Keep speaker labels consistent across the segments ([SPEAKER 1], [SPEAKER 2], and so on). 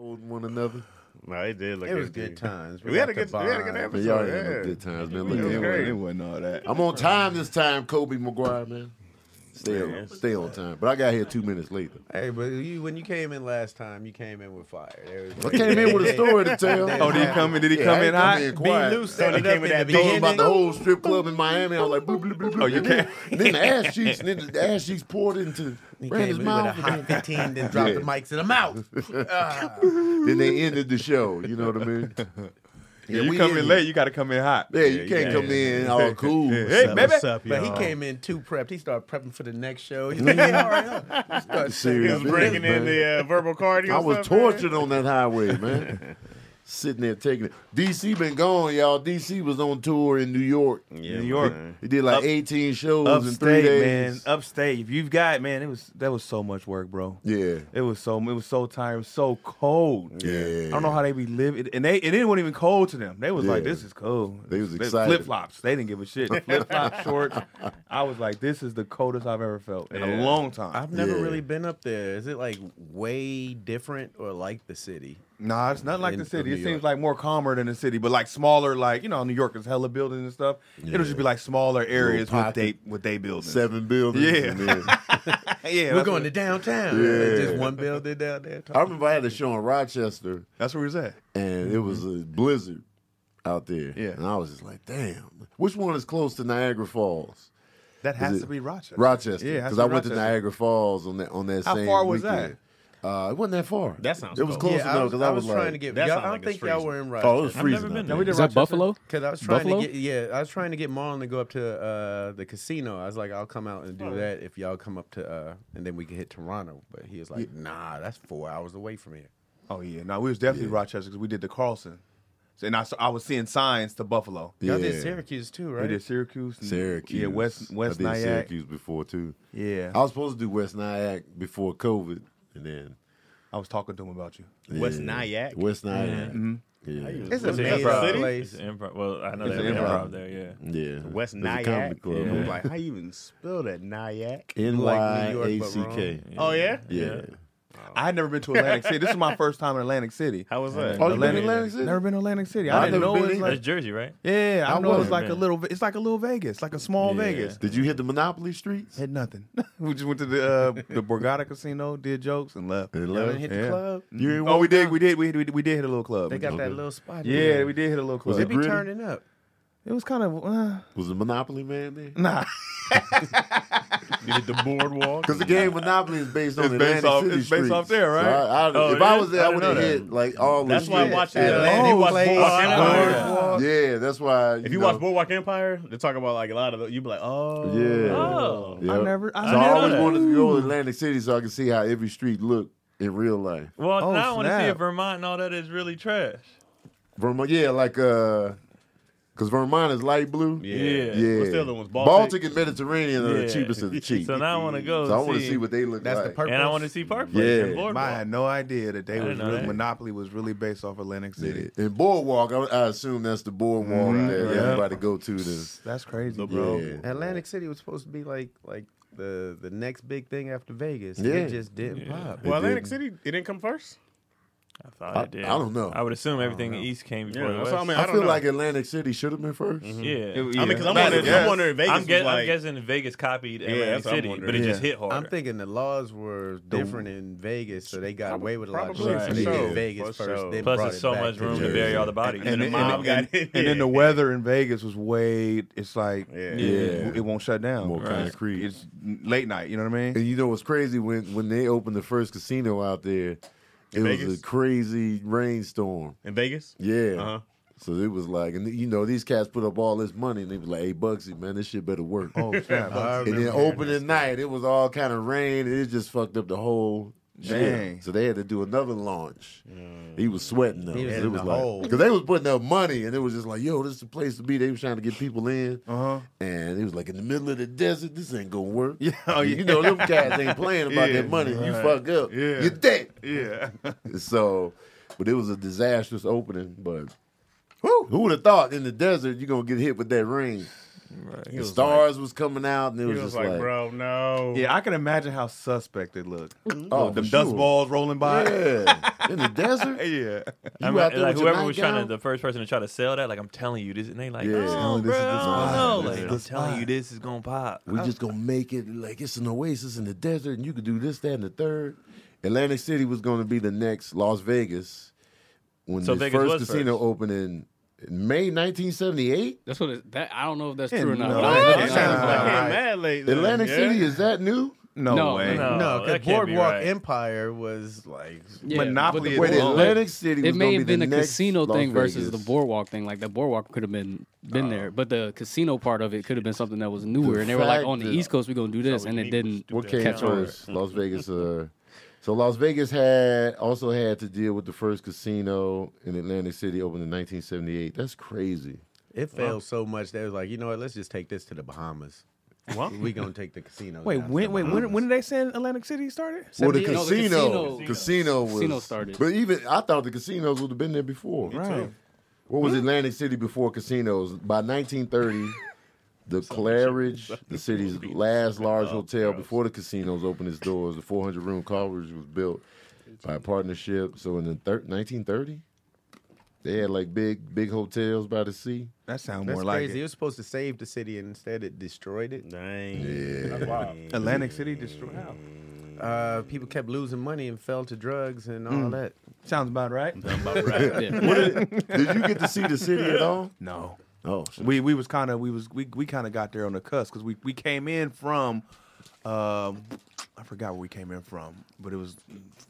[SPEAKER 1] one another.
[SPEAKER 2] No, it did look
[SPEAKER 3] It was
[SPEAKER 2] to
[SPEAKER 3] good
[SPEAKER 2] you.
[SPEAKER 3] times.
[SPEAKER 2] We had a
[SPEAKER 3] got
[SPEAKER 2] good,
[SPEAKER 3] to
[SPEAKER 2] we had a good
[SPEAKER 3] bond.
[SPEAKER 1] Man, y'all
[SPEAKER 2] episode.
[SPEAKER 1] had
[SPEAKER 2] Yeah.
[SPEAKER 1] no good times. Man,
[SPEAKER 2] It
[SPEAKER 1] look,
[SPEAKER 2] was
[SPEAKER 1] it
[SPEAKER 2] great.
[SPEAKER 1] was-
[SPEAKER 4] It wasn't all that.
[SPEAKER 1] I'm on time this time, Kobe McGuire, man. Stay on,
[SPEAKER 2] Man.
[SPEAKER 1] stay on time. But I got here two minutes later.
[SPEAKER 3] Hey, but you when you came in last time, you came in with fire. There was-
[SPEAKER 1] I came in with a story to tell.
[SPEAKER 4] Oh, did he come in? Did he
[SPEAKER 1] Yeah, I
[SPEAKER 4] come
[SPEAKER 1] ain't
[SPEAKER 4] in
[SPEAKER 1] come
[SPEAKER 4] hot?
[SPEAKER 1] in
[SPEAKER 3] Be
[SPEAKER 1] quiet.
[SPEAKER 3] loose.
[SPEAKER 2] Tony
[SPEAKER 3] set it up
[SPEAKER 2] came in
[SPEAKER 3] in
[SPEAKER 2] at
[SPEAKER 3] the
[SPEAKER 2] the
[SPEAKER 1] Told him about
[SPEAKER 3] beginning.
[SPEAKER 1] the whole strip club in Miami. I was like, bloop, bloop, bloop, bloop.
[SPEAKER 4] Oh, you can't.
[SPEAKER 1] Then the ass cheeks, then the ass cheeks poured into
[SPEAKER 3] He
[SPEAKER 1] Brandon's
[SPEAKER 3] came in with a
[SPEAKER 1] mouth.
[SPEAKER 3] hot 15, then dropped
[SPEAKER 1] Yeah.
[SPEAKER 3] the mics in the mouth. Ah.
[SPEAKER 1] Then they ended the show. You know what I mean? Yeah,
[SPEAKER 4] you
[SPEAKER 1] we
[SPEAKER 4] come
[SPEAKER 1] in
[SPEAKER 4] in
[SPEAKER 1] here.
[SPEAKER 4] late, you got to come in hot.
[SPEAKER 1] Yeah, you can't come in all cool.
[SPEAKER 4] Hey, baby.
[SPEAKER 5] What's up,
[SPEAKER 3] But he
[SPEAKER 5] y'all?
[SPEAKER 3] came in too prepped. He started prepping for the next show. He's like, yeah, all right, all right. He
[SPEAKER 1] Serious
[SPEAKER 3] started
[SPEAKER 2] He
[SPEAKER 3] saying,
[SPEAKER 2] was
[SPEAKER 1] Yeah,
[SPEAKER 2] breaking
[SPEAKER 1] man.
[SPEAKER 2] in the uh, verbal cardio.
[SPEAKER 1] I was
[SPEAKER 2] stuff, man.
[SPEAKER 1] tortured on that highway, man. Sitting there taking it. DC been gone, y'all. DC was on tour in New York.
[SPEAKER 2] Yeah,
[SPEAKER 5] New York.
[SPEAKER 2] man.
[SPEAKER 1] He did like
[SPEAKER 5] Up- 18
[SPEAKER 1] 18 shows in three
[SPEAKER 5] Upstate, man.
[SPEAKER 1] days.
[SPEAKER 5] Upstate. If you've got man, it was that was so much work, bro.
[SPEAKER 1] Yeah.
[SPEAKER 5] It was so it was so tiring, so cold.
[SPEAKER 1] Yeah.
[SPEAKER 5] I don't know how they be living, and they and it wasn't even cold to them. They was like,
[SPEAKER 1] Yeah.
[SPEAKER 5] "This is cold."
[SPEAKER 1] They was excited.
[SPEAKER 5] Flip flops. They didn't give a shit. Flip flop shorts. I was like, "This is the coldest I've ever felt in a
[SPEAKER 2] Yeah.
[SPEAKER 5] long time."
[SPEAKER 3] I've never
[SPEAKER 1] Yeah.
[SPEAKER 3] really been up there. Is it like way different or like the city?
[SPEAKER 5] Nah, it's nothing like
[SPEAKER 3] In-
[SPEAKER 5] the
[SPEAKER 3] of
[SPEAKER 5] city.
[SPEAKER 3] New
[SPEAKER 5] It
[SPEAKER 3] York.
[SPEAKER 5] seems like more calmer than the city, but like smaller, like you know, New York is hella buildings and stuff. It'll just be like smaller areas with
[SPEAKER 1] pocket.
[SPEAKER 5] they with they buildings.
[SPEAKER 1] Seven buildings.
[SPEAKER 5] Yeah.
[SPEAKER 1] and then-
[SPEAKER 5] yeah,
[SPEAKER 3] We're
[SPEAKER 5] that's
[SPEAKER 3] going
[SPEAKER 5] where-
[SPEAKER 3] to downtown.
[SPEAKER 1] Yeah.
[SPEAKER 3] There's just one building down there.
[SPEAKER 1] I remember I had a show in Rochester,
[SPEAKER 5] That's where we was at.
[SPEAKER 1] and it was a blizzard out there.
[SPEAKER 5] Yeah.
[SPEAKER 1] And I was just like, damn. Which one is close to Niagara Falls?
[SPEAKER 5] That has
[SPEAKER 1] it-
[SPEAKER 5] to be Rochester.
[SPEAKER 1] Rochester.
[SPEAKER 5] Yeah, it has
[SPEAKER 1] because
[SPEAKER 5] to
[SPEAKER 1] I
[SPEAKER 5] be
[SPEAKER 1] went to
[SPEAKER 5] Rochester.
[SPEAKER 1] Niagara Falls on that on that
[SPEAKER 5] How
[SPEAKER 1] same.
[SPEAKER 5] far was
[SPEAKER 1] weekend. Uh, it wasn't that far.
[SPEAKER 2] That sounds
[SPEAKER 1] It was
[SPEAKER 2] cool.
[SPEAKER 1] close
[SPEAKER 3] yeah, I
[SPEAKER 1] enough
[SPEAKER 3] was,
[SPEAKER 1] because
[SPEAKER 3] I was
[SPEAKER 1] like,
[SPEAKER 3] trying to get.
[SPEAKER 2] that
[SPEAKER 3] Y'all,
[SPEAKER 2] sounds
[SPEAKER 3] I don't
[SPEAKER 2] like it's
[SPEAKER 3] think y'all
[SPEAKER 2] freezing.
[SPEAKER 1] Oh,
[SPEAKER 3] were in
[SPEAKER 1] it was
[SPEAKER 3] Rochester.
[SPEAKER 2] I've never
[SPEAKER 1] freezing.
[SPEAKER 2] been
[SPEAKER 1] out
[SPEAKER 2] there.
[SPEAKER 1] there.
[SPEAKER 4] Is that
[SPEAKER 5] Rochester?
[SPEAKER 4] Buffalo?
[SPEAKER 3] Cause I was trying
[SPEAKER 4] Buffalo?
[SPEAKER 3] to get yeah, I was trying to get Marlon to go up to uh, the casino. I was like, I'll come out and do that if y'all come up to uh, and then we can hit Toronto. But he was like, Nah, that's four hours away from here.
[SPEAKER 5] Oh yeah, no, we was definitely Rochester because we did the Carlson, so, and I saw, I was seeing signs to Buffalo.
[SPEAKER 3] Y'all
[SPEAKER 1] Yeah.
[SPEAKER 3] did Syracuse too, right?
[SPEAKER 5] We did Syracuse, and-
[SPEAKER 1] Syracuse.
[SPEAKER 5] yeah, West West
[SPEAKER 1] I did
[SPEAKER 5] Nyack,
[SPEAKER 1] Syracuse before too.
[SPEAKER 5] yeah.
[SPEAKER 1] I was supposed to do West Nyack before COVID, and then
[SPEAKER 5] I was talking to him about you.
[SPEAKER 2] West
[SPEAKER 1] yeah,
[SPEAKER 2] Nyack.
[SPEAKER 1] West Nyack. Yeah.
[SPEAKER 3] It's
[SPEAKER 2] What's
[SPEAKER 3] a
[SPEAKER 2] it,
[SPEAKER 3] major
[SPEAKER 2] improv city?
[SPEAKER 3] place.
[SPEAKER 6] It's an improv. Well, I know
[SPEAKER 5] It's
[SPEAKER 6] they
[SPEAKER 5] an
[SPEAKER 6] have
[SPEAKER 5] improv.
[SPEAKER 6] improv there. Yeah.
[SPEAKER 1] Yeah.
[SPEAKER 2] West
[SPEAKER 1] It's a
[SPEAKER 2] Nyack.
[SPEAKER 1] comedy club.
[SPEAKER 2] I'm
[SPEAKER 6] Yeah.
[SPEAKER 2] like, how you even spell that Nyack?
[SPEAKER 1] N y
[SPEAKER 3] Like New
[SPEAKER 1] a
[SPEAKER 3] York, but
[SPEAKER 1] c k.
[SPEAKER 2] Oh yeah.
[SPEAKER 1] Yeah.
[SPEAKER 5] I had never been to Atlantic City. This is my first time in Atlantic City.
[SPEAKER 2] How was that?
[SPEAKER 1] Oh, you been to Atlantic City?
[SPEAKER 5] Never been to Atlantic City.
[SPEAKER 1] I've
[SPEAKER 5] I didn't
[SPEAKER 1] never
[SPEAKER 5] know
[SPEAKER 1] been
[SPEAKER 5] it was
[SPEAKER 1] either.
[SPEAKER 6] That's
[SPEAKER 5] like
[SPEAKER 6] Jersey, right?
[SPEAKER 5] yeah, I,
[SPEAKER 1] I
[SPEAKER 5] know it was
[SPEAKER 1] wasn't
[SPEAKER 5] like a
[SPEAKER 6] been.
[SPEAKER 5] little. It's like a little Vegas, like a small
[SPEAKER 6] Yeah.
[SPEAKER 5] Vegas.
[SPEAKER 1] Did you hit the Monopoly streets?
[SPEAKER 5] Had nothing. we just went to the uh, the Borgata Casino, did jokes, and left.
[SPEAKER 1] And
[SPEAKER 3] Y'all
[SPEAKER 1] left?
[SPEAKER 3] didn't hit
[SPEAKER 5] Yeah.
[SPEAKER 3] the club.
[SPEAKER 1] You ain't
[SPEAKER 5] Oh, we
[SPEAKER 1] walk
[SPEAKER 5] did.
[SPEAKER 1] down?
[SPEAKER 5] We did. We, we we did hit a little club.
[SPEAKER 3] They got
[SPEAKER 1] Okay.
[SPEAKER 3] that little spot.
[SPEAKER 5] yeah, we did hit a little club.
[SPEAKER 1] Was
[SPEAKER 3] They
[SPEAKER 1] it
[SPEAKER 3] be
[SPEAKER 1] Really?
[SPEAKER 3] turning up.
[SPEAKER 5] It was kind of uh,
[SPEAKER 1] Was the Monopoly man there?
[SPEAKER 5] nah.
[SPEAKER 6] You did the boardwalk.
[SPEAKER 1] Because the game Monopoly is based on
[SPEAKER 5] It's
[SPEAKER 1] Atlantic
[SPEAKER 5] based off-
[SPEAKER 1] City
[SPEAKER 5] it's based
[SPEAKER 1] streets.
[SPEAKER 5] off there, right?
[SPEAKER 1] So I, I,
[SPEAKER 6] Oh,
[SPEAKER 1] if
[SPEAKER 6] it
[SPEAKER 1] I
[SPEAKER 6] is?
[SPEAKER 1] was there, I,
[SPEAKER 6] I didn't
[SPEAKER 1] would
[SPEAKER 6] know
[SPEAKER 1] have
[SPEAKER 6] that.
[SPEAKER 1] hit like all
[SPEAKER 2] That's
[SPEAKER 1] the
[SPEAKER 2] why I
[SPEAKER 1] shit.
[SPEAKER 2] watched
[SPEAKER 3] Yeah.
[SPEAKER 2] uh, he
[SPEAKER 5] Oh,
[SPEAKER 2] watched
[SPEAKER 3] place.
[SPEAKER 2] Boardwalk Empire.
[SPEAKER 3] Boardwalk.
[SPEAKER 1] Yeah, that's why.
[SPEAKER 2] If you
[SPEAKER 1] know,
[SPEAKER 2] watch Boardwalk Empire, they talk about like a lot of the, you be like, oh
[SPEAKER 1] Yeah.
[SPEAKER 6] Oh.
[SPEAKER 1] yeah.
[SPEAKER 5] I never. I
[SPEAKER 1] So I
[SPEAKER 5] never-
[SPEAKER 1] always
[SPEAKER 6] that.
[SPEAKER 1] wanted to go to Atlantic City so I could see how every street looked in real life.
[SPEAKER 6] Well,
[SPEAKER 5] Oh,
[SPEAKER 6] now I want to see
[SPEAKER 5] snap.
[SPEAKER 6] if Vermont and all that is really trash.
[SPEAKER 1] Vermont, yeah, like uh, cause Vermont is light blue.
[SPEAKER 2] yeah.
[SPEAKER 1] yeah.
[SPEAKER 2] What's the other ones?
[SPEAKER 1] Baltic.
[SPEAKER 2] Baltic.
[SPEAKER 1] and Mediterranean are
[SPEAKER 6] Yeah.
[SPEAKER 1] the cheapest of the cheap.
[SPEAKER 6] So now I want to go.
[SPEAKER 1] So I want to see what they look
[SPEAKER 3] That's the
[SPEAKER 1] like.
[SPEAKER 3] purpose.
[SPEAKER 6] And I want to see Park Place
[SPEAKER 1] Yeah.
[SPEAKER 6] and Boardwalk.
[SPEAKER 5] I had no idea that they
[SPEAKER 6] I
[SPEAKER 5] was
[SPEAKER 6] didn't know
[SPEAKER 5] really,
[SPEAKER 6] that.
[SPEAKER 5] Monopoly was really based off Atlantic City.
[SPEAKER 1] Yeah. And boardwalk, I, I assume that's the boardwalk that
[SPEAKER 5] yeah.
[SPEAKER 1] everybody go to. To
[SPEAKER 5] That's crazy,
[SPEAKER 2] The
[SPEAKER 5] bro.
[SPEAKER 1] yeah.
[SPEAKER 3] Atlantic City was supposed to be like like the the next big thing after Vegas.
[SPEAKER 1] Yeah.
[SPEAKER 3] It just didn't pop.
[SPEAKER 2] Well, Atlantic
[SPEAKER 1] didn't.
[SPEAKER 2] City, it didn't come first.
[SPEAKER 6] I thought
[SPEAKER 1] I-
[SPEAKER 6] it did.
[SPEAKER 1] I don't know.
[SPEAKER 6] I would assume everything east came before the
[SPEAKER 2] that's
[SPEAKER 6] west.
[SPEAKER 2] what I mean.
[SPEAKER 1] I,
[SPEAKER 2] don't
[SPEAKER 1] feel
[SPEAKER 2] know.
[SPEAKER 1] like Atlantic City should have been 1st
[SPEAKER 6] Yeah.
[SPEAKER 5] It-
[SPEAKER 2] I mean, because I'm,
[SPEAKER 5] yeah.
[SPEAKER 2] wondering-
[SPEAKER 5] Yes.
[SPEAKER 2] I'm wondering if Vegas
[SPEAKER 6] I'm,
[SPEAKER 2] was
[SPEAKER 6] guess,
[SPEAKER 2] like,
[SPEAKER 6] I'm guessing Vegas copied Atlantic
[SPEAKER 2] that's what I'm
[SPEAKER 6] City,
[SPEAKER 2] wondering.
[SPEAKER 6] but it just
[SPEAKER 5] Yeah.
[SPEAKER 6] hit harder.
[SPEAKER 3] I'm thinking the laws were different in Vegas, so they got away with a lot of
[SPEAKER 2] Probably
[SPEAKER 3] shit.
[SPEAKER 6] for
[SPEAKER 3] So they
[SPEAKER 1] sure.
[SPEAKER 3] did Vegas
[SPEAKER 2] For
[SPEAKER 3] first.
[SPEAKER 2] sure.
[SPEAKER 3] then
[SPEAKER 6] Plus,
[SPEAKER 3] brought
[SPEAKER 6] there's
[SPEAKER 3] it
[SPEAKER 6] so
[SPEAKER 3] back
[SPEAKER 6] much
[SPEAKER 3] to
[SPEAKER 6] room to
[SPEAKER 3] Jersey.
[SPEAKER 6] bury all the bodies.
[SPEAKER 2] And the
[SPEAKER 5] then-
[SPEAKER 2] mob got
[SPEAKER 5] and,
[SPEAKER 2] in.
[SPEAKER 5] and then the weather in Vegas was way. It's like
[SPEAKER 2] Yeah.
[SPEAKER 1] Yeah.
[SPEAKER 5] it won't shut down.
[SPEAKER 1] More
[SPEAKER 5] It's-
[SPEAKER 1] concrete.
[SPEAKER 5] It's late night. You know what I mean?
[SPEAKER 1] And you know what's crazy when when they opened the first casino out there, it
[SPEAKER 2] In
[SPEAKER 1] was
[SPEAKER 2] Vegas?
[SPEAKER 1] a crazy rainstorm.
[SPEAKER 2] in Vegas.
[SPEAKER 1] Yeah.
[SPEAKER 2] Uh-huh.
[SPEAKER 1] So it was like, and you know, these cats put up all this money, and they was like, "Hey, Bugsy, man, this shit better work."
[SPEAKER 5] Oh snap!
[SPEAKER 3] I
[SPEAKER 1] and then
[SPEAKER 3] remember that.
[SPEAKER 1] opening night, it was all kind of rain, and it just fucked up the whole
[SPEAKER 5] Dang.
[SPEAKER 1] shit. So they had to do another launch. He was sweating though.
[SPEAKER 3] He was
[SPEAKER 1] It
[SPEAKER 3] in
[SPEAKER 1] was
[SPEAKER 3] the
[SPEAKER 1] like-
[SPEAKER 3] hole.
[SPEAKER 1] they was putting up money, and it was just like, "Yo, this is the place to be." They was trying to get people in,
[SPEAKER 5] Uh huh.
[SPEAKER 1] and it was like, "In the middle of the desert, this ain't gonna work."
[SPEAKER 5] Yeah. Oh, yeah.
[SPEAKER 1] You know, them guys ain't playing about
[SPEAKER 5] Yeah,
[SPEAKER 1] that money. You
[SPEAKER 5] right.
[SPEAKER 1] fuck up,
[SPEAKER 5] Yeah.
[SPEAKER 1] you're dead.
[SPEAKER 5] Yeah.
[SPEAKER 1] So, but it was a disastrous opening. But whew, who would have thought in the desert you're gonna get hit with that rain?
[SPEAKER 6] Right.
[SPEAKER 2] He
[SPEAKER 1] The
[SPEAKER 2] was
[SPEAKER 1] stars was coming out, and it
[SPEAKER 2] Like,
[SPEAKER 1] was,
[SPEAKER 2] he was
[SPEAKER 1] just
[SPEAKER 2] like,
[SPEAKER 1] like,
[SPEAKER 2] bro, no.
[SPEAKER 5] yeah. I can imagine how suspect it looked.
[SPEAKER 1] oh,
[SPEAKER 5] Them
[SPEAKER 1] for
[SPEAKER 5] dust
[SPEAKER 1] sure.
[SPEAKER 5] balls rolling by.
[SPEAKER 1] Yeah, in the desert.
[SPEAKER 5] yeah.
[SPEAKER 1] You
[SPEAKER 6] I mean,
[SPEAKER 1] out there
[SPEAKER 6] like
[SPEAKER 1] with your
[SPEAKER 6] whoever was trying to,
[SPEAKER 1] nightgown?
[SPEAKER 6] the first person to try to sell that, like I'm telling you this, and they like,
[SPEAKER 1] Yeah.
[SPEAKER 6] no,
[SPEAKER 1] No,
[SPEAKER 6] bro,
[SPEAKER 1] this is the spot.
[SPEAKER 6] no,
[SPEAKER 1] This
[SPEAKER 6] like,
[SPEAKER 1] is
[SPEAKER 6] I'm
[SPEAKER 1] the
[SPEAKER 6] telling you this is gonna pop.
[SPEAKER 1] We just gonna make it like it's an oasis in the desert, and you could do this, that, and the third. Atlantic City was gonna be the next Las Vegas when
[SPEAKER 6] So
[SPEAKER 1] the
[SPEAKER 6] Vegas
[SPEAKER 1] first
[SPEAKER 6] was
[SPEAKER 1] casino
[SPEAKER 6] first.
[SPEAKER 1] opened in in May 1978.
[SPEAKER 7] That's what it, that I don't know if that's true or not.
[SPEAKER 5] no,
[SPEAKER 7] but I-
[SPEAKER 5] that
[SPEAKER 7] I-
[SPEAKER 5] sounds like
[SPEAKER 7] I-
[SPEAKER 2] I
[SPEAKER 5] All right.
[SPEAKER 2] came mad late. then,
[SPEAKER 1] Atlantic
[SPEAKER 2] yeah?
[SPEAKER 1] City is that new?
[SPEAKER 5] No,
[SPEAKER 7] No,
[SPEAKER 5] way.
[SPEAKER 6] no.
[SPEAKER 3] no,
[SPEAKER 6] that
[SPEAKER 3] because
[SPEAKER 6] can't be
[SPEAKER 3] Boardwalk
[SPEAKER 6] right.
[SPEAKER 3] Empire was like
[SPEAKER 7] yeah,
[SPEAKER 5] Monopoly
[SPEAKER 7] but
[SPEAKER 5] is
[SPEAKER 7] the
[SPEAKER 1] Wait,
[SPEAKER 5] Well,
[SPEAKER 7] boardwalk-
[SPEAKER 1] Atlantic City. Was
[SPEAKER 7] It may
[SPEAKER 1] gonna
[SPEAKER 7] have
[SPEAKER 1] be
[SPEAKER 7] been
[SPEAKER 1] the
[SPEAKER 7] a
[SPEAKER 1] next
[SPEAKER 7] casino
[SPEAKER 1] Las
[SPEAKER 7] thing versus the
[SPEAKER 1] Vegas.
[SPEAKER 7] boardwalk thing. Like the boardwalk could have been been there, but the casino part of it could have been something that was newer.
[SPEAKER 1] The
[SPEAKER 7] and they were like,
[SPEAKER 1] fact
[SPEAKER 7] "On the
[SPEAKER 1] that-
[SPEAKER 7] East Coast, we're gonna do this," and it didn't.
[SPEAKER 1] What came
[SPEAKER 7] Catch on.
[SPEAKER 1] first? Las Vegas. Uh, so Las Vegas had also had to deal with the first casino in Atlantic City opened in 1978. That's crazy.
[SPEAKER 3] it failed so much. They was like, you know what? Let's just take this to the Bahamas.
[SPEAKER 6] What?
[SPEAKER 3] We gonna take the casino.
[SPEAKER 5] Wait,
[SPEAKER 3] down to
[SPEAKER 5] when,
[SPEAKER 3] the
[SPEAKER 5] wait, when,
[SPEAKER 3] Bahamas.
[SPEAKER 5] when did they say Atlantic City started?
[SPEAKER 1] Well, the
[SPEAKER 7] 78? No, the
[SPEAKER 1] casino, casino,
[SPEAKER 7] casino-
[SPEAKER 1] was
[SPEAKER 7] Casino started.
[SPEAKER 1] But even I thought the casinos would have been there before.
[SPEAKER 5] Right.
[SPEAKER 1] What was Atlantic City before casinos? By 1930, the Claridge, the city's last large hotel before the casinos opened its doors, the 400 room Claridge was built by a partnership. So in the thir- 1930, they had like big, big hotels by the sea.
[SPEAKER 5] That sounds
[SPEAKER 3] That's
[SPEAKER 5] more like
[SPEAKER 3] crazy. It.
[SPEAKER 5] it.
[SPEAKER 3] was supposed to save the city, and instead it destroyed it.
[SPEAKER 5] Atlantic City destroyed. Wow.
[SPEAKER 3] Uh, people kept losing money and fell to drugs and all that.
[SPEAKER 5] Sounds about right.
[SPEAKER 7] Yeah.
[SPEAKER 1] Did you get to see the city at all?
[SPEAKER 5] No.
[SPEAKER 1] Oh, shit.
[SPEAKER 5] We we was kind of we was we, we kind of got there on the cusp because we, we came in from, um, I forgot where we came in from, but it was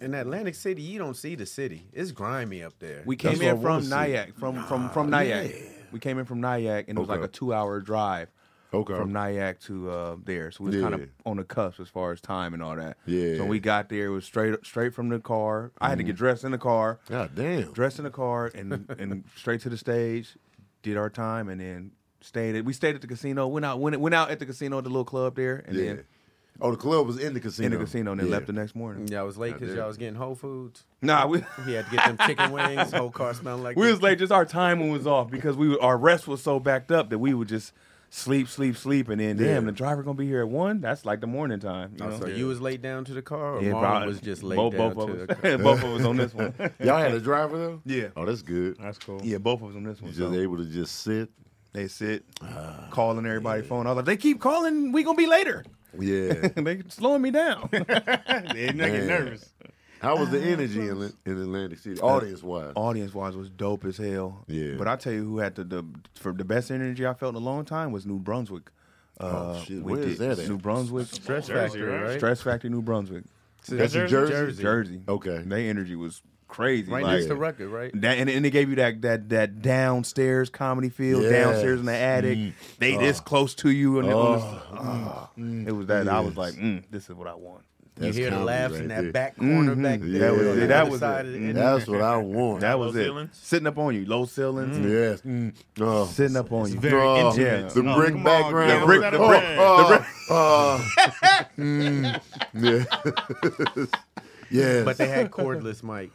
[SPEAKER 3] In Atlantic City, you don't see the city. It's grimy up there.
[SPEAKER 5] we came
[SPEAKER 1] what I
[SPEAKER 5] in
[SPEAKER 1] wanna
[SPEAKER 5] from
[SPEAKER 1] see.
[SPEAKER 5] Nyack from from from Nyack. We came in from Nyack and it was like
[SPEAKER 1] Okay.
[SPEAKER 5] a two hour drive
[SPEAKER 1] Okay.
[SPEAKER 5] from Nyack to uh, there, so we was
[SPEAKER 1] Yeah.
[SPEAKER 5] kind of on the cusp as far as time and all that.
[SPEAKER 1] Yeah. Mm-hmm.
[SPEAKER 5] So we got there. It was straight straight from the car. I had to get dressed in the car.
[SPEAKER 1] God damn.
[SPEAKER 5] dressed in the car and and straight to the stage, did our time, and then stayed. At, we stayed at the casino. Went out. Went, went out at the casino, at the little club there, and
[SPEAKER 1] Yeah.
[SPEAKER 5] then
[SPEAKER 1] Oh, the club was in the casino.
[SPEAKER 5] in the casino, and then
[SPEAKER 1] Yeah.
[SPEAKER 5] left the next morning.
[SPEAKER 3] Yeah, I was late because
[SPEAKER 1] did.
[SPEAKER 3] y'all was getting Whole Foods.
[SPEAKER 5] Nah, we
[SPEAKER 3] He had to get them chicken wings. Whole car smelled like.
[SPEAKER 5] we was late. Just our timing was off because we were- our rest was so backed up that we would just sleep, sleep, sleep, and then damn, the driver gonna be here at one. That's like the morning time. You know?
[SPEAKER 3] Oh, So you was laid down to the car, or
[SPEAKER 5] Yeah,
[SPEAKER 3] Marlon
[SPEAKER 5] probably.
[SPEAKER 3] was just laid
[SPEAKER 5] both,
[SPEAKER 3] down
[SPEAKER 5] both
[SPEAKER 3] to
[SPEAKER 5] of
[SPEAKER 3] the
[SPEAKER 5] us.
[SPEAKER 3] car.
[SPEAKER 5] both of us on this one.
[SPEAKER 1] Y'all had a driver though?
[SPEAKER 5] Yeah.
[SPEAKER 1] Oh, that's good.
[SPEAKER 2] That's cool.
[SPEAKER 5] Yeah, both of us on this one.
[SPEAKER 1] You just
[SPEAKER 5] so.
[SPEAKER 1] able to just sit.
[SPEAKER 5] They sit,
[SPEAKER 3] Ah,
[SPEAKER 5] calling everybody phone. I was like, they keep calling. We gonna be later.
[SPEAKER 1] Yeah.
[SPEAKER 5] they slowing me down.
[SPEAKER 2] They not get
[SPEAKER 1] Man.
[SPEAKER 2] nervous.
[SPEAKER 1] How was the energy in, in Atlantic City,
[SPEAKER 5] Uh,
[SPEAKER 1] audience wise?
[SPEAKER 5] audience wise was dope as hell.
[SPEAKER 1] Yeah.
[SPEAKER 5] But I tell you who had the, the for the best energy I felt in a long time was New Brunswick. Uh,
[SPEAKER 1] Oh, shit.
[SPEAKER 5] we
[SPEAKER 1] Where is
[SPEAKER 5] did
[SPEAKER 1] that at?
[SPEAKER 5] New Brunswick. Stress,
[SPEAKER 2] Jersey, right?
[SPEAKER 5] Stress Factory, New Brunswick.
[SPEAKER 1] That's in Jersey?
[SPEAKER 5] Jersey. Jersey.
[SPEAKER 1] Okay.
[SPEAKER 5] And Their energy was crazy.
[SPEAKER 3] Right
[SPEAKER 5] like-
[SPEAKER 3] next to Rucker, right?
[SPEAKER 5] That, and, and they gave you that that that downstairs comedy feel,
[SPEAKER 1] Yes. Mm. Ah. Oh.
[SPEAKER 5] downstairs in the attic. They this close to you, and it was, mm, it was that. I was
[SPEAKER 1] Yes.
[SPEAKER 5] like, mm, this is what I want.
[SPEAKER 3] You
[SPEAKER 1] That's
[SPEAKER 3] hear the
[SPEAKER 1] comedy
[SPEAKER 3] laughs
[SPEAKER 1] right
[SPEAKER 3] in
[SPEAKER 1] there.
[SPEAKER 3] that back corner back
[SPEAKER 1] Yeah.
[SPEAKER 3] there.
[SPEAKER 1] That was
[SPEAKER 3] on
[SPEAKER 1] it. Mm-hmm. That
[SPEAKER 5] was
[SPEAKER 3] the other side
[SPEAKER 5] it.
[SPEAKER 3] of the
[SPEAKER 5] Mm.
[SPEAKER 3] internet.
[SPEAKER 1] That's what I want.
[SPEAKER 5] That
[SPEAKER 6] Low
[SPEAKER 5] was it.
[SPEAKER 6] ceilings?
[SPEAKER 5] Sitting up on you, low ceilings,
[SPEAKER 1] yes. Mm. Oh.
[SPEAKER 5] sitting up on you.
[SPEAKER 2] Very
[SPEAKER 1] Oh,
[SPEAKER 5] intimate.
[SPEAKER 1] The
[SPEAKER 2] Oh,
[SPEAKER 1] brick
[SPEAKER 2] come on,
[SPEAKER 1] background.
[SPEAKER 2] give us that
[SPEAKER 1] Oh,
[SPEAKER 2] bread.
[SPEAKER 1] oh, oh. Mm. Yeah. yes.
[SPEAKER 3] But they had cordless mics.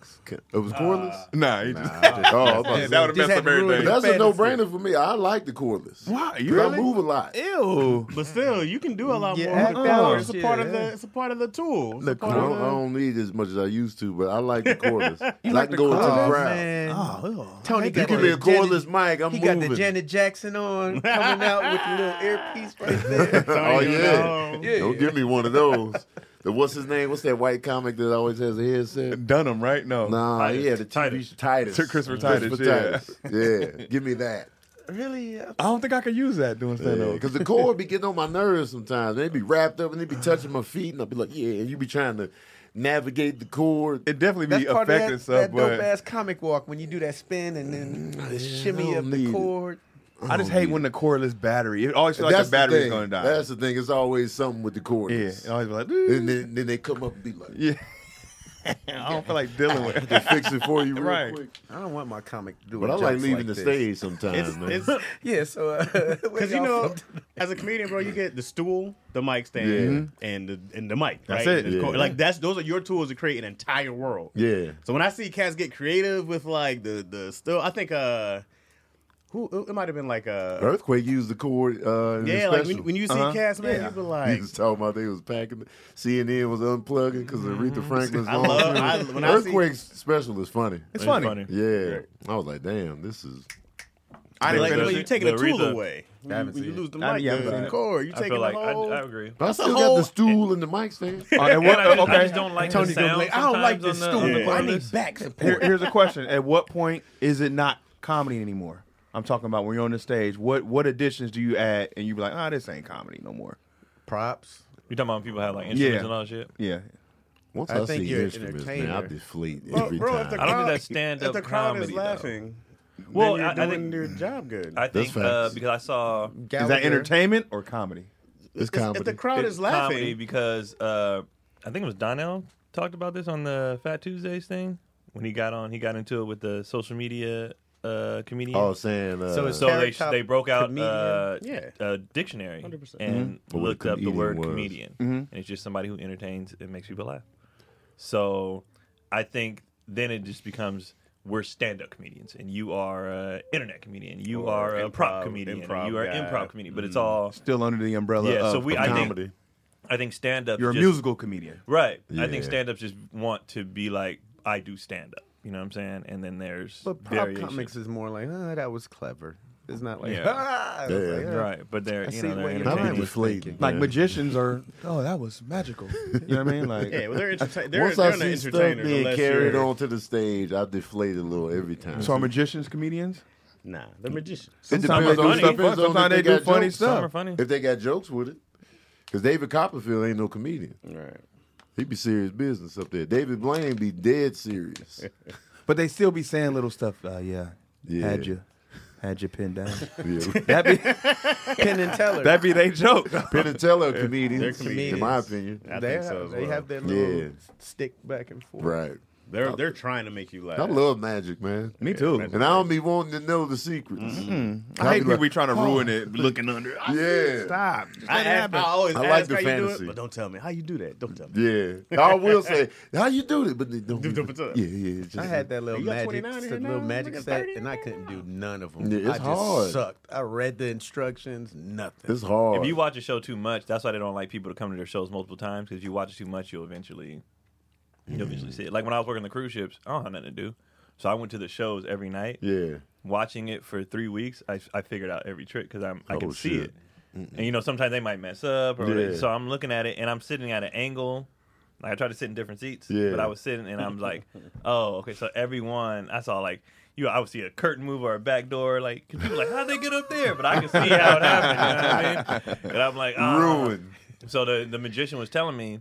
[SPEAKER 1] it was cordless?
[SPEAKER 5] Nah, he
[SPEAKER 1] oh, I was about to
[SPEAKER 5] Yeah,
[SPEAKER 1] say.
[SPEAKER 5] that would have
[SPEAKER 3] Just
[SPEAKER 5] messed
[SPEAKER 3] had
[SPEAKER 5] up
[SPEAKER 3] to ruin
[SPEAKER 5] everything.
[SPEAKER 1] That's a
[SPEAKER 3] fantasy.
[SPEAKER 1] no brainer for me. I like the cordless.
[SPEAKER 5] Why? You
[SPEAKER 1] 'Cause I
[SPEAKER 5] really?
[SPEAKER 1] move a lot.
[SPEAKER 5] Ew.
[SPEAKER 2] But still, you can do a lot
[SPEAKER 3] Yeah,
[SPEAKER 2] more. with
[SPEAKER 3] act
[SPEAKER 2] the
[SPEAKER 3] out.
[SPEAKER 2] cord. It's a part of the.
[SPEAKER 3] Yeah.
[SPEAKER 2] It's a part of the tool. It's a
[SPEAKER 5] Look,
[SPEAKER 1] I
[SPEAKER 2] part
[SPEAKER 1] don't,
[SPEAKER 2] of
[SPEAKER 1] I
[SPEAKER 2] the-
[SPEAKER 1] don't need as much as I used to, but I like the cordless. I
[SPEAKER 5] like
[SPEAKER 1] can
[SPEAKER 5] the
[SPEAKER 1] go into the
[SPEAKER 5] cordless?
[SPEAKER 1] crowd.
[SPEAKER 5] Oh,
[SPEAKER 3] Tony
[SPEAKER 1] You
[SPEAKER 3] got
[SPEAKER 1] give
[SPEAKER 3] the
[SPEAKER 1] me a cordless
[SPEAKER 3] Janet-
[SPEAKER 1] mic, I'm
[SPEAKER 3] He got
[SPEAKER 1] moving.
[SPEAKER 3] the Janet Jackson on, coming out with the little earpiece right there.
[SPEAKER 1] Oh
[SPEAKER 2] you
[SPEAKER 1] yeah.
[SPEAKER 2] know.
[SPEAKER 1] Don't give me one of those. The, what's his name? What's that white comic that always has a headset?
[SPEAKER 5] Dunham, right? No.
[SPEAKER 1] Nah,
[SPEAKER 6] Titus.
[SPEAKER 1] yeah, the TV
[SPEAKER 6] Titus.
[SPEAKER 1] show Titus.
[SPEAKER 5] Sir Christopher Titus,
[SPEAKER 1] Titus. Yeah, give me that.
[SPEAKER 3] Really?
[SPEAKER 5] I don't think I could use that doing stand up.
[SPEAKER 1] Because the cord be getting on my nerves sometimes. They be wrapped up and they be touching my feet, and I'll be like, yeah, and you be trying to navigate the cord.
[SPEAKER 5] It definitely
[SPEAKER 3] That's
[SPEAKER 5] be
[SPEAKER 3] part of
[SPEAKER 5] affecting
[SPEAKER 3] that,
[SPEAKER 5] stuff,
[SPEAKER 3] that dope
[SPEAKER 5] but
[SPEAKER 3] ass comic walk when you do that spin and then the
[SPEAKER 1] I
[SPEAKER 3] shimmy
[SPEAKER 1] don't
[SPEAKER 3] of
[SPEAKER 1] need it.
[SPEAKER 3] the cord.
[SPEAKER 5] I just hate when the cordless battery. It always feels like
[SPEAKER 1] That's
[SPEAKER 5] the battery's
[SPEAKER 1] thing.
[SPEAKER 5] gonna die.
[SPEAKER 1] That's the thing. It's always something with the cord.
[SPEAKER 5] yeah, it always be like,
[SPEAKER 1] And then, then they come up and be like,
[SPEAKER 5] yeah. I don't feel like dealing with it.
[SPEAKER 1] they fix it for you real
[SPEAKER 5] Right.
[SPEAKER 1] quick.
[SPEAKER 3] I don't want my comic to do
[SPEAKER 1] But I
[SPEAKER 3] jokes
[SPEAKER 1] like leaving the
[SPEAKER 3] this.
[SPEAKER 1] stage sometimes, man.
[SPEAKER 2] It's
[SPEAKER 3] Yeah, so uh,
[SPEAKER 2] because you know, as a comedian, bro, you get the stool, the mic stand, and the and the mic.
[SPEAKER 5] That's
[SPEAKER 2] right?
[SPEAKER 5] it.
[SPEAKER 2] And the
[SPEAKER 1] Yeah.
[SPEAKER 2] cord. Like that's those are your tools to create an entire world.
[SPEAKER 1] yeah.
[SPEAKER 2] So when I see cats get creative with like the the still, I think uh, Who it might have been like a
[SPEAKER 1] Earthquake used the chord. Uh, in his
[SPEAKER 2] yeah, like when,
[SPEAKER 1] special.
[SPEAKER 2] when you see
[SPEAKER 4] Uh-huh.
[SPEAKER 2] cats, man, you be
[SPEAKER 1] he
[SPEAKER 2] like,
[SPEAKER 1] was talking about they was packing. CNN was unplugging because Aretha Franklin's
[SPEAKER 2] Mm-hmm. I
[SPEAKER 1] long
[SPEAKER 2] love-
[SPEAKER 1] funeral.
[SPEAKER 2] I- when I see-
[SPEAKER 1] Earthquake's special is funny.
[SPEAKER 4] It's funny.
[SPEAKER 1] Yeah, I was like, damn, this is.
[SPEAKER 2] I
[SPEAKER 6] feel
[SPEAKER 2] like
[SPEAKER 6] like
[SPEAKER 2] the way
[SPEAKER 6] the-
[SPEAKER 2] you taking the,
[SPEAKER 6] the
[SPEAKER 2] tool
[SPEAKER 6] Aretha-
[SPEAKER 2] away. When
[SPEAKER 3] I
[SPEAKER 2] you,
[SPEAKER 3] haven't
[SPEAKER 2] when you
[SPEAKER 3] seen it.
[SPEAKER 2] lose the
[SPEAKER 3] I-
[SPEAKER 2] mic,
[SPEAKER 3] yeah, I
[SPEAKER 2] the
[SPEAKER 3] haven't seen it.
[SPEAKER 2] cord, you
[SPEAKER 6] I
[SPEAKER 2] taking
[SPEAKER 6] feel like
[SPEAKER 2] the
[SPEAKER 6] I,
[SPEAKER 2] whole.
[SPEAKER 6] I agree.
[SPEAKER 1] But I
[SPEAKER 2] That's a
[SPEAKER 1] still got
[SPEAKER 2] whole-
[SPEAKER 1] the stool and the mic stand.
[SPEAKER 4] Oh, and
[SPEAKER 6] And
[SPEAKER 4] what,
[SPEAKER 6] I, just- I
[SPEAKER 4] okay.
[SPEAKER 6] just don't like
[SPEAKER 3] Tony
[SPEAKER 6] the
[SPEAKER 3] gonna be
[SPEAKER 6] sound.
[SPEAKER 3] like, I don't like
[SPEAKER 6] sometimes
[SPEAKER 3] this
[SPEAKER 6] on the-
[SPEAKER 3] stupid
[SPEAKER 6] on the
[SPEAKER 2] I
[SPEAKER 6] playlist.
[SPEAKER 2] need back
[SPEAKER 4] Here-
[SPEAKER 2] support.
[SPEAKER 4] here's a question: At what point is it not comedy anymore? I'm talking about when you're on the stage. What what additions do you add, and you be like, ah, this ain't comedy no more.
[SPEAKER 3] Props.
[SPEAKER 6] You talking about people have like instruments and all that shit?
[SPEAKER 4] Yeah,
[SPEAKER 1] Once
[SPEAKER 3] I
[SPEAKER 1] I,
[SPEAKER 3] think
[SPEAKER 1] see
[SPEAKER 3] you're an
[SPEAKER 1] instruments, man, I
[SPEAKER 3] entertainer.
[SPEAKER 1] deflate
[SPEAKER 2] Bro-
[SPEAKER 1] every
[SPEAKER 2] bro,
[SPEAKER 1] time.
[SPEAKER 2] if the
[SPEAKER 6] I don't think
[SPEAKER 2] crowd-
[SPEAKER 6] that's stand-up
[SPEAKER 2] if the crowd
[SPEAKER 6] comedy,
[SPEAKER 2] is
[SPEAKER 6] though.
[SPEAKER 2] laughing, well,
[SPEAKER 6] Well,
[SPEAKER 2] then you're
[SPEAKER 6] I- I
[SPEAKER 2] doing
[SPEAKER 6] think-
[SPEAKER 2] your job good.
[SPEAKER 6] I think uh,
[SPEAKER 1] facts.
[SPEAKER 6] because I saw
[SPEAKER 4] is that entertainment or comedy?
[SPEAKER 1] It's
[SPEAKER 2] It's-
[SPEAKER 1] comedy.
[SPEAKER 2] If the
[SPEAKER 6] it-
[SPEAKER 2] crowd is laughing,
[SPEAKER 6] comedy because uh, I think it was Donnell talked about this on the Fat Tuesdays thing when he got on. He got into it with the social media uh, comedian.
[SPEAKER 1] oh, saying uh,
[SPEAKER 3] So it's
[SPEAKER 6] so they
[SPEAKER 3] Stereotype
[SPEAKER 6] they broke out
[SPEAKER 3] comedian?
[SPEAKER 6] uh,
[SPEAKER 2] Yeah.
[SPEAKER 6] a dictionary
[SPEAKER 2] 100%.
[SPEAKER 6] and
[SPEAKER 1] Mm-hmm. But what a
[SPEAKER 6] looked up the
[SPEAKER 1] comedian Mm-hmm.
[SPEAKER 6] word
[SPEAKER 1] was.
[SPEAKER 6] comedian, and it's just somebody who entertains and makes people laugh. So I think then it just becomes. We're stand-up comedians, and you are a internet comedian. You
[SPEAKER 2] Or
[SPEAKER 6] are a prop
[SPEAKER 2] improv-
[SPEAKER 6] comedian. and
[SPEAKER 2] improv
[SPEAKER 6] you are
[SPEAKER 2] guy.
[SPEAKER 6] improv comedian, but it's all
[SPEAKER 4] Still under the umbrella
[SPEAKER 6] Yeah,
[SPEAKER 4] of
[SPEAKER 6] so we- I think-
[SPEAKER 1] Mm. comedy.
[SPEAKER 6] I think stand up.
[SPEAKER 4] you're a musical comedian.
[SPEAKER 6] right? I think
[SPEAKER 1] Yeah.
[SPEAKER 6] stand ups just want to be like I do stand up. You know what I'm saying? And then there's
[SPEAKER 3] But pop
[SPEAKER 6] variation.
[SPEAKER 3] comics is more like, oh, that was clever. It's not like,
[SPEAKER 6] Yeah.
[SPEAKER 3] ah, it's
[SPEAKER 1] Yeah.
[SPEAKER 3] like, "Ah."
[SPEAKER 6] right? But they're
[SPEAKER 3] I
[SPEAKER 6] you
[SPEAKER 3] see
[SPEAKER 6] know they're
[SPEAKER 3] what you're
[SPEAKER 1] Not like
[SPEAKER 3] Entertainment.
[SPEAKER 6] entertaining.
[SPEAKER 3] doing.
[SPEAKER 1] deflating.
[SPEAKER 4] Like
[SPEAKER 1] man.
[SPEAKER 4] magicians are. Oh, that was magical. You know what I mean? Like
[SPEAKER 2] yeah, well, they're, entertain- they're,
[SPEAKER 1] Once
[SPEAKER 2] they're
[SPEAKER 1] I
[SPEAKER 2] an
[SPEAKER 1] see stuff
[SPEAKER 2] entertainer.
[SPEAKER 1] being
[SPEAKER 2] unless
[SPEAKER 1] carried
[SPEAKER 2] you're-
[SPEAKER 1] onto the stage, I deflate a little every time.
[SPEAKER 4] so are magicians comedians?
[SPEAKER 2] Nah, the magician.
[SPEAKER 4] It
[SPEAKER 6] Sometimes
[SPEAKER 4] depends
[SPEAKER 6] they
[SPEAKER 4] on
[SPEAKER 6] do
[SPEAKER 4] stuff.
[SPEAKER 6] funny.
[SPEAKER 4] Sometimes,
[SPEAKER 1] Sometimes
[SPEAKER 4] they,
[SPEAKER 1] they
[SPEAKER 4] do
[SPEAKER 1] got
[SPEAKER 4] funny
[SPEAKER 1] jokes.
[SPEAKER 6] Some are
[SPEAKER 4] stuff.
[SPEAKER 6] funny.
[SPEAKER 1] if they got jokes with it, because David Copperfield ain't no comedian.
[SPEAKER 2] Right.
[SPEAKER 1] He be serious business up there. David Blaine be dead serious.
[SPEAKER 4] But they still be saying little stuff. Uh, yeah,
[SPEAKER 1] Yeah.
[SPEAKER 4] had you, had you pinned down.
[SPEAKER 1] Yeah.
[SPEAKER 4] that be
[SPEAKER 3] Penn and Teller.
[SPEAKER 4] that be they joke.
[SPEAKER 1] Penn and Teller are comedians,
[SPEAKER 2] They're
[SPEAKER 1] in my
[SPEAKER 2] comedians.
[SPEAKER 1] opinion.
[SPEAKER 2] I
[SPEAKER 3] they
[SPEAKER 2] think
[SPEAKER 3] have,
[SPEAKER 2] so as
[SPEAKER 3] they
[SPEAKER 2] well.
[SPEAKER 3] have their
[SPEAKER 1] Yeah.
[SPEAKER 3] little stick back and forth.
[SPEAKER 1] Right.
[SPEAKER 2] They're they're trying to make you laugh.
[SPEAKER 1] I love magic, man.
[SPEAKER 4] Me too.
[SPEAKER 1] And I don't be wanting to know the secrets.
[SPEAKER 2] Mm-hmm.
[SPEAKER 4] I hate
[SPEAKER 1] I'll be
[SPEAKER 4] people be trying to ruin it.
[SPEAKER 2] looking under. it. I,
[SPEAKER 1] Yeah.
[SPEAKER 4] Stop. Just
[SPEAKER 2] I,
[SPEAKER 4] let it
[SPEAKER 2] ask,
[SPEAKER 4] happen.
[SPEAKER 2] I always
[SPEAKER 1] I like
[SPEAKER 2] ask
[SPEAKER 1] the
[SPEAKER 2] how you do
[SPEAKER 1] fantasy.
[SPEAKER 2] it, but don't tell me how you do that. Don't tell me.
[SPEAKER 1] Yeah. I will say, how you do it? But they don't.
[SPEAKER 2] Do- do- do-
[SPEAKER 1] yeah, yeah. Just,
[SPEAKER 3] I had that little
[SPEAKER 2] You got
[SPEAKER 3] magic,
[SPEAKER 2] 29 here
[SPEAKER 3] set-
[SPEAKER 2] now?
[SPEAKER 3] little
[SPEAKER 2] Look
[SPEAKER 3] magic
[SPEAKER 2] at
[SPEAKER 3] set,
[SPEAKER 2] 30
[SPEAKER 3] and I couldn't do none of them.
[SPEAKER 1] Yeah, it's
[SPEAKER 3] I just
[SPEAKER 1] hard.
[SPEAKER 3] sucked. I read the instructions, nothing.
[SPEAKER 1] It's hard.
[SPEAKER 6] If you watch a show too much, that's why they don't like people to come to their shows multiple times because you watch it too much, you'll eventually you'll eventually see it. Like when I was working the cruise ships, I don't have nothing to do, so I went to the shows every night.
[SPEAKER 1] yeah.
[SPEAKER 6] Watching it for three weeks, I, I figured out every trick because I'm I
[SPEAKER 1] Oh,
[SPEAKER 6] can see
[SPEAKER 1] shit.
[SPEAKER 6] it. And you know sometimes they might mess up, or whatever.
[SPEAKER 1] Yeah.
[SPEAKER 6] so I'm looking at it and I'm sitting at an angle. Like I tried to sit in different seats,
[SPEAKER 1] Yeah.
[SPEAKER 6] but I was sitting and I'm like, oh, okay. So everyone, I saw like you, I would see a curtain move or a back door, like 'cause people like how'd they get up there, but I can see how it happened. You know what I mean? And I'm like, ah.
[SPEAKER 1] Ruined.
[SPEAKER 6] So the the magician was telling me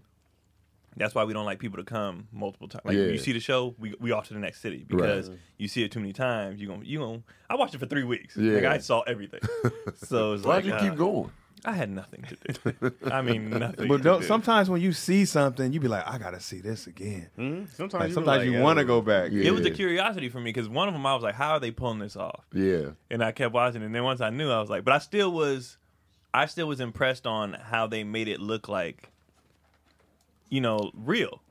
[SPEAKER 6] that's why we don't like people to come multiple times. Like
[SPEAKER 1] Yeah.
[SPEAKER 6] you see the show, we we off to the next city because you see it too many times. You gonna you gonna. I watched it for three weeks.
[SPEAKER 1] Yeah.
[SPEAKER 6] Like I saw everything. So it's
[SPEAKER 1] Why'd
[SPEAKER 6] like
[SPEAKER 1] you
[SPEAKER 6] uh,
[SPEAKER 1] keep going?
[SPEAKER 6] I had nothing to do. I mean nothing.
[SPEAKER 4] But
[SPEAKER 6] to
[SPEAKER 4] don't,
[SPEAKER 6] do.
[SPEAKER 4] sometimes when you see something, you be like, I gotta see this again.
[SPEAKER 2] Mhm. Sometimes
[SPEAKER 4] Like,
[SPEAKER 2] you
[SPEAKER 4] sometimes you want to go back.
[SPEAKER 1] Yeah.
[SPEAKER 6] it was a curiosity for me because one of them I was like, how are they pulling this off?
[SPEAKER 1] Yeah.
[SPEAKER 6] and I kept watching. And then once I knew, I was like, but I still was, I still was impressed on how they made it look like, you know, real.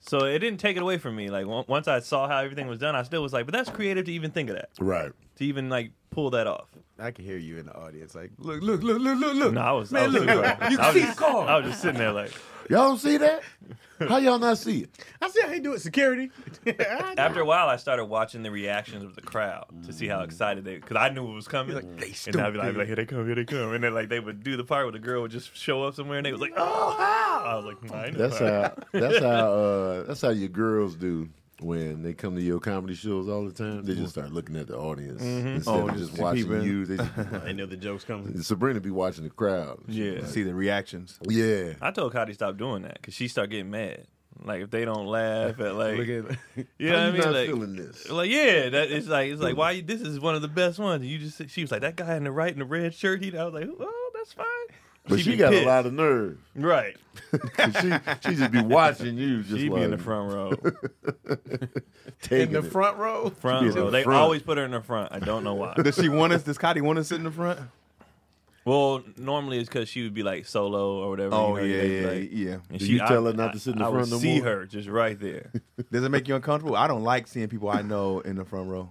[SPEAKER 6] So it didn't take it away from me. Like on- once I saw how everything was done, I still was like, but that's creative to even think of that,
[SPEAKER 1] Right.
[SPEAKER 6] to even like pull that off.
[SPEAKER 3] I could hear you in the audience, like,
[SPEAKER 4] Look, look, look, look, look, look.
[SPEAKER 6] No, I was, I
[SPEAKER 4] Man,
[SPEAKER 6] was
[SPEAKER 4] look, you
[SPEAKER 6] I
[SPEAKER 4] can
[SPEAKER 6] was
[SPEAKER 4] see the
[SPEAKER 6] just-
[SPEAKER 4] car.
[SPEAKER 6] I was just sitting there like.
[SPEAKER 1] Y'all don't see that? How y'all not see it?
[SPEAKER 2] I see how you do it. Security. I know.
[SPEAKER 6] After a while, I started watching the reactions of the crowd to see how excited they, because I knew it was coming. and I'd be like, like, here they come, here they come, and then like they would do the part where the girl would just show up somewhere, and they was like, oh how? I was like, "Nah, I know
[SPEAKER 1] That's how. That's how. Uh, that's how your girls do when they come to your comedy shows all the time. They just start looking at the audience
[SPEAKER 6] Mm-hmm.
[SPEAKER 1] instead
[SPEAKER 4] Oh,
[SPEAKER 1] of
[SPEAKER 4] just
[SPEAKER 1] just
[SPEAKER 4] to
[SPEAKER 1] watching
[SPEAKER 4] peep in.
[SPEAKER 1] you. They just,
[SPEAKER 2] I know the joke's coming.
[SPEAKER 1] Sabrina be watching the crowd.
[SPEAKER 6] Yeah.
[SPEAKER 4] See the reactions.
[SPEAKER 1] Yeah.
[SPEAKER 6] I told Cody stop doing that because she start getting mad. Like if they don't laugh at like,
[SPEAKER 3] look
[SPEAKER 6] yeah,
[SPEAKER 3] at,
[SPEAKER 6] you know
[SPEAKER 1] How
[SPEAKER 6] what I
[SPEAKER 1] you
[SPEAKER 6] mean?
[SPEAKER 1] not
[SPEAKER 6] Like,
[SPEAKER 1] feeling this?
[SPEAKER 6] like, yeah, that it's like it's like why you, this is one of the best ones. You just she was like that guy in the right in the red shirt. He I was like, oh, that's fine.
[SPEAKER 1] but
[SPEAKER 6] She'd
[SPEAKER 1] she
[SPEAKER 6] be
[SPEAKER 1] got
[SPEAKER 6] pissed.
[SPEAKER 1] a lot of nerve.
[SPEAKER 6] right.
[SPEAKER 1] 'Cause she she just be watching you. Just
[SPEAKER 6] She
[SPEAKER 1] like
[SPEAKER 6] be in the front row,
[SPEAKER 1] taking
[SPEAKER 3] in the
[SPEAKER 1] it.
[SPEAKER 3] front row.
[SPEAKER 1] She be
[SPEAKER 6] front
[SPEAKER 1] in the
[SPEAKER 6] row. They
[SPEAKER 1] front.
[SPEAKER 6] always put her in the front. I don't know why.
[SPEAKER 4] Does she want us? Does Cotty want us sit in the front?
[SPEAKER 6] well, normally it's because she would be like solo or whatever.
[SPEAKER 4] Oh
[SPEAKER 6] you know,
[SPEAKER 4] yeah,
[SPEAKER 6] they'd be
[SPEAKER 4] yeah,
[SPEAKER 6] like-
[SPEAKER 4] yeah.
[SPEAKER 6] and
[SPEAKER 1] Do you tell her not to sit in the
[SPEAKER 6] I
[SPEAKER 1] front
[SPEAKER 6] would
[SPEAKER 1] no
[SPEAKER 6] see
[SPEAKER 1] more?
[SPEAKER 6] her just right there.
[SPEAKER 4] Does it make you uncomfortable? I don't like seeing people I know in the front row.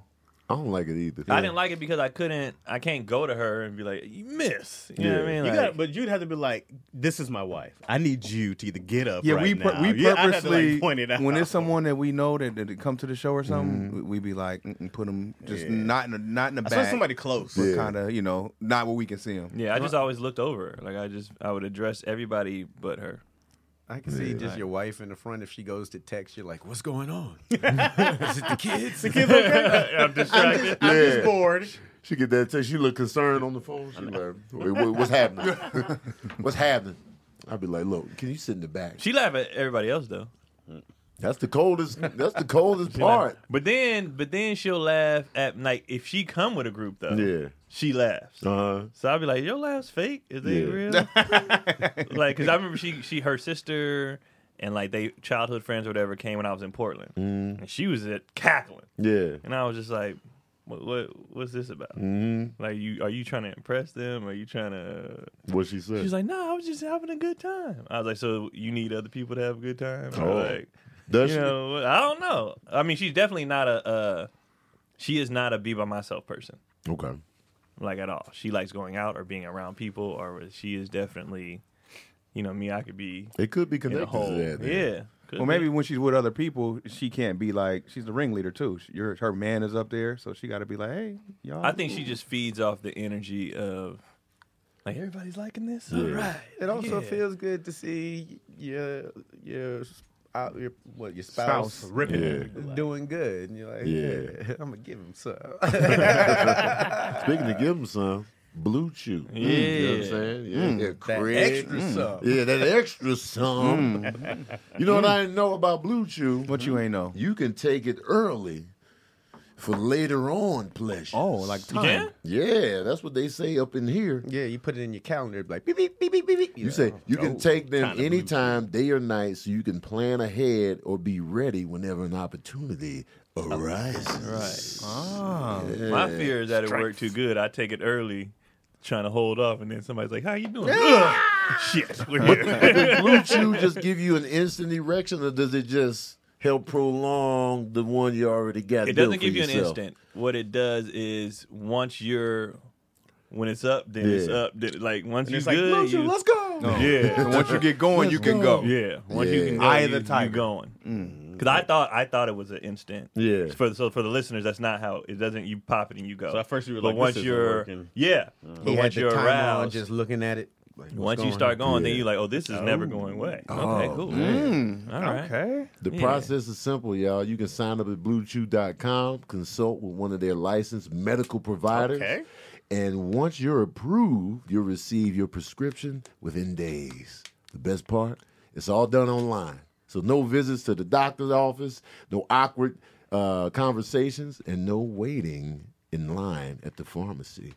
[SPEAKER 1] I don't like it either.
[SPEAKER 6] I didn't like it because I couldn't. I can't go to her and be like, "You miss." You know what I mean?
[SPEAKER 2] You
[SPEAKER 6] Like,
[SPEAKER 2] got, but you'd have to be like, "This is my wife. I need you to either get up."
[SPEAKER 5] Yeah,
[SPEAKER 2] right
[SPEAKER 5] we pur-
[SPEAKER 2] now.
[SPEAKER 5] we
[SPEAKER 2] Yeah, I'd have to,
[SPEAKER 5] purposely
[SPEAKER 2] like, point it out.
[SPEAKER 5] when it's someone that we know that, that come to the show or something, we, we be like mm-mm, put them just not in a, not in the
[SPEAKER 2] I saw
[SPEAKER 5] back,
[SPEAKER 2] somebody close.
[SPEAKER 5] but
[SPEAKER 1] Yeah.
[SPEAKER 5] kind of you know not where we can see them.
[SPEAKER 6] yeah, I just always looked over. her. Like I just, I would address everybody but her.
[SPEAKER 3] I can see just your wife in the front. If she goes to text, you're like, "What's going on?"
[SPEAKER 6] I'm distracted.
[SPEAKER 2] I'm just
[SPEAKER 1] Yeah.
[SPEAKER 2] bored.
[SPEAKER 1] She get that text. She look concerned on the phone. She like, "Wait, what- what's happening? what's happening? I'd be like, look, can you sit in the back?
[SPEAKER 6] She laugh at everybody else though.
[SPEAKER 1] That's the coldest. That's the coldest
[SPEAKER 6] She laugh-
[SPEAKER 1] part.
[SPEAKER 6] But then, but then she'll laugh at like if she come with a group though.
[SPEAKER 1] Yeah.
[SPEAKER 6] She laughs.
[SPEAKER 1] Uh huh.
[SPEAKER 6] So I'll be like, "Your laughs fake? Is they
[SPEAKER 1] Yeah.
[SPEAKER 6] real?" like, cause I remember she, she, her sister, and like they childhood friends or whatever came when I was in Portland, and she was at cackling,
[SPEAKER 1] Yeah.
[SPEAKER 6] and I was just like, "What? what what's this about? Like, you are you trying to impress them? Are you trying to?"
[SPEAKER 1] What she said.
[SPEAKER 6] She's like, "No, I was just having a good time." I was like, "So you need other people to have a good time?" I was
[SPEAKER 1] Oh.
[SPEAKER 6] Like,
[SPEAKER 1] Does
[SPEAKER 6] you
[SPEAKER 1] she?
[SPEAKER 6] know, I don't know. I mean, she's definitely not a. Uh, she is not a be by myself person
[SPEAKER 1] Okay.
[SPEAKER 6] like at all. She likes going out or being around people, or she is definitely, you know, me. I could be
[SPEAKER 1] It could be
[SPEAKER 6] in a
[SPEAKER 1] connected
[SPEAKER 6] hole.
[SPEAKER 1] to that. then.
[SPEAKER 6] Yeah. could
[SPEAKER 5] Well,
[SPEAKER 6] be.
[SPEAKER 5] maybe when she's with other people, she can't be like she's the ringleader too. She, your her man is up there, so she got to be like, hey, y'all.
[SPEAKER 6] I think she just feeds off the energy of like everybody's liking this. All right.
[SPEAKER 3] It also
[SPEAKER 6] Yeah.
[SPEAKER 3] feels good to see your your out your what your spouse,
[SPEAKER 5] Spouse.
[SPEAKER 2] Ripping.
[SPEAKER 1] Yeah.
[SPEAKER 3] doing good, and you're like,
[SPEAKER 1] Yeah.
[SPEAKER 3] yeah, I'm gonna give him some.
[SPEAKER 1] Speaking to give them some blue chew. Mm,
[SPEAKER 6] Yeah.
[SPEAKER 1] You know what I'm saying? Yeah. Mm. yeah
[SPEAKER 3] that
[SPEAKER 1] Craig.
[SPEAKER 3] extra some.
[SPEAKER 1] Yeah, that extra some. You know what I didn't know about blue chew?
[SPEAKER 5] what you ain't know.
[SPEAKER 1] You can take it early for later on pleasure.
[SPEAKER 5] Oh, like time.
[SPEAKER 6] Yeah.
[SPEAKER 1] Yeah, that's what they say up in here.
[SPEAKER 3] Yeah, you put it in your calendar, like beep beep beep beep beep. beep.
[SPEAKER 1] You say you can take them anytime, day or night, so you can plan ahead or be ready whenever an opportunity arises.
[SPEAKER 5] Ah.
[SPEAKER 1] Yeah.
[SPEAKER 6] My fear is that it worked too good. I take it early, trying to hold off, and then somebody's like, "How you doing?" Ugh, Shit. We're here.
[SPEAKER 1] Does blue chew just give you an instant erection, or does it just help prolong the one you already got?
[SPEAKER 6] it
[SPEAKER 1] built
[SPEAKER 6] doesn't
[SPEAKER 1] for
[SPEAKER 6] give you an
[SPEAKER 1] yourself?
[SPEAKER 6] instant. What it does is once you're when it's up, then it's
[SPEAKER 1] Yeah.
[SPEAKER 6] up. Then, like once
[SPEAKER 2] And
[SPEAKER 6] you're
[SPEAKER 2] it's like,
[SPEAKER 6] good,
[SPEAKER 2] "Blue Chew,
[SPEAKER 6] you-
[SPEAKER 2] let's go.
[SPEAKER 6] yeah.
[SPEAKER 5] And once you get going, you can go.
[SPEAKER 6] Yeah, once you
[SPEAKER 1] Yeah.
[SPEAKER 6] can go,
[SPEAKER 5] Eye
[SPEAKER 6] you,
[SPEAKER 5] of the
[SPEAKER 6] you
[SPEAKER 5] tiger.
[SPEAKER 6] going. Because I thought I thought it was an instant.
[SPEAKER 1] Yeah.
[SPEAKER 6] For so for the listeners, that's not how it doesn't. You pop it and you go.
[SPEAKER 2] So at first you were
[SPEAKER 6] but
[SPEAKER 2] like, this
[SPEAKER 6] once
[SPEAKER 2] isn't
[SPEAKER 6] you're
[SPEAKER 2] working.
[SPEAKER 6] yeah, but
[SPEAKER 3] He had
[SPEAKER 6] once
[SPEAKER 3] the
[SPEAKER 6] you're
[SPEAKER 3] time on
[SPEAKER 6] aroused,
[SPEAKER 3] just looking at it. like, what's
[SPEAKER 6] once you
[SPEAKER 3] going
[SPEAKER 6] start
[SPEAKER 3] on?
[SPEAKER 6] going, then you're like, oh, this is never going away. Okay, cool. All right.
[SPEAKER 5] Okay.
[SPEAKER 1] The
[SPEAKER 6] Yeah.
[SPEAKER 1] process is simple, y'all. You can sign up at bluechew.com, consult with one of their licensed medical providers.
[SPEAKER 2] Okay.
[SPEAKER 1] And once you're approved, you'll receive your prescription within days. The best part, it's all done online. So no visits to the doctor's office, no awkward uh, conversations, and no waiting in line at the pharmacy.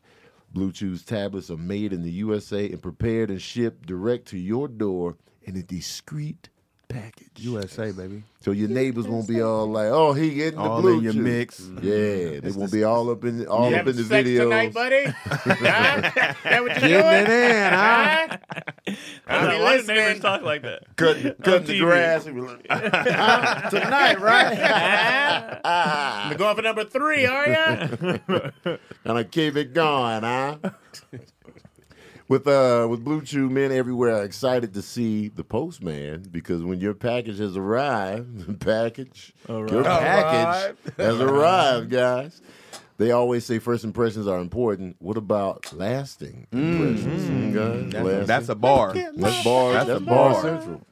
[SPEAKER 1] Blue Chew's tablets are made in the USA and prepared and shipped direct to your door in a discreet package.
[SPEAKER 5] USA, baby.
[SPEAKER 1] So your neighbors won't be all like, "Oh, he getting the
[SPEAKER 5] All
[SPEAKER 1] blue
[SPEAKER 5] in your
[SPEAKER 1] chew."
[SPEAKER 5] mix. Mm-hmm.
[SPEAKER 1] Yeah, they won't be all up in all
[SPEAKER 2] You
[SPEAKER 1] up in the
[SPEAKER 2] having sex
[SPEAKER 1] videos.
[SPEAKER 2] tonight, buddy? huh? that what you
[SPEAKER 1] Getting it
[SPEAKER 2] doing?
[SPEAKER 1] in, huh?
[SPEAKER 2] Huh?
[SPEAKER 6] I
[SPEAKER 2] I'll be
[SPEAKER 6] why do neighbors
[SPEAKER 2] listening.
[SPEAKER 6] talk like that?
[SPEAKER 1] Cutting, cutting the
[SPEAKER 6] TV.
[SPEAKER 1] grass and be like, "Huh? tonight, right?
[SPEAKER 2] I'm going for number three, are ya?
[SPEAKER 1] and I keep it going, huh? with uh, with Blue Chew, men everywhere are excited to see the postman because when your package has arrived, the package, your package has arrived, guys. They always say first impressions are important. What about lasting impressions, Mm-hmm. guys? Lasting-
[SPEAKER 5] That's, a bar.
[SPEAKER 1] that's bar. That's,
[SPEAKER 5] That's a
[SPEAKER 1] bar,
[SPEAKER 5] bar.
[SPEAKER 1] central.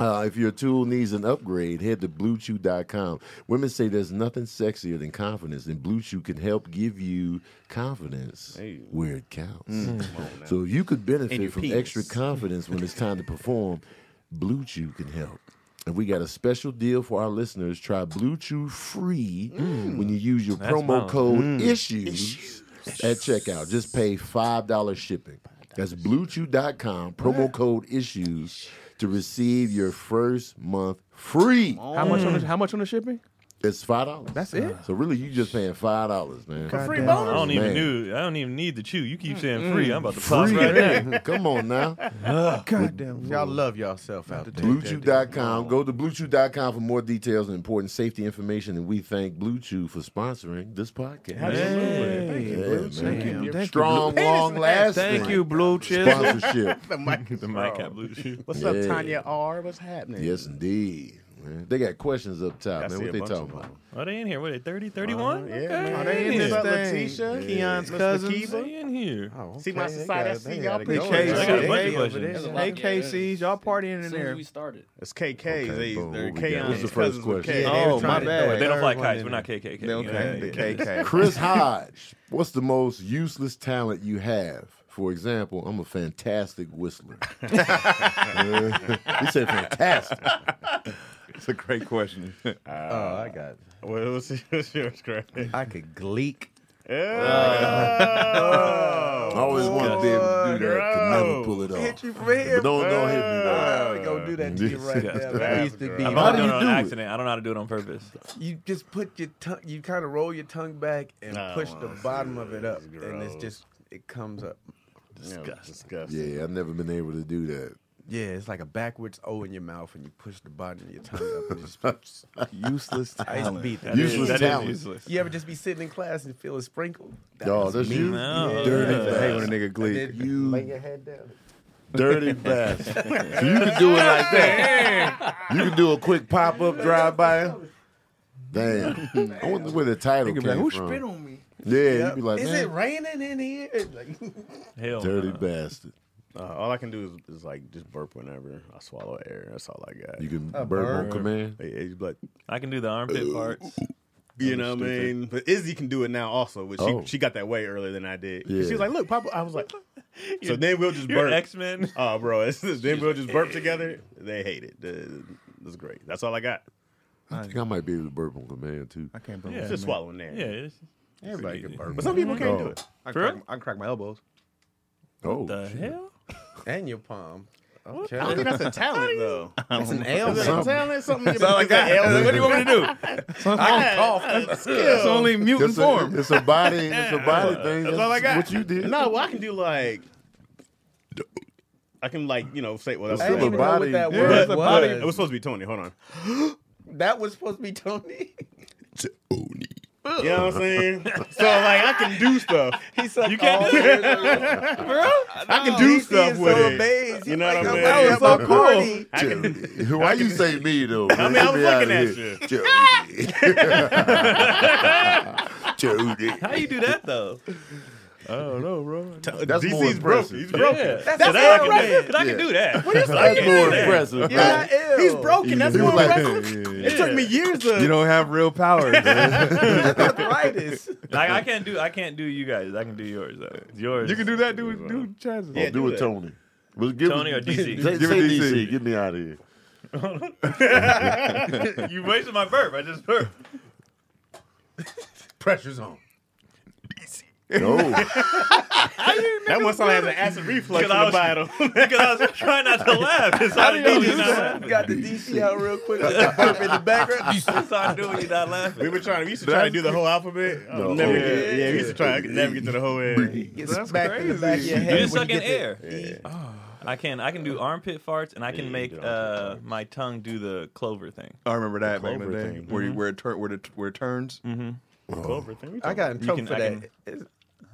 [SPEAKER 1] Uh, if your tool needs an upgrade, head to BlueChew.com. Women say there's nothing sexier than confidence, and Blue Chew can help give you confidence where it counts. So if you could benefit from extra confidence when it's time to perform, Blue Chew can help. And we got a special deal for our listeners. Try Blue Chew free when you use your promo
[SPEAKER 6] wild.
[SPEAKER 1] code issues at checkout. Just pay $5 shipping. That's bluechew.com, promo code issues to receive your first month free.
[SPEAKER 3] Mm.
[SPEAKER 5] How much on the, how much on the shipping?
[SPEAKER 1] It's five dollars.
[SPEAKER 3] That's it?
[SPEAKER 1] So really, you just paying five dollars, man.
[SPEAKER 2] For free
[SPEAKER 4] Goddamn.
[SPEAKER 6] I
[SPEAKER 2] bonus.
[SPEAKER 6] don't even
[SPEAKER 1] Man.
[SPEAKER 6] need. I don't even need the chew. You keep saying free. I'm about to pop
[SPEAKER 1] Free.
[SPEAKER 6] right there.
[SPEAKER 1] Come on now.
[SPEAKER 4] Goddamn.
[SPEAKER 3] Y'all love yourself out there.
[SPEAKER 1] BlueChew.com. Go to BlueChew.com for more details and important safety information. And we thank Blue Chew for sponsoring this podcast.
[SPEAKER 2] Absolutely. Thank you,
[SPEAKER 1] Yeah,
[SPEAKER 2] Blue
[SPEAKER 1] man.
[SPEAKER 2] Chew.
[SPEAKER 1] Thank you.
[SPEAKER 2] Thank you.
[SPEAKER 1] Strong, long lasting.
[SPEAKER 3] Thank you, Blue Chill.
[SPEAKER 1] Sponsorship.
[SPEAKER 2] The mic is
[SPEAKER 6] The mic got blue chew.
[SPEAKER 2] What's
[SPEAKER 1] Yeah.
[SPEAKER 2] up, Tanya R? What's happening?
[SPEAKER 1] yes, indeed. Man. They got questions up top,
[SPEAKER 2] I
[SPEAKER 1] man.
[SPEAKER 2] see
[SPEAKER 1] What
[SPEAKER 2] a
[SPEAKER 1] they
[SPEAKER 2] bunch
[SPEAKER 1] talking
[SPEAKER 2] of
[SPEAKER 1] about?
[SPEAKER 6] Are they in here? What are they? 30, 31?
[SPEAKER 2] Yeah,
[SPEAKER 6] Okay.
[SPEAKER 2] man.
[SPEAKER 3] Are they in
[SPEAKER 2] Miss
[SPEAKER 3] this thing?
[SPEAKER 2] Letitia,
[SPEAKER 3] Keon's
[SPEAKER 2] Miss
[SPEAKER 3] cousins?
[SPEAKER 2] Lakiba.
[SPEAKER 6] They in here.
[SPEAKER 2] See my society, I see y'all
[SPEAKER 3] Hey,
[SPEAKER 2] pictures.
[SPEAKER 3] K-
[SPEAKER 6] I got a bunch of questions.
[SPEAKER 7] Hey, KCs,
[SPEAKER 4] y'all partying
[SPEAKER 7] As soon as we started.
[SPEAKER 2] It's KK's.
[SPEAKER 1] Okay,
[SPEAKER 2] They-
[SPEAKER 1] boom,
[SPEAKER 2] they're
[SPEAKER 1] what we got?
[SPEAKER 2] Keon's
[SPEAKER 1] What's the first
[SPEAKER 2] cousins with
[SPEAKER 1] question?
[SPEAKER 2] K.
[SPEAKER 3] Oh, my bad.
[SPEAKER 6] They don't fly
[SPEAKER 3] Everyone
[SPEAKER 6] kites.
[SPEAKER 3] in
[SPEAKER 6] We're not KKK.
[SPEAKER 3] Okay, the KK.
[SPEAKER 1] Chris Hodge, what's the most useless talent you have? For example, I'm a fantastic whistler. Uh, he said fantastic.
[SPEAKER 5] It's a great question.
[SPEAKER 3] Oh, I got.
[SPEAKER 2] Well, what's, what's yours, Craig?
[SPEAKER 3] I could gleek.
[SPEAKER 1] I
[SPEAKER 2] Oh,
[SPEAKER 1] always wanted to be able to do that. Could never
[SPEAKER 2] Bro.
[SPEAKER 1] pull it off.
[SPEAKER 3] you from here.
[SPEAKER 1] But don't don't hit me. though.
[SPEAKER 3] we gonna do that to you right
[SPEAKER 1] Yes.
[SPEAKER 3] now. That used to be.
[SPEAKER 6] I've
[SPEAKER 1] How
[SPEAKER 6] only
[SPEAKER 1] do
[SPEAKER 6] done
[SPEAKER 1] you
[SPEAKER 6] it on
[SPEAKER 1] do it?
[SPEAKER 6] accident. I don't know how to do it on purpose.
[SPEAKER 3] you just put your tongue. You kind of roll your tongue back and
[SPEAKER 2] No,
[SPEAKER 3] push the
[SPEAKER 2] it's-
[SPEAKER 3] bottom of it up,
[SPEAKER 2] it's
[SPEAKER 3] and it's
[SPEAKER 2] gross.
[SPEAKER 3] just it comes up.
[SPEAKER 2] disgusting.
[SPEAKER 1] Yeah, I've never been able to do that.
[SPEAKER 3] Yeah, it's like a backwards O in your mouth, and you push the bottom of your tongue up, and it's just useless talent. Beat that.
[SPEAKER 6] That is-
[SPEAKER 1] Useless
[SPEAKER 6] that is
[SPEAKER 1] talent.
[SPEAKER 6] useless.
[SPEAKER 3] You ever just be sitting in class and feel a sprinkle? That
[SPEAKER 1] Y'all,
[SPEAKER 3] was
[SPEAKER 1] that's
[SPEAKER 3] me.
[SPEAKER 1] you.
[SPEAKER 6] No.
[SPEAKER 1] Dirty
[SPEAKER 6] Yeah.
[SPEAKER 1] bastard.
[SPEAKER 5] Hey, when a nigga gleek.
[SPEAKER 3] Did
[SPEAKER 1] You
[SPEAKER 3] lay your head down?
[SPEAKER 1] dirty bastard. So you can do it like that. You can do a quick pop up drive by. Damn. I wonder where the title
[SPEAKER 5] Nigga
[SPEAKER 1] came
[SPEAKER 5] be like, "Who
[SPEAKER 1] from.
[SPEAKER 5] spit
[SPEAKER 1] on me? Yeah, you'd be like,
[SPEAKER 3] Is
[SPEAKER 1] man,
[SPEAKER 3] it raining in here? Like,
[SPEAKER 6] Hell
[SPEAKER 1] dirty
[SPEAKER 6] no.
[SPEAKER 1] bastard.
[SPEAKER 2] Uh, all I can do is, is like just burp whenever I swallow air. That's all I got.
[SPEAKER 1] You
[SPEAKER 2] You,
[SPEAKER 1] can burp,
[SPEAKER 3] burp.
[SPEAKER 1] on command.
[SPEAKER 2] like,
[SPEAKER 6] I can do the armpit parts.
[SPEAKER 2] you know what I mean? But Izzy can do it now also, but she,
[SPEAKER 1] Oh.
[SPEAKER 2] she got that way earlier than I did. 'Cause
[SPEAKER 1] Yeah.
[SPEAKER 2] She was like, look, Papa. I was like, so
[SPEAKER 6] You're-
[SPEAKER 2] then we'll just
[SPEAKER 6] You're
[SPEAKER 2] burp.
[SPEAKER 6] X Men.
[SPEAKER 2] Oh, bro, it's, then we'll just burp together. They hate it. Uh, That's great. That's all I got.
[SPEAKER 1] I think I might be able to burp on command too.
[SPEAKER 5] I can't believe
[SPEAKER 6] Yeah,
[SPEAKER 2] It's just
[SPEAKER 5] man.
[SPEAKER 2] swallowing air.
[SPEAKER 6] Yeah, it's,
[SPEAKER 3] everybody
[SPEAKER 6] Pretty
[SPEAKER 3] can
[SPEAKER 6] easy.
[SPEAKER 3] burp.
[SPEAKER 2] But some people can't do
[SPEAKER 1] Oh.
[SPEAKER 2] it.
[SPEAKER 5] I
[SPEAKER 6] For
[SPEAKER 5] crack,
[SPEAKER 6] real?
[SPEAKER 5] I can crack my elbows.
[SPEAKER 1] Oh,
[SPEAKER 6] the
[SPEAKER 1] shit.
[SPEAKER 6] hell?
[SPEAKER 3] And your palm. Okay.
[SPEAKER 2] I think that's a talent, though.
[SPEAKER 3] That's an
[SPEAKER 2] Is that a
[SPEAKER 3] ailment.
[SPEAKER 2] talent? Something you
[SPEAKER 3] all I got.
[SPEAKER 2] What do you want me to do?
[SPEAKER 5] I It's only mutant
[SPEAKER 1] It's
[SPEAKER 5] form.
[SPEAKER 1] a, it's a body. It's a body thing.
[SPEAKER 2] That's all I got.
[SPEAKER 1] What you did?
[SPEAKER 2] No, well, I can do like. I can like you know say well that's
[SPEAKER 3] I
[SPEAKER 1] Still
[SPEAKER 3] didn't
[SPEAKER 1] a
[SPEAKER 3] even know
[SPEAKER 1] body.
[SPEAKER 3] what that
[SPEAKER 1] Yeah,
[SPEAKER 3] word
[SPEAKER 1] it's a
[SPEAKER 2] But
[SPEAKER 1] body.
[SPEAKER 2] it was
[SPEAKER 3] was.
[SPEAKER 2] supposed to be Tony. Hold on.
[SPEAKER 3] That was supposed to be Tony.
[SPEAKER 2] You know what I'm saying? so like I can do stuff.
[SPEAKER 3] He said,
[SPEAKER 6] You can't do
[SPEAKER 3] bro.
[SPEAKER 2] I
[SPEAKER 3] Oh,
[SPEAKER 2] can do stuff with it. You know what I mean?
[SPEAKER 3] That was so corny.
[SPEAKER 2] I can,
[SPEAKER 1] Dude, Why you say me though? I
[SPEAKER 2] mean, I was looking at
[SPEAKER 1] Jody.
[SPEAKER 6] How you do that though?
[SPEAKER 1] That's more
[SPEAKER 2] DC's broke.
[SPEAKER 1] impressive.
[SPEAKER 2] He's broken.
[SPEAKER 6] That's,
[SPEAKER 3] That's
[SPEAKER 6] I can
[SPEAKER 3] impressive.
[SPEAKER 6] do. 'Cause I
[SPEAKER 1] Yeah.
[SPEAKER 6] can do that.
[SPEAKER 1] That's more impressive.
[SPEAKER 3] You're not
[SPEAKER 1] right?
[SPEAKER 3] ill.
[SPEAKER 2] He's broken. That's
[SPEAKER 1] He was
[SPEAKER 2] more
[SPEAKER 1] like,
[SPEAKER 2] impressive.
[SPEAKER 1] yeah,
[SPEAKER 2] It took me years to.
[SPEAKER 5] You don't have real power. man.
[SPEAKER 3] Arthritis.
[SPEAKER 6] Like I can't do. I can't do you guys. I can do yours though. Yours.
[SPEAKER 5] you can do that, dude. Dude, chances.
[SPEAKER 1] yeah. Do it, Tony. But give
[SPEAKER 6] Tony or DC?
[SPEAKER 1] Say,
[SPEAKER 5] Give
[SPEAKER 1] say DC.
[SPEAKER 5] it DC.
[SPEAKER 1] Get me out of here.
[SPEAKER 6] you wasted my burp. I just burped.
[SPEAKER 3] Pressure's on.
[SPEAKER 1] No.
[SPEAKER 2] that one song has an acid reflux in
[SPEAKER 6] Because I
[SPEAKER 2] the
[SPEAKER 6] was-
[SPEAKER 2] bottom.
[SPEAKER 6] Because I was trying not to laugh. It's hard to do when you're not laughing.
[SPEAKER 3] Got the DC out real quick. Pop in the background.
[SPEAKER 6] It's hard to do when you're not laughing.
[SPEAKER 2] we were trying. We used to try to do the whole alphabet. Oh,
[SPEAKER 1] No.
[SPEAKER 2] Never
[SPEAKER 1] Yeah.
[SPEAKER 2] get, yeah, we used to try. I could never get to the whole end.
[SPEAKER 3] Get smacked in the back of your
[SPEAKER 6] You
[SPEAKER 3] head.
[SPEAKER 6] just
[SPEAKER 3] when
[SPEAKER 6] suck in
[SPEAKER 3] you get
[SPEAKER 6] air. I can. I can do armpit farts, and I can make uh, my tongue do the clover thing.
[SPEAKER 5] I remember that back in the
[SPEAKER 1] Clover
[SPEAKER 5] day
[SPEAKER 1] thing.
[SPEAKER 5] where you where it turn where it where it turns.
[SPEAKER 2] Clover thing.
[SPEAKER 3] the- I got in trouble
[SPEAKER 6] can-
[SPEAKER 3] for
[SPEAKER 6] I
[SPEAKER 3] that.
[SPEAKER 6] can-
[SPEAKER 3] It's-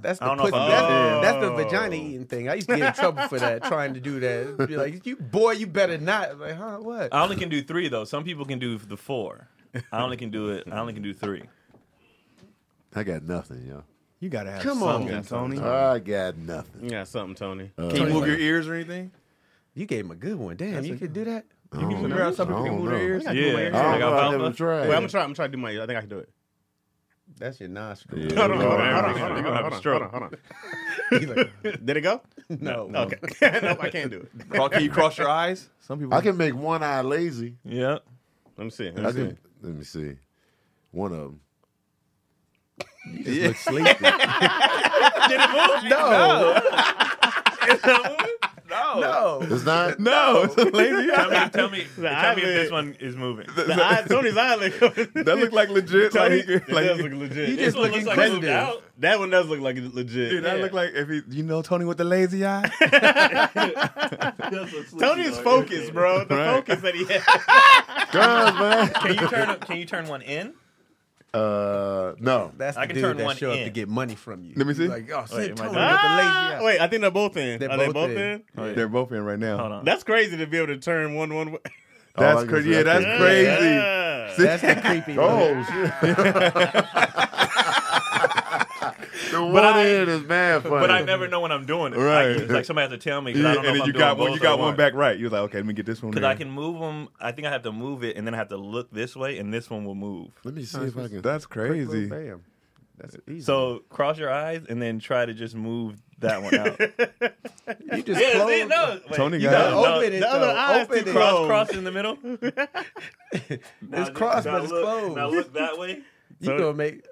[SPEAKER 3] That's
[SPEAKER 6] I
[SPEAKER 3] the
[SPEAKER 6] don't know if
[SPEAKER 3] pussy.
[SPEAKER 6] I-
[SPEAKER 3] That's,
[SPEAKER 2] Oh.
[SPEAKER 3] that's the vagina eating thing. I used to get in trouble for that, trying to do that. Be like, you boy, you better not. I'm like, huh? What?
[SPEAKER 6] I only can do three though. Some people can do the four. I only can do it. I only can do three.
[SPEAKER 1] I got nothing, yo.
[SPEAKER 4] You gotta have
[SPEAKER 3] Come on.
[SPEAKER 4] something, Tony.
[SPEAKER 2] Mm.
[SPEAKER 1] I got nothing.
[SPEAKER 2] Yeah, Uh, something, Tony.
[SPEAKER 3] Uh,
[SPEAKER 5] Can you move your ears or anything?
[SPEAKER 3] You gave him a good one. Damn, you could do that.
[SPEAKER 1] I don't
[SPEAKER 5] Remember
[SPEAKER 1] know.
[SPEAKER 5] how some people
[SPEAKER 1] I
[SPEAKER 5] can
[SPEAKER 1] don't
[SPEAKER 5] move their
[SPEAKER 1] know.
[SPEAKER 5] ears?
[SPEAKER 6] Yeah,
[SPEAKER 2] Like
[SPEAKER 1] I
[SPEAKER 6] I
[SPEAKER 1] don't know. I
[SPEAKER 6] got
[SPEAKER 1] never
[SPEAKER 6] Valpa.
[SPEAKER 1] tried.
[SPEAKER 2] Wait, I'm gonna try. I'm gonna try to do my. I think I can do it.
[SPEAKER 3] That's your nostril.
[SPEAKER 1] Yeah.
[SPEAKER 2] Hold on, hold on, hold on,
[SPEAKER 6] They're
[SPEAKER 2] hold
[SPEAKER 6] gonna have
[SPEAKER 2] on, hold
[SPEAKER 6] a
[SPEAKER 2] on,
[SPEAKER 6] stroke.
[SPEAKER 2] hold on, hold
[SPEAKER 3] He's like,
[SPEAKER 2] on. Did it go?
[SPEAKER 3] no.
[SPEAKER 2] Okay. nope, I can't do it.
[SPEAKER 5] Cro- Can you cross your eyes? Some people.
[SPEAKER 1] I can make one eye lazy.
[SPEAKER 6] Yeah.
[SPEAKER 2] Let me see. Let me
[SPEAKER 1] I
[SPEAKER 2] see.
[SPEAKER 1] can, let me see. One of them.
[SPEAKER 3] No. No.
[SPEAKER 1] It's not.
[SPEAKER 5] No, it's a lazy
[SPEAKER 6] Tell
[SPEAKER 5] eye.
[SPEAKER 6] me, tell me, tell me if this one is moving.
[SPEAKER 2] The eye, Tony's eye look.
[SPEAKER 5] That looked like legit. Like,
[SPEAKER 2] Tony,
[SPEAKER 5] he could-
[SPEAKER 2] that
[SPEAKER 5] like,
[SPEAKER 2] does look legit.
[SPEAKER 6] This one looks like it moved out.
[SPEAKER 2] that one does look like it legit.
[SPEAKER 5] dude, that
[SPEAKER 6] yeah.
[SPEAKER 5] looked like if he, you know Tony with the lazy eye.
[SPEAKER 2] Tony's focused, bro. The focus that he had.
[SPEAKER 1] Guns, man.
[SPEAKER 6] Can you turn? Can you turn one in?
[SPEAKER 1] Uh, no.
[SPEAKER 3] That's the
[SPEAKER 6] I can
[SPEAKER 3] dude
[SPEAKER 6] turn
[SPEAKER 3] that
[SPEAKER 6] one
[SPEAKER 3] show up
[SPEAKER 6] in.
[SPEAKER 3] to get money from you.
[SPEAKER 5] Let me see.
[SPEAKER 3] Like, oh,
[SPEAKER 6] Wait,
[SPEAKER 3] shit,
[SPEAKER 6] am I
[SPEAKER 3] Tony with the lazy
[SPEAKER 6] doing
[SPEAKER 2] Ah,
[SPEAKER 3] eye.
[SPEAKER 2] Wait, I think they're both in.
[SPEAKER 3] They're
[SPEAKER 2] Are they both in?
[SPEAKER 5] They're both in right
[SPEAKER 6] Hold
[SPEAKER 5] now.
[SPEAKER 6] on.
[SPEAKER 2] That's crazy to be able to turn one one way.
[SPEAKER 1] All
[SPEAKER 5] That's
[SPEAKER 1] I can
[SPEAKER 5] crazy.
[SPEAKER 1] say
[SPEAKER 5] Yeah,
[SPEAKER 1] is
[SPEAKER 5] that's
[SPEAKER 1] that-
[SPEAKER 5] crazy.
[SPEAKER 2] Yeah.
[SPEAKER 3] That's the
[SPEAKER 1] Oh
[SPEAKER 3] creepy.
[SPEAKER 1] shit. the one
[SPEAKER 6] I-
[SPEAKER 1] in is mad funny.
[SPEAKER 6] But I never know when I'm doing it.
[SPEAKER 5] Right.
[SPEAKER 6] Like, it's like somebody has to tell me. 'cause I don't
[SPEAKER 5] And
[SPEAKER 6] know if
[SPEAKER 5] then
[SPEAKER 6] I'm
[SPEAKER 5] you
[SPEAKER 6] doing
[SPEAKER 5] got one.
[SPEAKER 6] both
[SPEAKER 5] You
[SPEAKER 6] or
[SPEAKER 5] got one back right. You're like, okay, let me get this one.
[SPEAKER 6] Because
[SPEAKER 5] here.
[SPEAKER 6] I can move them. I think I have to move it, and then I have to look this way, and this one will move.
[SPEAKER 1] Let me see if I can.
[SPEAKER 5] That's crazy.
[SPEAKER 3] Bam. That's easy.
[SPEAKER 6] So cross your eyes, and then try to just move that one out.
[SPEAKER 3] you just
[SPEAKER 6] yeah,
[SPEAKER 3] close.
[SPEAKER 6] see, no. Wait,
[SPEAKER 5] Tony
[SPEAKER 6] you
[SPEAKER 5] got
[SPEAKER 6] gotta
[SPEAKER 5] it.
[SPEAKER 6] know-
[SPEAKER 3] open it.
[SPEAKER 2] the other
[SPEAKER 3] though.
[SPEAKER 2] eye's
[SPEAKER 3] Open
[SPEAKER 2] too
[SPEAKER 3] it.
[SPEAKER 6] Cross,
[SPEAKER 2] closed.
[SPEAKER 6] cross in the middle.
[SPEAKER 3] It's crossed, but it's
[SPEAKER 6] look,
[SPEAKER 3] closed.
[SPEAKER 6] Now look that way.
[SPEAKER 3] You gonna make?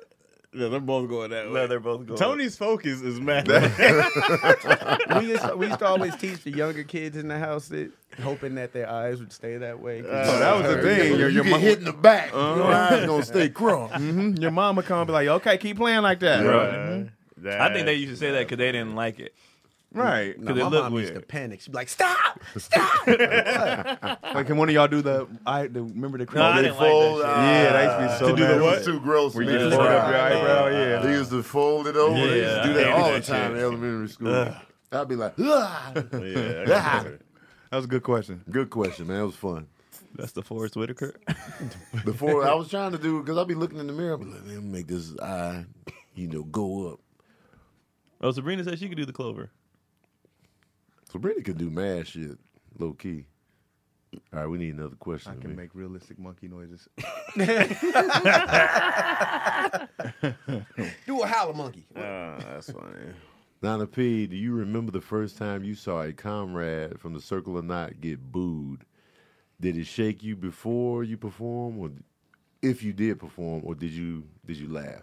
[SPEAKER 2] Yeah, they're both going that
[SPEAKER 6] No,
[SPEAKER 2] way.
[SPEAKER 6] they're both going.
[SPEAKER 2] Tony's focus is mad.
[SPEAKER 3] We used, we used to always teach the younger kids in the house that hoping that their eyes would stay that
[SPEAKER 6] Uh,
[SPEAKER 3] way. 'Cause
[SPEAKER 5] Oh, that was the thing. Your, your,
[SPEAKER 1] you get
[SPEAKER 5] mom,
[SPEAKER 1] hit in the back. Mm. Your eyes gonna stay crossed.
[SPEAKER 5] mhm, your mama come and be like, okay, keep playing like that.
[SPEAKER 6] I think they used to say that because they didn't like it.
[SPEAKER 5] Right.
[SPEAKER 3] No,
[SPEAKER 6] 'Cause it
[SPEAKER 3] my
[SPEAKER 6] look
[SPEAKER 3] mom used to
[SPEAKER 6] weird. Mm-hmm.
[SPEAKER 3] panic. She'd be like, "Stop!"
[SPEAKER 5] Like, can one of y'all do the, I, the remember the
[SPEAKER 6] No, I
[SPEAKER 5] crazy
[SPEAKER 6] didn't like that shit.
[SPEAKER 5] Yeah, that used to be so
[SPEAKER 1] to do the
[SPEAKER 5] nasty.
[SPEAKER 1] what? Too gross.
[SPEAKER 5] Where you
[SPEAKER 1] man.
[SPEAKER 5] just fold up your
[SPEAKER 1] Yeah.
[SPEAKER 5] eyebrow, yeah.
[SPEAKER 1] They used to fold it over. they used to
[SPEAKER 6] Yeah,
[SPEAKER 1] do
[SPEAKER 6] I
[SPEAKER 1] that
[SPEAKER 6] hated
[SPEAKER 1] all the
[SPEAKER 6] that
[SPEAKER 1] time
[SPEAKER 6] shit.
[SPEAKER 1] in elementary school. I'd be like, "Ah." Ah.
[SPEAKER 5] That was a good question.
[SPEAKER 1] good question, man. It was fun.
[SPEAKER 6] That's the Forrest Whitaker.
[SPEAKER 1] Before I was trying to do because I'd be looking in the mirror. I'd be like, let me make this eye, you know, go up.
[SPEAKER 6] Oh, Sabrina said she could do the clover.
[SPEAKER 1] So Brittany could do mad shit, low key. All right, we need another question.
[SPEAKER 5] I
[SPEAKER 1] man.
[SPEAKER 5] can make realistic monkey noises.
[SPEAKER 3] Do a howler monkey.
[SPEAKER 2] that's funny.
[SPEAKER 1] Nana P, do you remember the first time you saw a comrade from the Circle of Not get booed? Did it shake you before you perform, or if you did perform, or did you did you laugh?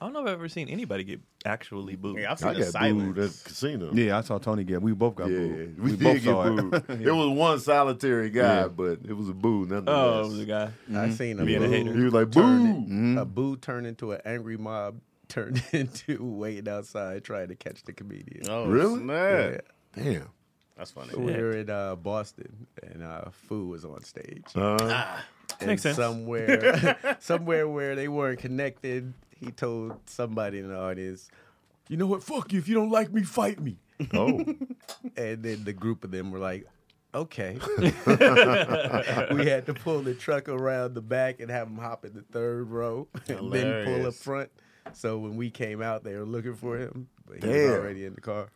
[SPEAKER 6] I don't know if I've ever seen anybody get actually booed.
[SPEAKER 2] Yeah, I've seen
[SPEAKER 1] I
[SPEAKER 2] the
[SPEAKER 1] got
[SPEAKER 2] silence.
[SPEAKER 1] booed at the casino.
[SPEAKER 5] Yeah, I saw Tony get. We both got
[SPEAKER 1] Yeah,
[SPEAKER 5] booed.
[SPEAKER 1] we,
[SPEAKER 5] both
[SPEAKER 1] did get
[SPEAKER 5] saw
[SPEAKER 1] booed.
[SPEAKER 5] it.
[SPEAKER 1] It. was one solitary guy, but it was a boo nonetheless.
[SPEAKER 6] Oh, it was a guy.
[SPEAKER 3] I seen a
[SPEAKER 6] Being a
[SPEAKER 3] boo,
[SPEAKER 6] hater.
[SPEAKER 1] He was like
[SPEAKER 3] turn, Mm-hmm.
[SPEAKER 1] boo.
[SPEAKER 6] Mm-hmm.
[SPEAKER 3] a boo turn into an angry mob, turned into waiting outside trying to catch the comedian.
[SPEAKER 2] Oh,
[SPEAKER 1] Really?
[SPEAKER 2] snap.
[SPEAKER 3] Yeah.
[SPEAKER 1] Damn.
[SPEAKER 2] That's
[SPEAKER 6] Oh,
[SPEAKER 2] funny.
[SPEAKER 3] We were in uh, Boston, and uh, Foo was on stage.
[SPEAKER 1] Uh,
[SPEAKER 3] and
[SPEAKER 6] Makes sense.
[SPEAKER 3] Somewhere, somewhere where they weren't connected, he told somebody in the audience, "You know what? Fuck you. If you don't like me, fight me."
[SPEAKER 1] oh,
[SPEAKER 3] And then the group of them were like, okay. we had to pull the truck around the back and have them hop in the third row and then pull up
[SPEAKER 2] Hilarious.
[SPEAKER 3] front. So when we came out, they were looking for him, but he was
[SPEAKER 1] Damn.
[SPEAKER 3] already in the car.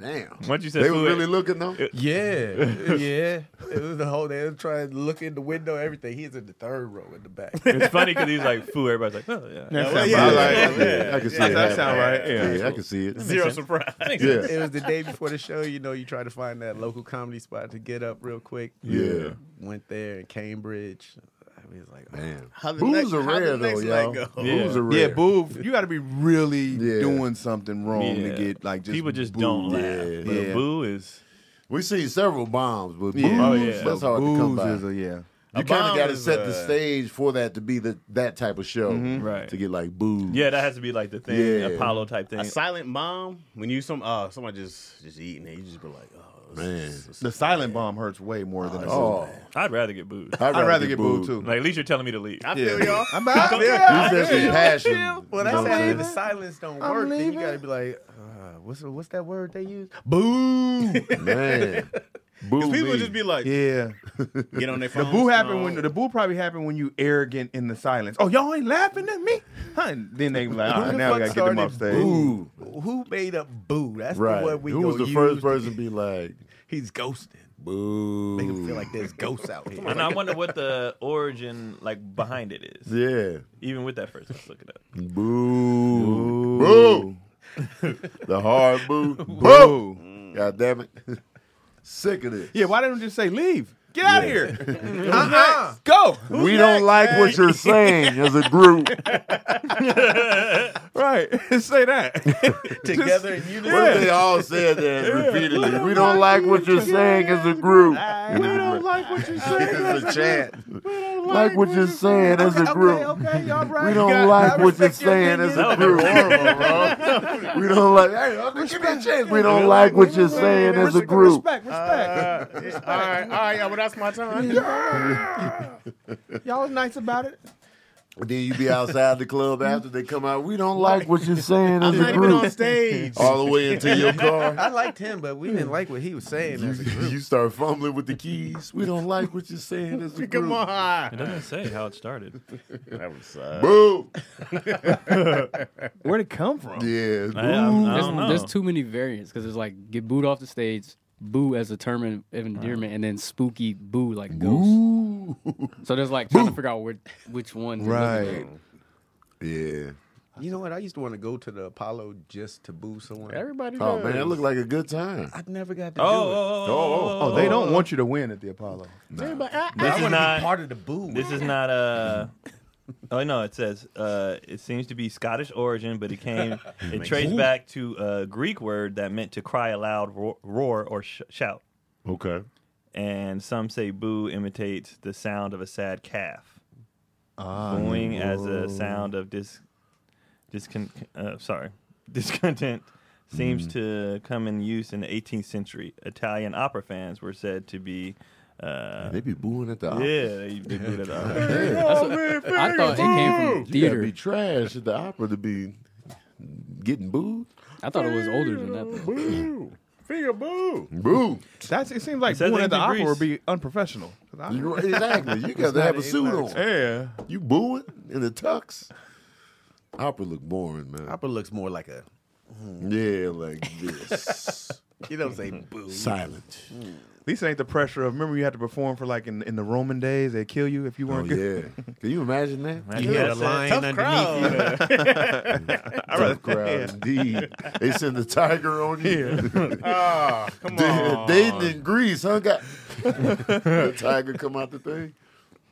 [SPEAKER 1] damn.
[SPEAKER 6] Once you said
[SPEAKER 1] They were
[SPEAKER 6] boo, it-
[SPEAKER 1] really looking though.
[SPEAKER 3] Yeah, yeah. It was the whole. They were trying to look in the window, everything. He's in the third row in the back.
[SPEAKER 6] It's funny because he's like foo. Everybody's like, oh yeah.
[SPEAKER 5] That
[SPEAKER 2] well,
[SPEAKER 5] sound
[SPEAKER 2] yeah.
[SPEAKER 5] about right.
[SPEAKER 1] I, like, I can see it.
[SPEAKER 5] That
[SPEAKER 1] happening.
[SPEAKER 5] sound right. Yeah.
[SPEAKER 1] Yeah, I can see it.
[SPEAKER 2] Zero surprise.
[SPEAKER 1] Yeah.
[SPEAKER 3] it was the day before the show. You know, you try to find that local comedy spot to get up real quick.
[SPEAKER 1] Yeah.
[SPEAKER 3] Went there in Cambridge. I was like, oh,
[SPEAKER 1] Man.
[SPEAKER 2] How the
[SPEAKER 1] Boos
[SPEAKER 2] next-
[SPEAKER 1] are
[SPEAKER 2] how
[SPEAKER 1] rare
[SPEAKER 2] the
[SPEAKER 1] though,
[SPEAKER 2] next leg
[SPEAKER 1] y'all.
[SPEAKER 2] go?
[SPEAKER 1] Boos are rare.
[SPEAKER 5] Yeah, boo. You got to be really
[SPEAKER 1] Yeah.
[SPEAKER 5] doing something wrong
[SPEAKER 6] Yeah.
[SPEAKER 5] to get like just
[SPEAKER 6] People just
[SPEAKER 5] booed.
[SPEAKER 6] don't laugh.
[SPEAKER 1] Yeah.
[SPEAKER 6] But
[SPEAKER 5] Yeah.
[SPEAKER 6] boo is
[SPEAKER 1] We see several bombs, but
[SPEAKER 5] Yeah.
[SPEAKER 1] boos,
[SPEAKER 5] Oh,
[SPEAKER 6] yeah.
[SPEAKER 1] that's hard to come
[SPEAKER 5] Boos
[SPEAKER 1] by.
[SPEAKER 5] is a- yeah.
[SPEAKER 1] you kind of
[SPEAKER 2] bomb
[SPEAKER 1] got to
[SPEAKER 2] is,
[SPEAKER 1] set the
[SPEAKER 2] uh,
[SPEAKER 1] stage for that to be the, that type of show,
[SPEAKER 6] Right.
[SPEAKER 1] To get like booed.
[SPEAKER 6] yeah. That has to be like the thing,
[SPEAKER 1] Yeah.
[SPEAKER 6] Apollo type thing.
[SPEAKER 2] A silent bomb when you some uh somebody just just eating it, you just be like, oh this
[SPEAKER 1] Man.
[SPEAKER 2] is- this
[SPEAKER 5] The
[SPEAKER 2] is-
[SPEAKER 5] silent bomb hurts way more than
[SPEAKER 1] Oh,
[SPEAKER 6] I'd rather get booed.
[SPEAKER 1] I'd
[SPEAKER 5] I'd rather get booed too.
[SPEAKER 6] Like at least you're telling me to leave.
[SPEAKER 2] I feel y'all.
[SPEAKER 5] I'm out.
[SPEAKER 1] You said some passion. you
[SPEAKER 3] Well, that's
[SPEAKER 1] know what I'm
[SPEAKER 3] how
[SPEAKER 1] saying?
[SPEAKER 3] the silence don't
[SPEAKER 5] I'm
[SPEAKER 3] work. Then you
[SPEAKER 5] leaving.
[SPEAKER 3] gotta be like, uh, what's what's that word they use?
[SPEAKER 1] Man, boo.
[SPEAKER 2] People
[SPEAKER 1] me.
[SPEAKER 2] just be like,
[SPEAKER 5] Yeah.
[SPEAKER 2] get on their
[SPEAKER 5] The
[SPEAKER 2] phone.
[SPEAKER 5] boo happened when the boo probably happened when you arrogant in the silence. Oh, y'all ain't laughing at me, huh? And Then they be like, all
[SPEAKER 3] Who
[SPEAKER 5] right,
[SPEAKER 3] the
[SPEAKER 5] now we
[SPEAKER 3] fuck
[SPEAKER 5] gotta get them
[SPEAKER 3] started
[SPEAKER 5] off stage.
[SPEAKER 1] boo.
[SPEAKER 3] Who made up boo? That's
[SPEAKER 1] Right.
[SPEAKER 3] the one we
[SPEAKER 1] Who was the
[SPEAKER 3] gonna
[SPEAKER 1] first
[SPEAKER 3] use.
[SPEAKER 1] person to be like
[SPEAKER 3] He's ghosting.
[SPEAKER 1] boo?
[SPEAKER 3] Make him feel like there's ghosts out here.
[SPEAKER 6] And I wonder what the origin like behind it is.
[SPEAKER 1] yeah,
[SPEAKER 6] Even with that first, let's look it up.
[SPEAKER 1] boo, boo. the hard boo, boo. God damn it, sick of this.
[SPEAKER 5] Yeah, why didn't you just say leave?
[SPEAKER 3] Get out of here. uh-uh. Go.
[SPEAKER 1] we don't like what you're saying as a group.
[SPEAKER 3] Right. Say that.
[SPEAKER 2] together and
[SPEAKER 1] What if they all said that repeatedly? We don't like what you're saying as a group. We don't like what you're saying as a chant. Like what you're saying as a group.
[SPEAKER 3] okay, all right.
[SPEAKER 1] We don't like what you're saying as a group. We don't like. Hey, Uncle, give me a chance. We don't like what you're saying as a group.
[SPEAKER 3] Respect, respect.
[SPEAKER 2] all right, all right, yeah, well, that's my time.
[SPEAKER 3] Y'all was nice about it.
[SPEAKER 1] Then you be outside the club after they come out. We don't like what you're saying as
[SPEAKER 2] I'm
[SPEAKER 1] a
[SPEAKER 2] not even on
[SPEAKER 1] group.
[SPEAKER 2] stage.
[SPEAKER 1] All the way into your car.
[SPEAKER 3] I liked him, but we didn't like what he was saying as a group.
[SPEAKER 1] You start fumbling with the keys. We don't like what you're saying as a
[SPEAKER 2] Come
[SPEAKER 1] group.
[SPEAKER 6] It
[SPEAKER 2] on.
[SPEAKER 6] doesn't say how it started.
[SPEAKER 2] That would suck.
[SPEAKER 1] Boo!
[SPEAKER 4] Where'd it come from?
[SPEAKER 1] Yeah.
[SPEAKER 6] I, I'm- I
[SPEAKER 7] There's,
[SPEAKER 6] don't know.
[SPEAKER 7] there's too many variants because it's like get booed off the stage, boo as a term of endearment, and then spooky boo like ghost.
[SPEAKER 1] Ooh.
[SPEAKER 7] So there's like trying to figure out which which one. to look at.
[SPEAKER 1] Yeah.
[SPEAKER 3] You know what? I used to want to go to the Apollo just to boo someone.
[SPEAKER 7] Everybody.
[SPEAKER 1] Oh
[SPEAKER 7] does.
[SPEAKER 1] man, that looked like a good time.
[SPEAKER 3] I never got to
[SPEAKER 6] oh,
[SPEAKER 3] do it.
[SPEAKER 6] oh, oh, oh,
[SPEAKER 4] Oh, they don't want you to win at the Apollo.
[SPEAKER 6] This
[SPEAKER 3] I
[SPEAKER 6] is
[SPEAKER 3] want to be
[SPEAKER 6] not.
[SPEAKER 3] part of the boo.
[SPEAKER 6] This is not Uh, Oh no! It says uh, it seems to be Scottish origin, but it came it traced back to a Greek word that meant to cry aloud, roar, roar or sh- shout.
[SPEAKER 1] Okay.
[SPEAKER 6] And some say "boo" imitates the sound of a sad calf, booing as a sound of dis, discon, uh, sorry, discontent. Seems to come in use in the 18th century. Italian opera fans were said to be, uh,
[SPEAKER 1] They be booing at the
[SPEAKER 6] yeah,
[SPEAKER 1] opera.
[SPEAKER 6] they, they did it uh, all.
[SPEAKER 7] That's what- I thought it came from
[SPEAKER 1] You gotta be
[SPEAKER 7] theater.
[SPEAKER 1] trash at the opera to be getting booed.
[SPEAKER 7] I thought it was older than that. though.
[SPEAKER 2] Boo. Finger boo.
[SPEAKER 1] Boo.
[SPEAKER 4] That's it seems like
[SPEAKER 6] says
[SPEAKER 4] booing
[SPEAKER 6] they
[SPEAKER 4] at the
[SPEAKER 6] do
[SPEAKER 4] opera
[SPEAKER 6] Grease.
[SPEAKER 4] would be unprofessional.
[SPEAKER 1] You- exactly. You got to have a suit on.
[SPEAKER 4] Yeah.
[SPEAKER 1] You booing in the tux. Opera look boring, man.
[SPEAKER 3] Opera looks more like a,
[SPEAKER 1] Yeah, like this.
[SPEAKER 3] you don't say boo.
[SPEAKER 1] Silent.
[SPEAKER 4] At least it ain't the pressure of remember you had to perform for like in, in the Roman days, they kill you if you
[SPEAKER 1] Oh
[SPEAKER 4] weren't good.
[SPEAKER 1] yeah. Can you imagine that?
[SPEAKER 6] Imagine
[SPEAKER 3] You
[SPEAKER 6] that.
[SPEAKER 3] had a line underneath
[SPEAKER 2] Tough crowd.
[SPEAKER 3] you.
[SPEAKER 1] Tough crowd indeed. They send the tiger on you.
[SPEAKER 2] Oh, come
[SPEAKER 1] They
[SPEAKER 2] on.
[SPEAKER 1] Dating in Greece, huh? Got the tiger come out the thing.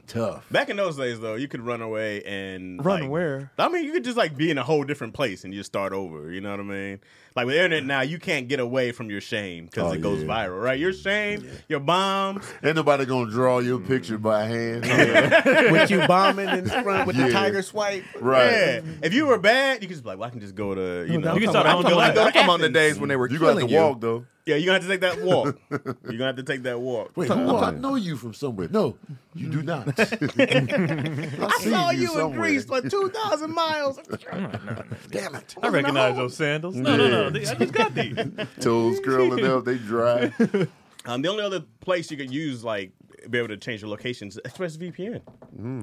[SPEAKER 1] Tough.
[SPEAKER 2] Back in those days, though, you could run away and
[SPEAKER 4] Run
[SPEAKER 2] like,
[SPEAKER 4] where?
[SPEAKER 2] I mean, you could just like be in a whole different place and you just start over. You know what I mean? Like with the internet now, you can't get away from your shame because
[SPEAKER 1] Oh,
[SPEAKER 2] it goes
[SPEAKER 1] yeah.
[SPEAKER 2] viral, right? Your shame, your bombs.
[SPEAKER 1] Ain't nobody gonna draw your picture by hand.
[SPEAKER 3] with you bombing in front with
[SPEAKER 1] Yeah.
[SPEAKER 3] the tiger swipe.
[SPEAKER 1] Right.
[SPEAKER 2] Yeah. If you were bad, you could just be like, well, I can just go to you know.
[SPEAKER 6] You can start on the
[SPEAKER 4] I'm
[SPEAKER 6] left.
[SPEAKER 4] talking about the days when they were
[SPEAKER 1] You gonna
[SPEAKER 4] killing
[SPEAKER 1] have to walk though.
[SPEAKER 2] yeah, you're gonna have to take that walk. you're gonna have to take that walk.
[SPEAKER 1] Wait, who are- I know you from somewhere. No, you do not. I
[SPEAKER 2] I saw you, in
[SPEAKER 1] somewhere.
[SPEAKER 2] Greece like two thousand miles.
[SPEAKER 1] Damn it.
[SPEAKER 6] I recognize those sandals. No, no, no. They, I just got these.
[SPEAKER 1] Toes curling up, they dry.
[SPEAKER 2] um, the only other place you could use like be able to change your locations is ExpressVPN.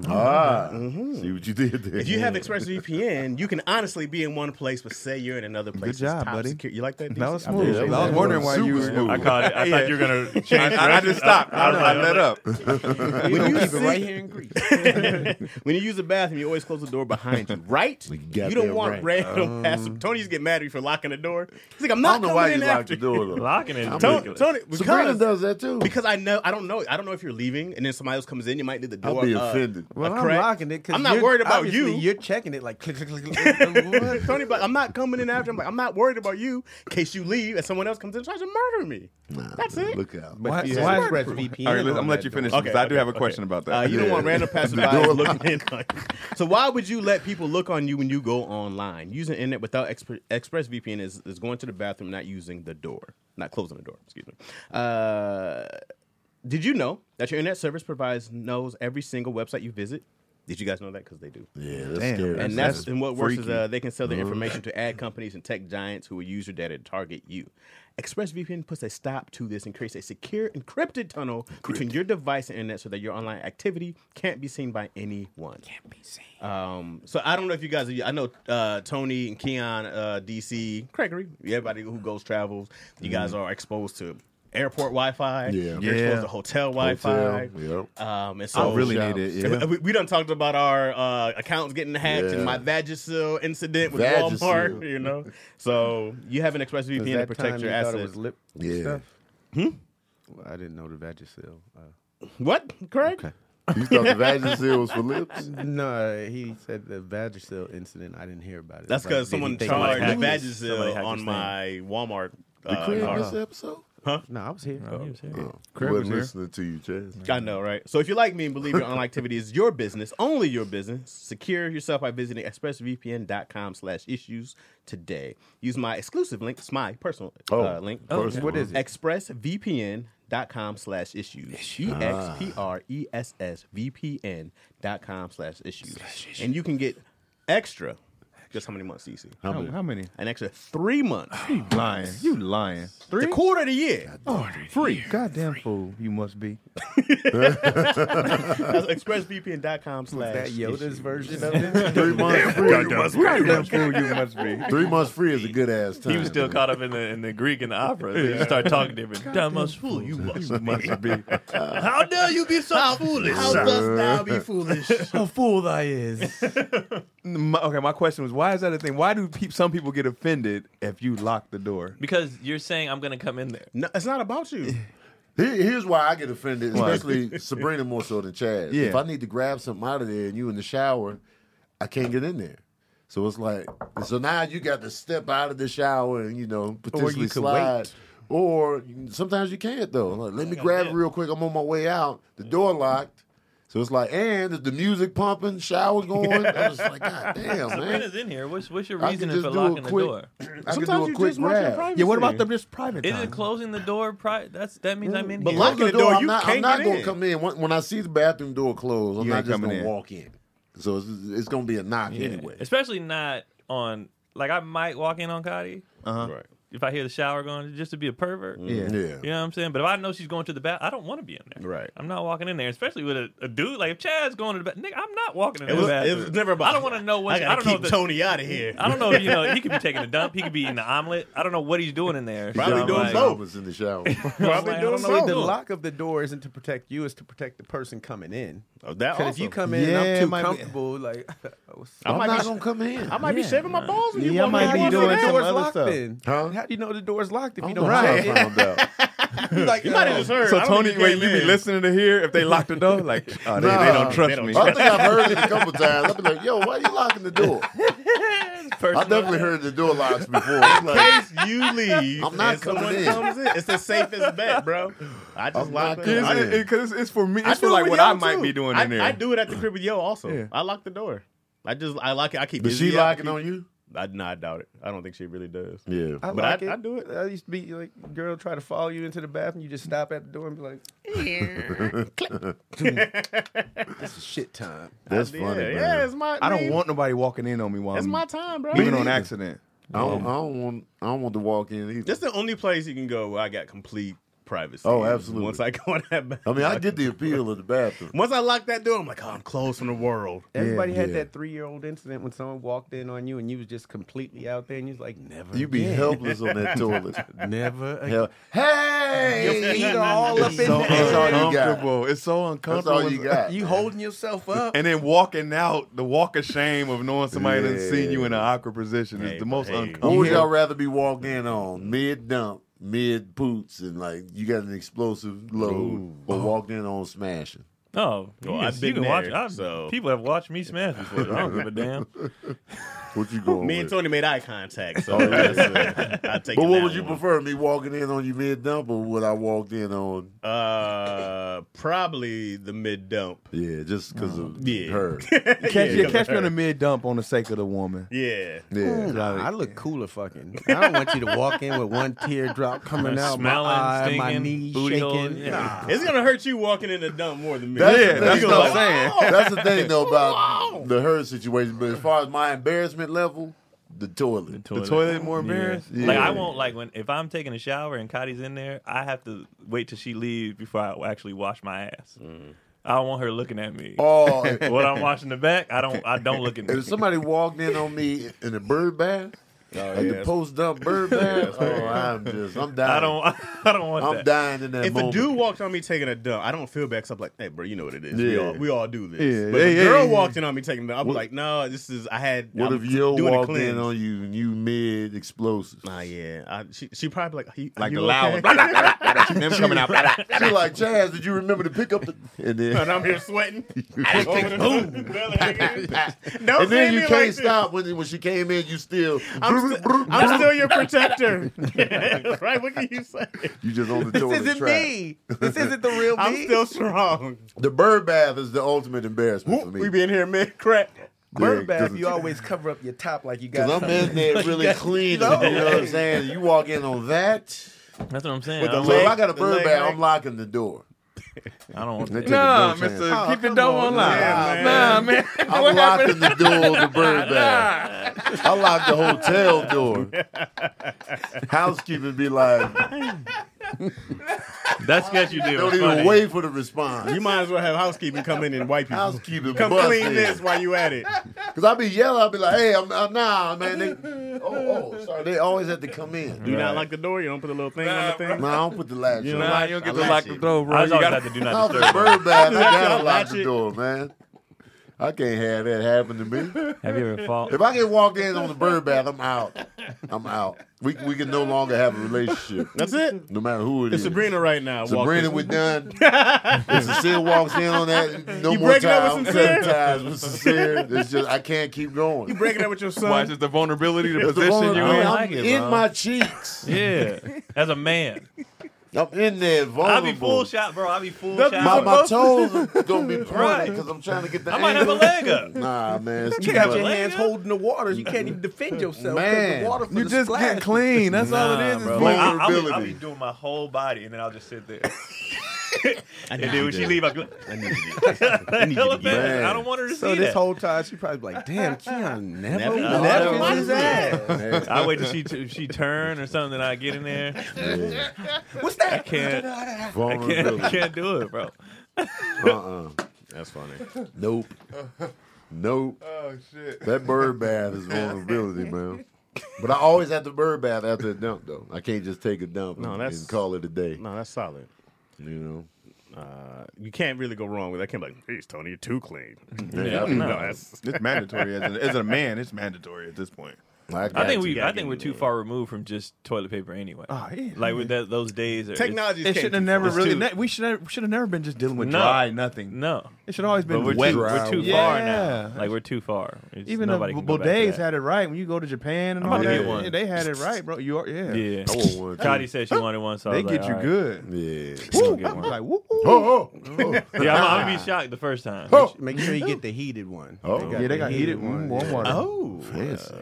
[SPEAKER 1] Ah, see what you did there.
[SPEAKER 2] If Mm-hmm. you have ExpressVPN, you can honestly be in one place, but say you're in another place. It's
[SPEAKER 4] job,
[SPEAKER 2] top
[SPEAKER 4] buddy.
[SPEAKER 2] secure- You like that?
[SPEAKER 4] That was
[SPEAKER 2] DC? I
[SPEAKER 4] smooth.
[SPEAKER 2] appreciate
[SPEAKER 4] I was
[SPEAKER 2] that.
[SPEAKER 4] wondering why you
[SPEAKER 1] Super
[SPEAKER 4] were
[SPEAKER 1] smooth.
[SPEAKER 6] I caught it. I thought you were gonna change.
[SPEAKER 4] I, I just stopped. I, I let up.
[SPEAKER 3] We gonna keep it right here in Greece.
[SPEAKER 2] When you use the bathroom, you always close the door behind you, right?
[SPEAKER 1] You
[SPEAKER 2] You,
[SPEAKER 1] got
[SPEAKER 2] don't
[SPEAKER 1] that
[SPEAKER 2] want
[SPEAKER 1] right.
[SPEAKER 2] random pass. Tony's get mad at you for locking the door. He's like, I'm
[SPEAKER 1] I
[SPEAKER 2] not
[SPEAKER 1] don't know
[SPEAKER 2] coming
[SPEAKER 1] why you
[SPEAKER 2] in
[SPEAKER 1] locked
[SPEAKER 2] after
[SPEAKER 1] the
[SPEAKER 2] you.
[SPEAKER 1] door though.
[SPEAKER 6] Locking it. is
[SPEAKER 2] Tony,
[SPEAKER 6] ridiculous.
[SPEAKER 2] Tony,
[SPEAKER 1] Sabrina
[SPEAKER 2] because,
[SPEAKER 1] does that too.
[SPEAKER 2] because I know I don't know I don't know if you're leaving and then somebody else comes in, you might need the
[SPEAKER 1] I'll
[SPEAKER 2] door.
[SPEAKER 1] be
[SPEAKER 2] uh,
[SPEAKER 1] offended.
[SPEAKER 3] Well, I'm
[SPEAKER 2] crack.
[SPEAKER 3] rocking it. 'cause
[SPEAKER 2] I'm not
[SPEAKER 3] you're-
[SPEAKER 2] worried about
[SPEAKER 3] obviously
[SPEAKER 2] you.
[SPEAKER 3] You're checking it like click, click, click, click. What?
[SPEAKER 2] Tony, but I'm not coming in after. I'm like, I'm not worried about you in case you leave and someone else comes in and tries to murder me. That's it.
[SPEAKER 1] Look out.
[SPEAKER 4] Why,
[SPEAKER 3] You
[SPEAKER 4] why
[SPEAKER 3] had
[SPEAKER 4] is- all right, listen, I'm
[SPEAKER 3] ExpressVPN
[SPEAKER 4] gonna
[SPEAKER 3] on
[SPEAKER 4] let
[SPEAKER 3] that
[SPEAKER 4] you
[SPEAKER 3] door.
[SPEAKER 4] finish
[SPEAKER 2] Okay,
[SPEAKER 4] because I do
[SPEAKER 2] okay,
[SPEAKER 4] have a
[SPEAKER 2] okay.
[SPEAKER 4] question about that.
[SPEAKER 2] Uh, you don't want random passersby looking in. Like, so why would you let people look on you when you go online? Using internet without exp- Express VPN is, is going to the bathroom, not using the door, not closing the door. Excuse me. Uh, did you know that your internet service provider knows every single website you visit? Did you guys know that? Because they do.
[SPEAKER 1] Yeah, that's
[SPEAKER 4] Damn,
[SPEAKER 1] scary.
[SPEAKER 2] And that's, and what works is uh, they can sell their information to ad companies and tech giants who will use your data to target you. ExpressVPN puts a stop to this and creates a secure encrypted tunnel between your device and internet so that your online activity can't be seen by anyone. Can't be seen. Um, so I don't know if you guys, I know uh, Tony and Keon, uh, DC, Gregory, everybody who goes travels, you guys are exposed to airport Wi-Fi.
[SPEAKER 1] Yeah.
[SPEAKER 2] You're
[SPEAKER 4] Yeah.
[SPEAKER 2] exposed to hotel
[SPEAKER 1] Hotel,
[SPEAKER 2] Wi-Fi.
[SPEAKER 1] yep.
[SPEAKER 2] Um, and so
[SPEAKER 4] I really
[SPEAKER 1] shout
[SPEAKER 4] need it.
[SPEAKER 1] out.
[SPEAKER 4] Yeah.
[SPEAKER 2] we, we, we done talked about our uh, accounts getting hacked
[SPEAKER 1] Yeah.
[SPEAKER 2] and my Vagisil incident with
[SPEAKER 1] Vagisil.
[SPEAKER 2] Walmart, you know. So you have an Express
[SPEAKER 3] Was
[SPEAKER 2] VPN to
[SPEAKER 3] that
[SPEAKER 2] protect
[SPEAKER 3] time
[SPEAKER 2] your Hmm?
[SPEAKER 3] you thought it
[SPEAKER 2] assets.
[SPEAKER 3] was lip
[SPEAKER 1] Yeah.
[SPEAKER 3] stuff? Well, I didn't know the Vagisil. Uh,
[SPEAKER 2] What, Craig?
[SPEAKER 1] You thought the Vagisil was for lips?
[SPEAKER 3] No, he said the Vagisil incident. I didn't hear about it.
[SPEAKER 2] That's
[SPEAKER 3] Like,
[SPEAKER 2] because
[SPEAKER 3] did he
[SPEAKER 2] someone
[SPEAKER 3] think
[SPEAKER 2] charged
[SPEAKER 6] hacked
[SPEAKER 2] the
[SPEAKER 6] his- somebody
[SPEAKER 2] Vagisil
[SPEAKER 6] hacked
[SPEAKER 2] on
[SPEAKER 6] his
[SPEAKER 2] my Walmart. Uh,
[SPEAKER 1] Craig
[SPEAKER 2] card.
[SPEAKER 1] missed the episode?
[SPEAKER 3] No, I was here.
[SPEAKER 6] Oh, he was here.
[SPEAKER 1] Craig Uh, wasn't listening to you, Chaz.
[SPEAKER 2] I know, right? So if you like me and believe your online activity is your business, only your business, secure yourself by visiting expressvpn.com slash issues today. Use my exclusive link. It's my personal uh,
[SPEAKER 1] Oh,
[SPEAKER 2] link. Um,
[SPEAKER 1] personal.
[SPEAKER 3] What is it?
[SPEAKER 2] Expressvpn.com slash issues. E X P R E S S V P N dot com slash issues. And you can get extra, just how many months, CC?
[SPEAKER 1] How
[SPEAKER 5] How,
[SPEAKER 1] many?
[SPEAKER 5] how many?
[SPEAKER 2] An extra three months.
[SPEAKER 5] You lying. You lying.
[SPEAKER 2] Three? The quarter of the year.
[SPEAKER 5] Free. Goddamn fool you must be.
[SPEAKER 2] That's expressvpn.com slash
[SPEAKER 3] That
[SPEAKER 2] issues.
[SPEAKER 3] Yoda's version of it.
[SPEAKER 1] Three months free.
[SPEAKER 5] Goddamn fool you must be.
[SPEAKER 1] Three months free is a good ass time.
[SPEAKER 6] He was still
[SPEAKER 1] man.
[SPEAKER 6] caught up in the in the Greek and the opera. They just started talking different. Thou must fool you must be. How dare you be so foolish?
[SPEAKER 2] How
[SPEAKER 6] sir?
[SPEAKER 2] dost thou be foolish?
[SPEAKER 5] A fool I is. my, okay, my question was why is that a thing? Why do peop some people get offended if you lock the door?
[SPEAKER 6] Because you're saying I'm gonna come in there.
[SPEAKER 2] No, it's not about you.
[SPEAKER 1] Here- Here's why I get offended, especially Sabrina more so than Chad. If I need to grab something out of there and you in the shower, I can't get in there. So it's like, so now you got to step out of the shower and you know potentially
[SPEAKER 3] could
[SPEAKER 1] slide.
[SPEAKER 3] wait.
[SPEAKER 1] Or sometimes you can't though. Like, let me grab it
[SPEAKER 6] dip.
[SPEAKER 1] real quick. I'm on my way out. The door locked. So it's like, and is the music pumping? Shower going? I was like, God damn, man.
[SPEAKER 6] Brenda's in here. What's what's your
[SPEAKER 1] I can
[SPEAKER 6] reasoning
[SPEAKER 1] just
[SPEAKER 6] for
[SPEAKER 1] do a
[SPEAKER 6] locking
[SPEAKER 1] quick.
[SPEAKER 6] the door?
[SPEAKER 1] I can
[SPEAKER 2] Sometimes
[SPEAKER 1] do a
[SPEAKER 2] you
[SPEAKER 1] quick
[SPEAKER 2] just want your
[SPEAKER 1] grab.
[SPEAKER 2] privacy.
[SPEAKER 5] Yeah, what about the just private
[SPEAKER 6] Is
[SPEAKER 5] time?
[SPEAKER 6] it closing the door? Pri- that's that means I'm in
[SPEAKER 2] But
[SPEAKER 6] here.
[SPEAKER 2] lock-
[SPEAKER 1] Close
[SPEAKER 2] Locking the door,
[SPEAKER 1] I'm
[SPEAKER 2] you
[SPEAKER 1] not, I'm
[SPEAKER 2] can't
[SPEAKER 1] not
[SPEAKER 2] get
[SPEAKER 1] gonna
[SPEAKER 2] in.
[SPEAKER 1] come in. When, when I see the bathroom door closed, I'm
[SPEAKER 5] You
[SPEAKER 1] not
[SPEAKER 5] ain't
[SPEAKER 1] just
[SPEAKER 5] coming
[SPEAKER 1] gonna
[SPEAKER 5] in.
[SPEAKER 1] walk in. So it's, it's gonna be a knock anyway.
[SPEAKER 6] Especially not on. Like I might walk in on Cotty
[SPEAKER 2] Right.
[SPEAKER 6] if I hear the shower going, just to be a pervert.
[SPEAKER 1] Yeah.
[SPEAKER 6] You know what I'm saying? But if I know she's going to the bath, I don't want to be in there.
[SPEAKER 2] Right.
[SPEAKER 6] I'm not walking in there, especially with a, a dude. Like if Chad's going to the bath, nigga, I'm not walking in
[SPEAKER 2] It
[SPEAKER 6] the
[SPEAKER 2] was, it
[SPEAKER 6] bathroom.
[SPEAKER 2] was never about.
[SPEAKER 6] I don't want to know what.
[SPEAKER 2] I
[SPEAKER 6] I,
[SPEAKER 2] gotta
[SPEAKER 6] don't know.
[SPEAKER 2] keep
[SPEAKER 6] if the-
[SPEAKER 2] Tony out of here.
[SPEAKER 6] I don't know if you know. He could be taking a dump. He could be eating an omelet. I don't know what he's doing in there.
[SPEAKER 2] Probably
[SPEAKER 6] So I'm
[SPEAKER 2] doing
[SPEAKER 6] like-
[SPEAKER 2] both.
[SPEAKER 1] I was in the shower.
[SPEAKER 6] I'm like, I don't know what he's
[SPEAKER 3] the
[SPEAKER 6] doing.
[SPEAKER 3] lock of the door isn't to protect you; it's to protect the person coming in.
[SPEAKER 2] Oh, that
[SPEAKER 3] Because if
[SPEAKER 2] also.
[SPEAKER 3] you come in, and
[SPEAKER 5] Yeah,
[SPEAKER 3] I'm
[SPEAKER 5] might
[SPEAKER 3] too
[SPEAKER 5] be-
[SPEAKER 3] comfortable. Like,
[SPEAKER 1] I'm
[SPEAKER 2] might
[SPEAKER 1] not
[SPEAKER 2] be-
[SPEAKER 1] gonna come in.
[SPEAKER 2] I might be shaving my balls when you
[SPEAKER 5] Yeah, I
[SPEAKER 2] walk
[SPEAKER 5] might
[SPEAKER 2] in.
[SPEAKER 5] be
[SPEAKER 2] How do you
[SPEAKER 5] doing
[SPEAKER 2] know
[SPEAKER 5] some
[SPEAKER 2] that?
[SPEAKER 5] other stuff.
[SPEAKER 3] Then?
[SPEAKER 1] Huh? Oh,
[SPEAKER 3] How do you know the door's locked if
[SPEAKER 1] I
[SPEAKER 3] you
[SPEAKER 1] don't
[SPEAKER 3] don't
[SPEAKER 1] know how I
[SPEAKER 3] check it?
[SPEAKER 1] found out.
[SPEAKER 3] You like,
[SPEAKER 2] You might
[SPEAKER 3] oh.
[SPEAKER 2] have just heard.
[SPEAKER 5] So
[SPEAKER 2] I don't
[SPEAKER 5] Tony,
[SPEAKER 2] think you
[SPEAKER 5] wait,
[SPEAKER 2] came
[SPEAKER 5] you be
[SPEAKER 2] in.
[SPEAKER 5] listening to hear if they lock the door? Like, oh, they, they
[SPEAKER 1] Nah.
[SPEAKER 5] don't trust
[SPEAKER 2] They don't
[SPEAKER 5] me.
[SPEAKER 1] I think I've heard it a couple times. I've been like, yo, why you locking the door? I definitely heard the door locks before. It's like,
[SPEAKER 2] Place you leave.
[SPEAKER 1] I'm not
[SPEAKER 2] and someone
[SPEAKER 1] coming in.
[SPEAKER 2] comes in. It's the safest bet, bro. I just
[SPEAKER 1] I'm
[SPEAKER 2] lock
[SPEAKER 1] not
[SPEAKER 2] the
[SPEAKER 1] coming
[SPEAKER 5] Because
[SPEAKER 2] door.
[SPEAKER 1] in.
[SPEAKER 5] it, it- 'cause it's, it's for me.
[SPEAKER 2] I
[SPEAKER 5] It's
[SPEAKER 2] do
[SPEAKER 5] for
[SPEAKER 2] it
[SPEAKER 5] like
[SPEAKER 2] with
[SPEAKER 5] what
[SPEAKER 2] y'all,
[SPEAKER 5] I might
[SPEAKER 2] too.
[SPEAKER 5] be doing
[SPEAKER 2] I,
[SPEAKER 5] in there.
[SPEAKER 2] I do it at the crib with yo. Also,
[SPEAKER 5] Yeah.
[SPEAKER 2] I lock the door. I just I lock it. I keep.
[SPEAKER 1] Does she
[SPEAKER 2] busy. I
[SPEAKER 1] locking
[SPEAKER 2] keep-
[SPEAKER 1] on you?
[SPEAKER 2] I, no, I doubt it. I don't think she really does.
[SPEAKER 1] Yeah.
[SPEAKER 3] I
[SPEAKER 2] But
[SPEAKER 3] like
[SPEAKER 2] I-
[SPEAKER 3] it.
[SPEAKER 2] I do it.
[SPEAKER 3] I used to be like, girl, try to follow you into the bathroom. You just stop at the door and be like, "This is shit time."
[SPEAKER 1] That's
[SPEAKER 2] yeah,
[SPEAKER 1] funny. uh,
[SPEAKER 2] yeah.
[SPEAKER 1] man.
[SPEAKER 2] It's my.
[SPEAKER 5] I
[SPEAKER 2] I
[SPEAKER 5] don't
[SPEAKER 2] mean,
[SPEAKER 5] want nobody walking in on me while
[SPEAKER 2] It's
[SPEAKER 5] I'm
[SPEAKER 2] my time, bro.
[SPEAKER 5] even on accident.
[SPEAKER 1] I don't, I don't want. I don't want to walk in either.
[SPEAKER 2] That's the only place you can go where I got complete privacy.
[SPEAKER 1] Oh, absolutely.
[SPEAKER 2] Once I go in that bathroom.
[SPEAKER 1] I mean, I get the appeal of the bathroom.
[SPEAKER 2] Once I lock that door, I'm like, oh, I'm closed from the world.
[SPEAKER 3] Everybody had
[SPEAKER 1] Yeah.
[SPEAKER 3] that three-year-old incident when someone walked in on you and you was just completely out there and you was like, "Never."
[SPEAKER 1] You be helpless on that toilet.
[SPEAKER 3] never. Again.
[SPEAKER 1] Hell, hey,
[SPEAKER 3] Your feet are all up in
[SPEAKER 1] so
[SPEAKER 3] the
[SPEAKER 1] That's all
[SPEAKER 3] air.
[SPEAKER 1] you got.
[SPEAKER 5] uncomfortable. It's so
[SPEAKER 1] That's
[SPEAKER 5] uncomfortable.
[SPEAKER 1] all you got.
[SPEAKER 3] You holding yourself up.
[SPEAKER 5] And then walking out, the walk of shame of knowing somebody did done seen you in an awkward position is
[SPEAKER 2] Hey,
[SPEAKER 5] the most
[SPEAKER 2] hey.
[SPEAKER 1] What
[SPEAKER 5] uncomfortable.
[SPEAKER 1] would y'all rather be walked in on? Mid dump, mid poots, and like you got an explosive load, or walked in on smashing?
[SPEAKER 6] Oh, you
[SPEAKER 2] Well,
[SPEAKER 6] can-
[SPEAKER 2] I've been
[SPEAKER 6] you can
[SPEAKER 2] there,
[SPEAKER 6] watch, I've-
[SPEAKER 2] so-
[SPEAKER 6] people have watched me smash before. I don't give a damn.
[SPEAKER 1] What you going
[SPEAKER 2] Me and
[SPEAKER 1] with?
[SPEAKER 2] Tony made eye contact, so
[SPEAKER 1] Oh, yeah.
[SPEAKER 2] I take.
[SPEAKER 1] but
[SPEAKER 2] it
[SPEAKER 1] what
[SPEAKER 2] that
[SPEAKER 1] would you
[SPEAKER 2] one.
[SPEAKER 1] prefer? Me walking in on you mid dump, or what I walked in on?
[SPEAKER 2] Uh, probably the mid dump.
[SPEAKER 1] Yeah, just because of
[SPEAKER 2] Yeah.
[SPEAKER 1] her.
[SPEAKER 5] Catch, yeah, catch me on the mid dump on the sake of the woman.
[SPEAKER 2] Yeah,
[SPEAKER 1] Yeah.
[SPEAKER 3] Nah, I look cooler fucking. I don't want you to walk in with one teardrop coming out
[SPEAKER 6] Smelling,
[SPEAKER 3] my eye,
[SPEAKER 6] stinging,
[SPEAKER 3] my knees
[SPEAKER 6] booty hole.
[SPEAKER 3] shaking.
[SPEAKER 6] Yeah.
[SPEAKER 2] it's gonna hurt you walking in the dump more than me.
[SPEAKER 1] That's
[SPEAKER 5] Yeah,
[SPEAKER 1] the
[SPEAKER 5] that's
[SPEAKER 1] thing
[SPEAKER 5] what I'm
[SPEAKER 1] about-
[SPEAKER 5] saying.
[SPEAKER 1] That's the thing though about the her situation. But as far as my embarrassment level, the toilet.
[SPEAKER 5] The toilet more embarrassed.
[SPEAKER 1] Yeah.
[SPEAKER 6] Like I won't like when if I'm taking a shower and Cotty's in there, I have to wait till she leaves before I actually wash my ass. I don't want her looking at me.
[SPEAKER 1] Oh, if
[SPEAKER 6] When I'm washing the back, I don't I don't look at me.
[SPEAKER 1] if somebody walked in on me in a bird bath,
[SPEAKER 2] Oh,
[SPEAKER 1] like the post dump bird bath. oh, I'm just, I'm dying.
[SPEAKER 6] I don't. I don't want
[SPEAKER 1] I'm
[SPEAKER 6] that.
[SPEAKER 1] dying in that
[SPEAKER 2] If
[SPEAKER 1] moment.
[SPEAKER 2] a dude walks on me taking a dump, I don't feel bad. Cause I'm like, hey, bro, you know what it is. We
[SPEAKER 1] Yeah.
[SPEAKER 2] all we all do this.
[SPEAKER 4] Yeah,
[SPEAKER 2] But
[SPEAKER 4] yeah,
[SPEAKER 2] if
[SPEAKER 4] yeah,
[SPEAKER 2] a girl
[SPEAKER 4] yeah.
[SPEAKER 2] walked in on me taking a dump, I'm like, no, this is I had.
[SPEAKER 1] what
[SPEAKER 2] I'm
[SPEAKER 1] if you
[SPEAKER 2] doing a
[SPEAKER 1] walked in
[SPEAKER 2] cleanse."
[SPEAKER 1] on you and you mid explosives?
[SPEAKER 2] Nah, yeah. I, she she probably like "Are you- are
[SPEAKER 4] Like
[SPEAKER 2] you
[SPEAKER 4] the loud
[SPEAKER 2] okay?"
[SPEAKER 4] one. Them coming out. blah, blah.
[SPEAKER 1] She like, Chaz, did you remember to pick up the? And
[SPEAKER 2] and
[SPEAKER 1] then,
[SPEAKER 2] I'm here sweating.
[SPEAKER 1] boom.
[SPEAKER 2] no,
[SPEAKER 1] and then you can't
[SPEAKER 2] like stop.
[SPEAKER 1] stop when when she came in. You still,
[SPEAKER 2] I'm, st- I'm still your protector. right? What can you say?
[SPEAKER 1] you just on the toe of the trap.
[SPEAKER 3] This isn't the real
[SPEAKER 2] I'm still strong.
[SPEAKER 1] The bird bath is the ultimate embarrassment for me.
[SPEAKER 2] We been here mid crack.
[SPEAKER 1] Yeah,
[SPEAKER 3] Bird bath,
[SPEAKER 1] 'cause-
[SPEAKER 3] you always cover up your top like you got.
[SPEAKER 1] Cause I'm
[SPEAKER 3] something.
[SPEAKER 1] in there really clean, you know what I'm saying. You walk in on that.
[SPEAKER 6] That's what I'm saying.
[SPEAKER 2] With
[SPEAKER 6] I
[SPEAKER 2] the
[SPEAKER 6] don't,
[SPEAKER 1] So if I
[SPEAKER 2] leg-
[SPEAKER 1] got a
[SPEAKER 2] the
[SPEAKER 1] bird
[SPEAKER 2] leg
[SPEAKER 1] bath,
[SPEAKER 2] rack.
[SPEAKER 1] I'm locking the door.
[SPEAKER 6] I don't want
[SPEAKER 1] They
[SPEAKER 6] that.
[SPEAKER 1] taking no
[SPEAKER 5] Nah,
[SPEAKER 1] chance.
[SPEAKER 5] Mister,
[SPEAKER 3] Oh,
[SPEAKER 5] keep the
[SPEAKER 3] come
[SPEAKER 5] door
[SPEAKER 3] on.
[SPEAKER 5] on
[SPEAKER 1] Ah,
[SPEAKER 5] line.
[SPEAKER 2] Yeah,
[SPEAKER 5] Nah,
[SPEAKER 2] man.
[SPEAKER 5] man.
[SPEAKER 1] I'm locking the door of the bird bath. I lock the hotel door. Housekeeping be like,
[SPEAKER 6] That's sketchy, dude.
[SPEAKER 1] don't
[SPEAKER 6] It's
[SPEAKER 1] even
[SPEAKER 6] funny.
[SPEAKER 1] wait for the response.
[SPEAKER 2] You might as well have housekeeping come in and wipe you.
[SPEAKER 1] Housekeeping
[SPEAKER 2] Come
[SPEAKER 1] bust
[SPEAKER 2] clean
[SPEAKER 1] in.
[SPEAKER 2] this while you at it.
[SPEAKER 1] Cause I be yelling, I be like, hey, I'm uh, nah, man. They, oh, oh, sorry. They always have to come in.
[SPEAKER 2] Do you not lock the door. You don't put the little thing on the thing.
[SPEAKER 1] Nah, I don't put the latch.
[SPEAKER 2] You
[SPEAKER 1] on.
[SPEAKER 2] know,
[SPEAKER 5] Nah, you don't
[SPEAKER 1] I
[SPEAKER 5] get to lock the
[SPEAKER 1] it.
[SPEAKER 5] door, bro.
[SPEAKER 6] I
[SPEAKER 5] You
[SPEAKER 6] was always
[SPEAKER 5] gotta-
[SPEAKER 6] had to do
[SPEAKER 1] I
[SPEAKER 6] not
[SPEAKER 1] was a
[SPEAKER 6] disturb.
[SPEAKER 1] bird bath. I gotta lock
[SPEAKER 2] Latch
[SPEAKER 1] the
[SPEAKER 2] it.
[SPEAKER 1] door, man. I can't have that happen to me.
[SPEAKER 6] Have you ever fought?
[SPEAKER 1] If I get walked in on the bird bath, I'm out. I'm out. We we can no longer have a relationship,
[SPEAKER 2] That's it.
[SPEAKER 1] no matter who it
[SPEAKER 2] It's
[SPEAKER 1] is.
[SPEAKER 2] Sabrina right now. walking.
[SPEAKER 1] Sabrina, we're done. if Sincere walks in on that, no
[SPEAKER 2] You
[SPEAKER 1] more
[SPEAKER 2] breaking up
[SPEAKER 1] time.
[SPEAKER 2] with
[SPEAKER 1] Seven
[SPEAKER 2] Sincere?
[SPEAKER 1] times with Sincere. It's just I can't keep going.
[SPEAKER 2] you breaking up with your son.
[SPEAKER 5] Why is it the vulnerability, the
[SPEAKER 1] It's the
[SPEAKER 5] position
[SPEAKER 1] vulnerability.
[SPEAKER 5] you in?
[SPEAKER 1] I'm
[SPEAKER 6] like it,
[SPEAKER 1] in
[SPEAKER 6] bro.
[SPEAKER 1] my cheeks.
[SPEAKER 6] Yeah, as a man,
[SPEAKER 1] I'm in there vulnerable.
[SPEAKER 6] I'll be full shot, bro. I'll be full
[SPEAKER 1] My,
[SPEAKER 6] shot.
[SPEAKER 1] my toes are gonna be pointed
[SPEAKER 6] Right.
[SPEAKER 1] because I'm trying to get the.
[SPEAKER 6] I might have a
[SPEAKER 1] angle.
[SPEAKER 6] leg up.
[SPEAKER 1] Nah, man, it's too
[SPEAKER 3] You got your
[SPEAKER 1] much.
[SPEAKER 3] hands holding the water. You can't even defend yourself. 'cause
[SPEAKER 1] Man.
[SPEAKER 3] the water for
[SPEAKER 5] You
[SPEAKER 3] the
[SPEAKER 5] just
[SPEAKER 3] splash.
[SPEAKER 5] get clean. That's all it is.
[SPEAKER 6] bro.
[SPEAKER 5] is
[SPEAKER 6] Like, I, I'll, be, I'll
[SPEAKER 1] vulnerability.
[SPEAKER 6] be doing my whole body, and then I'll just sit there. and then when she leave, I'll go. I need Hella bad. I don't want her to
[SPEAKER 3] So
[SPEAKER 6] see
[SPEAKER 3] this
[SPEAKER 6] that.
[SPEAKER 3] whole time, she probably be like, "Damn, Keon never,
[SPEAKER 2] Never-
[SPEAKER 3] never,
[SPEAKER 2] never
[SPEAKER 3] was
[SPEAKER 2] was
[SPEAKER 3] his
[SPEAKER 1] that.
[SPEAKER 3] ass.
[SPEAKER 6] I wait till she t- she turn or something, then I get in there.
[SPEAKER 3] What's
[SPEAKER 6] I
[SPEAKER 3] that?
[SPEAKER 6] can't, I can't, I
[SPEAKER 1] Vulnerability.
[SPEAKER 6] can't do it, bro.
[SPEAKER 1] Uh-uh.
[SPEAKER 2] That's funny.
[SPEAKER 1] Nope. Nope.
[SPEAKER 5] Oh shit.
[SPEAKER 1] That bird bath is vulnerability, man. But I always have the bird bath after a dump, though. I can't just take a dump
[SPEAKER 2] No,
[SPEAKER 1] and,
[SPEAKER 2] that's-
[SPEAKER 1] and call it a day.
[SPEAKER 2] No, that's solid.
[SPEAKER 1] You know.
[SPEAKER 2] Uh, you can't really go wrong with that. I can't be like, please, Tony, you're too clean.
[SPEAKER 1] Yeah, I,
[SPEAKER 2] No, that's
[SPEAKER 5] It's mandatory as, a- as a man. It's mandatory at this point.
[SPEAKER 6] I think we,
[SPEAKER 2] gotta
[SPEAKER 6] I
[SPEAKER 2] get
[SPEAKER 6] think we're
[SPEAKER 2] in
[SPEAKER 6] too
[SPEAKER 2] there.
[SPEAKER 6] far removed from just toilet paper anyway.
[SPEAKER 5] Oh,
[SPEAKER 6] Like with that, those days. Are, it's-
[SPEAKER 2] technology.
[SPEAKER 5] It should have never
[SPEAKER 6] it's
[SPEAKER 5] really.
[SPEAKER 6] too-
[SPEAKER 5] ne- we should have should have never been just dealing with
[SPEAKER 6] No.
[SPEAKER 5] dry nothing.
[SPEAKER 6] No,
[SPEAKER 5] It should always
[SPEAKER 6] but
[SPEAKER 5] been
[SPEAKER 6] we're
[SPEAKER 5] wet.
[SPEAKER 6] too, we're too
[SPEAKER 5] Yeah.
[SPEAKER 6] far now. Like we're too far. It's,
[SPEAKER 5] Even the
[SPEAKER 6] nobody can go back to
[SPEAKER 5] Bodegas
[SPEAKER 6] that.
[SPEAKER 5] had it right. When you go to Japan and
[SPEAKER 6] I'm
[SPEAKER 5] all
[SPEAKER 6] about to
[SPEAKER 5] that,
[SPEAKER 6] get one.
[SPEAKER 5] yeah, they had it right, bro. You are, yeah.
[SPEAKER 6] Yeah,
[SPEAKER 1] I want one. too.
[SPEAKER 6] Cody said she wanted one, so
[SPEAKER 5] They
[SPEAKER 6] I was
[SPEAKER 5] get
[SPEAKER 6] like,
[SPEAKER 5] you
[SPEAKER 6] all right.
[SPEAKER 5] good.
[SPEAKER 1] Yeah.
[SPEAKER 5] Woo,
[SPEAKER 6] get
[SPEAKER 5] I was
[SPEAKER 6] one.
[SPEAKER 5] like, woo, woo.
[SPEAKER 1] Oh, oh, oh.
[SPEAKER 6] Yeah, I'm, I'm gonna be shocked the first time.
[SPEAKER 3] Make sure you get the heated one.
[SPEAKER 1] Oh.
[SPEAKER 5] yeah, they got heated one. Warm water.
[SPEAKER 3] Oh,
[SPEAKER 1] Fancy.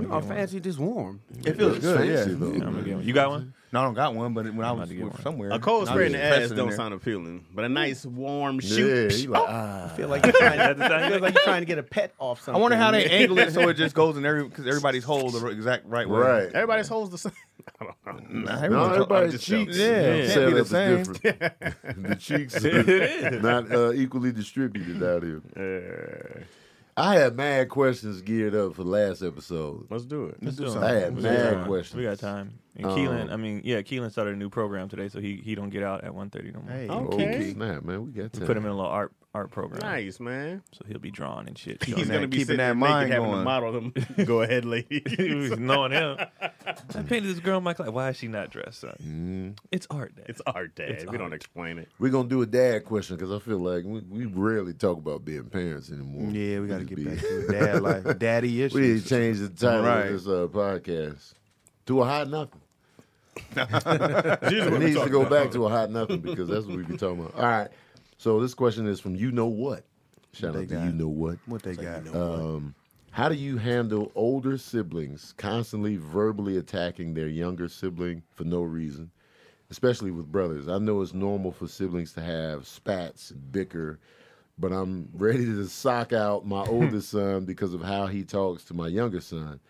[SPEAKER 3] you are fancy this warm.
[SPEAKER 5] It feels good.
[SPEAKER 1] Fancy,
[SPEAKER 5] Yeah.
[SPEAKER 1] though.
[SPEAKER 6] I'm gonna get one. You got one?
[SPEAKER 5] No, I don't got one, but when I was
[SPEAKER 6] to get one.
[SPEAKER 5] somewhere,
[SPEAKER 2] A cold
[SPEAKER 5] and I
[SPEAKER 2] spray
[SPEAKER 5] was
[SPEAKER 2] in the
[SPEAKER 5] just
[SPEAKER 2] ass
[SPEAKER 5] pressing
[SPEAKER 2] don't
[SPEAKER 5] there.
[SPEAKER 2] sound appealing, but a nice warm
[SPEAKER 1] Yeah,
[SPEAKER 2] shoot.
[SPEAKER 1] he like, ah.
[SPEAKER 3] I feel like you're trying,
[SPEAKER 6] That's the sound you
[SPEAKER 3] feels
[SPEAKER 6] make?
[SPEAKER 3] like you're trying to get a pet off
[SPEAKER 5] I
[SPEAKER 3] something.
[SPEAKER 5] wonder how they angle it so it just goes in every because everybody's hole the exact Oh, right way.
[SPEAKER 1] Right.
[SPEAKER 2] Everybody's holds the same. I don't know.
[SPEAKER 5] Nah,
[SPEAKER 1] No,
[SPEAKER 5] everyone's- I'm
[SPEAKER 1] everybody's
[SPEAKER 5] just
[SPEAKER 1] cheeks.
[SPEAKER 5] joking. Yeah, it can't be the same.
[SPEAKER 1] Setup is different. the cheeks are not uh, equally distributed out here.
[SPEAKER 2] Uh,
[SPEAKER 1] I had mad questions geared up for last episode.
[SPEAKER 2] let's do it.
[SPEAKER 6] Let's do
[SPEAKER 1] I had
[SPEAKER 6] We got
[SPEAKER 1] mad
[SPEAKER 6] time.
[SPEAKER 1] questions.
[SPEAKER 6] We got time. And
[SPEAKER 1] Um,
[SPEAKER 6] Keelan, I mean, yeah, Keelan started a new program today, so he he don't get out at 1.30 no more.
[SPEAKER 5] Hey,
[SPEAKER 2] Oh.
[SPEAKER 1] Okay.
[SPEAKER 2] Okay.
[SPEAKER 1] snap, man. We got
[SPEAKER 6] We
[SPEAKER 1] time.
[SPEAKER 6] put him in a little art art program,
[SPEAKER 2] Nice, man.
[SPEAKER 6] so he'll be drawing and shit.
[SPEAKER 2] He's
[SPEAKER 5] that-
[SPEAKER 2] gonna be
[SPEAKER 5] keeping
[SPEAKER 2] sitting
[SPEAKER 5] that
[SPEAKER 2] there
[SPEAKER 5] mind
[SPEAKER 2] naked, having to
[SPEAKER 5] going.
[SPEAKER 2] model him. Go ahead, lady.
[SPEAKER 6] He's knowing him. I painted this girl in my class. Why is she not dressed, son? It's art, Dad.
[SPEAKER 2] it's our dad. we don't
[SPEAKER 6] art.
[SPEAKER 2] explain it.
[SPEAKER 1] We're gonna do a dad question because I feel like we, we rarely talk about being parents anymore.
[SPEAKER 5] Yeah, we got to
[SPEAKER 1] just
[SPEAKER 5] get
[SPEAKER 1] be-
[SPEAKER 5] back to the dad life, daddy
[SPEAKER 1] We need
[SPEAKER 5] issues.
[SPEAKER 1] to change the title
[SPEAKER 5] Right.
[SPEAKER 1] of this uh, podcast to a hot nothing.
[SPEAKER 2] Here's
[SPEAKER 1] It
[SPEAKER 2] what
[SPEAKER 1] needs to
[SPEAKER 2] talking
[SPEAKER 1] go back to a hot nothing because that's what we be talking about. All right. So this question is from you know what. Shout out to
[SPEAKER 5] got?
[SPEAKER 1] you know what.
[SPEAKER 5] What they got?
[SPEAKER 1] Um, how do you handle older siblings constantly verbally attacking their younger sibling for no reason, especially with brothers? I know it's normal for siblings to have spats and bicker, but I'm ready to sock out my older son because of how he talks to my younger son.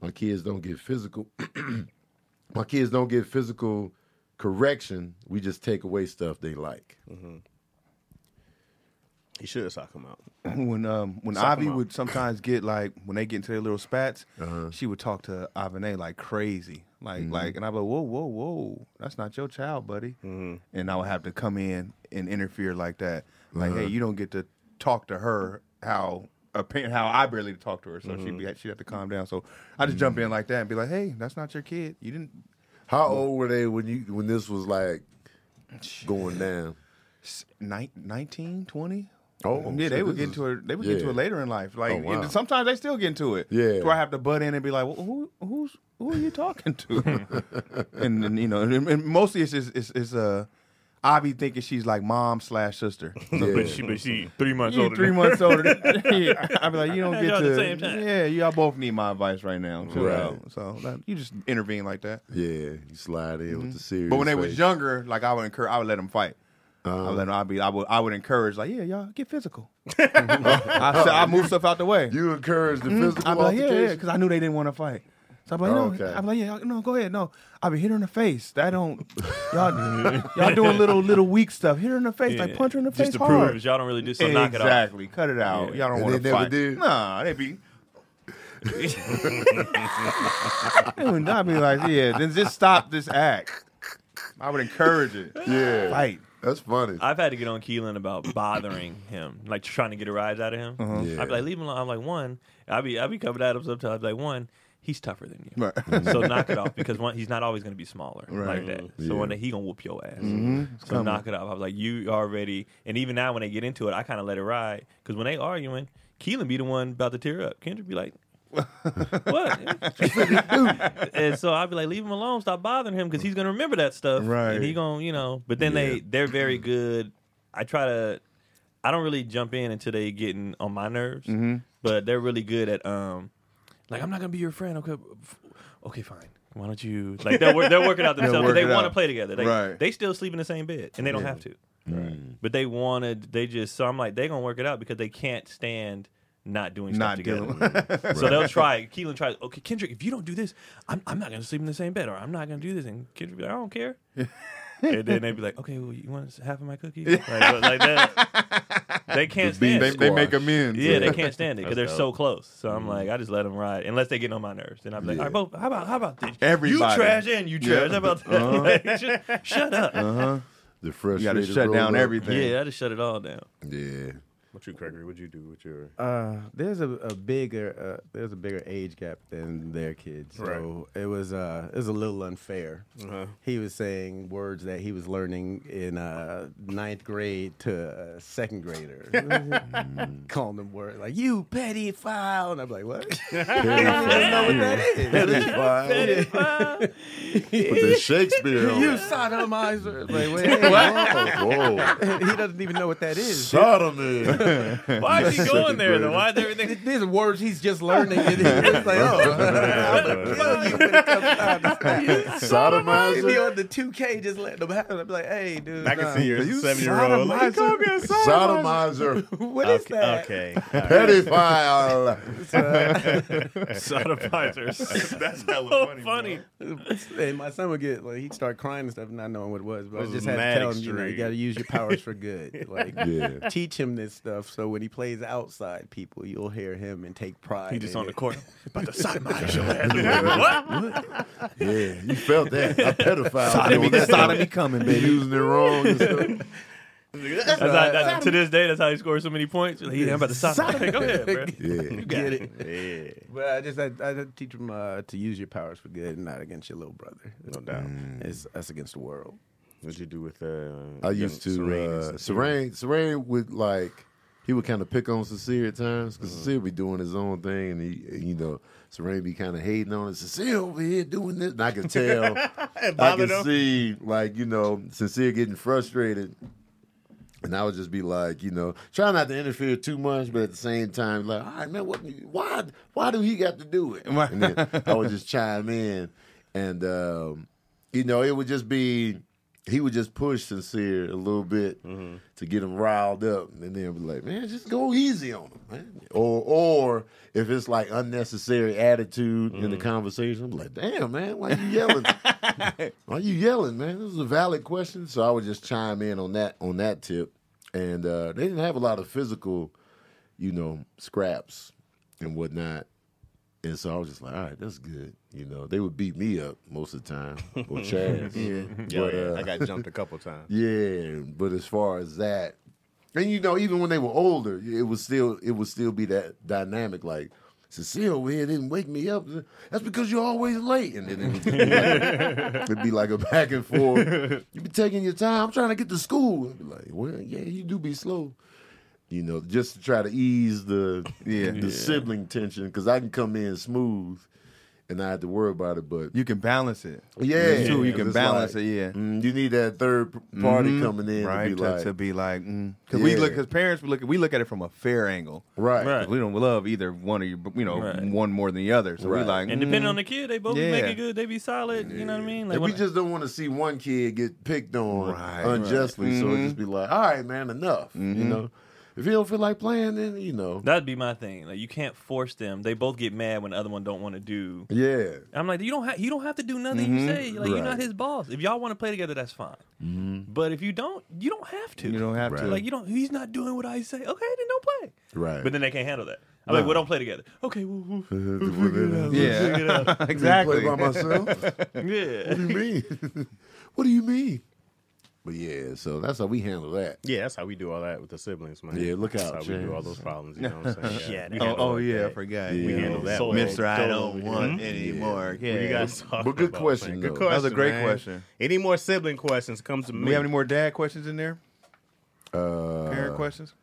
[SPEAKER 1] My kids don't get physical. my kids don't get physical correction. We just take away stuff they like.
[SPEAKER 2] He should have socked him out.
[SPEAKER 5] when um when
[SPEAKER 6] Suck 'em
[SPEAKER 5] Ivy
[SPEAKER 6] up.
[SPEAKER 5] would sometimes get like when they get into their little spats,
[SPEAKER 1] Uh-huh.
[SPEAKER 5] she would talk to Avene like crazy, like
[SPEAKER 1] Mm-hmm.
[SPEAKER 5] like, and I'd be like, whoa, whoa, whoa, that's not your child, buddy,
[SPEAKER 1] Mm-hmm.
[SPEAKER 5] and I would have to come in and interfere like that, like,
[SPEAKER 1] Uh-huh.
[SPEAKER 5] hey, you don't get to talk to her how a parent how I barely talk to her, so
[SPEAKER 1] Mm-hmm.
[SPEAKER 5] she'd be she'd have to calm down. So I just jump in like that and be like, hey, that's not your kid, you didn't.
[SPEAKER 1] How old were they when you when this was like going down?
[SPEAKER 5] s- nine- 19, 20?
[SPEAKER 1] Oh,
[SPEAKER 5] yeah,
[SPEAKER 1] so
[SPEAKER 5] they would
[SPEAKER 1] this
[SPEAKER 5] get
[SPEAKER 1] is-
[SPEAKER 5] into it. They would
[SPEAKER 1] yeah.
[SPEAKER 5] get to it later in life. Like
[SPEAKER 1] Oh, wow.
[SPEAKER 5] and sometimes they still get into it.
[SPEAKER 1] Yeah.
[SPEAKER 5] do I have to butt in and be like, well, who, who's, who are you talking to? and, then you know, and, and mostly it's just, it's, it's uh, I be thinking she's like mom slash sister.
[SPEAKER 1] Yeah.
[SPEAKER 6] but she three months
[SPEAKER 5] You three months older. I'd be like, you don't
[SPEAKER 6] Y'all
[SPEAKER 5] get
[SPEAKER 6] at
[SPEAKER 5] to.
[SPEAKER 6] the same time.
[SPEAKER 5] Yeah, y'all both need my advice right now. Chill
[SPEAKER 1] Right.
[SPEAKER 5] out. So that, you just intervene like that.
[SPEAKER 1] Yeah, you slide in
[SPEAKER 5] Mm-hmm.
[SPEAKER 1] with the serious.
[SPEAKER 5] But when they was
[SPEAKER 1] face.
[SPEAKER 5] younger, like I would encourage, I would let them fight. I
[SPEAKER 1] Uh-huh.
[SPEAKER 5] would let 'em- I'd be, I would, I would encourage, like, yeah, y'all get physical. I, said- I move stuff out the way.
[SPEAKER 1] you encouraged the physical
[SPEAKER 5] Mm-hmm. I'd be like, yeah, yeah,
[SPEAKER 1] altercation?
[SPEAKER 5] because I knew they didn't want to fight. So I'd be like, no,
[SPEAKER 1] Okay.
[SPEAKER 5] I'd be like, yeah, no, go ahead, no. I'd be hit her in the face. That don't, y'all, y'all doing little, little weak stuff. Hit her in the face, like punch her in the
[SPEAKER 6] Just
[SPEAKER 5] face
[SPEAKER 6] to
[SPEAKER 5] hard.
[SPEAKER 6] prove y'all don't really do so. Knock it off.
[SPEAKER 5] exactly, cut it out. Y'all don't
[SPEAKER 1] And
[SPEAKER 5] want
[SPEAKER 1] they
[SPEAKER 5] to
[SPEAKER 1] never
[SPEAKER 5] fight.
[SPEAKER 1] did?
[SPEAKER 5] Nah, they be. they would not be like, yeah, then just stop this act. I would encourage it.
[SPEAKER 1] Yeah.
[SPEAKER 5] Fight.
[SPEAKER 1] That's funny.
[SPEAKER 6] I've had to get on Keelan about bothering him, like trying to get a rise out of him.
[SPEAKER 5] Uh-huh.
[SPEAKER 1] Yeah.
[SPEAKER 6] I'd be like, leave him alone. I'm like, one, I'd be, I'd be coming at him sometimes. like, one, he's tougher than you. so knock it off because one, he's not always going to be smaller like that. So one day he going to whoop your ass. So knock it off. I was like, you already, and even now when they get into it, I kind of let it ride because when they arguing, Keelan be the one about to tear up. Kendrick be like, what? and so I'd be like, leave him alone, stop bothering him because he's gonna remember that stuff,
[SPEAKER 5] Right.
[SPEAKER 6] And he gonna, you know. But then they they're very good. I try to, I don't really jump in until they getting on my nerves,
[SPEAKER 5] Mm-hmm.
[SPEAKER 6] but they're really good at um, like I'm not gonna be your friend. Okay, f- okay, fine. Why don't you like they're, wor- they're working out themselves? 'cause
[SPEAKER 5] work
[SPEAKER 6] they
[SPEAKER 5] it
[SPEAKER 6] want to
[SPEAKER 5] out.
[SPEAKER 6] play together. They,
[SPEAKER 5] Right. Mm.
[SPEAKER 6] they still sleep in the same bed and they don't have to. But they wanted. They just so I'm like they gonna work it out because they can't stand not doing
[SPEAKER 5] Not
[SPEAKER 6] stuff together.
[SPEAKER 5] dealing.
[SPEAKER 6] So they'll try. Keelan tries. Okay, Kendrick, if you don't do this, I'm, I'm not gonna sleep in the same bed, or I'm not gonna do this. And Kendrick, be like, I don't care. and then they'd be like, Okay, well, you want half of my cookie? Like, like that. They can't
[SPEAKER 1] bean
[SPEAKER 6] stand. it.
[SPEAKER 1] squash.
[SPEAKER 5] amends.
[SPEAKER 6] yeah, they can't stand it because they're so close. So I'm like, I just let them ride unless they get on my nerves. Then I'm like,
[SPEAKER 1] Yeah.
[SPEAKER 6] All right, both, how about how about this?
[SPEAKER 5] Everybody.
[SPEAKER 6] you trash and you trash. How about that? Like, just shut up.
[SPEAKER 1] the fresh.
[SPEAKER 5] You got to shut down everything.
[SPEAKER 6] Yeah, I just shut it all down.
[SPEAKER 1] Yeah.
[SPEAKER 2] What you, Gregory? What'd you do with your?
[SPEAKER 3] Uh, there's a, a bigger uh, there's a bigger age gap than their kids, so it was uh, it was a little unfair. He was saying words that he was learning in uh, ninth grade to a second grader, calling them words like "you petty foul," and I'm like, "What?
[SPEAKER 1] Put the Shakespeare on.
[SPEAKER 3] you
[SPEAKER 1] it.
[SPEAKER 3] sodomizer?" Like, wait, hey,
[SPEAKER 1] Oh, whoa.
[SPEAKER 3] whoa. he doesn't even know what that is.
[SPEAKER 1] Sodomy.
[SPEAKER 6] Why is he going there though?
[SPEAKER 1] grader.
[SPEAKER 6] Why is everything?
[SPEAKER 3] These are words he's just learning. And it's like, oh, I'll kill you when it comes time to He be
[SPEAKER 1] Sodomizer.
[SPEAKER 3] on the 2K just letting them have it. I'm like, hey, dude.
[SPEAKER 2] I can
[SPEAKER 3] nah.
[SPEAKER 2] see you're a seven year old. Like,
[SPEAKER 1] Sodomizer.
[SPEAKER 3] What is that?
[SPEAKER 2] okay.
[SPEAKER 1] Pedophile.
[SPEAKER 6] Sodomizers. That's hella funny. funny.
[SPEAKER 3] And my son would get, like, he'd start crying and stuff, not knowing what it was. But
[SPEAKER 2] This
[SPEAKER 3] I
[SPEAKER 2] is
[SPEAKER 3] just had
[SPEAKER 2] mad
[SPEAKER 3] to tell him, you know, you
[SPEAKER 2] extreme.
[SPEAKER 3] got to use your powers for good. Like,
[SPEAKER 1] Yeah.
[SPEAKER 3] teach him this stuff so when he plays outside people, you'll hear him and take pride.
[SPEAKER 6] He just
[SPEAKER 3] in
[SPEAKER 6] on the
[SPEAKER 3] it.
[SPEAKER 6] court. About to sodomize your ass. what?
[SPEAKER 1] Yeah. You felt that. A pedophile.
[SPEAKER 5] Sodomy,
[SPEAKER 1] doing that.
[SPEAKER 5] sodomy coming,
[SPEAKER 1] You
[SPEAKER 5] baby.
[SPEAKER 1] using it wrong and stuff.
[SPEAKER 6] That's how, that's, to this day, that's how he scores so many points. Like, yeah, I'm about to sodomize. Hey, Go ahead, bro.
[SPEAKER 1] Yeah.
[SPEAKER 3] Get it? But I just I, I just teach them uh, to use your powers for good and not against your little brother. No doubt. It's us against the world.
[SPEAKER 2] What'd you do with? Uh,
[SPEAKER 1] I used to uh, Serene. Serene would like he would kind of pick on Cecile at times because Cecile be doing his own thing, and he and, you know Serene be kind of hating on it. Cecile over here doing this, and I can tell, I
[SPEAKER 2] bothered
[SPEAKER 1] can
[SPEAKER 2] him.
[SPEAKER 1] see like you know Cecile getting frustrated. And I would just be like, you know, try not to interfere too much, but at the same time, like, all right, man, what, why, why do he got to do it? And then I would just chime in, and um, you know, it would just be he would just push sincere a little bit to get him riled up, and then be like, man, just go easy on him, man. Or, or if it's like unnecessary attitude in the conversation, I'm like, damn, man, why you yelling? why you yelling, man? This is a valid question, so I would just chime in on that on that tip. and uh, they didn't have a lot of physical, you know, scraps and whatnot. And so I was just like, all right, that's good. You know, they would beat me up most of the time or Chaz. yeah,
[SPEAKER 2] Yeah,
[SPEAKER 1] but,
[SPEAKER 2] yeah,
[SPEAKER 1] uh,
[SPEAKER 2] I got jumped a couple times.
[SPEAKER 1] yeah, but as far as that, and you know, even when they were older, it was still it would still be that dynamic. Like Cecile over here didn't wake me up. That's because you're always late, and then it would be like a, it'd be like a back and forth. You be taking your time. I'm trying to get to school. I'd be like, well, yeah, you do be slow. You know, just to try to ease the the sibling tension because I can come in smooth, and not have to worry about it. But
[SPEAKER 5] You can balance it.
[SPEAKER 1] yeah,
[SPEAKER 5] too, you
[SPEAKER 1] 'cause
[SPEAKER 5] can
[SPEAKER 1] it's
[SPEAKER 5] balance
[SPEAKER 1] like,
[SPEAKER 5] it, yeah. Mm-hmm.
[SPEAKER 1] mm, you need that third p- party coming in
[SPEAKER 5] right?
[SPEAKER 1] to be like,
[SPEAKER 5] to be like, mm. cause we
[SPEAKER 1] Yeah.
[SPEAKER 5] look, cause parents we look, we look at it from a fair angle.
[SPEAKER 1] right,
[SPEAKER 5] 'Cause We don't love either one of you, you know,
[SPEAKER 6] Right.
[SPEAKER 5] one more than the other. So we
[SPEAKER 1] Right.
[SPEAKER 5] like,
[SPEAKER 6] And
[SPEAKER 5] mm,
[SPEAKER 6] depending on the kid, they both be
[SPEAKER 5] Yeah.
[SPEAKER 6] making good. They be solid. You know what I mean?
[SPEAKER 1] and we
[SPEAKER 6] when-
[SPEAKER 1] just don't want to see one kid get picked on
[SPEAKER 5] Right. Mm-hmm.
[SPEAKER 1] unjustly, so it just be like, all right, man, enough. You know, if you don't feel like playing, then you know,
[SPEAKER 6] that'd be my thing. Like you can't force them. They both get mad when the other one don't want to do.
[SPEAKER 1] yeah,
[SPEAKER 6] I'm like, you don't have you don't have to do nothing
[SPEAKER 5] Mm-hmm.
[SPEAKER 6] you say. Like you're
[SPEAKER 1] Right.
[SPEAKER 6] not his boss. If y'all want to play together, that's fine. But if you don't, you don't have to.
[SPEAKER 5] Mm-hmm. you don't have to.
[SPEAKER 6] Like you don't. He's not doing what I say. Okay, then don't play.
[SPEAKER 1] right.
[SPEAKER 6] But then they can't handle that. I'm like, well, don't play together. Okay, we'll, we'll, we'll figure it out.
[SPEAKER 5] Yeah.
[SPEAKER 6] We'll figure it out.
[SPEAKER 5] exactly.
[SPEAKER 1] play by myself.
[SPEAKER 6] yeah.
[SPEAKER 1] what do you mean? what do you mean? But yeah, so that's how we handle that.
[SPEAKER 2] Yeah, that's how we do all that with the siblings, man.
[SPEAKER 1] Yeah, look
[SPEAKER 2] That's
[SPEAKER 1] out,
[SPEAKER 2] how we do all
[SPEAKER 1] James.
[SPEAKER 2] those problems. You know what I'm saying?
[SPEAKER 6] Yeah,
[SPEAKER 2] We
[SPEAKER 5] Oh,
[SPEAKER 2] handle
[SPEAKER 5] oh
[SPEAKER 2] all
[SPEAKER 5] yeah, I
[SPEAKER 2] that.
[SPEAKER 5] forgot.
[SPEAKER 1] Yeah.
[SPEAKER 2] We handle that.
[SPEAKER 6] So-
[SPEAKER 2] one.
[SPEAKER 5] Mister, I don't want
[SPEAKER 1] Yeah.
[SPEAKER 5] any more.
[SPEAKER 2] What you
[SPEAKER 5] Yeah.
[SPEAKER 2] guys talking
[SPEAKER 1] But good
[SPEAKER 2] about,
[SPEAKER 1] question,
[SPEAKER 2] man?
[SPEAKER 1] though.
[SPEAKER 2] Good question.
[SPEAKER 1] That
[SPEAKER 5] was a great
[SPEAKER 2] man.
[SPEAKER 5] question.
[SPEAKER 2] Any more sibling questions? Comes to
[SPEAKER 5] Do
[SPEAKER 2] me.
[SPEAKER 5] we have any more dad questions in there?
[SPEAKER 1] Uh,
[SPEAKER 5] Parent questions?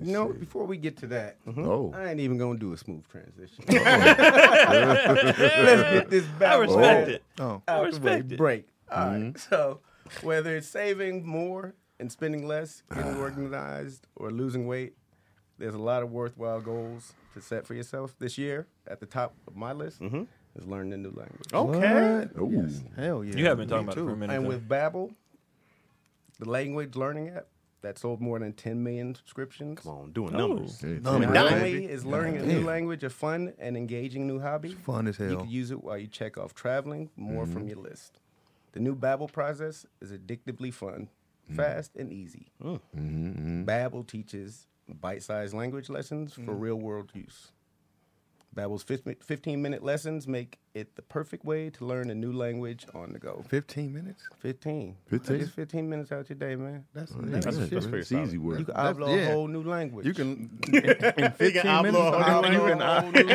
[SPEAKER 3] You know, before we get to that,
[SPEAKER 1] Oh,
[SPEAKER 3] I ain't even gonna do a smooth transition. Let's get this back.
[SPEAKER 6] I respect
[SPEAKER 1] Oh.
[SPEAKER 6] it.
[SPEAKER 5] Oh,
[SPEAKER 6] I
[SPEAKER 3] out the way.
[SPEAKER 6] respect it.
[SPEAKER 3] Break. All right. So whether it's saving more and spending less, getting organized, or losing weight, there's a lot of worthwhile goals to set for yourself this year. At the top of my list is learning a new language.
[SPEAKER 2] Oh, Okay.
[SPEAKER 1] Ooh.
[SPEAKER 5] hell yeah.
[SPEAKER 6] You have been talking
[SPEAKER 5] Me
[SPEAKER 6] about it for a
[SPEAKER 5] too.
[SPEAKER 6] minute.
[SPEAKER 3] And
[SPEAKER 6] though.
[SPEAKER 3] with Babbel, the language learning app that sold more than 10 million subscriptions.
[SPEAKER 2] Come on,
[SPEAKER 1] Oh,
[SPEAKER 2] doing numbers.
[SPEAKER 5] Numbers,
[SPEAKER 3] Um, Not
[SPEAKER 5] baby.
[SPEAKER 3] only is learning a new language a fun and engaging new hobby,
[SPEAKER 5] fun as
[SPEAKER 3] You
[SPEAKER 5] hell. Mm-hmm.
[SPEAKER 3] can use it while you check off traveling, more from your list. The new Babbel process is addictively fun,
[SPEAKER 5] Mm-hmm.
[SPEAKER 3] fast, and easy.
[SPEAKER 5] Mm.
[SPEAKER 3] Babbel teaches bite-sized language lessons for
[SPEAKER 5] Mm.
[SPEAKER 3] real-world use. Babbel's 15-minute lessons make it the perfect way to learn a new language on the go.
[SPEAKER 5] 15 minutes?
[SPEAKER 3] 15.
[SPEAKER 1] 15?
[SPEAKER 3] Just 15 minutes out your day, man.
[SPEAKER 5] That's,
[SPEAKER 1] That's,
[SPEAKER 5] that's,
[SPEAKER 1] that's,
[SPEAKER 5] shit.
[SPEAKER 1] that's easy work.
[SPEAKER 3] You can outlaw
[SPEAKER 5] yeah.
[SPEAKER 3] a whole new language.
[SPEAKER 5] You can, in, in 15 minutes,
[SPEAKER 3] Other
[SPEAKER 5] you can,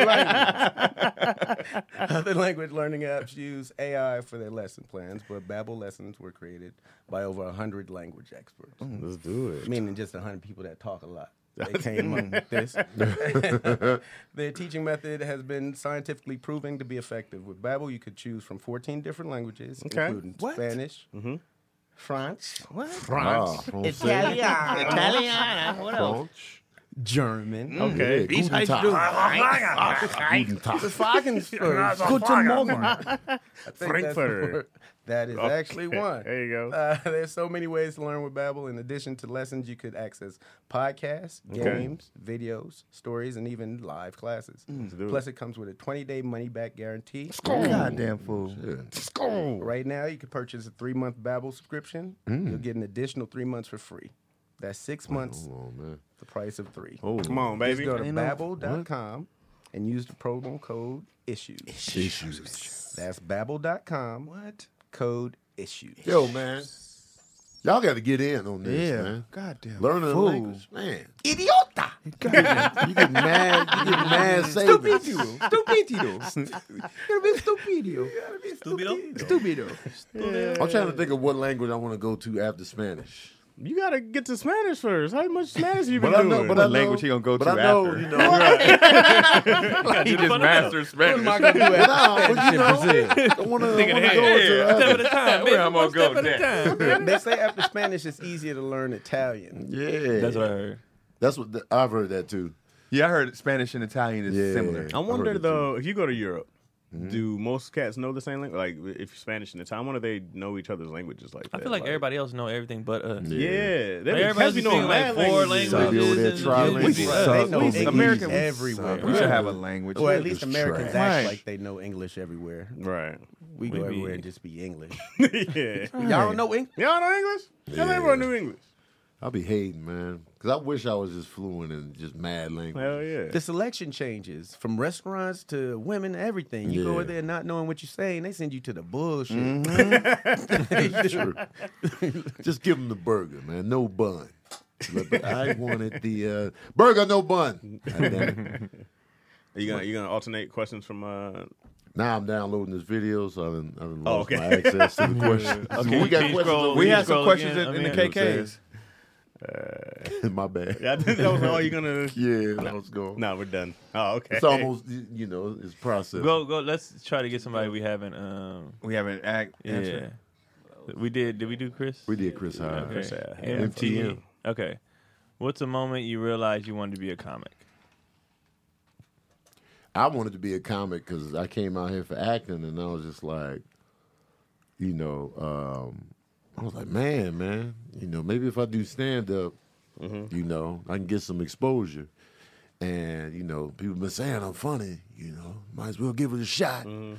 [SPEAKER 3] language- Other language learning apps use AI for their lesson plans, but Babbel lessons were created by over 100 language experts.
[SPEAKER 2] Let's do it.
[SPEAKER 3] Meaning just 100 people that talk a lot. They came up with this. Their teaching method has been scientifically proven to be effective. With Babbel, you could choose from 14 different languages, including
[SPEAKER 5] What?
[SPEAKER 3] Spanish, French,
[SPEAKER 1] Ah, France. French.
[SPEAKER 3] German.
[SPEAKER 2] Mm.
[SPEAKER 1] Okay. Guten Tag.
[SPEAKER 5] Ah,
[SPEAKER 1] Guten Tag.
[SPEAKER 3] Frankfurt.
[SPEAKER 5] Guten Morgen.
[SPEAKER 3] think that's the
[SPEAKER 2] Frankfurter.
[SPEAKER 3] word. That is actually one.
[SPEAKER 2] There you go.
[SPEAKER 3] Uh, there's so many ways to learn with Babbel. In addition to lessons, you could access podcasts, games, videos, stories, and even live classes.
[SPEAKER 2] do it.
[SPEAKER 3] Plus, it comes with a 20-day money-back guarantee.
[SPEAKER 5] Goddamn fool.
[SPEAKER 3] Right now, you can purchase a three-month Babbel subscription. You'll get an additional three months for free. That's six months,
[SPEAKER 1] Oh, man.
[SPEAKER 3] the price of three.
[SPEAKER 1] Uh,
[SPEAKER 2] Come on,
[SPEAKER 3] Just
[SPEAKER 2] Oh, baby.
[SPEAKER 3] go to babbel.com and use the promo code issues.
[SPEAKER 1] Issues.
[SPEAKER 3] That's babbel.com. What? Code issues.
[SPEAKER 1] Yo, man. Y'all got to get in on this,
[SPEAKER 5] Yeah.
[SPEAKER 1] man.
[SPEAKER 5] Goddamn.
[SPEAKER 1] Learn a
[SPEAKER 5] fool.
[SPEAKER 1] language, man.
[SPEAKER 5] Idiota.
[SPEAKER 1] You get mad, you get mad savings.
[SPEAKER 5] Stupido. Stupido.
[SPEAKER 6] Stupido.
[SPEAKER 5] Stupido.
[SPEAKER 1] I'm trying to think of what language I want to go to after Spanish.
[SPEAKER 2] You gotta get to Spanish first. How much Spanish you been
[SPEAKER 1] But I
[SPEAKER 2] doing?
[SPEAKER 1] know, but I
[SPEAKER 5] What
[SPEAKER 1] know,
[SPEAKER 5] language he gonna go
[SPEAKER 1] but
[SPEAKER 5] to
[SPEAKER 1] I know,
[SPEAKER 5] after?
[SPEAKER 1] You know,
[SPEAKER 5] He just mastered Spanish.
[SPEAKER 3] I gonna do
[SPEAKER 1] but I, but you know, I want to go to
[SPEAKER 6] Yeah,
[SPEAKER 1] after.
[SPEAKER 6] step at a time, baby.
[SPEAKER 5] I'm gonna
[SPEAKER 6] One step
[SPEAKER 5] go
[SPEAKER 6] at a time.
[SPEAKER 3] they say after Spanish, it's easier to learn Italian.
[SPEAKER 1] Yeah,
[SPEAKER 6] That's what I heard.
[SPEAKER 1] That's what the, I've heard that too.
[SPEAKER 5] Yeah, I heard Spanish and Italian is
[SPEAKER 1] Yeah.
[SPEAKER 5] similar.
[SPEAKER 1] I
[SPEAKER 2] I
[SPEAKER 1] heard
[SPEAKER 2] wonder
[SPEAKER 1] it too.
[SPEAKER 2] though, if you go to Europe, do most cats know the same language? Like, if Spanish and Italian, I wonder if they know each other's languages like that.
[SPEAKER 6] I feel like everybody else know everything but uh.
[SPEAKER 2] Yeah, they be- cats
[SPEAKER 6] Everybody's
[SPEAKER 2] be
[SPEAKER 6] be
[SPEAKER 2] knowing
[SPEAKER 6] like
[SPEAKER 2] mad
[SPEAKER 6] four
[SPEAKER 2] languages.
[SPEAKER 1] Suck.
[SPEAKER 6] languages.
[SPEAKER 1] Over there
[SPEAKER 6] and-
[SPEAKER 1] trialing.
[SPEAKER 6] We
[SPEAKER 1] We
[SPEAKER 3] They
[SPEAKER 6] suck.
[SPEAKER 5] suck.
[SPEAKER 3] know
[SPEAKER 5] We
[SPEAKER 3] English
[SPEAKER 5] suck. American-
[SPEAKER 3] everywhere.
[SPEAKER 5] We should have a language.
[SPEAKER 3] Or at least
[SPEAKER 1] Just
[SPEAKER 3] Americans
[SPEAKER 1] try.
[SPEAKER 3] act
[SPEAKER 5] Right.
[SPEAKER 3] like they know English everywhere.
[SPEAKER 2] Right.
[SPEAKER 3] We go
[SPEAKER 6] We be-
[SPEAKER 3] everywhere and just be English.
[SPEAKER 2] yeah.
[SPEAKER 3] Y'all don't know English?
[SPEAKER 2] Y'all know English? Tell everyone knew English.
[SPEAKER 1] I be hating, man, because I wish I was just fluent in just mad language.
[SPEAKER 2] Hell yeah.
[SPEAKER 3] The selection changes from restaurants to women, everything. You go
[SPEAKER 1] Yeah.
[SPEAKER 3] in there not knowing what you're saying, they send you to the bullshit.
[SPEAKER 1] Just give them the burger, man. No bun. Look, but I wanted the uh, burger, no bun. God damn it.
[SPEAKER 2] Are you gonna you gonna alternate questions from uh
[SPEAKER 1] Now I'm downloading this video, so I've been, I've been
[SPEAKER 2] Oh,
[SPEAKER 1] lost
[SPEAKER 2] okay.
[SPEAKER 1] my access to the questions.
[SPEAKER 6] Okay,
[SPEAKER 1] we got
[SPEAKER 6] can you
[SPEAKER 1] questions.
[SPEAKER 6] scroll-
[SPEAKER 1] over
[SPEAKER 6] can
[SPEAKER 4] We
[SPEAKER 6] you
[SPEAKER 1] here.
[SPEAKER 4] had some
[SPEAKER 6] scroll
[SPEAKER 4] questions
[SPEAKER 6] again?
[SPEAKER 4] in,
[SPEAKER 6] I
[SPEAKER 4] in
[SPEAKER 6] mean,
[SPEAKER 4] the
[SPEAKER 1] you know what I'm
[SPEAKER 4] KKs.
[SPEAKER 1] my bad.
[SPEAKER 2] I think that was all you're gonna
[SPEAKER 1] Yeah, that was going.
[SPEAKER 2] No, we're done. Oh, okay.
[SPEAKER 1] It's almost, you know, it's process.
[SPEAKER 6] Go go. Let's try to get somebody we haven't. Um,
[SPEAKER 4] We haven't act.
[SPEAKER 6] yeah. We did. Did we do Chris?
[SPEAKER 1] We did Uh, Chris Hyde.
[SPEAKER 6] Okay.
[SPEAKER 1] Yeah. MTM.
[SPEAKER 6] Okay. What's a moment you realized you wanted to be a comic?
[SPEAKER 1] I wanted to be a comic because I came out here for acting, and I was just like, you know, um, I was like, man, man, you know, maybe if I do stand up, you know, I can get some exposure. And you know, people been saying I'm funny. You know, might as well give it a shot. And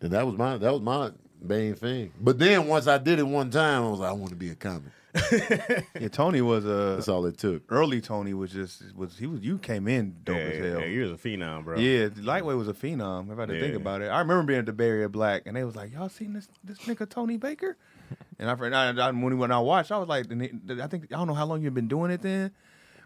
[SPEAKER 1] that was my that was my main thing. But then once I did it one time, I was like, I want to be a comic.
[SPEAKER 5] Yeah, Tony was a
[SPEAKER 1] That's all it took.
[SPEAKER 5] early Tony was just was he was you came in dope
[SPEAKER 2] yeah,
[SPEAKER 5] as
[SPEAKER 2] yeah,
[SPEAKER 5] hell.
[SPEAKER 2] yeah, you was a phenom, bro.
[SPEAKER 5] Yeah, lightweight was a phenom. If I had to think
[SPEAKER 2] Yeah.
[SPEAKER 5] about it, I remember being at the Barrier Black, and they was like, "Y'all seen this this nigga Tony Baker?" And I, and I, and I when he- when I watched, I was like, and it- "I think I don't know how long you've been doing it then."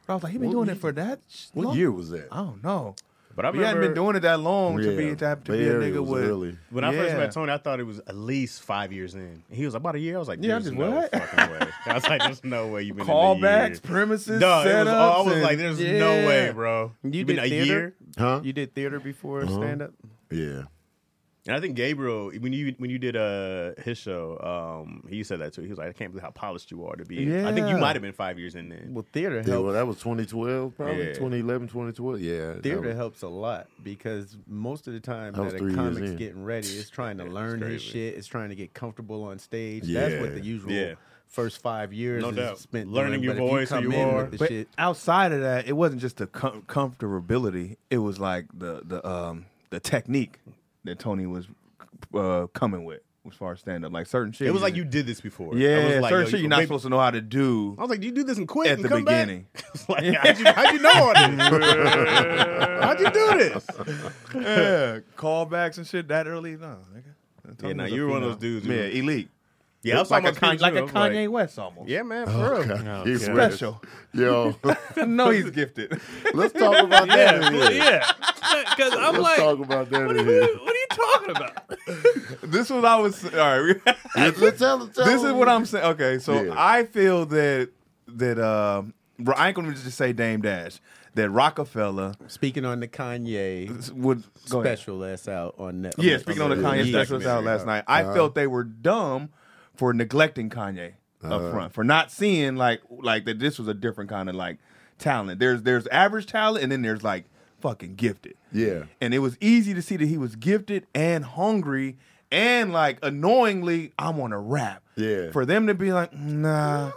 [SPEAKER 5] But I was like, "He been
[SPEAKER 1] What
[SPEAKER 5] doing
[SPEAKER 1] year-
[SPEAKER 5] it for that? sh-
[SPEAKER 1] What
[SPEAKER 5] long?
[SPEAKER 1] year was that?
[SPEAKER 5] I don't know.
[SPEAKER 2] But I
[SPEAKER 5] But he hadn't
[SPEAKER 2] remember
[SPEAKER 5] been doing it that long to
[SPEAKER 1] Yeah,
[SPEAKER 5] be to, have- to be a
[SPEAKER 1] Barry
[SPEAKER 5] nigga
[SPEAKER 1] was
[SPEAKER 5] with.
[SPEAKER 1] early.
[SPEAKER 2] when I first
[SPEAKER 5] Yeah.
[SPEAKER 2] met Tony, I thought it was at least five years in. And he was about a year. I was like,
[SPEAKER 5] Yeah, I
[SPEAKER 2] there's
[SPEAKER 5] just-
[SPEAKER 2] no
[SPEAKER 5] what?
[SPEAKER 2] fucking way. I was like, there's no way you've been in a year.
[SPEAKER 5] Callbacks, premises,
[SPEAKER 2] No, it was,
[SPEAKER 5] setups.
[SPEAKER 2] all- I was
[SPEAKER 5] and-
[SPEAKER 2] like, there's
[SPEAKER 5] Yeah.
[SPEAKER 2] no way, bro.
[SPEAKER 3] You
[SPEAKER 2] have been
[SPEAKER 3] did
[SPEAKER 2] a
[SPEAKER 3] theater?
[SPEAKER 2] year.
[SPEAKER 1] Huh?
[SPEAKER 3] You did theater before stand up?
[SPEAKER 1] Yeah.
[SPEAKER 2] And I think Gabriel, when you when you did uh, his show, um, he said that too. He was like, I can't believe how polished you are to be. I think you
[SPEAKER 5] Yeah.
[SPEAKER 2] might have been five years in there.
[SPEAKER 3] Well, theater
[SPEAKER 1] Yeah, well,
[SPEAKER 3] helps.
[SPEAKER 1] that was 2012, probably
[SPEAKER 2] Yeah.
[SPEAKER 1] 2011, 2012. Yeah, that
[SPEAKER 3] Theater
[SPEAKER 1] was-
[SPEAKER 3] helps a lot because most of the time
[SPEAKER 1] That was
[SPEAKER 3] that,
[SPEAKER 1] three
[SPEAKER 3] a
[SPEAKER 1] years
[SPEAKER 3] comic's
[SPEAKER 1] in.
[SPEAKER 3] getting ready, it's trying to learn his
[SPEAKER 2] crazy.
[SPEAKER 3] shit. It's trying to get comfortable on stage.
[SPEAKER 1] Yeah.
[SPEAKER 3] That's what the usual
[SPEAKER 2] Yeah.
[SPEAKER 3] first five years
[SPEAKER 2] No
[SPEAKER 3] is
[SPEAKER 2] doubt.
[SPEAKER 3] spent
[SPEAKER 2] Learning
[SPEAKER 3] doing.
[SPEAKER 2] your
[SPEAKER 3] But if
[SPEAKER 2] voice, who
[SPEAKER 3] come
[SPEAKER 2] you
[SPEAKER 3] in with
[SPEAKER 2] are.
[SPEAKER 3] the
[SPEAKER 5] But
[SPEAKER 3] shit-
[SPEAKER 5] outside of that, it wasn't just the com- comfortability; it was like the the um the technique that Tony was uh, coming with as far as stand up. Like certain shit,
[SPEAKER 2] It was like
[SPEAKER 5] you-
[SPEAKER 2] you did this before. I
[SPEAKER 5] yeah,
[SPEAKER 2] was like,
[SPEAKER 5] certain
[SPEAKER 2] yo,
[SPEAKER 5] shit
[SPEAKER 2] you-
[SPEAKER 5] you're not
[SPEAKER 2] maybe-
[SPEAKER 5] supposed to know how to do
[SPEAKER 2] I was like, you do this and quit
[SPEAKER 5] at
[SPEAKER 2] and
[SPEAKER 5] the
[SPEAKER 2] come back?"
[SPEAKER 5] beginning.
[SPEAKER 2] It's like, how'd you, how'd you know all this? how'd you do this?
[SPEAKER 5] yeah, callbacks and shit that early. No, nigga. Tony
[SPEAKER 2] Yeah, nah,
[SPEAKER 5] was a
[SPEAKER 2] you were one of
[SPEAKER 5] phenom.
[SPEAKER 2] those dudes who-
[SPEAKER 5] Yeah, elite.
[SPEAKER 2] Yeah, I was
[SPEAKER 5] like a, Con-
[SPEAKER 2] talking about Kanye,
[SPEAKER 5] like a
[SPEAKER 2] too. I was
[SPEAKER 5] Kanye West almost.
[SPEAKER 2] Yeah, man, for real.
[SPEAKER 1] He's
[SPEAKER 5] Special.
[SPEAKER 1] Yo,
[SPEAKER 5] no, he's gifted.
[SPEAKER 1] let's talk about that. in
[SPEAKER 6] Well,
[SPEAKER 1] here.
[SPEAKER 6] yeah. Because I'm
[SPEAKER 1] Let's
[SPEAKER 6] like,
[SPEAKER 1] talk about that.
[SPEAKER 6] what,
[SPEAKER 1] in
[SPEAKER 6] are,
[SPEAKER 1] here.
[SPEAKER 6] what, what are you talking about?
[SPEAKER 5] this was I was all right.
[SPEAKER 1] Let's- let's tell- tell
[SPEAKER 5] this is
[SPEAKER 1] them.
[SPEAKER 5] what I'm saying. Okay, so
[SPEAKER 1] Yeah.
[SPEAKER 5] I feel that that um, Ro- I ain't gonna just say Dame Dash. That Rockefeller
[SPEAKER 3] Speaking on the Kanye
[SPEAKER 5] would go ahead.
[SPEAKER 3] special that's out on Netflix.
[SPEAKER 5] Yeah, speaking on the
[SPEAKER 1] Yeah,
[SPEAKER 5] Kanye
[SPEAKER 1] yeah. Uh-huh.
[SPEAKER 5] special that's out last night, I felt they were dumb for neglecting Kanye
[SPEAKER 1] Uh-huh.
[SPEAKER 5] up front for not seeing like like that this was a different kind of like talent. There's there's average talent and then there's like fucking gifted.
[SPEAKER 1] Yeah.
[SPEAKER 5] and it was easy to see that he was gifted and hungry and like annoyingly I'm on a rap.
[SPEAKER 1] Yeah.
[SPEAKER 5] for them to be like nah.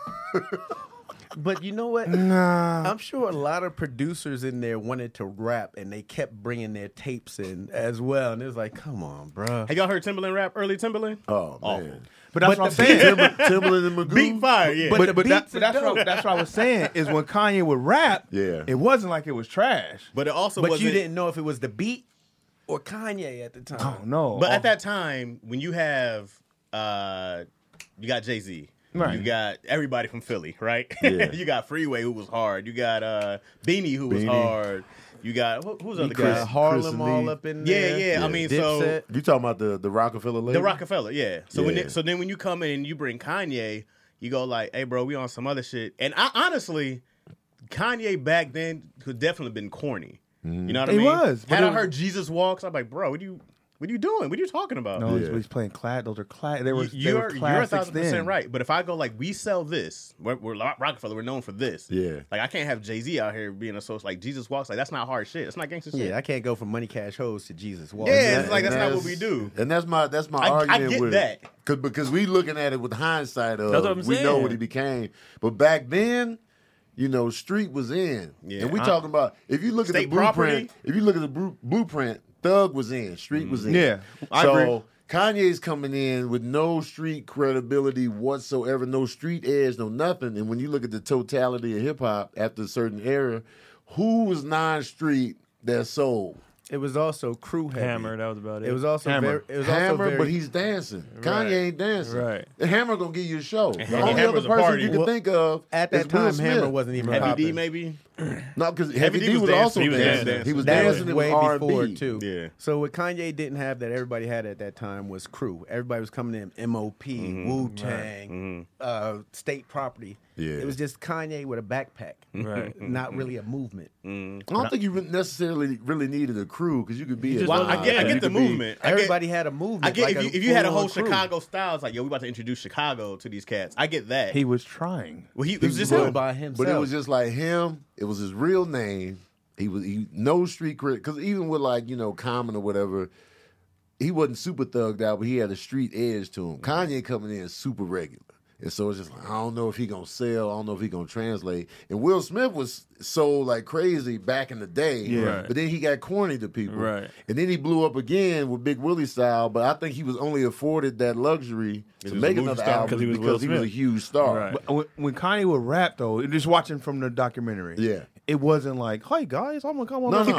[SPEAKER 3] But you know what?
[SPEAKER 5] Nah.
[SPEAKER 3] I'm sure a lot of producers in there wanted to rap, and they kept bringing their tapes in as well. And it was like, come on, bro.
[SPEAKER 2] Have y'all heard Timberland rap? Early Timberland?
[SPEAKER 1] Oh
[SPEAKER 2] Awful.
[SPEAKER 1] man,
[SPEAKER 5] But that's what I'm saying.
[SPEAKER 1] Timber- Timberland and Magoo.
[SPEAKER 2] Beat fire, yeah.
[SPEAKER 5] but,
[SPEAKER 3] the
[SPEAKER 5] but that-
[SPEAKER 3] beats
[SPEAKER 5] but
[SPEAKER 3] are
[SPEAKER 5] that's, what, I- that's what I was saying is when Kanye would rap,
[SPEAKER 1] Yeah.
[SPEAKER 5] it wasn't like it was trash.
[SPEAKER 2] But it also
[SPEAKER 3] But
[SPEAKER 2] wasn't.
[SPEAKER 3] you didn't know if it was the beat or Kanye at the time.
[SPEAKER 5] I don't know.
[SPEAKER 2] But at that time, when you have, uh, you got Jay Z,
[SPEAKER 5] Right.
[SPEAKER 2] you got everybody from Philly, right?
[SPEAKER 1] Yeah.
[SPEAKER 2] you got Freeway, who was hard. You got uh, Beanie, who was
[SPEAKER 1] Beanie.
[SPEAKER 2] hard. You got who, who's the
[SPEAKER 3] You
[SPEAKER 2] other
[SPEAKER 3] got
[SPEAKER 2] guy?
[SPEAKER 1] Chris and
[SPEAKER 3] Harlem all
[SPEAKER 1] Lee.
[SPEAKER 3] up in
[SPEAKER 2] Yeah,
[SPEAKER 3] there.
[SPEAKER 2] yeah,
[SPEAKER 1] Yeah.
[SPEAKER 2] I mean, so
[SPEAKER 3] Dipset.
[SPEAKER 1] You talking about the the Rockefeller lady?
[SPEAKER 2] the Rockefeller, yeah. So when
[SPEAKER 1] Yeah.
[SPEAKER 2] it- so then when you come in and you bring Kanye, you go like, "Hey, bro, we on some other shit." And I honestly, Kanye back then could definitely been corny. You know what I
[SPEAKER 5] He
[SPEAKER 2] mean?
[SPEAKER 5] was, but
[SPEAKER 2] Had
[SPEAKER 5] it
[SPEAKER 2] I
[SPEAKER 5] was-
[SPEAKER 2] heard Jesus walks, I'm like, bro, what are you, what are you doing? What are you talking about?
[SPEAKER 5] no,
[SPEAKER 1] Yeah.
[SPEAKER 5] he's playing class. Those are class. They were,
[SPEAKER 2] You-
[SPEAKER 5] they were
[SPEAKER 2] you're you're a
[SPEAKER 5] classics
[SPEAKER 2] thousand
[SPEAKER 5] then.
[SPEAKER 2] percent right. But if I go like, we sell this, we're, we're Lo- Rockefeller, we're known for this.
[SPEAKER 1] Yeah.
[SPEAKER 2] Like I can't have Jay Z out here being a social like Jesus walks. Like that's not hard shit. That's not gangster shit.
[SPEAKER 3] Yeah, I can't go from Money Cash Hoes to Jesus Walk.
[SPEAKER 2] Yeah,
[SPEAKER 1] And
[SPEAKER 2] it's like that's, not what
[SPEAKER 1] that's-
[SPEAKER 2] we do.
[SPEAKER 1] And that's my that's my
[SPEAKER 2] I- I
[SPEAKER 1] argument
[SPEAKER 2] get
[SPEAKER 1] with
[SPEAKER 2] that.
[SPEAKER 1] it. 'Cause- because we looking at it with hindsight of
[SPEAKER 6] That's what I'm
[SPEAKER 1] we know
[SPEAKER 6] saying.
[SPEAKER 1] what he became. But back then, you know, street was in.
[SPEAKER 2] Yeah.
[SPEAKER 1] and we
[SPEAKER 2] I-
[SPEAKER 1] talking about if you look at the
[SPEAKER 2] State
[SPEAKER 1] blueprint,
[SPEAKER 2] property?
[SPEAKER 1] if you look at the bru- blueprint, thug was in, street was in.
[SPEAKER 5] Yeah, I
[SPEAKER 1] so
[SPEAKER 5] agree.
[SPEAKER 1] Kanye's coming in with no street credibility whatsoever, no street edge, no nothing. And when you look at the totality of hip hop after a certain era, who was non-street that sold?
[SPEAKER 3] It was also crew heavy.
[SPEAKER 6] Hammer. That was about it.
[SPEAKER 3] It was also
[SPEAKER 5] Hammer.
[SPEAKER 3] very. It was also
[SPEAKER 1] Hammer,
[SPEAKER 3] very,
[SPEAKER 1] but he's dancing. Kanye ain't dancing.
[SPEAKER 6] Right.
[SPEAKER 1] And Hammer gonna give you a show. The
[SPEAKER 6] Hammer-
[SPEAKER 1] only other
[SPEAKER 6] Hammer's a
[SPEAKER 1] person
[SPEAKER 6] party.
[SPEAKER 1] you can
[SPEAKER 3] Well,
[SPEAKER 1] think of
[SPEAKER 3] at
[SPEAKER 1] is
[SPEAKER 3] that
[SPEAKER 1] Will
[SPEAKER 3] time.
[SPEAKER 1] Smith.
[SPEAKER 3] Hammer wasn't even
[SPEAKER 2] Heavy
[SPEAKER 3] popping.
[SPEAKER 2] D maybe.
[SPEAKER 1] No, because Heavy
[SPEAKER 2] D
[SPEAKER 1] D
[SPEAKER 2] was
[SPEAKER 1] was
[SPEAKER 2] dancing.
[SPEAKER 1] also
[SPEAKER 6] He was
[SPEAKER 1] dancing.
[SPEAKER 6] dancing.
[SPEAKER 1] He was
[SPEAKER 3] That was
[SPEAKER 1] dancing. It
[SPEAKER 3] way
[SPEAKER 1] was
[SPEAKER 3] before
[SPEAKER 1] R&B.
[SPEAKER 3] too.
[SPEAKER 2] Yeah.
[SPEAKER 3] So what Kanye didn't have that everybody had at that time was crew. Everybody was coming in MOP, Wu Tang, uh, State Property.
[SPEAKER 1] Yeah.
[SPEAKER 3] It was just Kanye with a backpack,
[SPEAKER 6] Right.
[SPEAKER 3] not really a movement.
[SPEAKER 1] I don't think you re- necessarily really needed a crew because you could be.
[SPEAKER 6] You
[SPEAKER 1] a
[SPEAKER 6] just
[SPEAKER 1] vibe.
[SPEAKER 6] wasn't-
[SPEAKER 2] I get, I
[SPEAKER 6] Yeah.
[SPEAKER 2] get
[SPEAKER 6] You
[SPEAKER 2] the
[SPEAKER 1] could be-
[SPEAKER 2] movement. I get-
[SPEAKER 3] Everybody had a movement.
[SPEAKER 2] I get
[SPEAKER 3] like
[SPEAKER 2] if you, if you had a whole
[SPEAKER 3] full-on crew.
[SPEAKER 2] Chicago style, it's like yo, we about to introduce Chicago to these cats. I get that.
[SPEAKER 5] He was trying.
[SPEAKER 2] well, he, it was just
[SPEAKER 3] He
[SPEAKER 2] him.
[SPEAKER 3] was by himself.
[SPEAKER 1] But it was just like him. It was his real name. He was he no street cred because even with like you know Common or whatever, he wasn't super thugged out, but he had a street edge to him.
[SPEAKER 6] Mm-hmm.
[SPEAKER 1] Kanye coming in super regular, and so it's just like I don't know if he gonna sell. I don't know if he gonna translate. And Will Smith was sold like crazy back in the day,
[SPEAKER 6] Right.
[SPEAKER 1] but then he got corny to people,
[SPEAKER 6] Right.
[SPEAKER 1] And then he blew up again with Big Willie style. But I think he was only afforded that luxury to
[SPEAKER 2] was
[SPEAKER 1] make
[SPEAKER 2] a movie
[SPEAKER 1] another
[SPEAKER 2] star
[SPEAKER 1] album
[SPEAKER 6] 'cause he was Will
[SPEAKER 1] because he was a
[SPEAKER 6] Smith.
[SPEAKER 1] huge star.
[SPEAKER 6] Right.
[SPEAKER 5] But when, when Kanye would rap though, just watching from the documentary,
[SPEAKER 1] Yeah.
[SPEAKER 5] it wasn't like, "Hey guys, I'm gonna come on."
[SPEAKER 1] No, no.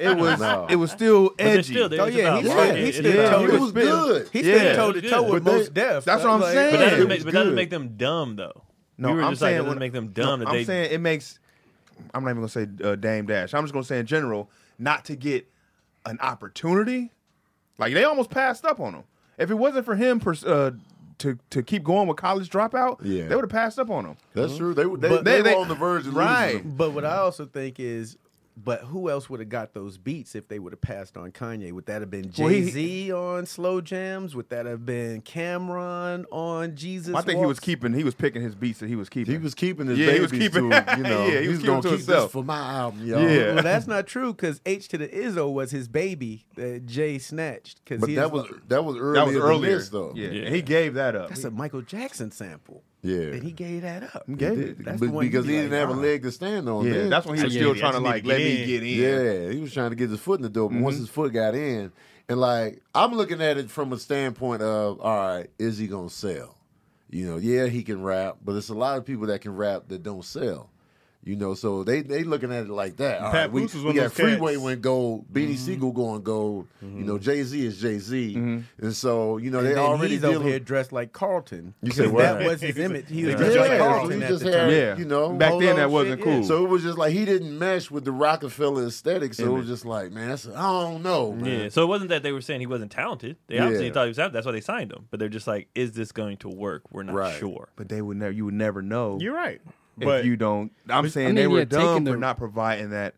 [SPEAKER 5] It was
[SPEAKER 1] No.
[SPEAKER 5] it was still
[SPEAKER 6] they're
[SPEAKER 5] edgy.
[SPEAKER 6] still- they're
[SPEAKER 5] oh
[SPEAKER 6] just
[SPEAKER 5] yeah,
[SPEAKER 6] about
[SPEAKER 5] he
[SPEAKER 1] marketing.
[SPEAKER 5] said he
[SPEAKER 1] It's
[SPEAKER 5] stood
[SPEAKER 1] about
[SPEAKER 5] toe
[SPEAKER 1] marketing.
[SPEAKER 5] to
[SPEAKER 1] It was
[SPEAKER 5] toe.
[SPEAKER 1] good.
[SPEAKER 5] He
[SPEAKER 6] Yeah.
[SPEAKER 5] stood toe to
[SPEAKER 6] It
[SPEAKER 5] toe
[SPEAKER 6] was
[SPEAKER 5] with
[SPEAKER 1] good.
[SPEAKER 5] most deaf.
[SPEAKER 1] That's what I'm saying.
[SPEAKER 6] But that
[SPEAKER 1] Yeah, it
[SPEAKER 6] doesn't make,
[SPEAKER 1] was
[SPEAKER 6] but that doesn't
[SPEAKER 1] good.
[SPEAKER 6] make them dumb though.
[SPEAKER 5] No,
[SPEAKER 6] you were
[SPEAKER 5] I'm
[SPEAKER 6] just like,
[SPEAKER 5] saying
[SPEAKER 6] that doesn't
[SPEAKER 5] when-
[SPEAKER 6] make them dumb.
[SPEAKER 5] no,
[SPEAKER 6] that
[SPEAKER 5] I'm
[SPEAKER 6] they,
[SPEAKER 5] saying it makes. I'm not even gonna say uh, Dame Dash. I'm just gonna say in general, not to get an opportunity. Like they almost passed up on him. If it wasn't for him pers- uh, to to keep going with college dropout,
[SPEAKER 1] Yeah.
[SPEAKER 5] they would have passed up on him.
[SPEAKER 1] That's true. They, they,
[SPEAKER 5] But
[SPEAKER 1] they,
[SPEAKER 5] they-
[SPEAKER 1] were on the verge of
[SPEAKER 5] right.
[SPEAKER 1] losing. him.
[SPEAKER 3] But what I also think is, but who else would have got those beats if they would have passed on Kanye? Would that have been
[SPEAKER 5] Well, he-
[SPEAKER 3] Jay Z on Slow Jams? Would that have been Cameron on Jesus?
[SPEAKER 5] I think he was
[SPEAKER 3] Walks?
[SPEAKER 5] keeping. He was picking his beats that he was keeping.
[SPEAKER 1] He was keeping his
[SPEAKER 5] Yeah, he was
[SPEAKER 1] babies
[SPEAKER 5] keeping-
[SPEAKER 1] to, you know,
[SPEAKER 5] Yeah, he
[SPEAKER 1] he
[SPEAKER 5] was
[SPEAKER 1] was
[SPEAKER 5] keeping
[SPEAKER 1] going to
[SPEAKER 5] to
[SPEAKER 1] keep
[SPEAKER 5] himself.
[SPEAKER 1] this for my album, y'all.
[SPEAKER 5] Yeah.
[SPEAKER 3] Well, that's not true because H to the Izzo was his baby that Jay snatched. Because
[SPEAKER 1] But that was that was earlier.
[SPEAKER 5] that was
[SPEAKER 1] than
[SPEAKER 5] earlier.
[SPEAKER 1] this, though.
[SPEAKER 5] Yeah.
[SPEAKER 6] Yeah.
[SPEAKER 5] and he gave that up.
[SPEAKER 3] that's a Michael Jackson sample.
[SPEAKER 1] Yeah.
[SPEAKER 3] and he gave that up.
[SPEAKER 5] gave
[SPEAKER 1] He
[SPEAKER 5] it.
[SPEAKER 1] did.
[SPEAKER 3] That's
[SPEAKER 1] But
[SPEAKER 3] the one
[SPEAKER 1] because
[SPEAKER 3] you
[SPEAKER 1] he
[SPEAKER 3] be
[SPEAKER 1] didn't
[SPEAKER 3] like,
[SPEAKER 1] have a
[SPEAKER 3] "Nah."
[SPEAKER 1] leg to stand on.
[SPEAKER 5] Yeah,
[SPEAKER 1] then.
[SPEAKER 5] Oh, that's when he was
[SPEAKER 2] Yeah,
[SPEAKER 5] still
[SPEAKER 2] yeah,
[SPEAKER 5] trying to
[SPEAKER 2] that's me
[SPEAKER 5] like
[SPEAKER 2] to
[SPEAKER 5] let
[SPEAKER 2] get
[SPEAKER 5] me
[SPEAKER 2] in.
[SPEAKER 5] get in.
[SPEAKER 1] Yeah, he was trying to get his foot in the door, but once
[SPEAKER 2] Mm-hmm.
[SPEAKER 1] his foot got in, and like I'm looking at it from a standpoint of, all right, is he gonna sell? You know, yeah, he can rap, but it's a lot of people that can rap that don't sell. You know, so they they looking at it like that. All
[SPEAKER 2] Pat
[SPEAKER 1] right, we,
[SPEAKER 2] Booth was
[SPEAKER 1] we
[SPEAKER 2] one of
[SPEAKER 1] got
[SPEAKER 2] those cats. Mm-hmm.
[SPEAKER 1] Freeway went gold, BD Siegel going gold. You know, Jay Z is Jay Z,
[SPEAKER 2] Mm-hmm.
[SPEAKER 1] and so you know
[SPEAKER 3] And
[SPEAKER 1] they
[SPEAKER 3] then
[SPEAKER 1] already
[SPEAKER 3] he's
[SPEAKER 1] dealing.
[SPEAKER 3] over here dressed like Carlton.
[SPEAKER 1] You said
[SPEAKER 3] 'cause
[SPEAKER 1] what?
[SPEAKER 3] That was his image. He was
[SPEAKER 1] yeah,
[SPEAKER 3] dressed like
[SPEAKER 1] so
[SPEAKER 3] Carlton
[SPEAKER 1] you
[SPEAKER 3] at
[SPEAKER 1] just
[SPEAKER 3] the
[SPEAKER 1] had
[SPEAKER 3] time.
[SPEAKER 5] Yeah.
[SPEAKER 1] you know
[SPEAKER 5] Back then,
[SPEAKER 3] Polo
[SPEAKER 5] that wasn't
[SPEAKER 3] shit,
[SPEAKER 5] cool.
[SPEAKER 3] yeah.
[SPEAKER 1] so it was just like he didn't mesh with the Rockefeller aesthetic. So it was just like, man, that's, I don't know, man.
[SPEAKER 6] Yeah. So it wasn't that they were saying he wasn't talented. They
[SPEAKER 1] Uh-huh.
[SPEAKER 6] obviously
[SPEAKER 1] Yeah.
[SPEAKER 6] thought he was talented. That's why they signed him. But they're just like, is this going to work? We're not
[SPEAKER 1] Right.
[SPEAKER 6] sure.
[SPEAKER 5] but they would never. You would never know
[SPEAKER 2] You're right.
[SPEAKER 5] if
[SPEAKER 2] But
[SPEAKER 5] you don't. I'm saying
[SPEAKER 7] mean,
[SPEAKER 5] they were
[SPEAKER 7] yeah, taking
[SPEAKER 5] dumb for
[SPEAKER 7] the-
[SPEAKER 5] not providing that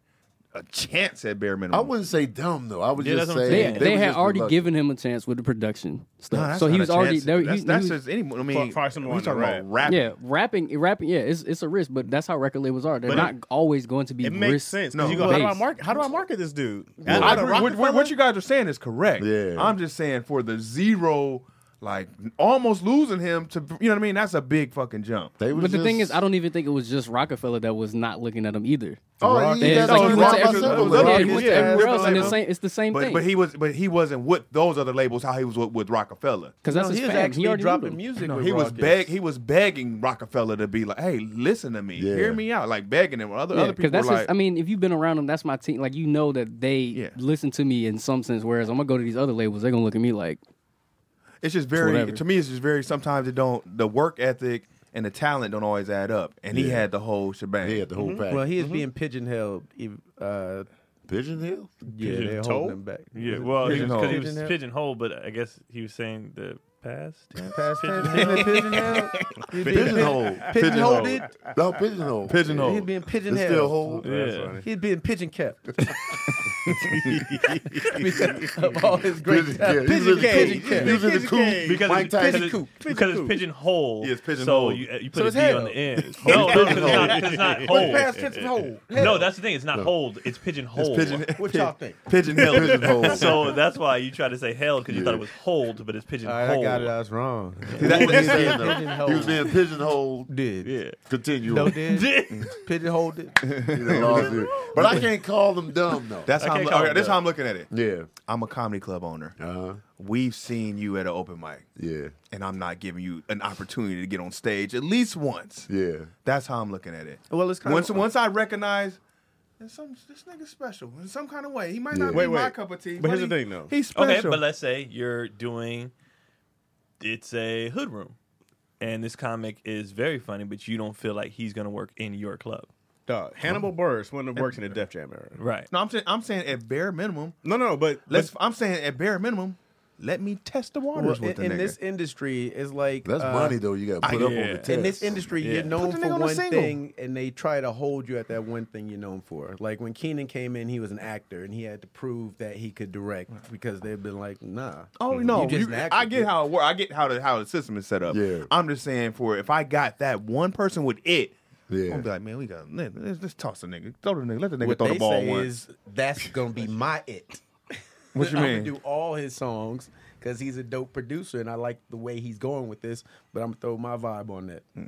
[SPEAKER 5] a chance at bare minimum.
[SPEAKER 1] I wouldn't say dumb though. I would
[SPEAKER 6] Yeah,
[SPEAKER 1] just
[SPEAKER 6] that's what I'm
[SPEAKER 1] say
[SPEAKER 7] They,
[SPEAKER 6] saying.
[SPEAKER 7] they,
[SPEAKER 1] were
[SPEAKER 7] had
[SPEAKER 1] just
[SPEAKER 7] already
[SPEAKER 1] reluctant.
[SPEAKER 7] given him a chance with the production
[SPEAKER 5] No,
[SPEAKER 7] stuff,
[SPEAKER 5] that's
[SPEAKER 7] so
[SPEAKER 5] not
[SPEAKER 7] he
[SPEAKER 5] a
[SPEAKER 7] was already
[SPEAKER 5] chance.
[SPEAKER 7] there. he-
[SPEAKER 5] That's,
[SPEAKER 7] he
[SPEAKER 5] that's
[SPEAKER 7] was-
[SPEAKER 5] just anyone. I mean,
[SPEAKER 2] For- for someone
[SPEAKER 5] we
[SPEAKER 2] to
[SPEAKER 5] talking
[SPEAKER 2] rap.
[SPEAKER 5] about rapping.
[SPEAKER 7] Yeah, rapping, rapping. Yeah, it's it's a risk, but that's how record labels are. They're not always going to be.
[SPEAKER 2] it makes
[SPEAKER 7] risk
[SPEAKER 2] sense.
[SPEAKER 5] No.
[SPEAKER 2] No, you go, how do I
[SPEAKER 7] based.
[SPEAKER 2] market? How do I market this dude?
[SPEAKER 5] I
[SPEAKER 2] Out of
[SPEAKER 5] agree. What, what- what
[SPEAKER 2] Rockefeller?
[SPEAKER 5] you guys are saying is correct.
[SPEAKER 1] Yeah.
[SPEAKER 5] I'm just saying for the zero, like almost losing him to, you know what I mean? That's a big fucking jump.
[SPEAKER 1] They was
[SPEAKER 7] But the
[SPEAKER 1] just-
[SPEAKER 7] thing is, I don't even think it was just Rockefeller that was not looking at him either.
[SPEAKER 1] Oh,
[SPEAKER 5] Rock-
[SPEAKER 1] yeah,
[SPEAKER 7] Yeah,
[SPEAKER 5] that's
[SPEAKER 7] it's like
[SPEAKER 5] what
[SPEAKER 7] he
[SPEAKER 5] Rock
[SPEAKER 7] went to
[SPEAKER 5] was-
[SPEAKER 7] every-
[SPEAKER 5] that was
[SPEAKER 7] yeah,
[SPEAKER 5] other
[SPEAKER 7] he went
[SPEAKER 5] people.
[SPEAKER 7] to everywhere
[SPEAKER 5] Yeah,
[SPEAKER 7] else, and the
[SPEAKER 5] but-
[SPEAKER 7] same, it's the same
[SPEAKER 5] But
[SPEAKER 7] thing.
[SPEAKER 5] but he was but he wasn't with those other labels how he was with, with Rockefeller.
[SPEAKER 7] because
[SPEAKER 3] No,
[SPEAKER 7] that's his
[SPEAKER 3] he was
[SPEAKER 7] fam. He
[SPEAKER 3] actually
[SPEAKER 7] already
[SPEAKER 3] dropping
[SPEAKER 7] dropping music.
[SPEAKER 3] music.
[SPEAKER 5] No,
[SPEAKER 3] with
[SPEAKER 5] he was
[SPEAKER 3] Rockets.
[SPEAKER 5] beg he was begging Rockefeller to be like, hey, listen to me,
[SPEAKER 1] Yeah.
[SPEAKER 5] hear me out, like begging him. Other other people
[SPEAKER 7] Because that's
[SPEAKER 5] were
[SPEAKER 7] his,
[SPEAKER 5] like,
[SPEAKER 7] I mean, if you've been around them, that's my team. Like you know that they listen to me in some sense. Whereas I'm gonna go to these other labels, they're gonna look at me like,
[SPEAKER 5] it's just very
[SPEAKER 7] whatever.
[SPEAKER 5] to me. It's just very sometimes it don't the work ethic and the talent don't always add up. And he
[SPEAKER 1] Yeah.
[SPEAKER 5] had the whole shebang.
[SPEAKER 1] He had the whole pack.
[SPEAKER 3] Well, he is being pigeonholed. ev- Uh,
[SPEAKER 1] Pigeon Hill.
[SPEAKER 3] yeah, they're holding him back.
[SPEAKER 6] Yeah. Well, because he, was- 'cause he was
[SPEAKER 3] Pigeonhole.
[SPEAKER 6] pigeonholed, but I guess he was saying the past. tense.
[SPEAKER 3] Past
[SPEAKER 6] Pigeon-
[SPEAKER 3] tense, he's been pigeonholed. He's being
[SPEAKER 1] Pigeonhole.
[SPEAKER 3] Pigeonholed.
[SPEAKER 1] No, pigeonhole.
[SPEAKER 5] Pigeonhole.
[SPEAKER 3] He's being
[SPEAKER 1] It's still
[SPEAKER 3] pigeonholed.
[SPEAKER 1] whole.
[SPEAKER 6] Yeah.
[SPEAKER 3] He's being pigeon kept. Because of
[SPEAKER 7] Oh,
[SPEAKER 3] all his great
[SPEAKER 1] Pigeon-
[SPEAKER 3] talent.
[SPEAKER 1] yeah, he was in the
[SPEAKER 3] Pigeon
[SPEAKER 1] coop.
[SPEAKER 3] kept.
[SPEAKER 1] He was in the
[SPEAKER 2] Pigeon
[SPEAKER 1] coop.
[SPEAKER 2] cage.
[SPEAKER 6] Because
[SPEAKER 1] Mike
[SPEAKER 6] it's, because
[SPEAKER 1] Tyson.
[SPEAKER 6] it's, because it's pigeonhole.
[SPEAKER 5] Yeah, it's
[SPEAKER 6] So
[SPEAKER 5] pigeonholed.
[SPEAKER 6] you, you
[SPEAKER 3] So
[SPEAKER 6] put
[SPEAKER 3] it's
[SPEAKER 6] a D on
[SPEAKER 3] hell.
[SPEAKER 6] the end. No, no, 'cause it's not, 'cause it's not
[SPEAKER 3] What's
[SPEAKER 6] hold.
[SPEAKER 3] past tense of hold?
[SPEAKER 6] No, that's the thing. It's not hold. It's pigeonhole.
[SPEAKER 5] Pigeon,
[SPEAKER 3] What y'all think?
[SPEAKER 5] pigeonhole.
[SPEAKER 1] Pigeonhole.
[SPEAKER 6] So that's why you tried to say held because you thought it was hold, but it's
[SPEAKER 3] All
[SPEAKER 6] pigeonhole.
[SPEAKER 3] right, I got it. I was wrong.
[SPEAKER 1] That's what he
[SPEAKER 3] He
[SPEAKER 1] said,
[SPEAKER 3] was being
[SPEAKER 1] though. He was being pigeonholed.
[SPEAKER 3] Did.
[SPEAKER 6] Yeah.
[SPEAKER 1] Continue.
[SPEAKER 3] No,
[SPEAKER 1] on.
[SPEAKER 3] did. Pigeonholed it.
[SPEAKER 1] He done lost it. But I can't call them dumb though.
[SPEAKER 5] That's
[SPEAKER 6] I
[SPEAKER 5] how I'm,
[SPEAKER 6] can't
[SPEAKER 5] okay,
[SPEAKER 6] call it
[SPEAKER 5] this how
[SPEAKER 6] that.
[SPEAKER 5] I'm looking at it.
[SPEAKER 1] Yeah.
[SPEAKER 5] I'm a comedy club owner.
[SPEAKER 1] Uh-huh.
[SPEAKER 5] We've seen you at an open mic,
[SPEAKER 1] Yeah.
[SPEAKER 5] and I'm not giving you an opportunity to get on stage at least once.
[SPEAKER 1] Yeah.
[SPEAKER 5] That's how I'm looking at it.
[SPEAKER 3] Well, it's kind
[SPEAKER 5] once
[SPEAKER 3] of-
[SPEAKER 5] once I recognize there's some this nigga's special in some kind of way. He might not
[SPEAKER 1] Yeah.
[SPEAKER 5] be
[SPEAKER 1] Wait,
[SPEAKER 5] my
[SPEAKER 2] wait.
[SPEAKER 5] cup of tea.
[SPEAKER 2] But here's the thing, though.
[SPEAKER 5] He's special.
[SPEAKER 6] Okay, but let's say you're doing it's a hood room, and this comic is very funny, but you don't feel like he's gonna work in your club,
[SPEAKER 2] Dog, Hannibal Burris, one that works in the Def Jam era.
[SPEAKER 6] right?
[SPEAKER 5] no, I'm saying I'm saying at bare minimum.
[SPEAKER 2] No, no, but
[SPEAKER 5] Let's. I'm saying at bare minimum. Let me test the
[SPEAKER 3] well,
[SPEAKER 5] waters with the
[SPEAKER 3] in, in
[SPEAKER 5] nigga.
[SPEAKER 3] this industry, it's like
[SPEAKER 1] That's
[SPEAKER 3] uh,
[SPEAKER 1] money though. You got to put
[SPEAKER 5] I-
[SPEAKER 1] up on
[SPEAKER 6] yeah.
[SPEAKER 1] the
[SPEAKER 6] In
[SPEAKER 1] test.
[SPEAKER 3] in this industry,
[SPEAKER 6] Yeah.
[SPEAKER 3] you're known
[SPEAKER 5] Put the
[SPEAKER 3] for
[SPEAKER 5] nigga on a
[SPEAKER 3] one
[SPEAKER 5] single.
[SPEAKER 3] thing, and they try to hold you at that one thing you're known for. Like when Keenan came in, he was an actor, and he had to prove that he could direct because they've been like, "Nah,
[SPEAKER 5] Oh no,
[SPEAKER 3] Mm-hmm. just
[SPEAKER 5] you-
[SPEAKER 3] an actor,
[SPEAKER 5] I get
[SPEAKER 3] dude.
[SPEAKER 5] how it works. I get how the how the system is set up.
[SPEAKER 1] Yeah.
[SPEAKER 5] I'm just saying for if I got that one person with it, I'm
[SPEAKER 1] Yeah.
[SPEAKER 5] gonna be like, man, we got let- let's, let's toss the nigga, throw the nigga, let the nigga
[SPEAKER 3] what
[SPEAKER 5] throw
[SPEAKER 3] they
[SPEAKER 5] the ball
[SPEAKER 3] say
[SPEAKER 5] once.
[SPEAKER 3] is that's gonna be my it."
[SPEAKER 5] What you
[SPEAKER 3] I'm gonna
[SPEAKER 5] mean?
[SPEAKER 3] do all his songs because he's a dope producer, and I like the way he's going with this. But I'm gonna throw my vibe on that.
[SPEAKER 5] Hmm.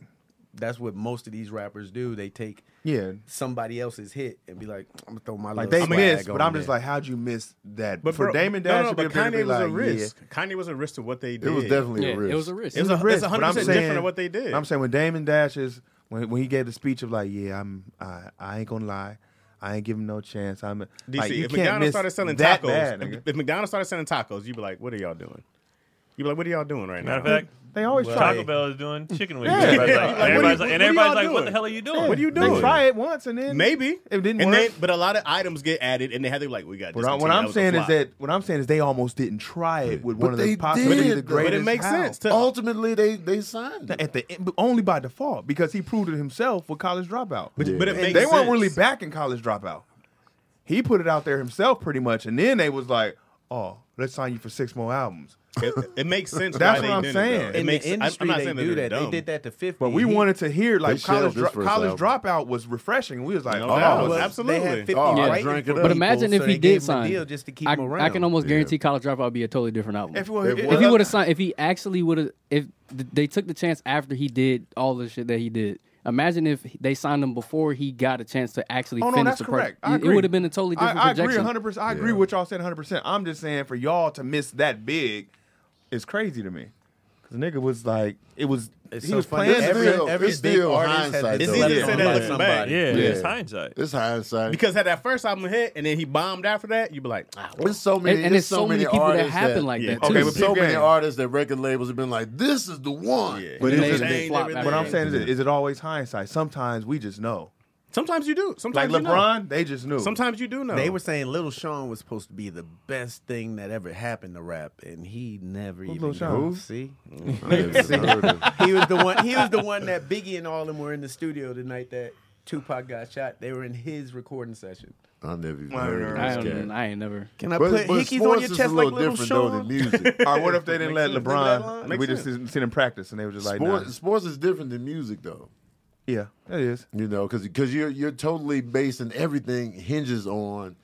[SPEAKER 3] That's what most of these rappers do. They take
[SPEAKER 5] Yeah,
[SPEAKER 3] somebody else's hit and be like, "I'm gonna throw my
[SPEAKER 5] like they
[SPEAKER 3] little swag
[SPEAKER 5] missed,
[SPEAKER 3] on
[SPEAKER 5] but I'm just
[SPEAKER 3] there."
[SPEAKER 5] like, how'd you miss that?
[SPEAKER 2] but
[SPEAKER 5] for
[SPEAKER 2] bro-
[SPEAKER 5] Damon
[SPEAKER 2] no,
[SPEAKER 5] Dash
[SPEAKER 2] no,
[SPEAKER 5] to be
[SPEAKER 2] but
[SPEAKER 5] able to
[SPEAKER 2] Kanye
[SPEAKER 5] be
[SPEAKER 2] was
[SPEAKER 5] like,
[SPEAKER 2] a risk.
[SPEAKER 5] yeah.
[SPEAKER 2] Kanye was a risk to what they did.
[SPEAKER 1] It was definitely
[SPEAKER 7] Yeah,
[SPEAKER 1] a risk.
[SPEAKER 7] it was a risk.
[SPEAKER 2] It was a,
[SPEAKER 5] risk,
[SPEAKER 2] it's
[SPEAKER 5] but I'm
[SPEAKER 2] 100%
[SPEAKER 5] saying-
[SPEAKER 2] different of what they did.
[SPEAKER 5] I'm saying when Damon Dash is when when he gave the speech of like, yeah, I'm I, I ain't gonna lie, I ain't giving no chance. I'm
[SPEAKER 2] DC,
[SPEAKER 5] like, you
[SPEAKER 2] if
[SPEAKER 5] can't
[SPEAKER 2] McDonald's
[SPEAKER 5] miss
[SPEAKER 2] started selling
[SPEAKER 5] that
[SPEAKER 2] tacos,
[SPEAKER 5] bad,
[SPEAKER 2] if,
[SPEAKER 5] nigga.
[SPEAKER 2] if McDonald's started selling tacos, you'd be like, "What are y'all doing?" You'd be like, "What are y'all doing right
[SPEAKER 6] Matter of
[SPEAKER 2] now?"
[SPEAKER 6] fact,
[SPEAKER 5] They always try.
[SPEAKER 6] Taco
[SPEAKER 5] it.
[SPEAKER 6] Bell is doing chicken wings.
[SPEAKER 5] Yeah.
[SPEAKER 6] Everybody's
[SPEAKER 5] Yeah.
[SPEAKER 6] like,
[SPEAKER 5] Like,
[SPEAKER 6] everybody's
[SPEAKER 2] what
[SPEAKER 6] like, and
[SPEAKER 2] are you- what are y'all
[SPEAKER 6] everybody's like, what the
[SPEAKER 2] doing?
[SPEAKER 6] hell are you doing?
[SPEAKER 2] What are you
[SPEAKER 5] They
[SPEAKER 2] doing?
[SPEAKER 5] try it once and then
[SPEAKER 2] Maybe
[SPEAKER 5] it didn't
[SPEAKER 2] and
[SPEAKER 5] work.
[SPEAKER 2] Then, but a lot of items get added, and they have to like, "We got."
[SPEAKER 5] What, I, what I'm saying is that what I'm saying is they almost didn't try it with
[SPEAKER 1] But
[SPEAKER 5] one of
[SPEAKER 1] they
[SPEAKER 5] the possibly
[SPEAKER 1] did, though.
[SPEAKER 5] the greatest.
[SPEAKER 1] But
[SPEAKER 2] it makes
[SPEAKER 5] house.
[SPEAKER 2] sense to-
[SPEAKER 1] Ultimately, they they signed it.
[SPEAKER 5] at the end, but only by default because he proved it himself with College Dropout.
[SPEAKER 2] But-
[SPEAKER 1] but it
[SPEAKER 5] And
[SPEAKER 2] makes
[SPEAKER 5] they weren't
[SPEAKER 2] sense.
[SPEAKER 5] really backing College Dropout. He put it out there himself pretty much, and then they was like, "Oh, let's sign you for six more albums."
[SPEAKER 2] it, it makes sense.
[SPEAKER 5] That's
[SPEAKER 2] why they
[SPEAKER 5] what I'm
[SPEAKER 2] did it, though.
[SPEAKER 5] saying.
[SPEAKER 2] It
[SPEAKER 3] in
[SPEAKER 2] makes
[SPEAKER 3] the industry
[SPEAKER 2] I'm not
[SPEAKER 3] they
[SPEAKER 2] saying
[SPEAKER 3] do
[SPEAKER 2] that.
[SPEAKER 3] that.
[SPEAKER 2] they're
[SPEAKER 3] They did
[SPEAKER 2] dumb.
[SPEAKER 3] that to 50.
[SPEAKER 5] But we
[SPEAKER 3] He-
[SPEAKER 5] wanted to
[SPEAKER 1] They
[SPEAKER 5] hear like College
[SPEAKER 1] shelved his
[SPEAKER 5] Dro-
[SPEAKER 1] first
[SPEAKER 5] College
[SPEAKER 1] album.
[SPEAKER 5] Dropout was refreshing. We was like,
[SPEAKER 2] No
[SPEAKER 5] "Oh,
[SPEAKER 2] doubt.
[SPEAKER 5] that was
[SPEAKER 2] Well,
[SPEAKER 3] They had 50
[SPEAKER 2] Absolutely.
[SPEAKER 1] Oh, I
[SPEAKER 3] right
[SPEAKER 1] drank
[SPEAKER 3] in
[SPEAKER 1] it
[SPEAKER 3] front
[SPEAKER 1] up.
[SPEAKER 3] of
[SPEAKER 7] But imagine
[SPEAKER 3] people,
[SPEAKER 7] if
[SPEAKER 3] so
[SPEAKER 7] he
[SPEAKER 3] they gave him
[SPEAKER 7] did
[SPEAKER 3] a
[SPEAKER 7] sign,
[SPEAKER 3] deal just to keep
[SPEAKER 7] I,
[SPEAKER 3] him around.
[SPEAKER 7] I can almost guarantee College Dropout would be a totally different album.
[SPEAKER 5] If,
[SPEAKER 7] If,
[SPEAKER 5] it was-
[SPEAKER 1] If-
[SPEAKER 5] it-
[SPEAKER 1] if
[SPEAKER 7] he
[SPEAKER 5] it-
[SPEAKER 7] would have signed, if he actually would have, if th- they took the chance after he did all the shit that he did. Imagine if they signed him before he got a chance to actually
[SPEAKER 5] Oh no,
[SPEAKER 7] finish
[SPEAKER 5] that's
[SPEAKER 7] the
[SPEAKER 5] correct.
[SPEAKER 7] project.
[SPEAKER 5] I
[SPEAKER 7] It
[SPEAKER 5] agree.
[SPEAKER 7] would have been a totally different
[SPEAKER 5] I, I agree
[SPEAKER 7] projection.
[SPEAKER 5] 100. percent I agree with y'all saying 100. percent I'm just saying for y'all to miss that big is crazy to me. Cause nigga was like, it was
[SPEAKER 3] It's
[SPEAKER 5] he
[SPEAKER 3] so
[SPEAKER 5] was
[SPEAKER 3] funny.
[SPEAKER 5] playing
[SPEAKER 1] Every-
[SPEAKER 5] every.
[SPEAKER 1] still- it's still hindsight,
[SPEAKER 3] been
[SPEAKER 1] though.
[SPEAKER 3] slept
[SPEAKER 1] It's
[SPEAKER 3] on
[SPEAKER 1] easy to
[SPEAKER 2] say
[SPEAKER 3] by
[SPEAKER 2] that looking back.
[SPEAKER 6] Yeah,
[SPEAKER 3] somebody.
[SPEAKER 1] Yeah.
[SPEAKER 6] it's hindsight.
[SPEAKER 1] It's hindsight.
[SPEAKER 2] because had that first album hit, and then he bombed after that. You'd be like, ah,
[SPEAKER 1] There's so many,
[SPEAKER 7] and
[SPEAKER 1] there's
[SPEAKER 7] there's
[SPEAKER 1] so,
[SPEAKER 7] so many people that
[SPEAKER 1] artists
[SPEAKER 7] happen like that,
[SPEAKER 1] Okay,
[SPEAKER 7] too.
[SPEAKER 1] there's
[SPEAKER 5] But
[SPEAKER 1] so
[SPEAKER 5] peep
[SPEAKER 1] many
[SPEAKER 5] game.
[SPEAKER 1] artists that record labels have been like, "This is the one."
[SPEAKER 2] Yeah.
[SPEAKER 1] But it's
[SPEAKER 7] And they-
[SPEAKER 1] just,
[SPEAKER 7] they flop
[SPEAKER 2] everything.
[SPEAKER 5] What I'm saying is, is it always hindsight? Sometimes we just know.
[SPEAKER 2] sometimes you do.
[SPEAKER 5] Like
[SPEAKER 2] Sometimes you know.
[SPEAKER 5] LeBron, they just knew.
[SPEAKER 2] Sometimes you do know.
[SPEAKER 3] They were saying Little Sean was supposed to be the best thing that ever happened to rap, and he never even.
[SPEAKER 5] Lil Sean?
[SPEAKER 3] knew.
[SPEAKER 5] Who?
[SPEAKER 3] See,
[SPEAKER 1] I ain't even heard of it.
[SPEAKER 3] he was the one. He was the one that Biggie and all them were in the studio the night that Tupac got shot. They were in his recording session.
[SPEAKER 1] I never even
[SPEAKER 5] I
[SPEAKER 1] heard
[SPEAKER 7] I,
[SPEAKER 1] of this
[SPEAKER 7] don't,
[SPEAKER 1] cat.
[SPEAKER 7] I ain't never.
[SPEAKER 3] Can I
[SPEAKER 1] But,
[SPEAKER 3] put
[SPEAKER 1] but
[SPEAKER 3] hickeys on
[SPEAKER 1] sports
[SPEAKER 3] your
[SPEAKER 1] is
[SPEAKER 3] chest
[SPEAKER 1] a
[SPEAKER 3] like
[SPEAKER 1] little
[SPEAKER 3] Little
[SPEAKER 1] different though than
[SPEAKER 3] Sean?
[SPEAKER 1] music.
[SPEAKER 5] Or what if they didn't let
[SPEAKER 3] Makes sense. Look at that
[SPEAKER 5] LeBron?
[SPEAKER 3] line.
[SPEAKER 5] We
[SPEAKER 2] Makes
[SPEAKER 5] just seen seen him practice, and they were just like, nah.
[SPEAKER 1] sports, sports is different than music though.
[SPEAKER 5] Yeah, it is.
[SPEAKER 1] You know, because you're you're totally based and everything hinges on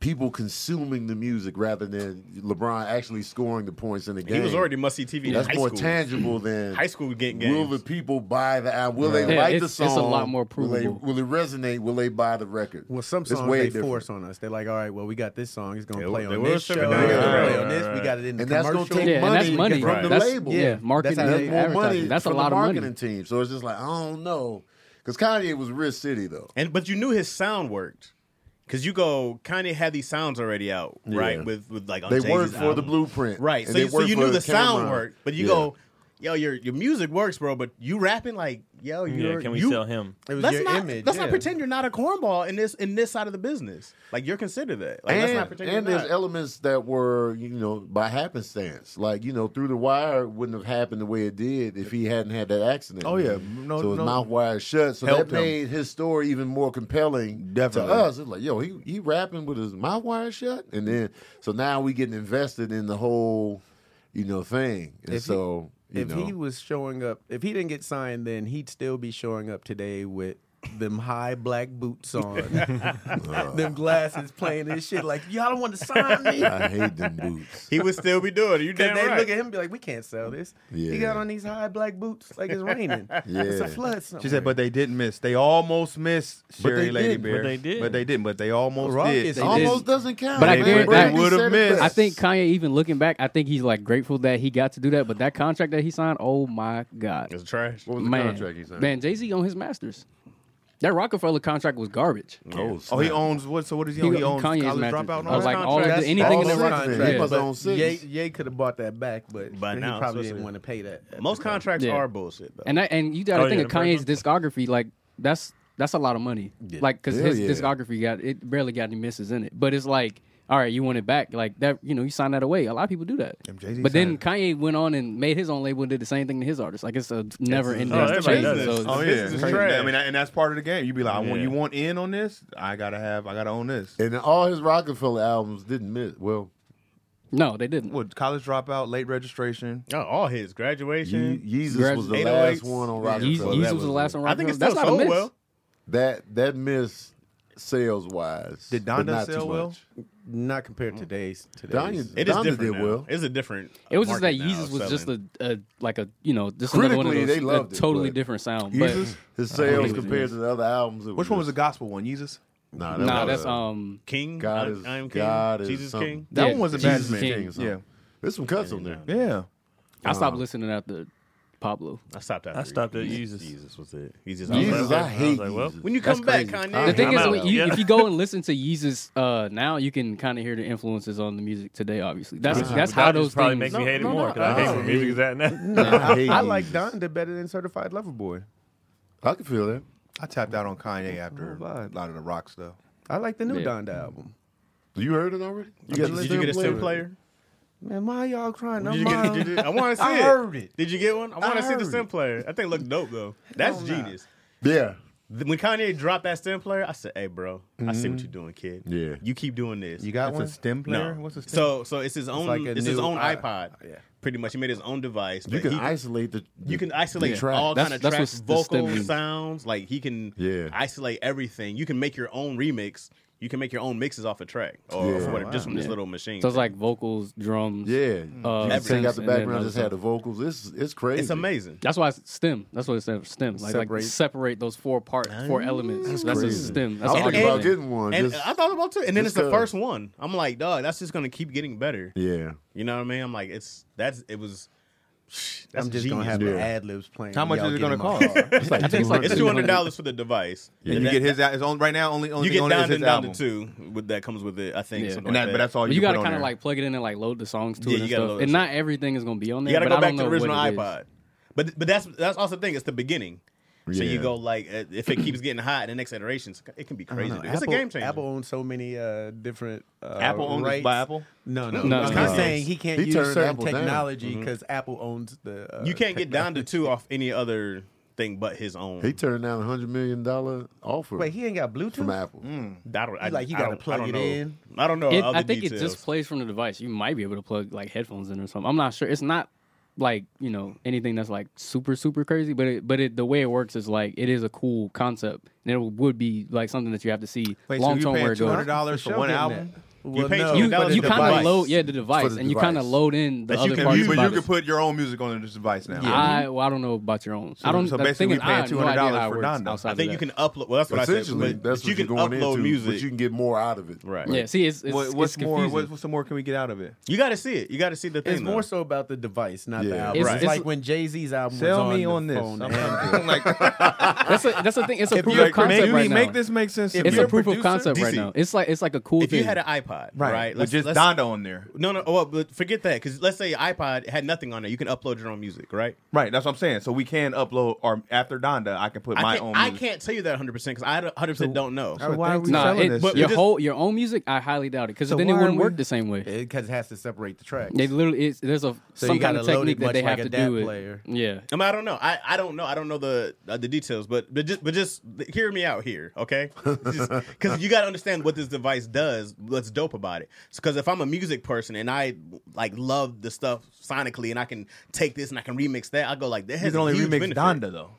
[SPEAKER 1] people consuming the music rather than LeBron actually scoring the points in the game.
[SPEAKER 2] he was already must see TV.
[SPEAKER 1] That's
[SPEAKER 2] in high
[SPEAKER 1] more
[SPEAKER 2] school.
[SPEAKER 1] tangible than
[SPEAKER 2] High school get
[SPEAKER 1] Will
[SPEAKER 2] games.
[SPEAKER 1] the people buy the album? Will they
[SPEAKER 7] Yeah,
[SPEAKER 1] like the
[SPEAKER 7] it's-
[SPEAKER 1] song?
[SPEAKER 7] it's a lot more
[SPEAKER 1] Will they-
[SPEAKER 7] provable.
[SPEAKER 1] Will, it resonate? Will they buy the record?
[SPEAKER 3] Well, some
[SPEAKER 1] It's
[SPEAKER 3] songs
[SPEAKER 1] way
[SPEAKER 3] they
[SPEAKER 1] different.
[SPEAKER 3] force on us. They're like, all right, well, we got this song. It's gonna
[SPEAKER 2] They
[SPEAKER 3] play
[SPEAKER 2] will- they
[SPEAKER 3] on
[SPEAKER 2] will
[SPEAKER 3] this show. It's
[SPEAKER 2] strip it
[SPEAKER 3] gonna
[SPEAKER 2] down.
[SPEAKER 3] play
[SPEAKER 2] Right,
[SPEAKER 3] on this.
[SPEAKER 2] right,
[SPEAKER 3] We
[SPEAKER 2] right.
[SPEAKER 3] got it in the
[SPEAKER 1] And that's gonna
[SPEAKER 3] commercial.
[SPEAKER 1] take
[SPEAKER 7] Yeah, and
[SPEAKER 1] money
[SPEAKER 7] that's money.
[SPEAKER 1] from the
[SPEAKER 7] That's-
[SPEAKER 1] label.
[SPEAKER 7] yeah, marketing
[SPEAKER 1] That's
[SPEAKER 7] and
[SPEAKER 1] more money
[SPEAKER 7] advertising. That's a
[SPEAKER 1] from
[SPEAKER 7] lot
[SPEAKER 1] the
[SPEAKER 7] of money.
[SPEAKER 1] marketing team. So it's just like I don't know, because Kanye was Risk City though.
[SPEAKER 2] And but you knew his sound worked. Cause you go, Kanye had these sounds already out, right?
[SPEAKER 1] Yeah.
[SPEAKER 2] With with like on
[SPEAKER 1] They
[SPEAKER 2] Jay-Z's
[SPEAKER 1] worked for the
[SPEAKER 2] album.
[SPEAKER 1] blueprint,
[SPEAKER 2] right?
[SPEAKER 1] and
[SPEAKER 2] So,
[SPEAKER 1] they
[SPEAKER 2] you- so
[SPEAKER 1] worked
[SPEAKER 2] you
[SPEAKER 1] for
[SPEAKER 2] knew the sound
[SPEAKER 1] Cameron.
[SPEAKER 2] worked, but you
[SPEAKER 1] Yeah.
[SPEAKER 2] go, yo, your your music works, bro. But you rapping like, yo, you're,
[SPEAKER 6] Yeah, can we
[SPEAKER 2] you,
[SPEAKER 6] sell him?
[SPEAKER 3] It was
[SPEAKER 2] Let's
[SPEAKER 3] your
[SPEAKER 2] not
[SPEAKER 3] image.
[SPEAKER 2] let's
[SPEAKER 3] yeah.
[SPEAKER 2] not pretend you're not a cornball in this in this side of the business. Like you're considered that. Like, let's not
[SPEAKER 1] and,
[SPEAKER 2] pretend
[SPEAKER 1] and
[SPEAKER 2] you're
[SPEAKER 1] there's
[SPEAKER 2] not.
[SPEAKER 1] elements that were you know by happenstance like you know through the wire wouldn't have happened the way it did if he hadn't had that accident
[SPEAKER 5] Oh, yeah. No-
[SPEAKER 1] so his
[SPEAKER 5] no-
[SPEAKER 1] mouth wired shut so
[SPEAKER 5] Helped
[SPEAKER 1] that
[SPEAKER 5] him.
[SPEAKER 1] made his story even more compelling
[SPEAKER 5] Definitely.
[SPEAKER 1] to us it's like yo he, he rapping with his mouth wired shut and then so now we getting invested in the whole you know thing and
[SPEAKER 3] If he-
[SPEAKER 1] so you
[SPEAKER 3] if
[SPEAKER 1] know
[SPEAKER 3] he was showing up, if he didn't get signed, then he'd still be showing up today with them high black boots on, them glasses playing this shit like y'all don't want to sign me.
[SPEAKER 1] I hate them boots.
[SPEAKER 2] He would still be doing it. You
[SPEAKER 3] Cause
[SPEAKER 2] damn
[SPEAKER 3] they
[SPEAKER 2] right.
[SPEAKER 3] look at him and be like, "We can't sell this." He
[SPEAKER 1] Yeah.
[SPEAKER 3] got on these high black boots like it's raining. It's
[SPEAKER 1] Yeah.
[SPEAKER 3] a flood. Somewhere.
[SPEAKER 5] She said, but they didn't miss. They almost missed
[SPEAKER 1] But
[SPEAKER 5] Sherry
[SPEAKER 1] they
[SPEAKER 5] Lady
[SPEAKER 1] didn't.
[SPEAKER 5] Bear.
[SPEAKER 6] But they did.
[SPEAKER 5] But they didn't. But they almost
[SPEAKER 3] Rockets,
[SPEAKER 5] did.
[SPEAKER 3] they
[SPEAKER 1] Almost doesn't count.
[SPEAKER 7] But I
[SPEAKER 1] man.
[SPEAKER 7] guarantee-
[SPEAKER 1] Brady
[SPEAKER 7] I-
[SPEAKER 5] would've
[SPEAKER 1] said it
[SPEAKER 5] missed.
[SPEAKER 1] best.
[SPEAKER 7] I think Kanye, even looking back, I think he's like grateful that he got to do that. But that contract that he signed, oh my god,
[SPEAKER 2] It's trash.
[SPEAKER 1] What was the contract he
[SPEAKER 7] man,
[SPEAKER 1] signed?
[SPEAKER 7] man, Jay Z on his masters. That Rockefeller contract was garbage.
[SPEAKER 1] Oh,
[SPEAKER 5] Oh, he
[SPEAKER 1] snap.
[SPEAKER 5] owns what? So what does he,
[SPEAKER 7] He
[SPEAKER 5] own? He
[SPEAKER 7] got-
[SPEAKER 5] owns
[SPEAKER 7] Kanye's
[SPEAKER 5] college
[SPEAKER 7] mattress.
[SPEAKER 5] dropout. and
[SPEAKER 7] I
[SPEAKER 5] that
[SPEAKER 7] was like,
[SPEAKER 5] contract?
[SPEAKER 7] all
[SPEAKER 3] That's-
[SPEAKER 7] the anything
[SPEAKER 1] all
[SPEAKER 7] in the
[SPEAKER 1] six,
[SPEAKER 7] Rockefeller.
[SPEAKER 1] man. He
[SPEAKER 7] Yeah.
[SPEAKER 1] must own six.
[SPEAKER 3] Ye, Ye could have bought that back, but
[SPEAKER 2] By
[SPEAKER 3] he
[SPEAKER 2] now,
[SPEAKER 3] probably
[SPEAKER 2] especially-
[SPEAKER 3] didn't want to pay that. at
[SPEAKER 2] Most
[SPEAKER 3] the time.
[SPEAKER 2] contracts
[SPEAKER 7] Yeah.
[SPEAKER 2] are bullshit though.
[SPEAKER 7] And that, and you got
[SPEAKER 6] Oh,
[SPEAKER 7] to
[SPEAKER 6] yeah,
[SPEAKER 7] think
[SPEAKER 6] the
[SPEAKER 7] of Kanye's discography. Like that's that's a lot of money. Like because
[SPEAKER 1] Hell
[SPEAKER 7] his
[SPEAKER 1] yeah.
[SPEAKER 7] discography got it barely got any misses in it. But it's like, all right, you want it back? Like that, you know, you sign that away. A lot of people do that.
[SPEAKER 5] Jay-Z
[SPEAKER 7] But then Kanye went on and made his own label and did the same thing to his artists. Like it's a never ending
[SPEAKER 6] Oh, everybody
[SPEAKER 7] chain.
[SPEAKER 6] does it.
[SPEAKER 7] So
[SPEAKER 5] Oh yeah,
[SPEAKER 2] This is trash.
[SPEAKER 5] I mean, and that's part of the game. You be like, I want
[SPEAKER 6] Yeah.
[SPEAKER 5] you want in on this. I gotta have. I gotta own this.
[SPEAKER 1] And all his Rockefeller albums didn't miss. Well,
[SPEAKER 7] no, they didn't.
[SPEAKER 5] What college dropout, late registration.
[SPEAKER 2] Oh, all his graduation.
[SPEAKER 1] Ye- Yeezus
[SPEAKER 7] Grab-
[SPEAKER 1] was the
[SPEAKER 2] 808s.
[SPEAKER 1] last one on
[SPEAKER 7] Yeez-
[SPEAKER 1] Rockefeller.
[SPEAKER 7] Yeezus
[SPEAKER 1] That
[SPEAKER 7] was the last one.
[SPEAKER 2] I think
[SPEAKER 7] Rockefeller.
[SPEAKER 2] it's still
[SPEAKER 7] that's not a
[SPEAKER 2] sold
[SPEAKER 7] miss.
[SPEAKER 2] well.
[SPEAKER 1] That that missed sales wise.
[SPEAKER 5] Did
[SPEAKER 1] but
[SPEAKER 5] Donda
[SPEAKER 1] not
[SPEAKER 5] sell
[SPEAKER 1] too
[SPEAKER 5] well?
[SPEAKER 1] much.
[SPEAKER 3] not compared to today's. today's
[SPEAKER 1] Donda-
[SPEAKER 2] It is
[SPEAKER 1] Donda
[SPEAKER 2] different.
[SPEAKER 1] did
[SPEAKER 2] now.
[SPEAKER 1] well.
[SPEAKER 2] It's a different.
[SPEAKER 7] It was just that
[SPEAKER 2] market now
[SPEAKER 7] Yeezus was
[SPEAKER 2] selling.
[SPEAKER 7] just a, a like a you know just another one of
[SPEAKER 1] Critically,
[SPEAKER 7] those
[SPEAKER 1] they loved
[SPEAKER 7] a
[SPEAKER 1] it,
[SPEAKER 7] totally
[SPEAKER 1] but-
[SPEAKER 7] different sound. But
[SPEAKER 1] Yeezus, his
[SPEAKER 7] I
[SPEAKER 1] sales
[SPEAKER 7] hate
[SPEAKER 1] compared to the other albums. it
[SPEAKER 5] Which one was the
[SPEAKER 1] just-
[SPEAKER 5] gospel one? Jesus.
[SPEAKER 1] Nah, that
[SPEAKER 7] nah,
[SPEAKER 1] was,
[SPEAKER 7] that's
[SPEAKER 1] uh,
[SPEAKER 7] um
[SPEAKER 2] king.
[SPEAKER 1] God
[SPEAKER 2] I,
[SPEAKER 1] is-
[SPEAKER 2] I am king.
[SPEAKER 1] God is
[SPEAKER 2] Jesus
[SPEAKER 1] something.
[SPEAKER 2] king.
[SPEAKER 5] That
[SPEAKER 7] yeah,
[SPEAKER 5] one was a
[SPEAKER 7] Jesus
[SPEAKER 5] bad
[SPEAKER 7] King.
[SPEAKER 1] King or something.
[SPEAKER 5] Yeah.
[SPEAKER 1] There's some cuts on there.
[SPEAKER 5] Yeah.
[SPEAKER 7] I stopped
[SPEAKER 1] Uh-huh.
[SPEAKER 7] listening after Pablo.
[SPEAKER 2] I stopped after.
[SPEAKER 6] I stopped at
[SPEAKER 2] Yeezus.
[SPEAKER 6] Yeezus.
[SPEAKER 2] Yeezus was it. Yeezus.
[SPEAKER 6] was
[SPEAKER 1] Yeezus,
[SPEAKER 6] like,
[SPEAKER 1] I hate
[SPEAKER 6] I was like, well,
[SPEAKER 1] Yeezus.
[SPEAKER 2] When you
[SPEAKER 7] That's
[SPEAKER 2] come back,
[SPEAKER 7] crazy.
[SPEAKER 2] Kanye.
[SPEAKER 7] The thing
[SPEAKER 6] I'm
[SPEAKER 7] is,
[SPEAKER 6] out.
[SPEAKER 7] when you,
[SPEAKER 6] Yeah.
[SPEAKER 7] if you go and listen to Yeezus uh, now, you can kind of hear the influences on the music today. Obviously, that's
[SPEAKER 6] That
[SPEAKER 7] that's how
[SPEAKER 6] just
[SPEAKER 7] those
[SPEAKER 6] probably
[SPEAKER 7] things.
[SPEAKER 6] makes me
[SPEAKER 7] No,
[SPEAKER 6] hate
[SPEAKER 7] no,
[SPEAKER 6] it more
[SPEAKER 7] no, Oh.
[SPEAKER 6] because I hate where music is at now.
[SPEAKER 1] I, hate
[SPEAKER 3] I like
[SPEAKER 1] Yeezus.
[SPEAKER 3] Donda better than Certified Lover Boy.
[SPEAKER 1] I can feel that.
[SPEAKER 5] I tapped out on Kanye after a lot of the rock stuff.
[SPEAKER 3] I like the new
[SPEAKER 7] Yeah.
[SPEAKER 3] Donda album.
[SPEAKER 1] You heard it already? You
[SPEAKER 2] Did you, get a
[SPEAKER 1] player?
[SPEAKER 2] stem player?
[SPEAKER 3] Man, why y'all crying?
[SPEAKER 2] Did
[SPEAKER 3] I'm
[SPEAKER 2] you get, did you- I want to see
[SPEAKER 3] I
[SPEAKER 2] it.
[SPEAKER 3] heard it.
[SPEAKER 2] Did you get one? I want to see the
[SPEAKER 3] heard
[SPEAKER 2] stem player. I think it looked dope though. That's genius.
[SPEAKER 1] Yeah.
[SPEAKER 2] Th- When Kanye dropped that stem player, I said, "Hey, bro, I see what you're doing, kid.
[SPEAKER 1] Yeah.
[SPEAKER 2] you keep doing this.
[SPEAKER 5] You got
[SPEAKER 3] It's a
[SPEAKER 5] one?
[SPEAKER 3] stem
[SPEAKER 5] No.
[SPEAKER 2] no.
[SPEAKER 5] What's a stem?
[SPEAKER 2] So, so it's his own. It's,
[SPEAKER 3] like a
[SPEAKER 2] his
[SPEAKER 3] new
[SPEAKER 2] own
[SPEAKER 3] i-
[SPEAKER 2] iPod.
[SPEAKER 3] yeah.
[SPEAKER 2] pretty much. He made his own device.
[SPEAKER 1] You
[SPEAKER 2] but
[SPEAKER 1] can
[SPEAKER 2] he-
[SPEAKER 1] isolate the.
[SPEAKER 2] you can isolate
[SPEAKER 1] track.
[SPEAKER 2] all
[SPEAKER 7] That's-
[SPEAKER 2] kind of
[SPEAKER 7] that's
[SPEAKER 2] tracks,
[SPEAKER 7] what the stem
[SPEAKER 2] vocal
[SPEAKER 7] means.
[SPEAKER 2] sounds. Like he can
[SPEAKER 1] Yeah.
[SPEAKER 2] isolate everything. You can make your own remix. You can make your own mixes off a track or
[SPEAKER 1] Yeah.
[SPEAKER 2] whatever, just from this
[SPEAKER 7] Yeah.
[SPEAKER 2] little machine.
[SPEAKER 7] So it's like vocals, drums.
[SPEAKER 1] Yeah.
[SPEAKER 7] Uh,
[SPEAKER 1] you can take out
[SPEAKER 7] everything.
[SPEAKER 1] the
[SPEAKER 7] And then
[SPEAKER 1] background, just
[SPEAKER 7] other
[SPEAKER 1] had the vocals. It's it's crazy.
[SPEAKER 2] Mm. it's amazing.
[SPEAKER 7] That's why it's stem. That's what it says. Stem. Like separate. like
[SPEAKER 3] Separate.
[SPEAKER 7] separate those four parts, four elements. That's, a
[SPEAKER 1] crazy.
[SPEAKER 7] stem.
[SPEAKER 1] I
[SPEAKER 7] That's
[SPEAKER 1] was
[SPEAKER 7] all
[SPEAKER 1] thinking about
[SPEAKER 7] everything.
[SPEAKER 1] getting one.
[SPEAKER 2] And
[SPEAKER 1] just-
[SPEAKER 2] I thought about it, too. And then
[SPEAKER 1] just
[SPEAKER 2] it's the
[SPEAKER 1] go.
[SPEAKER 2] first one. I'm like, dog, that's just gonna keep getting better.
[SPEAKER 1] yeah.
[SPEAKER 2] You know what I mean? I'm like, it's that's it was. That's
[SPEAKER 3] I'm just
[SPEAKER 2] genius.
[SPEAKER 3] gonna have
[SPEAKER 1] dude.
[SPEAKER 3] the ad libs playing.
[SPEAKER 5] How much
[SPEAKER 3] Y'all
[SPEAKER 5] is it
[SPEAKER 3] get
[SPEAKER 5] gonna
[SPEAKER 3] in my
[SPEAKER 5] cost?
[SPEAKER 3] car.
[SPEAKER 1] It's like
[SPEAKER 2] It's two hundred dollars for the device.
[SPEAKER 5] And you get his. al- It's on right now. Only only
[SPEAKER 2] you get
[SPEAKER 5] thing on it is
[SPEAKER 2] down
[SPEAKER 5] his
[SPEAKER 2] and down
[SPEAKER 5] album.
[SPEAKER 2] to two with that comes with it. I think.
[SPEAKER 7] Yeah.
[SPEAKER 2] something
[SPEAKER 5] And
[SPEAKER 2] like
[SPEAKER 5] that, but that's all
[SPEAKER 7] But
[SPEAKER 5] you,
[SPEAKER 7] you
[SPEAKER 5] can put
[SPEAKER 7] gotta
[SPEAKER 5] on
[SPEAKER 7] kind of
[SPEAKER 5] there.
[SPEAKER 7] like plug it in and like load the songs to
[SPEAKER 2] Yeah,
[SPEAKER 7] it and
[SPEAKER 2] you gotta
[SPEAKER 7] stuff.
[SPEAKER 2] load
[SPEAKER 7] And
[SPEAKER 2] it.
[SPEAKER 7] not everything is gonna be on there.
[SPEAKER 2] You got to
[SPEAKER 7] but
[SPEAKER 2] go
[SPEAKER 7] I
[SPEAKER 2] back
[SPEAKER 7] don't
[SPEAKER 2] to the
[SPEAKER 7] know
[SPEAKER 2] original
[SPEAKER 7] what it is.
[SPEAKER 2] iPod. But but that's that's also the thing. It's the beginning. So
[SPEAKER 1] Yeah.
[SPEAKER 2] you go like uh, if it keeps getting hot in the next iterations, it can be crazy.
[SPEAKER 3] No,
[SPEAKER 2] dude. it's a
[SPEAKER 3] Apple-
[SPEAKER 2] game changer.
[SPEAKER 3] Apple owns so many uh, different. Uh,
[SPEAKER 5] Apple owned
[SPEAKER 3] rights.
[SPEAKER 5] by Apple.
[SPEAKER 3] No, no,
[SPEAKER 7] No,
[SPEAKER 3] I'm
[SPEAKER 7] no,
[SPEAKER 3] not
[SPEAKER 7] no.
[SPEAKER 3] saying he can't
[SPEAKER 1] He
[SPEAKER 3] use
[SPEAKER 1] turned
[SPEAKER 3] certain
[SPEAKER 1] Apple down.
[SPEAKER 3] technology because Apple owns the. Uh,
[SPEAKER 2] you can't get down to two off any other thing but his own.
[SPEAKER 3] Mm.
[SPEAKER 1] He turned down a hundred million dollar offer
[SPEAKER 3] Wait, he ain't got
[SPEAKER 1] from
[SPEAKER 3] Bluetooth.
[SPEAKER 1] Apple.
[SPEAKER 2] I don't, I,
[SPEAKER 3] like, you
[SPEAKER 2] I
[SPEAKER 3] gotta
[SPEAKER 2] don't- I
[SPEAKER 3] plug
[SPEAKER 2] don't
[SPEAKER 3] it
[SPEAKER 2] know.
[SPEAKER 3] in.
[SPEAKER 2] I don't know.
[SPEAKER 7] It,
[SPEAKER 2] other
[SPEAKER 7] I think it
[SPEAKER 2] details.
[SPEAKER 7] just plays from the device. You might be able to plug like headphones in or something. I'm not sure. It's not like you know anything that's like super super crazy, but it, but it, the way it works is like it is a cool concept, and it would be like something that you have to see
[SPEAKER 5] Wait,
[SPEAKER 7] long
[SPEAKER 5] so you
[SPEAKER 7] term where
[SPEAKER 5] paying
[SPEAKER 7] it
[SPEAKER 5] two hundred
[SPEAKER 7] goes.
[SPEAKER 5] dollars for
[SPEAKER 3] Michelle
[SPEAKER 5] one
[SPEAKER 3] getting
[SPEAKER 5] album?
[SPEAKER 3] that.
[SPEAKER 2] You
[SPEAKER 3] Well,
[SPEAKER 2] pay
[SPEAKER 3] no,
[SPEAKER 2] $200
[SPEAKER 7] You,
[SPEAKER 2] That was
[SPEAKER 7] you
[SPEAKER 2] the
[SPEAKER 7] kind of
[SPEAKER 2] device.
[SPEAKER 7] load yeah the device,
[SPEAKER 1] the
[SPEAKER 7] and you kind of
[SPEAKER 1] device.
[SPEAKER 7] load in the
[SPEAKER 2] That you
[SPEAKER 7] other
[SPEAKER 2] can
[SPEAKER 7] parts.
[SPEAKER 2] use,
[SPEAKER 5] But
[SPEAKER 7] about
[SPEAKER 5] you can
[SPEAKER 7] it.
[SPEAKER 5] put your own music on this device now.
[SPEAKER 7] I well, I don't know about your own. I don't.
[SPEAKER 5] so
[SPEAKER 7] the
[SPEAKER 5] basically
[SPEAKER 7] thing
[SPEAKER 5] we
[SPEAKER 7] is,
[SPEAKER 5] paying
[SPEAKER 7] I have no
[SPEAKER 5] $200
[SPEAKER 7] idea how it
[SPEAKER 5] for
[SPEAKER 7] works
[SPEAKER 5] Donda.
[SPEAKER 7] outside
[SPEAKER 2] I think
[SPEAKER 7] of that.
[SPEAKER 2] you can upload. Well, that's what I said.
[SPEAKER 1] Essentially,
[SPEAKER 2] But,
[SPEAKER 1] that's
[SPEAKER 2] but you
[SPEAKER 1] what
[SPEAKER 2] can
[SPEAKER 1] you're going
[SPEAKER 2] upload
[SPEAKER 1] into.
[SPEAKER 2] music.
[SPEAKER 1] But you can get more out of it.
[SPEAKER 2] right.
[SPEAKER 7] Yeah. See, it's, it's
[SPEAKER 5] What, what's
[SPEAKER 7] it's
[SPEAKER 5] more?
[SPEAKER 7] confusing.
[SPEAKER 5] What, what's some more can we get out of it?
[SPEAKER 2] You got to see it. You got to see the thing.
[SPEAKER 3] It's more
[SPEAKER 2] though.
[SPEAKER 3] so about the device, not
[SPEAKER 1] Yeah.
[SPEAKER 3] the album.
[SPEAKER 7] It's-
[SPEAKER 3] It's,
[SPEAKER 7] Right.
[SPEAKER 3] like when Jay Z's album
[SPEAKER 5] Sell
[SPEAKER 3] was
[SPEAKER 5] me
[SPEAKER 3] on,
[SPEAKER 5] on
[SPEAKER 3] the
[SPEAKER 5] this.
[SPEAKER 3] phone.
[SPEAKER 5] I'm like,
[SPEAKER 7] that's a, that's the thing. It's a proof
[SPEAKER 5] you're
[SPEAKER 7] of concept
[SPEAKER 5] making me
[SPEAKER 7] right now.
[SPEAKER 5] make this make sense. to
[SPEAKER 7] It's
[SPEAKER 5] me.
[SPEAKER 7] a proof of concept right
[SPEAKER 2] DC.
[SPEAKER 7] now. It's like it's like a cool
[SPEAKER 2] If
[SPEAKER 7] thing.
[SPEAKER 2] you had an iPod, right?
[SPEAKER 5] With just Donda on there.
[SPEAKER 2] No, no. Well, but forget that because let's say iPod had nothing on it. You can upload your own music, right?
[SPEAKER 5] Right, that's what I'm saying. So we can upload, or after Donda, I can put
[SPEAKER 2] I
[SPEAKER 5] my
[SPEAKER 2] can't,
[SPEAKER 5] own.
[SPEAKER 2] I
[SPEAKER 5] music.
[SPEAKER 2] can't tell you that 100 percent because I 100 percent don't know.
[SPEAKER 5] So why are we
[SPEAKER 7] Nah,
[SPEAKER 5] selling
[SPEAKER 7] it-
[SPEAKER 5] this?
[SPEAKER 2] but-
[SPEAKER 5] shit?
[SPEAKER 7] your whole your own music, I highly doubt it because
[SPEAKER 3] So
[SPEAKER 7] then it
[SPEAKER 3] why
[SPEAKER 7] wouldn't
[SPEAKER 3] are we-
[SPEAKER 7] work the same way.
[SPEAKER 3] Because it has to separate the tracks.
[SPEAKER 7] They literally it's, there's a
[SPEAKER 3] So
[SPEAKER 7] some
[SPEAKER 3] you
[SPEAKER 7] kind
[SPEAKER 3] gotta
[SPEAKER 7] of
[SPEAKER 3] load
[SPEAKER 7] technique
[SPEAKER 3] it
[SPEAKER 7] that
[SPEAKER 3] much
[SPEAKER 7] they
[SPEAKER 3] like
[SPEAKER 7] have to
[SPEAKER 3] a DAT
[SPEAKER 7] do it.
[SPEAKER 3] player.
[SPEAKER 7] Yeah,
[SPEAKER 2] I mean, I don't know. I, I don't know. I don't know the uh, the details, but but just but just hear me out here, okay? Because you got to understand what this device does. What's dope about it? Because if I'm a music person and I like love the stuff sonically, and I can take this and I can remix that, I go like that.
[SPEAKER 5] you
[SPEAKER 2] has
[SPEAKER 5] can
[SPEAKER 2] a
[SPEAKER 5] only
[SPEAKER 2] huge
[SPEAKER 5] remix
[SPEAKER 2] benefit.
[SPEAKER 5] Donda though.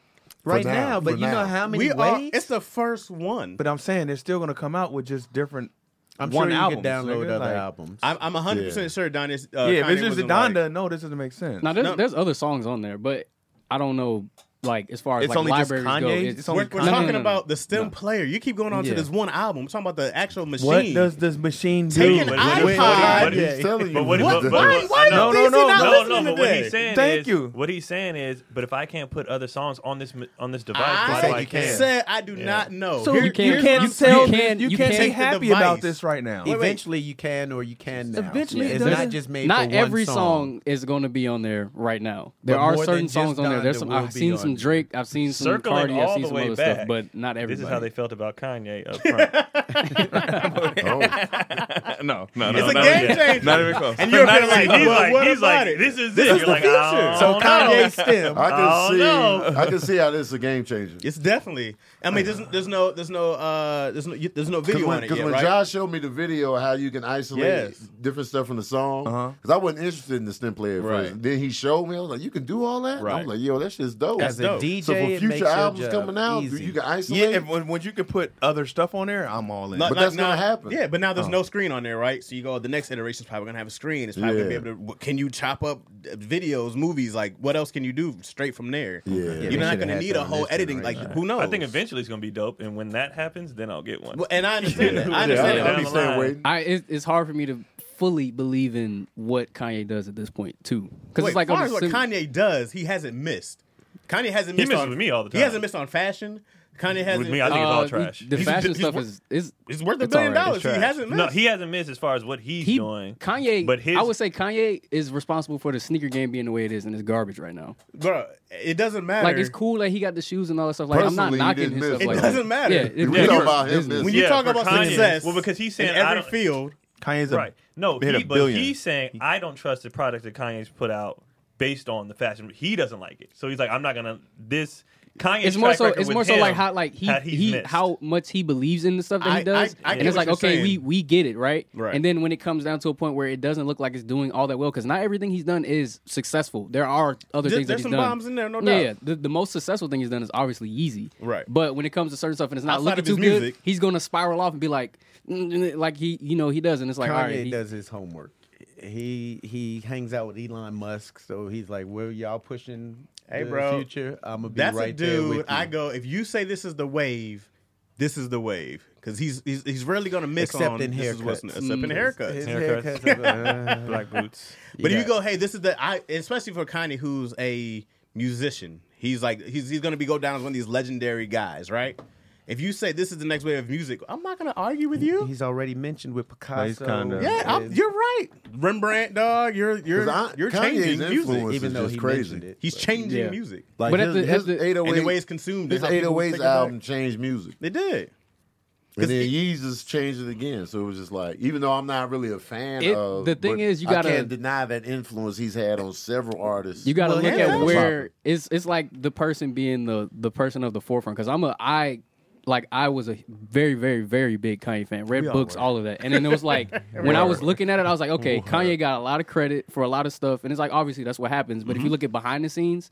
[SPEAKER 3] right
[SPEAKER 1] now,
[SPEAKER 3] now, but
[SPEAKER 1] for
[SPEAKER 3] you
[SPEAKER 1] now.
[SPEAKER 3] know how many
[SPEAKER 2] We are.
[SPEAKER 3] ways?
[SPEAKER 2] It's the first one.
[SPEAKER 5] But I'm saying they're still gonna come out with just different.
[SPEAKER 3] I'm
[SPEAKER 5] one
[SPEAKER 3] sure you
[SPEAKER 5] albums,
[SPEAKER 3] could download
[SPEAKER 5] nigga,
[SPEAKER 3] other
[SPEAKER 5] like-
[SPEAKER 3] albums.
[SPEAKER 2] I'm, I'm 100 percent sure Don is.
[SPEAKER 5] yeah,
[SPEAKER 2] Uh,
[SPEAKER 5] if
[SPEAKER 2] Kanye
[SPEAKER 5] it's just
[SPEAKER 2] wasn't
[SPEAKER 5] Donda,
[SPEAKER 2] like-
[SPEAKER 5] no, this doesn't make sense.
[SPEAKER 7] Now there's
[SPEAKER 2] No.
[SPEAKER 7] there's other songs on there, but I don't know like as far as
[SPEAKER 5] It's
[SPEAKER 7] like
[SPEAKER 5] only just
[SPEAKER 7] libraries
[SPEAKER 5] Kanye?
[SPEAKER 7] go.
[SPEAKER 5] It's only
[SPEAKER 2] We're,
[SPEAKER 5] Kanye?
[SPEAKER 2] we're
[SPEAKER 7] No, no,
[SPEAKER 2] talking
[SPEAKER 7] no, no.
[SPEAKER 2] about the stem player. You keep going on
[SPEAKER 7] Yeah.
[SPEAKER 2] to this one album. We're talking about the actual machine.
[SPEAKER 5] What does this machine do?
[SPEAKER 2] Take an
[SPEAKER 6] But
[SPEAKER 2] iPod?
[SPEAKER 6] what- what-
[SPEAKER 1] He's telling you.
[SPEAKER 6] But what?
[SPEAKER 1] he's
[SPEAKER 6] but-
[SPEAKER 1] doing.
[SPEAKER 6] but-
[SPEAKER 2] why-
[SPEAKER 6] but-
[SPEAKER 2] why
[SPEAKER 6] I
[SPEAKER 2] is
[SPEAKER 6] know.
[SPEAKER 2] DC not
[SPEAKER 6] no,
[SPEAKER 2] listening
[SPEAKER 6] no, but what
[SPEAKER 2] today?
[SPEAKER 6] he's saying
[SPEAKER 5] Thank
[SPEAKER 6] is,
[SPEAKER 5] you.
[SPEAKER 6] What he's saying is, but if I can't put other songs on this m- on this device,
[SPEAKER 2] I
[SPEAKER 6] why do I
[SPEAKER 1] can.
[SPEAKER 2] said I do not know.
[SPEAKER 7] So
[SPEAKER 2] Here-
[SPEAKER 7] you can't-
[SPEAKER 2] here's
[SPEAKER 7] you
[SPEAKER 2] what I'm
[SPEAKER 7] can't
[SPEAKER 2] saying.
[SPEAKER 5] you
[SPEAKER 7] tell- can-
[SPEAKER 5] can't, you
[SPEAKER 7] you
[SPEAKER 5] can't
[SPEAKER 7] can't
[SPEAKER 5] be
[SPEAKER 7] take the
[SPEAKER 5] happy
[SPEAKER 2] device.
[SPEAKER 5] about this right now.
[SPEAKER 2] Oh, wait.
[SPEAKER 3] Eventually, you can or you can now.
[SPEAKER 5] Eventually,
[SPEAKER 3] Yeah,
[SPEAKER 5] it
[SPEAKER 3] it's not
[SPEAKER 5] doesn't-
[SPEAKER 3] just made.
[SPEAKER 7] not
[SPEAKER 3] for
[SPEAKER 7] every
[SPEAKER 3] one
[SPEAKER 7] song is going to be on there right now. There
[SPEAKER 3] But
[SPEAKER 7] are
[SPEAKER 3] more than
[SPEAKER 7] certain
[SPEAKER 3] just
[SPEAKER 7] songs on there.
[SPEAKER 3] Donda
[SPEAKER 7] There's some.
[SPEAKER 3] will
[SPEAKER 7] I've
[SPEAKER 3] be
[SPEAKER 7] seen
[SPEAKER 3] on there.
[SPEAKER 7] some Drake. I've seen some
[SPEAKER 6] Circling
[SPEAKER 7] Cardi. I've
[SPEAKER 6] all
[SPEAKER 7] seen
[SPEAKER 6] the
[SPEAKER 7] some
[SPEAKER 6] way
[SPEAKER 7] other
[SPEAKER 6] back.
[SPEAKER 7] stuff, but not everybody.
[SPEAKER 6] This is how they felt about Kanye up front.
[SPEAKER 1] Oh,
[SPEAKER 6] no, no, no.
[SPEAKER 2] It's
[SPEAKER 6] no,
[SPEAKER 2] a game
[SPEAKER 6] yeah.
[SPEAKER 2] changer.
[SPEAKER 6] Not even close.
[SPEAKER 2] And you're
[SPEAKER 6] Not
[SPEAKER 2] kinda
[SPEAKER 6] even-
[SPEAKER 2] like,
[SPEAKER 6] he's
[SPEAKER 2] well,
[SPEAKER 6] like,
[SPEAKER 2] what
[SPEAKER 6] he's
[SPEAKER 2] about
[SPEAKER 6] like,
[SPEAKER 2] it?
[SPEAKER 6] this is
[SPEAKER 2] This
[SPEAKER 6] it.
[SPEAKER 2] is
[SPEAKER 6] You're
[SPEAKER 2] the
[SPEAKER 6] like, "Oh." I
[SPEAKER 2] future.
[SPEAKER 6] don't
[SPEAKER 2] So
[SPEAKER 6] know.
[SPEAKER 3] Kanye stem.
[SPEAKER 1] I
[SPEAKER 6] I
[SPEAKER 1] can
[SPEAKER 6] don't
[SPEAKER 1] see.
[SPEAKER 6] know.
[SPEAKER 1] I can see how this is a game changer.
[SPEAKER 2] It's definitely. I mean, there's there's no there's no uh there's no you- there's no
[SPEAKER 1] Because
[SPEAKER 2] video
[SPEAKER 1] when,
[SPEAKER 2] on it
[SPEAKER 1] 'cause
[SPEAKER 2] yet,
[SPEAKER 1] when
[SPEAKER 2] right?
[SPEAKER 1] Josh showed me the video of how you can isolate
[SPEAKER 2] Yes. Uh-huh.
[SPEAKER 1] different stuff from the song, because I wasn't interested in the stem player at
[SPEAKER 2] Right.
[SPEAKER 1] first. Then he showed me, I was like, you can do all that? I
[SPEAKER 2] Right.
[SPEAKER 1] was like, yo, that shit's dope.
[SPEAKER 3] As a
[SPEAKER 2] dope.
[SPEAKER 3] DJ,
[SPEAKER 1] so for
[SPEAKER 3] it makes
[SPEAKER 1] future
[SPEAKER 3] your
[SPEAKER 1] albums
[SPEAKER 3] job
[SPEAKER 1] coming out, dude,
[SPEAKER 3] easy.
[SPEAKER 1] you can isolate.
[SPEAKER 5] Yeah, if, when, when you can put other stuff on there, I'm all in.
[SPEAKER 2] Not-
[SPEAKER 1] but
[SPEAKER 2] not-
[SPEAKER 1] that's
[SPEAKER 2] not-
[SPEAKER 1] gonna happen. Oh.
[SPEAKER 2] Yeah, but now there's no screen on there, right? So you go, the next iteration's probably gonna have a screen. It's probably
[SPEAKER 1] Yeah.
[SPEAKER 2] gonna be able to. what- Can you chop up uh, videos, movies? Like, what else can you do straight from there?
[SPEAKER 1] Yeah. Yeah,
[SPEAKER 2] you're
[SPEAKER 1] they
[SPEAKER 2] not
[SPEAKER 3] should've
[SPEAKER 2] gonna
[SPEAKER 3] had
[SPEAKER 2] need
[SPEAKER 3] that
[SPEAKER 2] a
[SPEAKER 3] on
[SPEAKER 2] whole
[SPEAKER 3] this
[SPEAKER 2] editing. Like,
[SPEAKER 3] generation.
[SPEAKER 2] who knows?
[SPEAKER 6] I think eventually it's gonna be dope, and when that happens, then I'll get one.
[SPEAKER 2] Well, and I understand that. I
[SPEAKER 1] yeah,
[SPEAKER 2] understand
[SPEAKER 1] I'll-
[SPEAKER 2] that.
[SPEAKER 1] I'll be
[SPEAKER 6] Down the
[SPEAKER 1] staying
[SPEAKER 6] line.
[SPEAKER 1] waiting.
[SPEAKER 7] I it, it's hard for me to fully believe in what Kanye does at this point too, because
[SPEAKER 2] Wait,
[SPEAKER 7] it's like
[SPEAKER 2] as
[SPEAKER 7] on
[SPEAKER 2] far
[SPEAKER 7] a
[SPEAKER 2] as what
[SPEAKER 7] sim-
[SPEAKER 2] Kanye does, he hasn't missed. Kanye hasn't
[SPEAKER 6] He
[SPEAKER 2] missed
[SPEAKER 6] misses
[SPEAKER 2] on
[SPEAKER 6] with me all the
[SPEAKER 2] He
[SPEAKER 6] time.
[SPEAKER 2] hasn't missed on fashion. Kanye hasn't.
[SPEAKER 6] me, I think- it's all trash.
[SPEAKER 7] The
[SPEAKER 2] Uh, He's-
[SPEAKER 7] fashion
[SPEAKER 2] he's
[SPEAKER 7] stuff
[SPEAKER 2] worth-
[SPEAKER 7] is is
[SPEAKER 2] it's worth a
[SPEAKER 7] it's
[SPEAKER 2] billion dollars.
[SPEAKER 7] alright.
[SPEAKER 2] He hasn't missed.
[SPEAKER 6] No, he hasn't missed as far as what he's
[SPEAKER 7] He
[SPEAKER 6] doing.
[SPEAKER 7] Kanye,
[SPEAKER 6] but his,
[SPEAKER 7] I would say Kanye is responsible for the sneaker game being the way it is, and it's garbage right now.
[SPEAKER 2] bro. It doesn't matter.
[SPEAKER 7] Like it's cool that he got the shoes and all that stuff. Like I'm
[SPEAKER 1] Personally,
[SPEAKER 7] not
[SPEAKER 1] he didn't
[SPEAKER 7] knocking his
[SPEAKER 1] miss.
[SPEAKER 7] stuff.
[SPEAKER 1] It
[SPEAKER 7] like that.
[SPEAKER 2] doesn't matter.
[SPEAKER 7] Yeah, it-
[SPEAKER 1] We
[SPEAKER 6] Yeah,
[SPEAKER 1] talk
[SPEAKER 6] you're-
[SPEAKER 1] about him.
[SPEAKER 7] when
[SPEAKER 2] When
[SPEAKER 1] missing.
[SPEAKER 2] you
[SPEAKER 6] Yeah,
[SPEAKER 2] talk
[SPEAKER 6] for
[SPEAKER 2] about
[SPEAKER 6] Kanye.
[SPEAKER 2] success,
[SPEAKER 6] Well, because he's
[SPEAKER 2] in
[SPEAKER 6] saying, I
[SPEAKER 2] every
[SPEAKER 6] don't-
[SPEAKER 2] field,
[SPEAKER 5] Kanye's a
[SPEAKER 6] right? No,
[SPEAKER 5] hit
[SPEAKER 6] he,
[SPEAKER 5] a
[SPEAKER 6] but
[SPEAKER 5] billion.
[SPEAKER 6] he's saying I don't trust the product that Kanye's put out based on the fashion. He doesn't like it, so he's like, I'm not gonna this. Kanye's
[SPEAKER 7] it's more
[SPEAKER 6] track
[SPEAKER 7] so
[SPEAKER 6] record
[SPEAKER 7] it's
[SPEAKER 6] with
[SPEAKER 7] more so
[SPEAKER 6] him
[SPEAKER 7] like how like he
[SPEAKER 6] had he's
[SPEAKER 7] he
[SPEAKER 6] missed.
[SPEAKER 7] how much he believes in the stuff that
[SPEAKER 2] I-
[SPEAKER 7] he does,
[SPEAKER 2] I- I get
[SPEAKER 7] and it's
[SPEAKER 2] what
[SPEAKER 7] like
[SPEAKER 2] you're
[SPEAKER 7] okay, we
[SPEAKER 2] saying.
[SPEAKER 7] we get it right?
[SPEAKER 2] Right.
[SPEAKER 7] And then when it comes down to a point where it doesn't look like it's doing all that well, because not everything he's done is successful. There are other
[SPEAKER 2] There-
[SPEAKER 7] things that
[SPEAKER 2] there's
[SPEAKER 7] he's
[SPEAKER 2] some
[SPEAKER 7] done.
[SPEAKER 2] bombs in there, no
[SPEAKER 7] yeah,
[SPEAKER 2] doubt.
[SPEAKER 7] Yeah, the, the most successful thing he's done is obviously Yeezy.
[SPEAKER 2] Right.
[SPEAKER 7] But when it comes to certain stuff and it's not
[SPEAKER 2] Outside
[SPEAKER 7] looking
[SPEAKER 2] of his
[SPEAKER 7] too good,
[SPEAKER 2] music.
[SPEAKER 7] he's gonna spiral off and be like, mm, mm, like he you know he does, and it's like
[SPEAKER 3] Kanye
[SPEAKER 7] all right, he-
[SPEAKER 3] does his homework. He he hangs out with Elon Musk, so he's like, "Where y'all pushing?
[SPEAKER 2] Hey,
[SPEAKER 3] the
[SPEAKER 2] bro,
[SPEAKER 3] future. I'm gonna be
[SPEAKER 2] that's
[SPEAKER 3] right
[SPEAKER 2] a
[SPEAKER 3] there with
[SPEAKER 2] dude.
[SPEAKER 3] you."
[SPEAKER 2] I go if you say this is the wave, this is the wave because he's, he's he's rarely gonna miss
[SPEAKER 3] Except
[SPEAKER 2] on
[SPEAKER 3] in
[SPEAKER 2] this is what's
[SPEAKER 3] haircuts. Mm.
[SPEAKER 2] except in haircuts.
[SPEAKER 3] His
[SPEAKER 6] Haircuts.
[SPEAKER 3] haircuts. uh,
[SPEAKER 6] black boots.
[SPEAKER 2] But if
[SPEAKER 3] got-
[SPEAKER 2] you go, hey, this is the I especially for Kanye, who's a musician. He's like he's he's gonna be go down as one of these legendary guys, right? If you say this is the next wave of music, I'm not gonna argue with you.
[SPEAKER 3] uh, he's already mentioned with Picasso.
[SPEAKER 5] kinda-
[SPEAKER 2] yeah, I'm,
[SPEAKER 3] and-
[SPEAKER 2] you're right, Rembrandt, dog. You're you're
[SPEAKER 1] 'Cause I-
[SPEAKER 2] you're
[SPEAKER 1] Kanye's
[SPEAKER 2] changing
[SPEAKER 1] influence
[SPEAKER 2] music.
[SPEAKER 1] is
[SPEAKER 3] even though
[SPEAKER 1] just
[SPEAKER 3] he
[SPEAKER 1] crazy.
[SPEAKER 3] mentioned it.
[SPEAKER 2] He's changing
[SPEAKER 7] Yeah.
[SPEAKER 2] music.
[SPEAKER 1] Like
[SPEAKER 7] But at
[SPEAKER 1] his,
[SPEAKER 7] the- at
[SPEAKER 1] his
[SPEAKER 7] the-
[SPEAKER 2] and the way it's
[SPEAKER 1] 808s,
[SPEAKER 2] consumed.
[SPEAKER 1] his
[SPEAKER 2] and how people take it
[SPEAKER 1] 808s
[SPEAKER 2] back.
[SPEAKER 1] album changed music.
[SPEAKER 2] They did.
[SPEAKER 1] And
[SPEAKER 2] 'Cause
[SPEAKER 1] then
[SPEAKER 2] it-
[SPEAKER 1] Yeezus changed it again. So it was just like, even though I'm not really a fan
[SPEAKER 7] It-
[SPEAKER 1] of
[SPEAKER 7] the thing
[SPEAKER 1] but
[SPEAKER 7] is, you
[SPEAKER 1] I
[SPEAKER 7] gotta-
[SPEAKER 1] can't deny that influence he's had on several artists.
[SPEAKER 7] You got to
[SPEAKER 3] Well,
[SPEAKER 7] look
[SPEAKER 3] yeah,
[SPEAKER 7] at
[SPEAKER 3] that's
[SPEAKER 7] where it's it's like the person being the the person of the forefront because I'm a I like I was a very very very big Kanye fan. Read books, all of that, and then it was like when I was looking at it, I was like, okay, Kanye got a lot of credit for a lot of stuff, and it's like obviously that's what happens. But if
[SPEAKER 2] Mm-hmm.
[SPEAKER 7] you look at behind the scenes.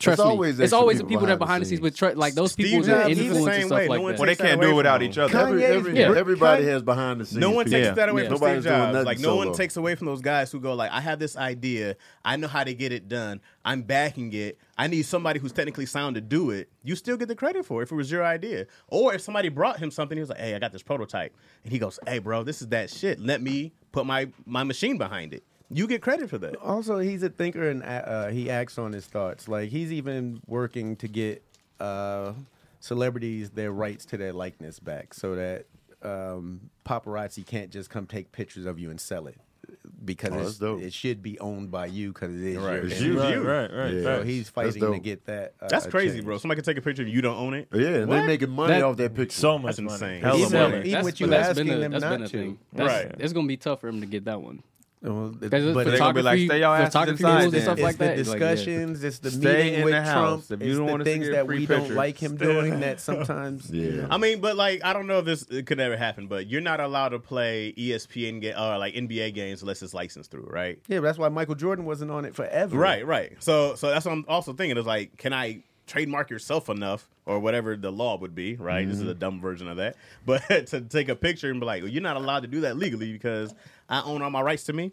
[SPEAKER 7] Trust me,
[SPEAKER 1] always
[SPEAKER 7] it's
[SPEAKER 1] extra
[SPEAKER 7] always the
[SPEAKER 1] people
[SPEAKER 7] people that
[SPEAKER 1] behind
[SPEAKER 7] behind
[SPEAKER 1] the
[SPEAKER 7] the scenes, but tr- like those
[SPEAKER 2] Steve
[SPEAKER 7] people
[SPEAKER 2] Jobs
[SPEAKER 7] that
[SPEAKER 2] is the
[SPEAKER 7] influence
[SPEAKER 2] same
[SPEAKER 7] and stuff
[SPEAKER 2] way.
[SPEAKER 7] like
[SPEAKER 2] No one
[SPEAKER 7] that.
[SPEAKER 5] Well, they
[SPEAKER 2] Takes that
[SPEAKER 5] can't do it
[SPEAKER 2] away
[SPEAKER 5] without
[SPEAKER 2] from
[SPEAKER 5] each other.
[SPEAKER 1] Every, every,
[SPEAKER 7] Yeah.
[SPEAKER 1] Everybody has behind the scenes.
[SPEAKER 2] No one takes
[SPEAKER 1] people.
[SPEAKER 2] that away
[SPEAKER 7] Yeah.
[SPEAKER 2] from
[SPEAKER 1] Nobody's
[SPEAKER 2] Steve
[SPEAKER 1] doing
[SPEAKER 2] Jobs.
[SPEAKER 1] nothing
[SPEAKER 2] Like no one
[SPEAKER 1] solo.
[SPEAKER 2] takes away from those guys who go like, I have this idea, I know how to get it done, I'm backing it. I need somebody who's technically sound to do it. You still get the credit for it if it was your idea, or if somebody brought him something, he was like, Hey, I got this prototype, and he goes, Hey, bro, this is that shit. Let me put my my machine behind it. You get credit for
[SPEAKER 1] Oh,
[SPEAKER 2] that.
[SPEAKER 3] also he's a thinker and uh, he acts on his thoughts like he's even working to get uh, celebrities their rights to their likeness back so that um, paparazzi can't just come take pictures of you and sell it because
[SPEAKER 1] Oh, that's dope.
[SPEAKER 3] it's, it should be owned by you because it is your
[SPEAKER 1] It's
[SPEAKER 3] image.
[SPEAKER 1] you.
[SPEAKER 6] Right, right, right.
[SPEAKER 1] Yeah.
[SPEAKER 3] so
[SPEAKER 6] right.
[SPEAKER 3] he's
[SPEAKER 1] That's
[SPEAKER 3] fighting to
[SPEAKER 1] dope.
[SPEAKER 3] get that uh,
[SPEAKER 2] That's crazy,
[SPEAKER 3] changed.
[SPEAKER 2] bro. Somebody can take a picture and you don't own it.
[SPEAKER 1] Yeah, and
[SPEAKER 2] What?
[SPEAKER 1] they're making money
[SPEAKER 7] That-
[SPEAKER 1] off that picture.
[SPEAKER 6] so much
[SPEAKER 2] That's
[SPEAKER 6] money.
[SPEAKER 2] insane.
[SPEAKER 6] Hell
[SPEAKER 3] Even-
[SPEAKER 6] of money.
[SPEAKER 3] even
[SPEAKER 7] That's-
[SPEAKER 3] with you
[SPEAKER 7] but that's been
[SPEAKER 3] asking
[SPEAKER 7] a-
[SPEAKER 3] them
[SPEAKER 7] that's been
[SPEAKER 3] not
[SPEAKER 7] a thing.
[SPEAKER 3] to.
[SPEAKER 7] That's-
[SPEAKER 2] Right.
[SPEAKER 7] It's gonna be tough for him to get that one.
[SPEAKER 3] Well, it-
[SPEAKER 7] Because it's
[SPEAKER 3] but
[SPEAKER 5] they gonna be like,
[SPEAKER 7] photography,
[SPEAKER 5] "Stay y'all asses
[SPEAKER 7] photography
[SPEAKER 5] inside
[SPEAKER 7] rules and
[SPEAKER 5] then."
[SPEAKER 7] stuff
[SPEAKER 3] it's
[SPEAKER 7] like
[SPEAKER 3] the
[SPEAKER 7] that. It's like, yeah.
[SPEAKER 3] discussions, it's the
[SPEAKER 5] Stay
[SPEAKER 3] meeting
[SPEAKER 5] in
[SPEAKER 3] with
[SPEAKER 5] the
[SPEAKER 3] Trump,
[SPEAKER 5] house. If you
[SPEAKER 3] it's
[SPEAKER 5] don't
[SPEAKER 3] the
[SPEAKER 5] want us to
[SPEAKER 3] things
[SPEAKER 5] get
[SPEAKER 3] that
[SPEAKER 5] free
[SPEAKER 3] we don't
[SPEAKER 5] pictures,
[SPEAKER 3] like him
[SPEAKER 5] stay
[SPEAKER 3] doing that sometimes
[SPEAKER 1] Yeah.
[SPEAKER 2] I mean, but like, I don't know if this it could ever happen, but you're not allowed to play E ESPN ga- or like NBA games unless it's licensed through, right?
[SPEAKER 3] Yeah, but that's why Michael Jordan wasn't on it forever.
[SPEAKER 2] Right, right. So, so that's what I'm also thinking is like, can I trademark yourself enough or whatever the law would be, right? This is a dumb version of that. But to take a picture and be like, well, you're not allowed to do that legally because I own all my rights to me.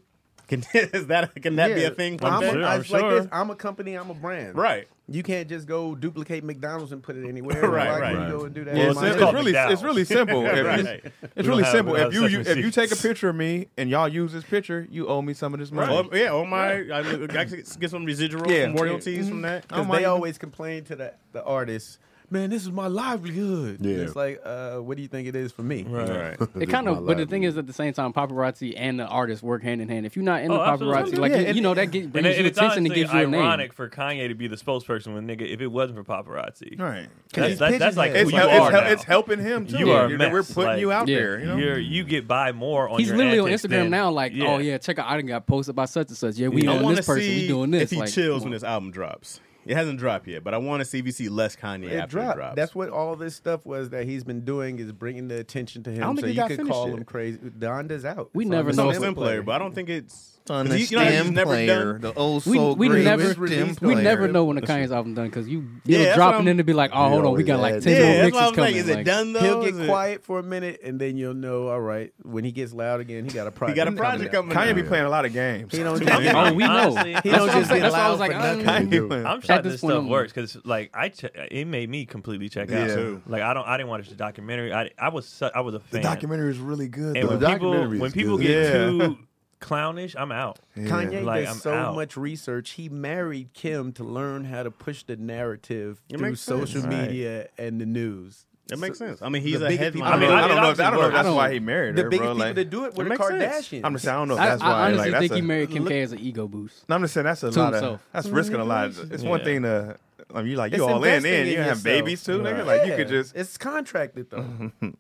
[SPEAKER 2] Can, is that can that be a thing?
[SPEAKER 3] Well,
[SPEAKER 2] one
[SPEAKER 3] I'm,
[SPEAKER 2] day?
[SPEAKER 3] a,
[SPEAKER 6] I'm
[SPEAKER 3] it's like this.
[SPEAKER 6] sure.
[SPEAKER 3] I'm a company. I'm a brand.
[SPEAKER 2] Right.
[SPEAKER 3] You can't just go duplicate McDonald's and put it anywhere.
[SPEAKER 2] Right,
[SPEAKER 3] Why
[SPEAKER 2] right.
[SPEAKER 3] can't You go and do that.
[SPEAKER 6] Well,
[SPEAKER 3] in
[SPEAKER 6] it's
[SPEAKER 3] my-
[SPEAKER 6] just
[SPEAKER 5] it's,
[SPEAKER 6] called
[SPEAKER 5] really it's
[SPEAKER 6] McDowell's.
[SPEAKER 5] really simple. If you-
[SPEAKER 2] Right.
[SPEAKER 6] We
[SPEAKER 5] It's
[SPEAKER 6] don't
[SPEAKER 5] really
[SPEAKER 6] have-
[SPEAKER 5] simple.
[SPEAKER 6] we don't
[SPEAKER 5] If you,
[SPEAKER 6] have
[SPEAKER 5] if you
[SPEAKER 6] separate
[SPEAKER 5] take a picture of me and y'all use this picture, you owe me some of this money.
[SPEAKER 2] Or- yeah, or my I, I can get some residual
[SPEAKER 5] Yeah.
[SPEAKER 2] royalties from that.
[SPEAKER 3] Because
[SPEAKER 5] might
[SPEAKER 3] they
[SPEAKER 5] even-
[SPEAKER 3] always complain to the, the artists, man, this is my livelihood. And
[SPEAKER 1] Yeah.
[SPEAKER 3] It's like, uh, what do you think it is for me?
[SPEAKER 6] Right.
[SPEAKER 7] It kind of, but the thing is, at the same time, paparazzi and the artist work hand in hand. If you're not in the
[SPEAKER 6] Oh, absolutely.
[SPEAKER 7] paparazzi, like
[SPEAKER 5] Yeah,
[SPEAKER 7] you,
[SPEAKER 5] and-
[SPEAKER 7] you know, that get,
[SPEAKER 6] And,
[SPEAKER 7] brings
[SPEAKER 6] it,
[SPEAKER 7] you
[SPEAKER 6] and it's
[SPEAKER 7] attention and
[SPEAKER 6] honestly
[SPEAKER 7] gives you a name.
[SPEAKER 6] ironic for Kanye to be the spokesperson when nigga if it wasn't for paparazzi.
[SPEAKER 5] Right.
[SPEAKER 6] That's, that, that's like
[SPEAKER 5] It's,
[SPEAKER 6] who
[SPEAKER 5] hel-
[SPEAKER 6] you
[SPEAKER 5] it's,
[SPEAKER 6] are
[SPEAKER 5] hel-
[SPEAKER 6] now.
[SPEAKER 5] it's helping him too.
[SPEAKER 6] You are a
[SPEAKER 5] You're-
[SPEAKER 6] mess.
[SPEAKER 5] We're putting
[SPEAKER 6] Like,
[SPEAKER 5] you out
[SPEAKER 7] yeah.
[SPEAKER 5] there. You know.
[SPEAKER 6] You're, you get by more on
[SPEAKER 7] He's
[SPEAKER 6] your
[SPEAKER 7] literally on
[SPEAKER 6] antics
[SPEAKER 7] Instagram
[SPEAKER 6] than-
[SPEAKER 7] now, like,
[SPEAKER 6] yeah.
[SPEAKER 7] oh yeah, check out. I done got posted by such and such. Yeah, we
[SPEAKER 6] Yeah.
[SPEAKER 2] I
[SPEAKER 7] on
[SPEAKER 2] want
[SPEAKER 7] this
[SPEAKER 2] to
[SPEAKER 7] person.
[SPEAKER 2] see
[SPEAKER 7] we doing this.
[SPEAKER 2] if he
[SPEAKER 7] like,
[SPEAKER 2] chills
[SPEAKER 7] come
[SPEAKER 2] when
[SPEAKER 7] on.
[SPEAKER 2] this album drops. It hasn't dropped yet, but I want to see if we see less Kanye
[SPEAKER 3] It
[SPEAKER 2] after it drops.
[SPEAKER 3] dropped. That's what all this stuff was that he's been doing is bringing the attention to him.
[SPEAKER 2] don't think
[SPEAKER 3] so
[SPEAKER 2] it
[SPEAKER 3] you
[SPEAKER 2] got
[SPEAKER 3] could
[SPEAKER 2] finished
[SPEAKER 3] call
[SPEAKER 2] yet.
[SPEAKER 3] him crazy. Donda's out.
[SPEAKER 7] We
[SPEAKER 3] It's
[SPEAKER 7] never
[SPEAKER 3] on
[SPEAKER 2] it's
[SPEAKER 3] the
[SPEAKER 2] on
[SPEAKER 7] know.
[SPEAKER 2] a
[SPEAKER 3] stem
[SPEAKER 2] stem player, but I don't think it's
[SPEAKER 5] on
[SPEAKER 2] 'cause
[SPEAKER 5] the
[SPEAKER 2] he- you know, he's
[SPEAKER 5] stem
[SPEAKER 2] never
[SPEAKER 5] player,
[SPEAKER 2] done-
[SPEAKER 5] the old
[SPEAKER 7] we,
[SPEAKER 5] soul
[SPEAKER 7] we
[SPEAKER 5] great
[SPEAKER 7] never
[SPEAKER 5] stem
[SPEAKER 7] we
[SPEAKER 5] player.
[SPEAKER 7] never know when the Kanye's album done because you
[SPEAKER 2] Yeah,
[SPEAKER 7] it'll
[SPEAKER 2] that's
[SPEAKER 7] drop
[SPEAKER 2] what
[SPEAKER 7] and then
[SPEAKER 2] I'm-
[SPEAKER 7] it'll be like oh hold on we
[SPEAKER 1] always
[SPEAKER 7] got like
[SPEAKER 1] add
[SPEAKER 7] ten
[SPEAKER 1] that.
[SPEAKER 7] more
[SPEAKER 2] Yeah, that's
[SPEAKER 7] mixes
[SPEAKER 2] what I'm
[SPEAKER 7] coming
[SPEAKER 2] saying. Is it
[SPEAKER 7] like-
[SPEAKER 2] done though?
[SPEAKER 3] He'll
[SPEAKER 2] Is
[SPEAKER 3] get
[SPEAKER 2] it-
[SPEAKER 3] quiet for a minute, and then you'll know. All right, when he gets loud again, he got a project.
[SPEAKER 2] got a project
[SPEAKER 3] coming.
[SPEAKER 2] coming.
[SPEAKER 5] Kanye be
[SPEAKER 2] Yeah.
[SPEAKER 5] playing a lot of games.
[SPEAKER 3] He don't just
[SPEAKER 6] I'm-
[SPEAKER 3] get
[SPEAKER 7] oh we know
[SPEAKER 6] Honestly,
[SPEAKER 3] He
[SPEAKER 7] That's
[SPEAKER 3] don't
[SPEAKER 7] what I'm
[SPEAKER 3] just get
[SPEAKER 7] saying. That's why I
[SPEAKER 3] loud
[SPEAKER 7] was like
[SPEAKER 3] for
[SPEAKER 7] um,
[SPEAKER 3] nothing.
[SPEAKER 5] Kanye playing.
[SPEAKER 6] I'm shocked
[SPEAKER 7] this
[SPEAKER 6] this
[SPEAKER 7] point,
[SPEAKER 6] stuff
[SPEAKER 7] I'm-
[SPEAKER 6] works because like I ch- it made me completely check out.
[SPEAKER 5] Yeah. too.
[SPEAKER 6] Like I don't I didn't watch the documentary. I, I was su- I was a
[SPEAKER 5] The
[SPEAKER 6] fan.
[SPEAKER 5] documentary is really good.
[SPEAKER 6] and
[SPEAKER 5] though.
[SPEAKER 6] when
[SPEAKER 1] The
[SPEAKER 6] people
[SPEAKER 1] documentary is
[SPEAKER 6] when people
[SPEAKER 1] good.
[SPEAKER 6] get
[SPEAKER 5] Yeah.
[SPEAKER 6] too clownish, I'm out.
[SPEAKER 3] Kanye
[SPEAKER 6] Like,
[SPEAKER 3] does
[SPEAKER 6] I'm
[SPEAKER 3] so
[SPEAKER 6] out.
[SPEAKER 3] much research. He married Kim to learn how to push the narrative through
[SPEAKER 2] makes sense.
[SPEAKER 3] social
[SPEAKER 2] Right.
[SPEAKER 3] media and the news.
[SPEAKER 2] That makes sense. I mean, he's
[SPEAKER 3] the
[SPEAKER 2] a
[SPEAKER 3] biggest
[SPEAKER 2] headline.
[SPEAKER 3] people-
[SPEAKER 5] I mean, I don't know. If, I don't know if
[SPEAKER 6] I
[SPEAKER 5] that's
[SPEAKER 6] don't-
[SPEAKER 5] why he married
[SPEAKER 3] The
[SPEAKER 5] her,
[SPEAKER 3] biggest
[SPEAKER 5] bro.
[SPEAKER 3] people
[SPEAKER 5] Like,
[SPEAKER 3] to do it were
[SPEAKER 2] That
[SPEAKER 3] the
[SPEAKER 2] makes sense.
[SPEAKER 3] Kardashians.
[SPEAKER 5] I'm just saying, I don't know if
[SPEAKER 7] I,
[SPEAKER 5] that's
[SPEAKER 7] I
[SPEAKER 5] why.
[SPEAKER 7] honestly
[SPEAKER 5] like, that's
[SPEAKER 7] think
[SPEAKER 5] a,
[SPEAKER 7] he married Kim K as an ego boost.
[SPEAKER 5] No, I'm just saying that's a
[SPEAKER 7] To
[SPEAKER 5] lot
[SPEAKER 7] himself.
[SPEAKER 5] of that's risking a lot. It's one
[SPEAKER 6] Yeah.
[SPEAKER 5] thing to I mean, you like you
[SPEAKER 3] It's
[SPEAKER 5] all in,
[SPEAKER 3] investing
[SPEAKER 5] in
[SPEAKER 3] in
[SPEAKER 5] you have
[SPEAKER 3] yourself.
[SPEAKER 5] babies too, nigga. Like you
[SPEAKER 3] Yeah.
[SPEAKER 5] could just Mm-hmm.
[SPEAKER 3] It's contracted though.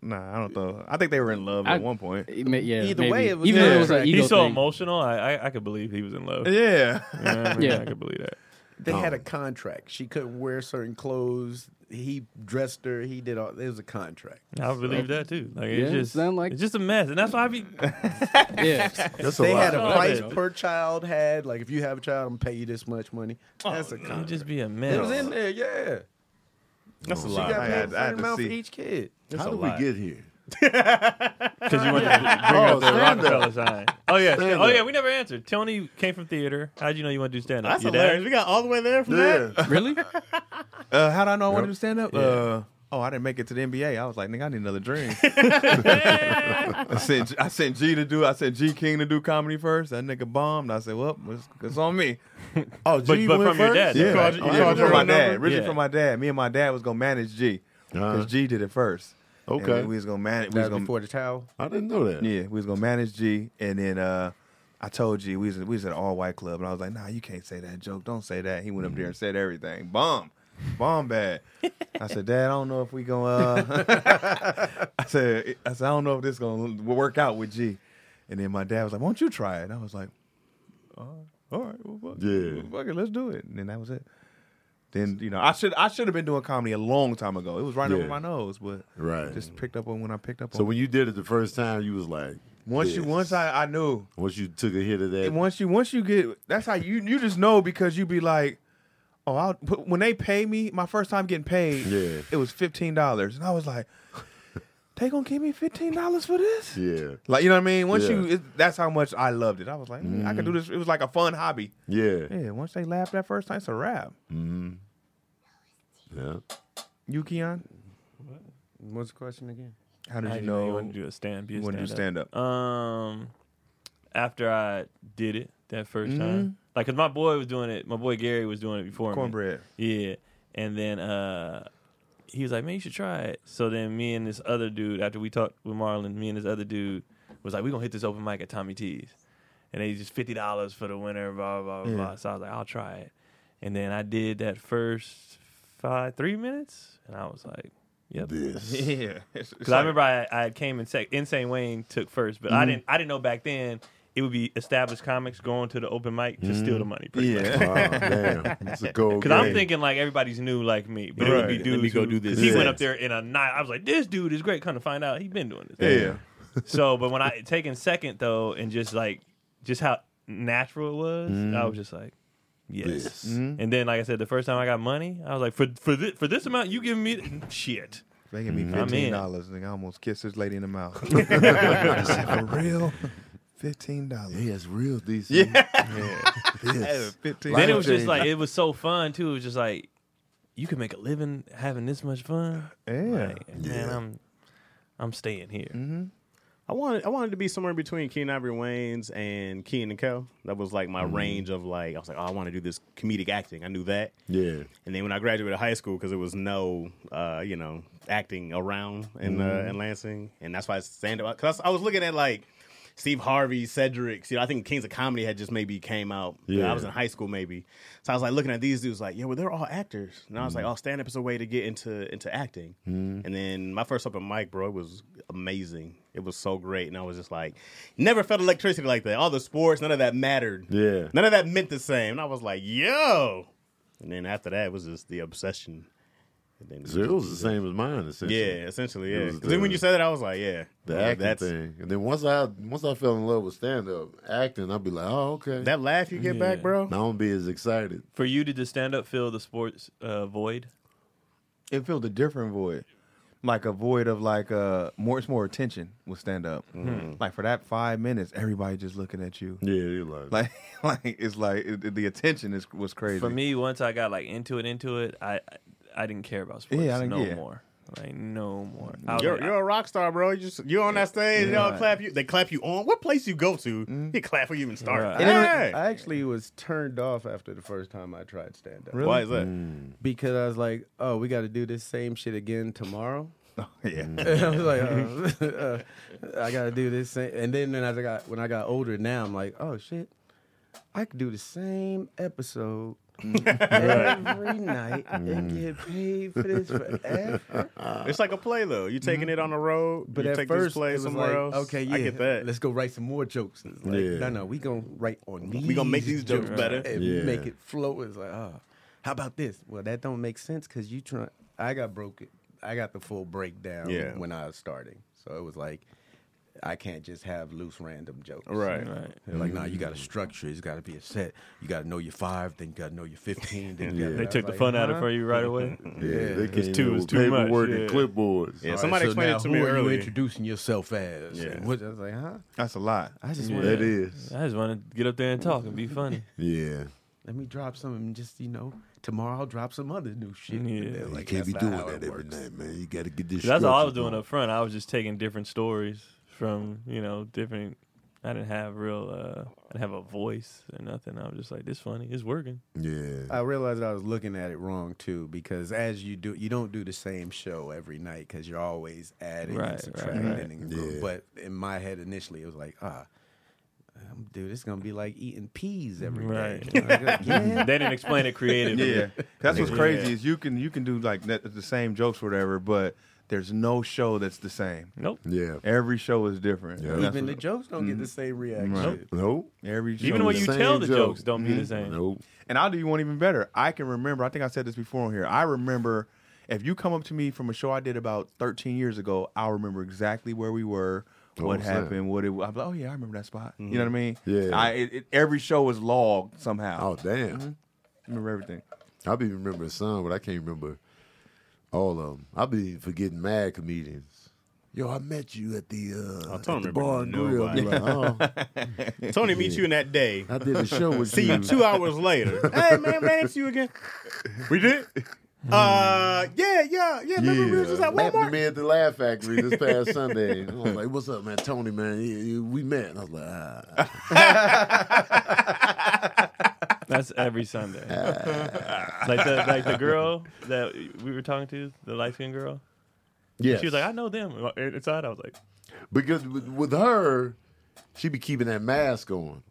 [SPEAKER 5] nah. I don't know. I think they were in love
[SPEAKER 7] I-
[SPEAKER 5] at one point.
[SPEAKER 7] It may- yeah,
[SPEAKER 3] Either
[SPEAKER 7] maybe.
[SPEAKER 3] way, it was
[SPEAKER 7] even though it was
[SPEAKER 3] contract.
[SPEAKER 7] an ego
[SPEAKER 6] He's so
[SPEAKER 7] thing.
[SPEAKER 6] emotional. I, I I could believe he was in love.
[SPEAKER 5] Yeah,
[SPEAKER 6] I mean,
[SPEAKER 7] Yeah.
[SPEAKER 6] I could believe that.
[SPEAKER 3] They
[SPEAKER 5] Oh.
[SPEAKER 3] had a contract. She couldn't wear certain clothes. He dressed her. He did all. It was a contract.
[SPEAKER 6] I believe that too. Like it's
[SPEAKER 7] Yeah,
[SPEAKER 6] just
[SPEAKER 7] sound like-
[SPEAKER 6] it's just a mess, and that's why I be
[SPEAKER 7] Yeah,
[SPEAKER 1] That's
[SPEAKER 3] they had a
[SPEAKER 7] Oh,
[SPEAKER 3] price
[SPEAKER 7] yeah.
[SPEAKER 3] per child had. Like if you have a child, I'm gonna pay you this much money. That's a
[SPEAKER 6] it
[SPEAKER 3] contract.
[SPEAKER 6] just be a
[SPEAKER 3] it was in
[SPEAKER 6] mess.
[SPEAKER 3] there. Yeah,
[SPEAKER 5] that's a
[SPEAKER 3] she
[SPEAKER 5] I
[SPEAKER 3] got paid a
[SPEAKER 5] had, I had
[SPEAKER 3] certain
[SPEAKER 5] to
[SPEAKER 3] amount for
[SPEAKER 5] see.
[SPEAKER 3] each kid.
[SPEAKER 1] How did we get here?
[SPEAKER 6] Because you want to bring
[SPEAKER 1] Oh,
[SPEAKER 6] up the
[SPEAKER 1] stand up.
[SPEAKER 6] Rockefeller sign. Oh yeah,
[SPEAKER 1] Stand
[SPEAKER 6] oh yeah.
[SPEAKER 1] up.
[SPEAKER 6] We never answered. Tony came from theater. How'd you know you want to do stand up?
[SPEAKER 2] That's hilarious. We got all the way there from that.
[SPEAKER 7] really?
[SPEAKER 5] Uh, how do I know I wanted to stand up? Uh, oh, I didn't make it to the NBA. I was like, nigga, I need another dream. I sent I sent G to do. I sent G King to do comedy first. That nigga bombed. I said, well, it's, it's on me.
[SPEAKER 3] Oh,
[SPEAKER 6] But, but from your dad,
[SPEAKER 5] Yeah,
[SPEAKER 6] though.
[SPEAKER 5] oh, yeah,
[SPEAKER 3] called your
[SPEAKER 5] from my
[SPEAKER 3] own
[SPEAKER 5] dad.
[SPEAKER 3] number?
[SPEAKER 5] Originally
[SPEAKER 6] Yeah.
[SPEAKER 5] from my dad. Me and my dad was gonna manage G because
[SPEAKER 1] Uh-huh.
[SPEAKER 5] G did it first. And
[SPEAKER 1] Okay.
[SPEAKER 5] we, we was gonna manage. We was
[SPEAKER 3] That was
[SPEAKER 5] gonna
[SPEAKER 3] before the towel.
[SPEAKER 1] I didn't know that.
[SPEAKER 5] yeah. We was gonna manage G, and then uh, I told G we was we was at an all white club, and I was like, nah, you can't say that joke. Don't say that. He went up there
[SPEAKER 1] Mm-hmm.
[SPEAKER 5] and said everything. Bomb, bomb bad. I said, Dad, I don't know if we gonna. Uh... I said, I said, I don't know if this gonna work out with G. And then my dad was like, Won't you try it? And I was like, "Uh, all right, all right, well, fuck,
[SPEAKER 1] Yeah.
[SPEAKER 5] well, fuck it, let's do it. And then that was it. Then you know, I should I should have been doing comedy a long time ago. It was right
[SPEAKER 1] Yeah.
[SPEAKER 5] over my nose, but
[SPEAKER 1] Right.
[SPEAKER 5] just picked up on when I picked up
[SPEAKER 1] So
[SPEAKER 5] on.
[SPEAKER 1] when you did it the first time, you was like,
[SPEAKER 5] once you
[SPEAKER 1] this.
[SPEAKER 5] once I, I knew
[SPEAKER 1] once you took a hit of that,
[SPEAKER 5] And once you once you get that's how you you just know because you be like, oh, I'll but when they pay me my first time getting paid,
[SPEAKER 1] Yeah.
[SPEAKER 5] it was fifteen dollars, and I was like, they gonna give me fifteen dollars for this?
[SPEAKER 1] yeah,
[SPEAKER 5] Like you know what I mean? Once
[SPEAKER 1] Yeah. Mm-hmm.
[SPEAKER 5] you it, that's how much I loved it. I was like, "Mm, I could do this. It was like a fun hobby.
[SPEAKER 1] yeah,
[SPEAKER 5] Yeah, once they laugh that first time, it's a wrap.
[SPEAKER 1] yeah.
[SPEAKER 5] You, Keon,
[SPEAKER 3] What's the question again?
[SPEAKER 5] how did
[SPEAKER 6] I
[SPEAKER 5] you
[SPEAKER 6] didn't know you
[SPEAKER 5] know?
[SPEAKER 6] wanted to do a stand. Be a
[SPEAKER 5] you wanted to do
[SPEAKER 6] stand-up. Um, after I did it that 1st
[SPEAKER 5] Mm-hmm.
[SPEAKER 6] time, like, cause my boy was doing it. My boy Gary was doing it before
[SPEAKER 5] cornbread?
[SPEAKER 6] me. Yeah, and then uh, he was like, "Man, you should try it." So then me and this other dude, after we talked with Marlon, me and this other dude was like, "We gonna hit this open mic at Tommy T's," and they just fifty dollars for the winner. Blah blah blah, blah. So I was like, "I'll try it," and then I did that first five three minutes, and I was like, "Yep."
[SPEAKER 1] This.
[SPEAKER 5] Yeah, because
[SPEAKER 6] Because I remember I, I came in sec- Insane Wayne took first, but I didn't I didn't know back then it would be established comics going to the open mic to steal the money. Pretty yeah.
[SPEAKER 1] Oh, damn, it's a gold.
[SPEAKER 6] Because I'm
[SPEAKER 1] game.
[SPEAKER 6] thinking like everybody's new like me, but it
[SPEAKER 5] Right.
[SPEAKER 6] would be
[SPEAKER 5] Let
[SPEAKER 6] dudes.
[SPEAKER 2] me go
[SPEAKER 6] who-
[SPEAKER 2] do this.
[SPEAKER 6] 'cause He went
[SPEAKER 1] Yeah.
[SPEAKER 6] up there in a night. I was like, this dude is great. Come to find out, he been doing this.
[SPEAKER 5] Yeah,
[SPEAKER 6] So, but when I taking second though, and just like just how natural it was, I was just like, Yes.
[SPEAKER 1] this.
[SPEAKER 6] And then, like I said, the first time I got money, I was like, for for this, for this amount, you giving me th- shit.
[SPEAKER 5] They give me
[SPEAKER 6] I'm in.
[SPEAKER 5] fifteen dollars, and I almost kissed this lady in the mouth. for real, fifteen dollars.
[SPEAKER 1] He has real DC. Yeah. This.
[SPEAKER 5] Fifteen.
[SPEAKER 6] Then it was just like it was so fun too. It was just like you can make a living having this much fun.
[SPEAKER 5] Yeah. Mm-hmm.
[SPEAKER 6] Like, man, I'm I'm staying here.
[SPEAKER 2] I wanted I wanted to be somewhere between Keenan Ivory Wayne's and Keenan and Kel. That was like my range of like I was like, oh, I want to do this comedic acting. I knew that.
[SPEAKER 1] Yeah.
[SPEAKER 2] And then when I graduated high school, because there was no, uh, you know, acting around in uh, in Lansing, and that's why I stand up. Because I was looking at like Steve Harvey, Cedric's. You know, I think Kings of Comedy had just maybe came out.
[SPEAKER 1] Yeah.
[SPEAKER 2] I was in high school maybe, so I was like looking at these dudes like, yeah, well, they're all actors. And I was like, oh, stand up is a way to get into into acting. And then my first open mic, bro, it was amazing. It was so great, and I was just like, never felt electricity like that. All the sports, none of that mattered.
[SPEAKER 1] Yeah.
[SPEAKER 2] None of that meant the same. And I was like, yo. And then after that it was just the obsession. And then
[SPEAKER 1] So it was the same as mine, essentially.
[SPEAKER 2] Yeah, essentially,
[SPEAKER 1] It
[SPEAKER 2] yeah.
[SPEAKER 1] was
[SPEAKER 2] 'Cause then when
[SPEAKER 1] the-
[SPEAKER 2] you said that, I was like, yeah.
[SPEAKER 1] The
[SPEAKER 2] yeah,
[SPEAKER 1] acting thing. And then once I once I fell in love with stand up acting, I'd be like, oh, okay.
[SPEAKER 2] That laugh you get back,
[SPEAKER 6] Yeah.
[SPEAKER 2] bro.
[SPEAKER 1] now I'm gonna be as excited.
[SPEAKER 6] For you, did the stand up fill the sports uh, void?
[SPEAKER 5] it filled a different void, like a void of like uh more. It's more attention with stand up.
[SPEAKER 6] Hmm.
[SPEAKER 5] Like for that five minutes, everybody just looking at you.
[SPEAKER 1] Yeah, you're like,
[SPEAKER 5] Like like it's like it, the attention is was crazy.
[SPEAKER 6] For me, once I got like into it, into it, I I didn't care about sports
[SPEAKER 5] Yeah, I didn't-
[SPEAKER 6] no
[SPEAKER 5] yeah.
[SPEAKER 6] more. Like no more. I was
[SPEAKER 2] You're,
[SPEAKER 6] like,
[SPEAKER 2] you're a rock star, bro. You just you on that stage, they all
[SPEAKER 5] Yeah.
[SPEAKER 2] clap you. They clap you on. What place you go to?
[SPEAKER 1] Mm-hmm.
[SPEAKER 2] They clap before you even start.
[SPEAKER 6] Right.
[SPEAKER 3] And
[SPEAKER 2] Hey!
[SPEAKER 3] then I actually was turned off after the first time I tried stand up.
[SPEAKER 2] Why is that?
[SPEAKER 1] Mm.
[SPEAKER 3] Because I was like, oh, we got to do this same shit again tomorrow.
[SPEAKER 5] Oh, yeah.
[SPEAKER 3] I was like, uh, uh, I got to do this. Same. And then, then as I got when I got older, now I'm like, oh shit, I could do the same episode every night and get paid for this forever.
[SPEAKER 2] It's like a play though. You
[SPEAKER 1] Mm-hmm.
[SPEAKER 2] taking it on the road,
[SPEAKER 3] But
[SPEAKER 2] you
[SPEAKER 3] at
[SPEAKER 2] take this
[SPEAKER 3] first, it
[SPEAKER 2] play
[SPEAKER 3] was
[SPEAKER 2] somewhere
[SPEAKER 3] like,
[SPEAKER 2] else.
[SPEAKER 3] okay, yeah,
[SPEAKER 2] I get that.
[SPEAKER 3] Let's go write some more jokes. It's like,
[SPEAKER 1] Yeah.
[SPEAKER 3] No, no, we gonna write on these.
[SPEAKER 2] we gonna make these jokes better.
[SPEAKER 3] and
[SPEAKER 1] Yeah.
[SPEAKER 3] make it flow. It's like, oh, how about this? Well, that don't make sense because you try. I got broken. I got the full breakdown
[SPEAKER 2] Yeah.
[SPEAKER 3] when I was starting, so it was like, I can't just have loose random jokes.
[SPEAKER 2] Right. Mm.
[SPEAKER 6] Right.
[SPEAKER 3] They're like, nah, you got to structure. it. It's got to be a set. You got to know your five, then you got to know your fifteen. Then you gotta,
[SPEAKER 6] They took the fun out of it for you right away.
[SPEAKER 3] Mm,
[SPEAKER 1] yeah, they came in
[SPEAKER 6] too- it's
[SPEAKER 1] with
[SPEAKER 6] too much,
[SPEAKER 1] paperwork
[SPEAKER 6] yeah.
[SPEAKER 1] and clipboards.
[SPEAKER 2] Yeah, somebody
[SPEAKER 3] so
[SPEAKER 2] explained
[SPEAKER 3] now
[SPEAKER 2] it to
[SPEAKER 3] who
[SPEAKER 2] me
[SPEAKER 3] are
[SPEAKER 2] earlier.
[SPEAKER 3] you introducing yourself as?
[SPEAKER 2] Yeah.
[SPEAKER 3] And what- I was like, huh?
[SPEAKER 5] That's a lot.
[SPEAKER 3] I just
[SPEAKER 6] Yeah.
[SPEAKER 3] want
[SPEAKER 1] That is.
[SPEAKER 6] I just want to get up there and talk and be funny.
[SPEAKER 1] Yeah.
[SPEAKER 3] let me drop some and just you know tomorrow I'll drop some other new shit.
[SPEAKER 6] Yeah.
[SPEAKER 3] And they're
[SPEAKER 1] You
[SPEAKER 3] like,
[SPEAKER 1] can't be
[SPEAKER 3] "That's
[SPEAKER 1] doing
[SPEAKER 3] not how
[SPEAKER 1] that
[SPEAKER 3] it
[SPEAKER 1] every
[SPEAKER 3] works."
[SPEAKER 1] night, man. You got to get this.
[SPEAKER 6] That's all I was
[SPEAKER 1] structure
[SPEAKER 6] doing
[SPEAKER 1] going.
[SPEAKER 6] up front. I was just taking different stories from you know different. I didn't have real. Uh, I didn't have a voice or nothing. I was just like, this funny. It's working.
[SPEAKER 1] Yeah.
[SPEAKER 3] I realized I was looking at it wrong too because as you do, you don't do the same show every night because you're always adding
[SPEAKER 6] Right,
[SPEAKER 3] and
[SPEAKER 6] right,
[SPEAKER 3] subtracting.
[SPEAKER 6] right.
[SPEAKER 3] and improving.
[SPEAKER 1] Yeah.
[SPEAKER 3] But in my head initially, it was like, ah, um, dude, it's gonna be like eating peas every day.
[SPEAKER 6] Right.
[SPEAKER 3] Like, yeah.
[SPEAKER 6] They didn't explain it creatively.
[SPEAKER 5] Yeah, that's what's crazy is you can you can do like net- the same jokes or whatever, but there's no show that's the same.
[SPEAKER 6] Nope.
[SPEAKER 1] Yeah.
[SPEAKER 5] Every show is different.
[SPEAKER 1] Yeah.
[SPEAKER 5] And that's
[SPEAKER 3] Even the
[SPEAKER 5] what-
[SPEAKER 3] jokes don't get the same reaction.
[SPEAKER 1] Nope.
[SPEAKER 5] every show
[SPEAKER 6] Even when
[SPEAKER 5] is-
[SPEAKER 6] you
[SPEAKER 1] Same
[SPEAKER 6] tell the
[SPEAKER 1] joke. Mm-hmm.
[SPEAKER 6] jokes, don't be the same.
[SPEAKER 1] Nope.
[SPEAKER 5] and I'll do you one even better. I can remember. I think I said this before on here. I remember if you come up to me from a show I did about 13 years ago, I'll remember exactly where we were.
[SPEAKER 1] Oh,
[SPEAKER 5] What
[SPEAKER 1] snap.
[SPEAKER 5] happened? What it? I'm like, oh yeah, I remember that spot. You know what I mean?
[SPEAKER 1] Yeah.
[SPEAKER 5] I, it, it, every show was logged somehow.
[SPEAKER 1] Oh damn.
[SPEAKER 5] I remember everything.
[SPEAKER 1] I'll be remembering some, but I can't remember all of them. I'll be forgetting mad comedians. Yo, I met you at the uh,
[SPEAKER 2] I
[SPEAKER 1] at
[SPEAKER 2] don't
[SPEAKER 1] the
[SPEAKER 2] remember
[SPEAKER 1] bar and grill. I'm like, oh,
[SPEAKER 2] Tony meets you in that day.
[SPEAKER 1] I did a show with
[SPEAKER 2] See you two hours later. hey man, ran into you again. We did. Uh, yeah, yeah, yeah.
[SPEAKER 1] Yeah,
[SPEAKER 2] Remember we was just at
[SPEAKER 1] happened to
[SPEAKER 2] Walmart.
[SPEAKER 1] me at the Laugh Factory this past Sunday. I was like, "What's up, man? Tony, man, yeah, yeah, we met." And I was like, ah.
[SPEAKER 6] That's every Sunday. like the like the girl that we were talking to, the light skinned girl.
[SPEAKER 1] "Yeah."
[SPEAKER 6] She was like, I know them. Inside, I was like,
[SPEAKER 1] because with, with her, she be keeping that mask on.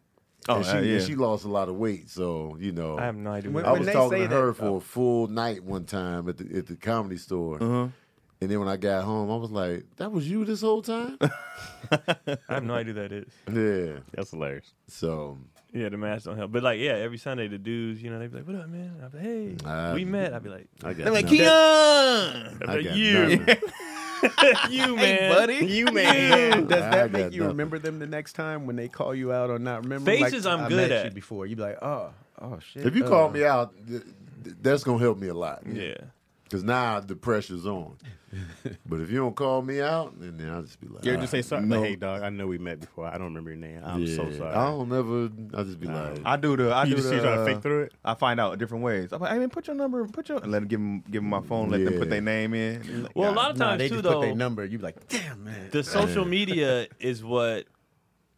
[SPEAKER 5] Oh,
[SPEAKER 1] and she,
[SPEAKER 5] uh, yeah.
[SPEAKER 1] and she lost a lot of weight, so you know.
[SPEAKER 6] I have no idea.
[SPEAKER 3] When-
[SPEAKER 1] I
[SPEAKER 6] what
[SPEAKER 1] was
[SPEAKER 3] they
[SPEAKER 1] talking
[SPEAKER 3] say
[SPEAKER 1] to her
[SPEAKER 3] that-
[SPEAKER 1] for a full night one time at the at the comedy store,
[SPEAKER 3] Uh-huh.
[SPEAKER 1] and then when I got home, I was like, "That was you this whole time."
[SPEAKER 6] I have no idea who that is.
[SPEAKER 1] yeah.
[SPEAKER 2] That's hilarious.
[SPEAKER 1] So
[SPEAKER 6] Yeah, the mask don't help. But like, yeah, every Sunday the dudes, you know, they be like, "What up, man?" I'd be like, "Hey,
[SPEAKER 1] Uh,
[SPEAKER 6] we met." I'd be like,
[SPEAKER 1] I got
[SPEAKER 5] I'm like,
[SPEAKER 1] nothing.
[SPEAKER 5] Keon,
[SPEAKER 1] I
[SPEAKER 6] "After
[SPEAKER 1] got
[SPEAKER 6] you,
[SPEAKER 1] nothing.
[SPEAKER 5] hey,
[SPEAKER 6] you man,
[SPEAKER 5] buddy.
[SPEAKER 2] You man.
[SPEAKER 3] Does
[SPEAKER 1] I got
[SPEAKER 3] that make you
[SPEAKER 1] nothing.
[SPEAKER 3] remember them the next time when they call you out on not remembering?
[SPEAKER 6] Faces I'm
[SPEAKER 3] I
[SPEAKER 6] good
[SPEAKER 3] met
[SPEAKER 6] at.
[SPEAKER 3] you before. You be like, oh, oh shit.
[SPEAKER 1] If you
[SPEAKER 3] uh,
[SPEAKER 1] call me out, th- th- that's gonna help me a lot.
[SPEAKER 6] Yeah.
[SPEAKER 1] Cause now the pressure's on. but if you don't call me out, then, then I'll just be like,
[SPEAKER 2] Yeah,
[SPEAKER 1] "All
[SPEAKER 2] just say
[SPEAKER 1] right,
[SPEAKER 2] sorry.
[SPEAKER 1] no."
[SPEAKER 2] Like, hey, dog, I know we met before. I don't remember your name. I'm so
[SPEAKER 1] Yeah,
[SPEAKER 2] sorry.
[SPEAKER 1] I don't never. I just be like,
[SPEAKER 5] I do the I
[SPEAKER 2] you
[SPEAKER 5] do
[SPEAKER 2] just
[SPEAKER 5] the,
[SPEAKER 2] see trying to
[SPEAKER 5] uh,
[SPEAKER 2] fake through it.
[SPEAKER 5] I find out different ways. I'm like, I mean, put your number, put your, and let them give them, give 'em my phone, let them
[SPEAKER 1] Yeah.
[SPEAKER 5] put their name in.
[SPEAKER 6] Well, a lot of
[SPEAKER 3] nah,
[SPEAKER 6] times
[SPEAKER 3] they
[SPEAKER 6] too,
[SPEAKER 3] just
[SPEAKER 6] though.
[SPEAKER 3] put their number. You be like, damn man.
[SPEAKER 6] the social media is what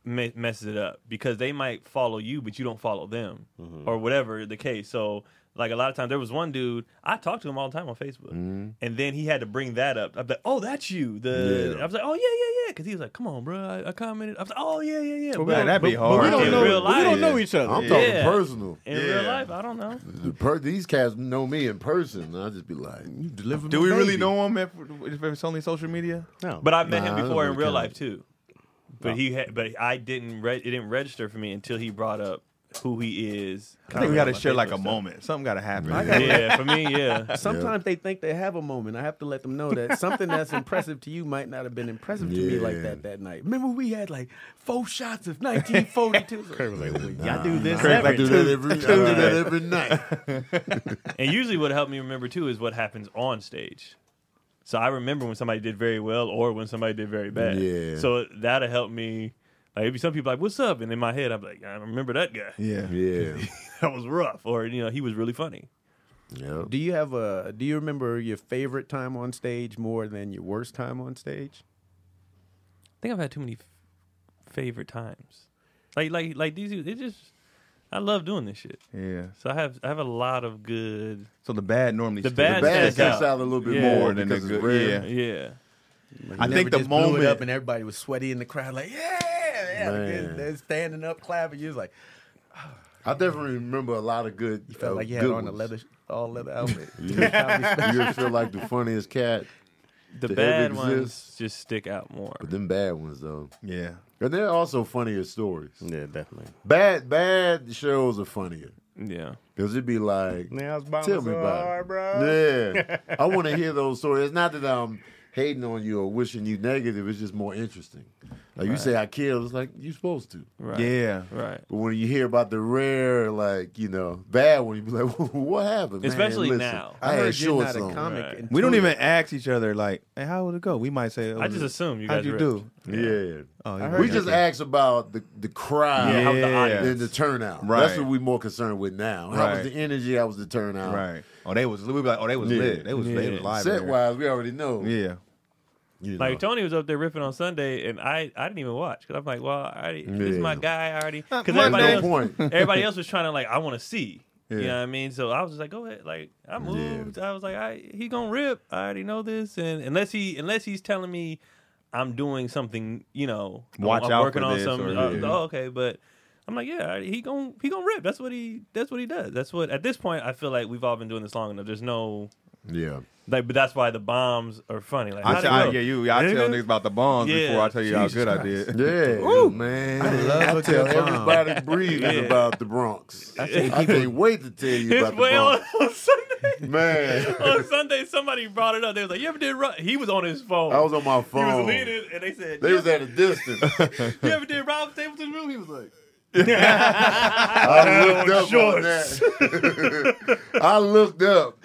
[SPEAKER 6] me- messes it up because they might follow you, but you don't follow them
[SPEAKER 3] Mm-hmm.
[SPEAKER 6] or whatever the case. So, like a lot of times, there was one dude I talked to him all the time on Facebook,
[SPEAKER 3] Mm-hmm.
[SPEAKER 6] and then he had to bring that up. I'm like, "Oh, that's you." The
[SPEAKER 1] Yeah.
[SPEAKER 6] I was like, "Oh yeah, yeah, yeah," because he was like, "Come on, bro," I, I commented. I was like, "Oh yeah, yeah, yeah."
[SPEAKER 5] Well,
[SPEAKER 6] But
[SPEAKER 5] man, that'd be hard.
[SPEAKER 2] we don't
[SPEAKER 6] in
[SPEAKER 2] know.
[SPEAKER 6] real
[SPEAKER 2] we don't
[SPEAKER 6] life-
[SPEAKER 2] know each other.
[SPEAKER 1] I'm
[SPEAKER 6] Yeah.
[SPEAKER 1] talking personal.
[SPEAKER 6] in real
[SPEAKER 5] Yeah.
[SPEAKER 6] life, I don't know.
[SPEAKER 1] The per- these cats know me in person. I just be like,
[SPEAKER 3] you deliver
[SPEAKER 5] Do
[SPEAKER 3] me
[SPEAKER 5] we
[SPEAKER 3] baby.
[SPEAKER 5] really know him if, if it's only social media?
[SPEAKER 3] No.
[SPEAKER 6] But I met
[SPEAKER 1] Nah, I
[SPEAKER 6] him
[SPEAKER 1] don't
[SPEAKER 6] before in
[SPEAKER 1] really
[SPEAKER 6] real
[SPEAKER 1] count.
[SPEAKER 6] life too. But he, had, but I didn't. Re- it didn't register for me until he brought up who he is.
[SPEAKER 5] I think we got to
[SPEAKER 6] My
[SPEAKER 5] share like
[SPEAKER 6] Facebook
[SPEAKER 5] a
[SPEAKER 6] stuff.
[SPEAKER 5] moment. Something got to happen. I gotta-
[SPEAKER 6] yeah, for me, yeah.
[SPEAKER 3] Sometimes they think they have a moment. I have to let them know that something that's impressive to you might not have been impressive to me like
[SPEAKER 1] Yeah.
[SPEAKER 3] that that night. Remember, we had like four shots of 1942. Kurt was like,
[SPEAKER 2] I do this
[SPEAKER 1] I
[SPEAKER 2] every
[SPEAKER 1] do that every, I do that every night.
[SPEAKER 6] And usually, what helped me remember too is what happens on stage. So I remember when somebody did very well or when somebody did very bad.
[SPEAKER 1] Yeah.
[SPEAKER 6] So that'll help me. Like maybe some people like, "What's up?" And in my head, I'm like, "I remember that guy.
[SPEAKER 1] Yeah, yeah,
[SPEAKER 6] that was rough." Or you know, he was really funny.
[SPEAKER 1] Yep.
[SPEAKER 3] Do you have a? Do you remember your favorite time on stage more than your worst time on stage?
[SPEAKER 6] I think I've had too many f- favorite times. Like like like these. It just I love doing this shit.
[SPEAKER 5] Yeah.
[SPEAKER 6] So I have I have a lot of good.
[SPEAKER 5] So the bad normally
[SPEAKER 6] The
[SPEAKER 5] sticks.
[SPEAKER 6] bad
[SPEAKER 1] Bad
[SPEAKER 6] stands
[SPEAKER 1] sticks
[SPEAKER 6] out.
[SPEAKER 1] out a little bit
[SPEAKER 6] Yeah.
[SPEAKER 1] more
[SPEAKER 5] More than
[SPEAKER 1] because
[SPEAKER 5] the
[SPEAKER 1] it's
[SPEAKER 5] good-
[SPEAKER 1] rare.
[SPEAKER 5] yeah.
[SPEAKER 6] Yeah.
[SPEAKER 5] I think
[SPEAKER 3] You never
[SPEAKER 5] the
[SPEAKER 3] just blew it
[SPEAKER 5] moment-
[SPEAKER 3] up and everybody was sweaty in the crowd, like yeah, yeah,
[SPEAKER 1] Man.
[SPEAKER 3] they're standing up, clapping. You was like,
[SPEAKER 1] I definitely remember a lot of good.
[SPEAKER 3] you felt
[SPEAKER 1] uh,
[SPEAKER 3] like you had
[SPEAKER 1] good
[SPEAKER 3] on a
[SPEAKER 1] ones.
[SPEAKER 3] leather, all leather outfit.
[SPEAKER 1] You just feel like the funniest cat,
[SPEAKER 6] The
[SPEAKER 1] To
[SPEAKER 6] bad
[SPEAKER 1] ever
[SPEAKER 6] ones
[SPEAKER 1] exist.
[SPEAKER 6] just stick out more.
[SPEAKER 1] but them bad ones though,
[SPEAKER 5] Yeah.
[SPEAKER 1] and they're also funnier stories.
[SPEAKER 2] Yeah, definitely.
[SPEAKER 1] Bad bad shows are funnier
[SPEAKER 6] Yeah.
[SPEAKER 1] because it'd be like,
[SPEAKER 2] Nails bombing
[SPEAKER 1] tell me
[SPEAKER 2] so
[SPEAKER 1] about
[SPEAKER 2] hard,
[SPEAKER 1] it.
[SPEAKER 2] bro.
[SPEAKER 1] Yeah, I want to hear those stories. It's not that I'm hating on you or wishing you negative. It's just more interesting. Like you say, I killed. It's like you're supposed to.
[SPEAKER 6] Right.
[SPEAKER 5] Yeah.
[SPEAKER 6] Right.
[SPEAKER 1] But when you hear about the rare, like you know, bad one, you be like, "What happened?" Man,
[SPEAKER 6] Especially
[SPEAKER 1] listen,
[SPEAKER 6] now.
[SPEAKER 1] I,
[SPEAKER 3] heard
[SPEAKER 1] had
[SPEAKER 3] you're
[SPEAKER 1] shorts
[SPEAKER 3] not a
[SPEAKER 1] on.
[SPEAKER 3] comic.
[SPEAKER 6] Right.
[SPEAKER 3] in
[SPEAKER 5] We don't
[SPEAKER 3] Twitter.
[SPEAKER 5] even ask each other like, "Hey, how would it go?" We might say, oh,
[SPEAKER 6] I just assume you
[SPEAKER 5] "How'd
[SPEAKER 6] guys
[SPEAKER 5] you
[SPEAKER 6] ripped.
[SPEAKER 5] do?"
[SPEAKER 1] Yeah,
[SPEAKER 5] Oh,
[SPEAKER 3] I
[SPEAKER 5] yeah.
[SPEAKER 3] heard
[SPEAKER 1] we
[SPEAKER 3] that.
[SPEAKER 1] just asked about the the crowd
[SPEAKER 6] Yeah, how the
[SPEAKER 5] Yeah.
[SPEAKER 1] and
[SPEAKER 6] audience.
[SPEAKER 1] the turnout. That's
[SPEAKER 5] Right.
[SPEAKER 1] what we're more concerned with now. How was
[SPEAKER 5] Right.
[SPEAKER 1] the energy? How was the turnout?
[SPEAKER 5] right. Oh, they was we be like, "Oh, they was
[SPEAKER 1] Yeah.
[SPEAKER 5] lit. They was they
[SPEAKER 6] Yeah.
[SPEAKER 5] was live."
[SPEAKER 1] Set
[SPEAKER 5] there.
[SPEAKER 1] wise, we already know.
[SPEAKER 5] Yeah.
[SPEAKER 1] you
[SPEAKER 6] Like
[SPEAKER 1] know.
[SPEAKER 6] Tony was up there ripping on Sunday, and I, I didn't even watch because I'm like, well, I already, this is
[SPEAKER 1] Yeah.
[SPEAKER 6] my guy. I already because
[SPEAKER 5] Monday.
[SPEAKER 6] everybody
[SPEAKER 1] no
[SPEAKER 6] else,
[SPEAKER 1] point.
[SPEAKER 6] everybody else was trying to like, I want to see. You
[SPEAKER 5] Yeah.
[SPEAKER 6] know what I mean? So I was just like, go ahead. Like I moved. I was like, I he gonna rip. I already know this, and unless he unless he's telling me I'm doing something, you know, I'm-
[SPEAKER 5] Watch
[SPEAKER 6] I'm
[SPEAKER 5] out
[SPEAKER 6] working
[SPEAKER 5] for
[SPEAKER 6] on
[SPEAKER 5] this
[SPEAKER 6] some.
[SPEAKER 5] or-
[SPEAKER 6] uh,
[SPEAKER 5] Yeah.
[SPEAKER 6] Oh, okay, but. I'm like, yeah, he gon' he gonna rip. That's what he that's what he does. That's what at this point I feel like we've all been doing this long enough. There's no
[SPEAKER 1] yeah.
[SPEAKER 6] like, but that's why the bombs are funny. Like,
[SPEAKER 5] I
[SPEAKER 6] how'd it
[SPEAKER 5] tell, I,
[SPEAKER 6] go?
[SPEAKER 5] yeah, you. I tell
[SPEAKER 6] Nigga.
[SPEAKER 5] niggas about the bonds
[SPEAKER 6] Yeah.
[SPEAKER 5] before I tell you
[SPEAKER 6] Jesus
[SPEAKER 5] how good I did.
[SPEAKER 1] Yeah, man. I,
[SPEAKER 3] love a
[SPEAKER 1] tell
[SPEAKER 3] good bomb.
[SPEAKER 1] everybody breathing
[SPEAKER 6] Yeah.
[SPEAKER 1] about the Bronx. I can't, wait to tell you
[SPEAKER 6] His
[SPEAKER 1] about the
[SPEAKER 6] well
[SPEAKER 1] Bronx.
[SPEAKER 6] on Sunday.
[SPEAKER 1] Man,
[SPEAKER 6] on Sunday, somebody brought it up. They was like, "You ever did?" Ro-? He was on his phone.
[SPEAKER 5] Oh,
[SPEAKER 1] I was on my
[SPEAKER 6] He was
[SPEAKER 1] phone.
[SPEAKER 6] leaning, and they said,
[SPEAKER 1] Oh. They
[SPEAKER 6] you,
[SPEAKER 1] was at a distance.
[SPEAKER 6] you ever did Rob Stapleton room?" He was like,
[SPEAKER 1] I looked up on that. I looked up.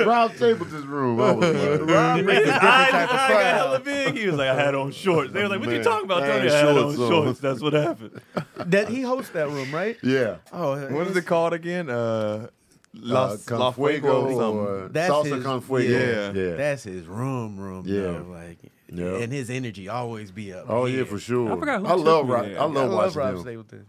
[SPEAKER 1] Rob Stapleton's room. I was like, Rob
[SPEAKER 6] "His eyes, his eyes got
[SPEAKER 1] crowd.
[SPEAKER 6] hella big." He was like, "I had on shorts." They were like, "What you
[SPEAKER 1] Man,
[SPEAKER 6] talking about?"
[SPEAKER 1] I had
[SPEAKER 6] Tony, I had on
[SPEAKER 1] shorts on.
[SPEAKER 6] shorts. That's what happened.
[SPEAKER 3] That he hosts that room, right?
[SPEAKER 1] Yeah.
[SPEAKER 3] Oh,
[SPEAKER 5] What is it called again? Uh, Los
[SPEAKER 1] uh,
[SPEAKER 5] La
[SPEAKER 1] Fuego
[SPEAKER 5] Fuego. something.
[SPEAKER 1] or
[SPEAKER 3] That's
[SPEAKER 1] salsa
[SPEAKER 3] his-
[SPEAKER 1] con fuego.
[SPEAKER 5] yeah,
[SPEAKER 1] yeah.
[SPEAKER 3] That's his room, room.
[SPEAKER 1] Yeah.
[SPEAKER 3] though, like,
[SPEAKER 1] Yeah.
[SPEAKER 3] and his energy always be up.
[SPEAKER 1] oh yeah,
[SPEAKER 3] here.
[SPEAKER 1] for sure.
[SPEAKER 6] I forgot who
[SPEAKER 1] I
[SPEAKER 6] took
[SPEAKER 1] love
[SPEAKER 6] me
[SPEAKER 1] Rob.
[SPEAKER 6] there.
[SPEAKER 1] I love watching him.
[SPEAKER 3] Stapleton.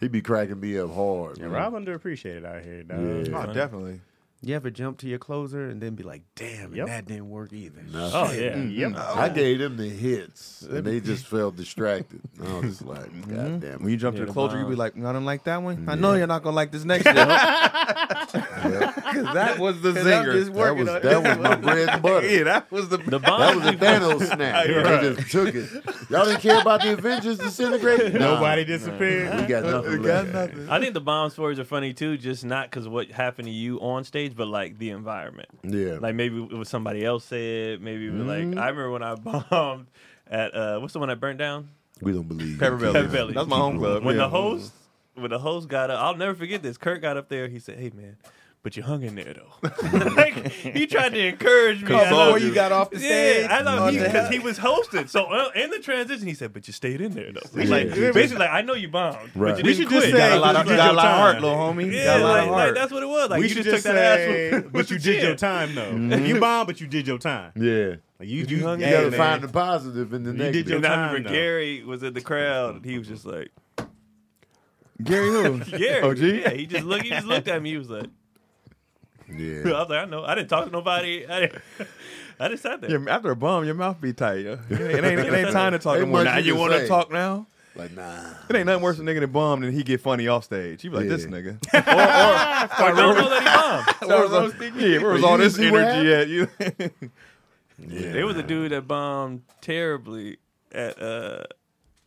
[SPEAKER 1] He be cracking me up hard.
[SPEAKER 2] Yeah,
[SPEAKER 1] man.
[SPEAKER 2] Rob underappreciated out here, dog.
[SPEAKER 1] Yeah.
[SPEAKER 5] Oh, definitely.
[SPEAKER 3] You ever jump to your closer and then be like, "Damn,
[SPEAKER 2] Yep.
[SPEAKER 3] and that didn't work either."
[SPEAKER 6] Oh yeah,
[SPEAKER 1] Mm.
[SPEAKER 2] Yep.
[SPEAKER 1] I gave them the hits, and they just felt distracted. And I was just like, God damn.
[SPEAKER 5] When you jump to
[SPEAKER 6] the
[SPEAKER 5] the closer, you be
[SPEAKER 6] bonds.
[SPEAKER 5] like, "No, "I don't like that one. I know you're not gonna like this next one." Because that was the zinger.
[SPEAKER 3] just
[SPEAKER 1] that
[SPEAKER 3] working
[SPEAKER 1] was
[SPEAKER 3] on it.
[SPEAKER 1] that was my bread and butter.
[SPEAKER 5] yeah, that was the.
[SPEAKER 6] The
[SPEAKER 1] That
[SPEAKER 6] bombs.
[SPEAKER 1] was a Thanos snap. They just took it. Y'all didn't care about the Avengers disintegrating.
[SPEAKER 2] Nobody disappeared.
[SPEAKER 1] Nah, we got nothing.
[SPEAKER 5] got
[SPEAKER 1] left.
[SPEAKER 5] nothing.
[SPEAKER 6] I think the bomb stories are funny too, just not because what happened to you on stage, but like the environment.
[SPEAKER 1] Yeah.
[SPEAKER 6] Like maybe it was somebody else said. Maybe it was like
[SPEAKER 1] Mm-hmm.
[SPEAKER 6] I remember when I bombed at uh what's the one that burned down
[SPEAKER 1] we don't believe.
[SPEAKER 5] Pepper
[SPEAKER 1] you.
[SPEAKER 5] Belly.
[SPEAKER 6] Pepper Belly.
[SPEAKER 5] That's my home club.
[SPEAKER 6] when
[SPEAKER 5] yeah.
[SPEAKER 6] the host when the host got up, I'll never forget this. Kirk got up there. He said, "Hey man, but you hung in there though." like, he tried to encourage me. I
[SPEAKER 3] Before
[SPEAKER 6] thought-
[SPEAKER 3] you got off the stage.
[SPEAKER 6] yeah, I know
[SPEAKER 3] What the
[SPEAKER 6] because
[SPEAKER 3] hell?
[SPEAKER 6] he was hosted. So uh, in the transition, he said, "But you stayed in there though." He's
[SPEAKER 1] Yeah.
[SPEAKER 6] like, basically, like, I know you bombed,
[SPEAKER 1] Right.
[SPEAKER 6] but you
[SPEAKER 1] We
[SPEAKER 6] didn't
[SPEAKER 4] should
[SPEAKER 6] quit.
[SPEAKER 4] just say,
[SPEAKER 5] got a lot of,
[SPEAKER 4] You
[SPEAKER 5] you got
[SPEAKER 4] did
[SPEAKER 5] a lot of
[SPEAKER 4] your
[SPEAKER 5] heart,
[SPEAKER 4] time.
[SPEAKER 5] little homie. You
[SPEAKER 6] yeah,
[SPEAKER 5] got a lot
[SPEAKER 6] like,
[SPEAKER 5] of
[SPEAKER 6] like
[SPEAKER 5] heart.
[SPEAKER 6] that's what it was. Like you
[SPEAKER 2] we should
[SPEAKER 6] just,
[SPEAKER 2] just
[SPEAKER 6] took
[SPEAKER 2] say,
[SPEAKER 6] that ass. with- with
[SPEAKER 2] but you
[SPEAKER 6] the
[SPEAKER 2] did your
[SPEAKER 6] chin.
[SPEAKER 2] time though. You bombed, but you did your time.
[SPEAKER 1] Yeah.
[SPEAKER 2] Like, you,
[SPEAKER 6] You
[SPEAKER 2] you,
[SPEAKER 6] hung
[SPEAKER 2] yeah,
[SPEAKER 1] You gotta
[SPEAKER 2] man.
[SPEAKER 1] find the positive in the
[SPEAKER 2] did
[SPEAKER 1] negative.
[SPEAKER 2] your
[SPEAKER 6] And I
[SPEAKER 2] time,
[SPEAKER 6] remember
[SPEAKER 2] though.
[SPEAKER 6] Gary was in the crowd, and he was just like,
[SPEAKER 1] Gary who?
[SPEAKER 6] "Gary,
[SPEAKER 1] OG?
[SPEAKER 6] yeah." He just looked. He just looked at me. He was like, "I
[SPEAKER 1] Yeah.
[SPEAKER 6] was like, I know. I didn't talk to nobody. I didn't. I just sat there.
[SPEAKER 5] Your- after a bum, your mouth be tight. Yo. It, ain't, it ain't time to talk
[SPEAKER 1] Ain't
[SPEAKER 5] anymore.
[SPEAKER 1] much
[SPEAKER 5] Now
[SPEAKER 1] you
[SPEAKER 5] you
[SPEAKER 1] can
[SPEAKER 5] want
[SPEAKER 1] say.
[SPEAKER 5] to talk now?
[SPEAKER 1] Like nah.
[SPEAKER 5] It ain't nothing worse than nigga than bum than he get funny off stage. You be like
[SPEAKER 1] Yeah.
[SPEAKER 5] this nigga.
[SPEAKER 6] I don't know that he bombed.
[SPEAKER 5] Where was all- yeah, where was
[SPEAKER 1] You
[SPEAKER 5] all
[SPEAKER 1] didn't
[SPEAKER 5] this
[SPEAKER 1] see what
[SPEAKER 5] energy at? You
[SPEAKER 1] Yeah.
[SPEAKER 6] There was a dude that bombed terribly at uh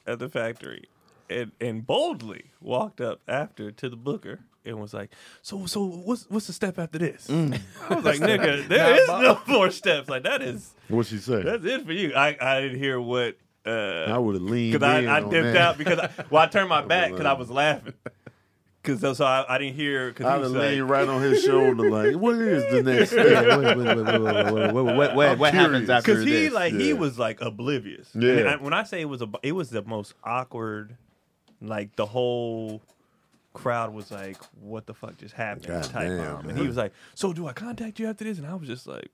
[SPEAKER 6] at the factory, and and boldly walked up after to the booker and was like, "So so what's what's the step after this?" I was like, "Nigga, there is no more steps. Like that is
[SPEAKER 1] What'd she say?
[SPEAKER 6] that's it for you." I I didn't hear what. Uh,
[SPEAKER 1] I would have leaned
[SPEAKER 6] because I,
[SPEAKER 1] in
[SPEAKER 6] I
[SPEAKER 1] on
[SPEAKER 6] dipped
[SPEAKER 1] that.
[SPEAKER 6] out because I, well I turned my back because I
[SPEAKER 1] learned.
[SPEAKER 6] was laughing because so, so I, I didn't hear because
[SPEAKER 1] I'd
[SPEAKER 6] he was
[SPEAKER 1] have
[SPEAKER 6] like,
[SPEAKER 1] leaned right on his shoulder, like, what is the next step?
[SPEAKER 3] Wait, wait, wait, wait, wait, wait, wait, wait, wait.
[SPEAKER 5] what happens after
[SPEAKER 6] because he like he
[SPEAKER 1] yeah.
[SPEAKER 6] was like oblivious. And
[SPEAKER 1] Yeah.
[SPEAKER 6] I- when I say it was a, it was the most awkward, like the whole crowd was like, "What the fuck just happened?"
[SPEAKER 1] God
[SPEAKER 6] type
[SPEAKER 1] damn,
[SPEAKER 6] of-
[SPEAKER 1] man.
[SPEAKER 6] And he was like, "So do I contact you after this?" And I was just like,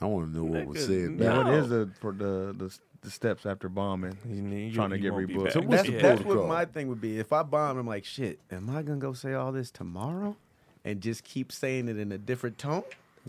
[SPEAKER 1] I want to know what was said
[SPEAKER 6] Yeah,
[SPEAKER 1] back.
[SPEAKER 6] what
[SPEAKER 5] What
[SPEAKER 6] is
[SPEAKER 5] is the for the the, steps after bombing?
[SPEAKER 6] you, you,
[SPEAKER 5] Trying to
[SPEAKER 6] you
[SPEAKER 5] get
[SPEAKER 6] won't be
[SPEAKER 5] rebooked.
[SPEAKER 6] back.
[SPEAKER 5] So
[SPEAKER 3] That's,
[SPEAKER 6] Yeah.
[SPEAKER 3] that's
[SPEAKER 1] protocol.
[SPEAKER 3] what my thing would be. If I bombed, I'm like, shit, am I gonna go say all this tomorrow and just keep saying it in a different tone?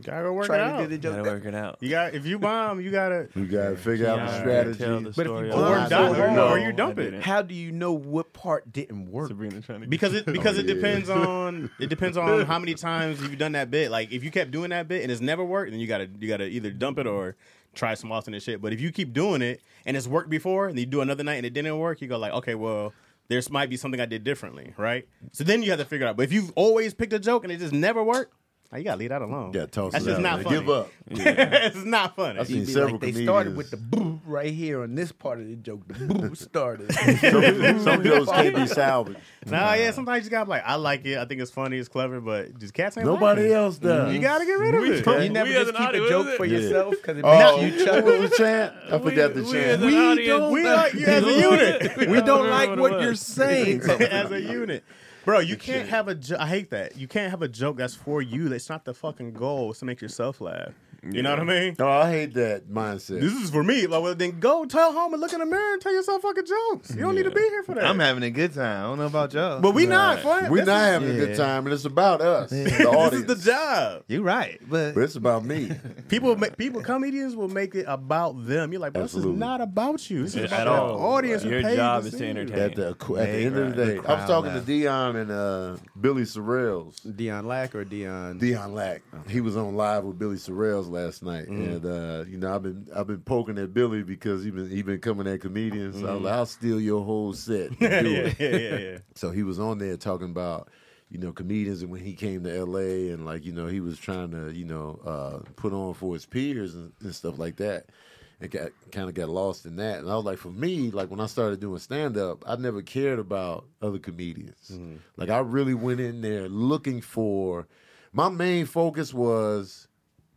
[SPEAKER 2] Gotta go work it
[SPEAKER 3] Trying to
[SPEAKER 2] out.
[SPEAKER 3] do the
[SPEAKER 6] Gotta
[SPEAKER 3] joke.
[SPEAKER 6] work it out.
[SPEAKER 2] You got if you bomb, you gotta
[SPEAKER 1] You gotta figure out the
[SPEAKER 6] Yeah. Tell
[SPEAKER 1] strategy.
[SPEAKER 6] the
[SPEAKER 2] But if
[SPEAKER 6] story
[SPEAKER 2] you
[SPEAKER 6] of
[SPEAKER 1] pull
[SPEAKER 6] why
[SPEAKER 1] it
[SPEAKER 6] I
[SPEAKER 1] down,
[SPEAKER 6] said
[SPEAKER 1] or
[SPEAKER 6] no,
[SPEAKER 2] you dump
[SPEAKER 6] I
[SPEAKER 2] it.
[SPEAKER 6] didn't.
[SPEAKER 3] How do you know what part didn't work?
[SPEAKER 6] Sabrina trying to get-
[SPEAKER 2] because it because it
[SPEAKER 1] Oh, yeah.
[SPEAKER 2] depends on it depends on how many times you've done that bit. Like if you kept doing that bit and it's never worked, then you gotta you gotta either dump it or try some alternate shit. But if you keep doing it and it's worked before, and you do another night and it didn't work, you go like, okay, well. There's might be something I did differently, right? So then you have to figure out. But if you've always picked a joke and it just never worked, like, you gotta leave that alone.
[SPEAKER 1] Yeah, toss
[SPEAKER 2] That's
[SPEAKER 1] it
[SPEAKER 2] just
[SPEAKER 1] out,
[SPEAKER 2] not
[SPEAKER 1] man.
[SPEAKER 2] funny.
[SPEAKER 1] Give up.
[SPEAKER 2] it's not funny.
[SPEAKER 1] I've seen
[SPEAKER 3] Be
[SPEAKER 1] several
[SPEAKER 3] like, they
[SPEAKER 1] comedians.
[SPEAKER 3] started with the boo right here on this part of the joke. The boo started.
[SPEAKER 1] some, some jokes can't be salvaged.
[SPEAKER 2] Nah, yeah, sometimes you just gotta be like, I like it, I think it's funny, it's clever, but just cats ain't
[SPEAKER 1] Nobody
[SPEAKER 2] lying.
[SPEAKER 1] else does.
[SPEAKER 2] You gotta get rid of it.
[SPEAKER 3] you never
[SPEAKER 6] Mm-hmm. We as
[SPEAKER 3] just
[SPEAKER 6] an
[SPEAKER 3] keep
[SPEAKER 6] audience,
[SPEAKER 3] a joke
[SPEAKER 6] what is
[SPEAKER 3] for
[SPEAKER 1] it? Yeah.
[SPEAKER 3] yourself because it
[SPEAKER 1] Oh,
[SPEAKER 3] makes you
[SPEAKER 1] what
[SPEAKER 3] chuckle.
[SPEAKER 1] was the chant? I forgot the
[SPEAKER 6] we as
[SPEAKER 1] chant.
[SPEAKER 6] an audience-
[SPEAKER 2] We like you as a unit.
[SPEAKER 3] We don't like
[SPEAKER 6] remember
[SPEAKER 3] what
[SPEAKER 6] what it was.
[SPEAKER 3] you're saying.
[SPEAKER 2] as a unit. Bro, you can't have a jo- I hate that. You can't have a joke that's for you. That's not the fucking goal. It's to make yourself laugh. You know what I mean?
[SPEAKER 1] Oh, I hate that mindset.
[SPEAKER 2] This is for me. Like, well, then go tell home and look in the mirror and tell yourself fucking jokes. You don't need to be here for that.
[SPEAKER 5] I'm having a good time. I don't know about y'all.
[SPEAKER 2] but we not fun.
[SPEAKER 1] We're
[SPEAKER 2] This
[SPEAKER 1] not
[SPEAKER 2] is-
[SPEAKER 1] having a good
[SPEAKER 5] yeah.
[SPEAKER 1] time, and it's about us, the
[SPEAKER 2] This is
[SPEAKER 1] audience.
[SPEAKER 2] the job.
[SPEAKER 5] you right. But
[SPEAKER 1] but it's about me.
[SPEAKER 2] People, make, people, comedians will make it about them. You're like, bro, this is
[SPEAKER 1] Absolutely.
[SPEAKER 2] not about you. This is
[SPEAKER 6] At
[SPEAKER 2] about
[SPEAKER 6] all.
[SPEAKER 2] the audience. who
[SPEAKER 6] Your
[SPEAKER 2] paid
[SPEAKER 6] job
[SPEAKER 2] to
[SPEAKER 6] is to
[SPEAKER 2] see you.
[SPEAKER 6] entertain.
[SPEAKER 1] At the, at the end of the
[SPEAKER 5] Right.
[SPEAKER 1] day,
[SPEAKER 5] The
[SPEAKER 1] I was talking
[SPEAKER 5] crowd
[SPEAKER 1] to Dion and uh, Billy Sorrells.
[SPEAKER 3] Dion Lack or Dion?
[SPEAKER 1] Dion Lack. He was on live with Billy Sorrells last night, and
[SPEAKER 2] Mm-hmm.
[SPEAKER 1] uh, you know I've been I've been poking at Billy because he been he been coming at comedians. So I was like, I'll steal your whole set. and do
[SPEAKER 2] Mm-hmm. yeah,
[SPEAKER 1] it.
[SPEAKER 2] yeah, yeah, yeah.
[SPEAKER 1] So he was on there talking about, you know, comedians and when he came to LA and like, you know, he was trying to, you know, uh, put on for his peers and, and stuff like that. And got kind of got lost in that. And I was like, for me, like when I started doing stand up, I never cared about other comedians. Like I really went in there looking for my main focus was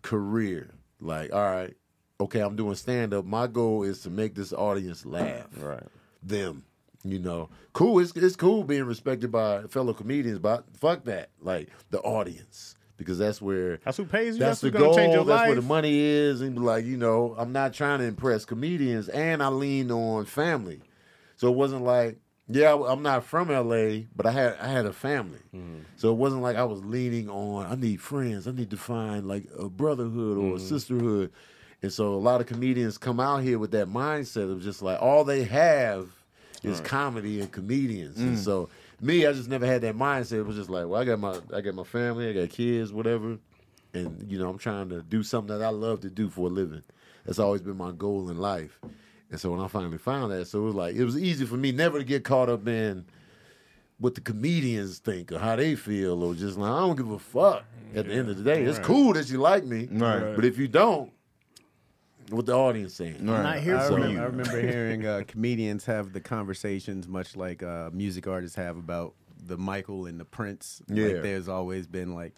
[SPEAKER 1] career. Like, all right, okay, I'm doing stand up. My goal is to make this audience laugh. Right. Them. You know. Cool, it's it's cool being respected by fellow comedians, but fuck that. Like the audience. Because that's where
[SPEAKER 2] That's who pays you.
[SPEAKER 1] that's
[SPEAKER 2] That's,
[SPEAKER 1] the
[SPEAKER 2] who's gonna
[SPEAKER 1] goal.
[SPEAKER 2] change your
[SPEAKER 1] That's
[SPEAKER 2] life.
[SPEAKER 1] where the money is, and like you know, I'm not trying to impress comedians, and I leaned on family, so it wasn't like, yeah, I'm not from LA, but I had I had a family, so it wasn't like I was leaning on. I need friends. I need to find like a brotherhood or a sisterhood, and so a lot of comedians come out here with that mindset of just like all they have is comedy and comedians,
[SPEAKER 2] Mm.
[SPEAKER 1] and so. Me, I just never had that mindset. It was just like, well, I got my, I got my family, I got kids, whatever and you know I'm trying to do something that I love to do for a living. That's always been my goal in life. And so when I finally found that, so it was like it was easy for me never to get caught up in what the comedians think or how they feel or just like I don't give a fuck. At the end of the day, it's cool that you like me,
[SPEAKER 5] Right.
[SPEAKER 1] But if you don't, what the audience saying?
[SPEAKER 2] I'm not here
[SPEAKER 3] I
[SPEAKER 2] for
[SPEAKER 3] remember,
[SPEAKER 2] you.
[SPEAKER 3] I remember hearing uh, comedians have the conversations, much like uh, music artists have about the Michael and the Prince.
[SPEAKER 1] Yeah.
[SPEAKER 3] Like there's always been like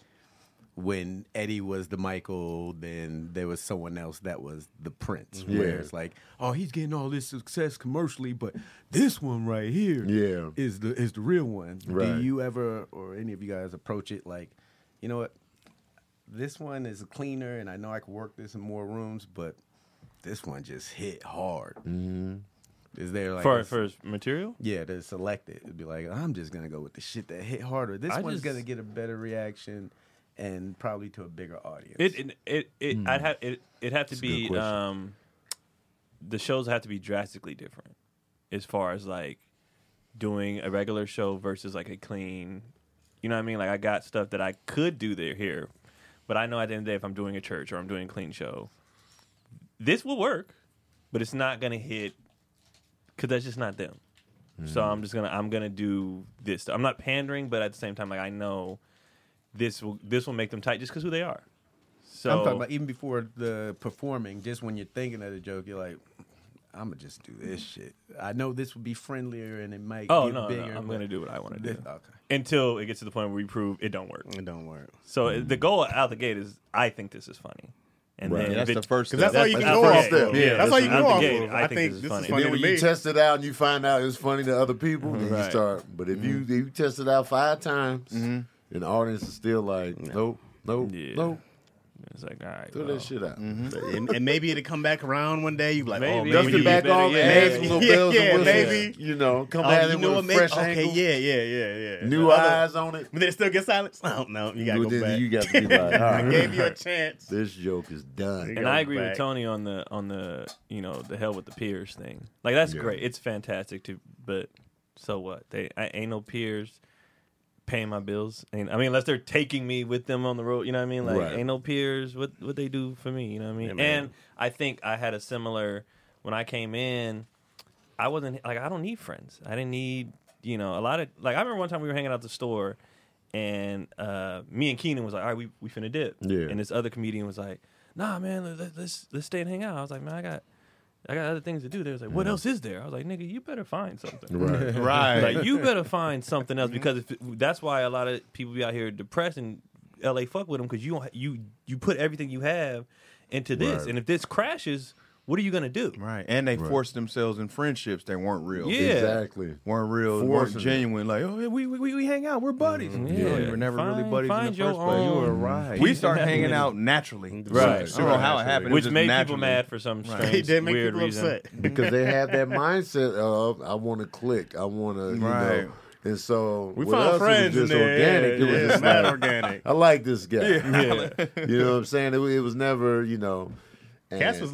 [SPEAKER 3] when Eddie was the Michael, then there was someone else that was the Prince. Where
[SPEAKER 1] Mm-hmm. Yeah.
[SPEAKER 3] it's like, oh, he's getting all this success commercially, but this one right here
[SPEAKER 1] Yeah.
[SPEAKER 3] is the is the real one.
[SPEAKER 1] Right.
[SPEAKER 3] Do you ever or any of you guys approach it like, you know what? This one is cleaner, and I know I can work this in more rooms, but this one just hit hard. Mm-hmm. Is there like
[SPEAKER 6] for
[SPEAKER 3] a-
[SPEAKER 6] for material.
[SPEAKER 3] yeah, to select it. It'd be like, I'm just gonna go with the shit that hit harder. This
[SPEAKER 6] I
[SPEAKER 3] one's
[SPEAKER 6] just-
[SPEAKER 3] gonna get a better reaction and probably to a bigger audience.
[SPEAKER 6] It it it, it I'd have it it have to
[SPEAKER 1] Hmm. a good
[SPEAKER 6] be
[SPEAKER 1] question.
[SPEAKER 6] um the shows have to be drastically different as far as like doing a regular show versus like a clean you know what I mean? Like I got stuff that I could do there here, but I know at the end of the day if I'm doing a church or I'm doing a clean show, this will work, but it's not gonna hit because that's just not them. So I'm just gonna I'm gonna do this. I'm not pandering, but at the same time, like I know this will this will make them tight just because who they are. So
[SPEAKER 3] I'm talking about even before the performing, just when you're thinking of the joke, you're like, I'ma just do this shit. I know this would be friendlier and it might
[SPEAKER 6] Oh
[SPEAKER 3] get
[SPEAKER 6] no,
[SPEAKER 3] bigger.
[SPEAKER 6] no, I'm
[SPEAKER 3] but
[SPEAKER 6] gonna do what I want to
[SPEAKER 3] this- Mm.
[SPEAKER 6] do
[SPEAKER 3] okay.
[SPEAKER 6] until it gets to the point where we prove it don't work.
[SPEAKER 3] It don't work.
[SPEAKER 6] So uh, the goal out the gate is I think this is funny, and
[SPEAKER 1] Right. Yeah,
[SPEAKER 6] then if
[SPEAKER 5] that's
[SPEAKER 6] it-
[SPEAKER 5] the first.
[SPEAKER 1] that's
[SPEAKER 5] step.
[SPEAKER 1] all you can go
[SPEAKER 6] first
[SPEAKER 1] off
[SPEAKER 6] step.
[SPEAKER 1] of. Yeah, that's
[SPEAKER 6] all
[SPEAKER 1] you
[SPEAKER 6] go off
[SPEAKER 8] of.
[SPEAKER 6] I think this is funny.
[SPEAKER 1] And then when
[SPEAKER 8] to
[SPEAKER 1] you
[SPEAKER 8] me.
[SPEAKER 1] test it out and you find out it's funny to other people, then you
[SPEAKER 6] Right. Mm-hmm.
[SPEAKER 1] start. But if you if you test it out five times, and the audience is still like, nope, nope,
[SPEAKER 6] Yeah. Mm-hmm.
[SPEAKER 1] nope,
[SPEAKER 6] It's like all right,
[SPEAKER 1] throw
[SPEAKER 6] well,
[SPEAKER 1] that shit out.
[SPEAKER 2] and, and maybe it'll come back around one day. You be like,
[SPEAKER 6] Maybe.
[SPEAKER 2] oh, maybe
[SPEAKER 6] Dust
[SPEAKER 2] we
[SPEAKER 6] it
[SPEAKER 2] do
[SPEAKER 6] back
[SPEAKER 2] better,
[SPEAKER 6] on,
[SPEAKER 2] yeah,
[SPEAKER 1] Add some
[SPEAKER 2] yeah,
[SPEAKER 1] little bells
[SPEAKER 2] yeah,
[SPEAKER 1] and whistles.
[SPEAKER 2] maybe.
[SPEAKER 1] You know, come
[SPEAKER 2] Oh,
[SPEAKER 1] at
[SPEAKER 2] you
[SPEAKER 1] it
[SPEAKER 2] know
[SPEAKER 1] with
[SPEAKER 2] what?
[SPEAKER 1] a
[SPEAKER 2] Maybe,
[SPEAKER 1] fresh
[SPEAKER 2] okay,
[SPEAKER 1] angle,
[SPEAKER 2] yeah, yeah, yeah, yeah.
[SPEAKER 1] new
[SPEAKER 2] Other-
[SPEAKER 1] eyes on it.
[SPEAKER 2] But then it still get silence. I don't know. You gotta
[SPEAKER 1] Well,
[SPEAKER 2] go back.
[SPEAKER 1] then you got to be like, all
[SPEAKER 2] I
[SPEAKER 1] right,
[SPEAKER 2] gave you a chance.
[SPEAKER 1] this joke is done.
[SPEAKER 2] Yeah.
[SPEAKER 6] and
[SPEAKER 2] goes
[SPEAKER 6] I agree
[SPEAKER 2] back.
[SPEAKER 6] with Tony on the on the you know the hell with the peers thing. Like that's
[SPEAKER 1] Yeah.
[SPEAKER 6] great. It's fantastic to but so what? They I ain't no peers paying my bills. Ain't, I mean unless they're taking me with them on the road, you know what I mean? Like
[SPEAKER 1] Right.
[SPEAKER 6] ain't no peers what what they do for me, you know what I mean?
[SPEAKER 2] man.
[SPEAKER 6] and I think I had a similar when I came in, I wasn't like I don't need friends. I didn't need, you know, a lot of like I remember one time we were hanging out at the store and uh me and Keenan was like, "All right, we we finna dip."
[SPEAKER 1] Yeah.
[SPEAKER 6] And this other comedian was like, "Nah, man, let- let, let's let's stay and hang out." I was like, "Man, I got I got other things to do." They was like, "What else is there?" I was like, "Nigga, you better find something."
[SPEAKER 1] Right.
[SPEAKER 5] right.
[SPEAKER 6] Like you better find something else because if, that's why a lot of people be out here depressed and LA fuck with them because you don't, you you put everything you have into this
[SPEAKER 1] Right.
[SPEAKER 6] and if this crashes, what are you gonna do?
[SPEAKER 5] right, and they forced themselves in friendships that weren't real.
[SPEAKER 6] Yeah.
[SPEAKER 1] Exactly.
[SPEAKER 5] weren't real,
[SPEAKER 1] Forcing
[SPEAKER 5] weren't
[SPEAKER 1] it.
[SPEAKER 5] genuine. Like, oh, yeah, we, we we hang out, we're buddies. No, you were never really
[SPEAKER 6] Find-
[SPEAKER 5] buddies in
[SPEAKER 6] find
[SPEAKER 5] the
[SPEAKER 6] your
[SPEAKER 5] first place.
[SPEAKER 6] own-
[SPEAKER 5] You were
[SPEAKER 3] right.
[SPEAKER 5] We started hanging out naturally,
[SPEAKER 6] Right.
[SPEAKER 5] I don't know how it happened, It was
[SPEAKER 6] Which
[SPEAKER 5] just
[SPEAKER 6] made
[SPEAKER 5] naturally.
[SPEAKER 6] people mad for some strange
[SPEAKER 2] It did make
[SPEAKER 6] weird
[SPEAKER 2] people
[SPEAKER 6] reason.
[SPEAKER 2] upset.
[SPEAKER 1] because they have that mindset of I want to click, I want to, you
[SPEAKER 5] Right.
[SPEAKER 1] know. And so
[SPEAKER 2] We
[SPEAKER 1] with us,
[SPEAKER 2] found
[SPEAKER 1] it was
[SPEAKER 2] friends in
[SPEAKER 1] just
[SPEAKER 2] there.
[SPEAKER 1] organic.
[SPEAKER 2] Yeah,
[SPEAKER 1] it was
[SPEAKER 2] yeah,
[SPEAKER 1] just
[SPEAKER 2] mad
[SPEAKER 1] like,
[SPEAKER 2] organic.
[SPEAKER 1] I like this guy.
[SPEAKER 6] Yeah.
[SPEAKER 1] you know what I'm saying? It, wa- it was never, you know. and
[SPEAKER 2] Cass was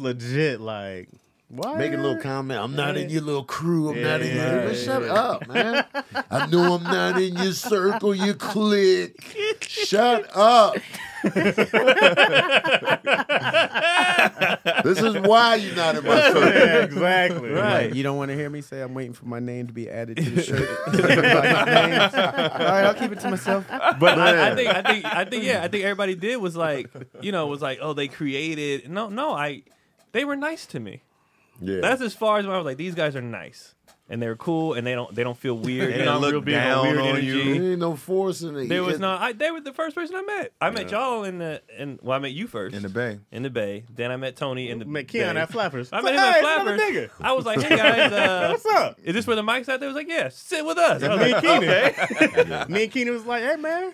[SPEAKER 2] legit. Like, why
[SPEAKER 1] making a little comment. I'm not in your little crew. I'm not in your.
[SPEAKER 2] Yeah,
[SPEAKER 1] Well, shut up, man. I know I'm not in your circle. You click. Shut up. this is why you're not in my circle.
[SPEAKER 2] Yeah, exactly.
[SPEAKER 3] Like, you don't want to hear me say I'm waiting for my name to be added to the shirt. Everybody's names. All right, I'll keep it to myself.
[SPEAKER 6] But I, I think I think I think yeah, I think everybody did was like, you know, was like, oh, they created. No, no, I. They were nice to me.
[SPEAKER 1] Yeah.
[SPEAKER 6] That's as far as I was like. These guys are nice, and they were cool, and they don't they don't feel weird.
[SPEAKER 5] They
[SPEAKER 6] you
[SPEAKER 5] didn't
[SPEAKER 6] know,
[SPEAKER 5] look
[SPEAKER 6] real big on
[SPEAKER 5] down
[SPEAKER 6] weird
[SPEAKER 5] on you.
[SPEAKER 6] energy.
[SPEAKER 1] there ain't no forcing it.
[SPEAKER 6] There was
[SPEAKER 1] It-
[SPEAKER 6] no. I, they were the first person I met. I met y'all in the in. Well, I met you first
[SPEAKER 5] in the bay.
[SPEAKER 6] In the bay. Then I met Tony in the
[SPEAKER 2] Met
[SPEAKER 6] bay.
[SPEAKER 2] Keon at Flappers.
[SPEAKER 6] I
[SPEAKER 2] It's
[SPEAKER 6] met him
[SPEAKER 2] like,
[SPEAKER 6] at
[SPEAKER 2] "Hey,
[SPEAKER 6] Flappers.
[SPEAKER 2] it's another nigga.
[SPEAKER 6] I was like, hey guys, uh,
[SPEAKER 2] What's up?
[SPEAKER 6] Is this where the mic's at? They was like, yeah, sit with us. I was
[SPEAKER 2] Me
[SPEAKER 6] like,
[SPEAKER 2] and Keenan.
[SPEAKER 6] okay.
[SPEAKER 2] Me and Keenan was like, hey man,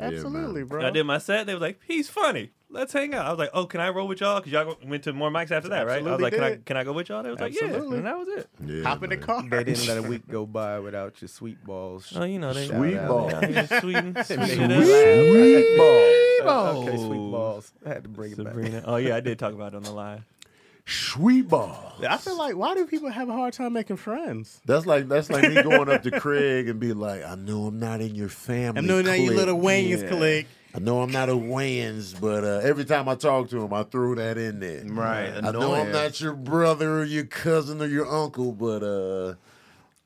[SPEAKER 2] absolutely, bro.
[SPEAKER 6] I did my set. They was like, he's funny. Let's hang out. I was like, oh, can I roll with y'all? Because y'all go- went to more mics after that, right? I was
[SPEAKER 2] Absolutely
[SPEAKER 6] like, can I,
[SPEAKER 2] did.
[SPEAKER 6] can I go with y'all? They was like, yeah.
[SPEAKER 2] Absolutely.
[SPEAKER 6] And that was it.
[SPEAKER 1] Yeah,
[SPEAKER 2] Hop in the
[SPEAKER 1] man.
[SPEAKER 2] car.
[SPEAKER 3] They didn't let a week go by without your sweet balls.
[SPEAKER 6] Oh, you know, they
[SPEAKER 1] Sweet
[SPEAKER 6] they-
[SPEAKER 1] ball.
[SPEAKER 6] they just Sweeten, sweeten it
[SPEAKER 1] Sweet
[SPEAKER 6] up.
[SPEAKER 1] ball.
[SPEAKER 3] Uh, Okay, sweet balls. I had to bring it back.
[SPEAKER 6] Sabrina. Oh yeah, I did talk about it on the live.
[SPEAKER 1] Sweet ball.
[SPEAKER 2] I feel like why do people have a hard time making friends?
[SPEAKER 1] That's like that's like me going up to Craig and be like, I know I'm not in your family.
[SPEAKER 2] I know now you
[SPEAKER 1] clique.
[SPEAKER 2] little Wayne's
[SPEAKER 6] Yeah.
[SPEAKER 2] clique.
[SPEAKER 1] I know I'm not a Wayans, but uh, every time I talk to him, I throw that in there.
[SPEAKER 5] Right.
[SPEAKER 1] I know I'm not your brother or your cousin or your uncle, but uh,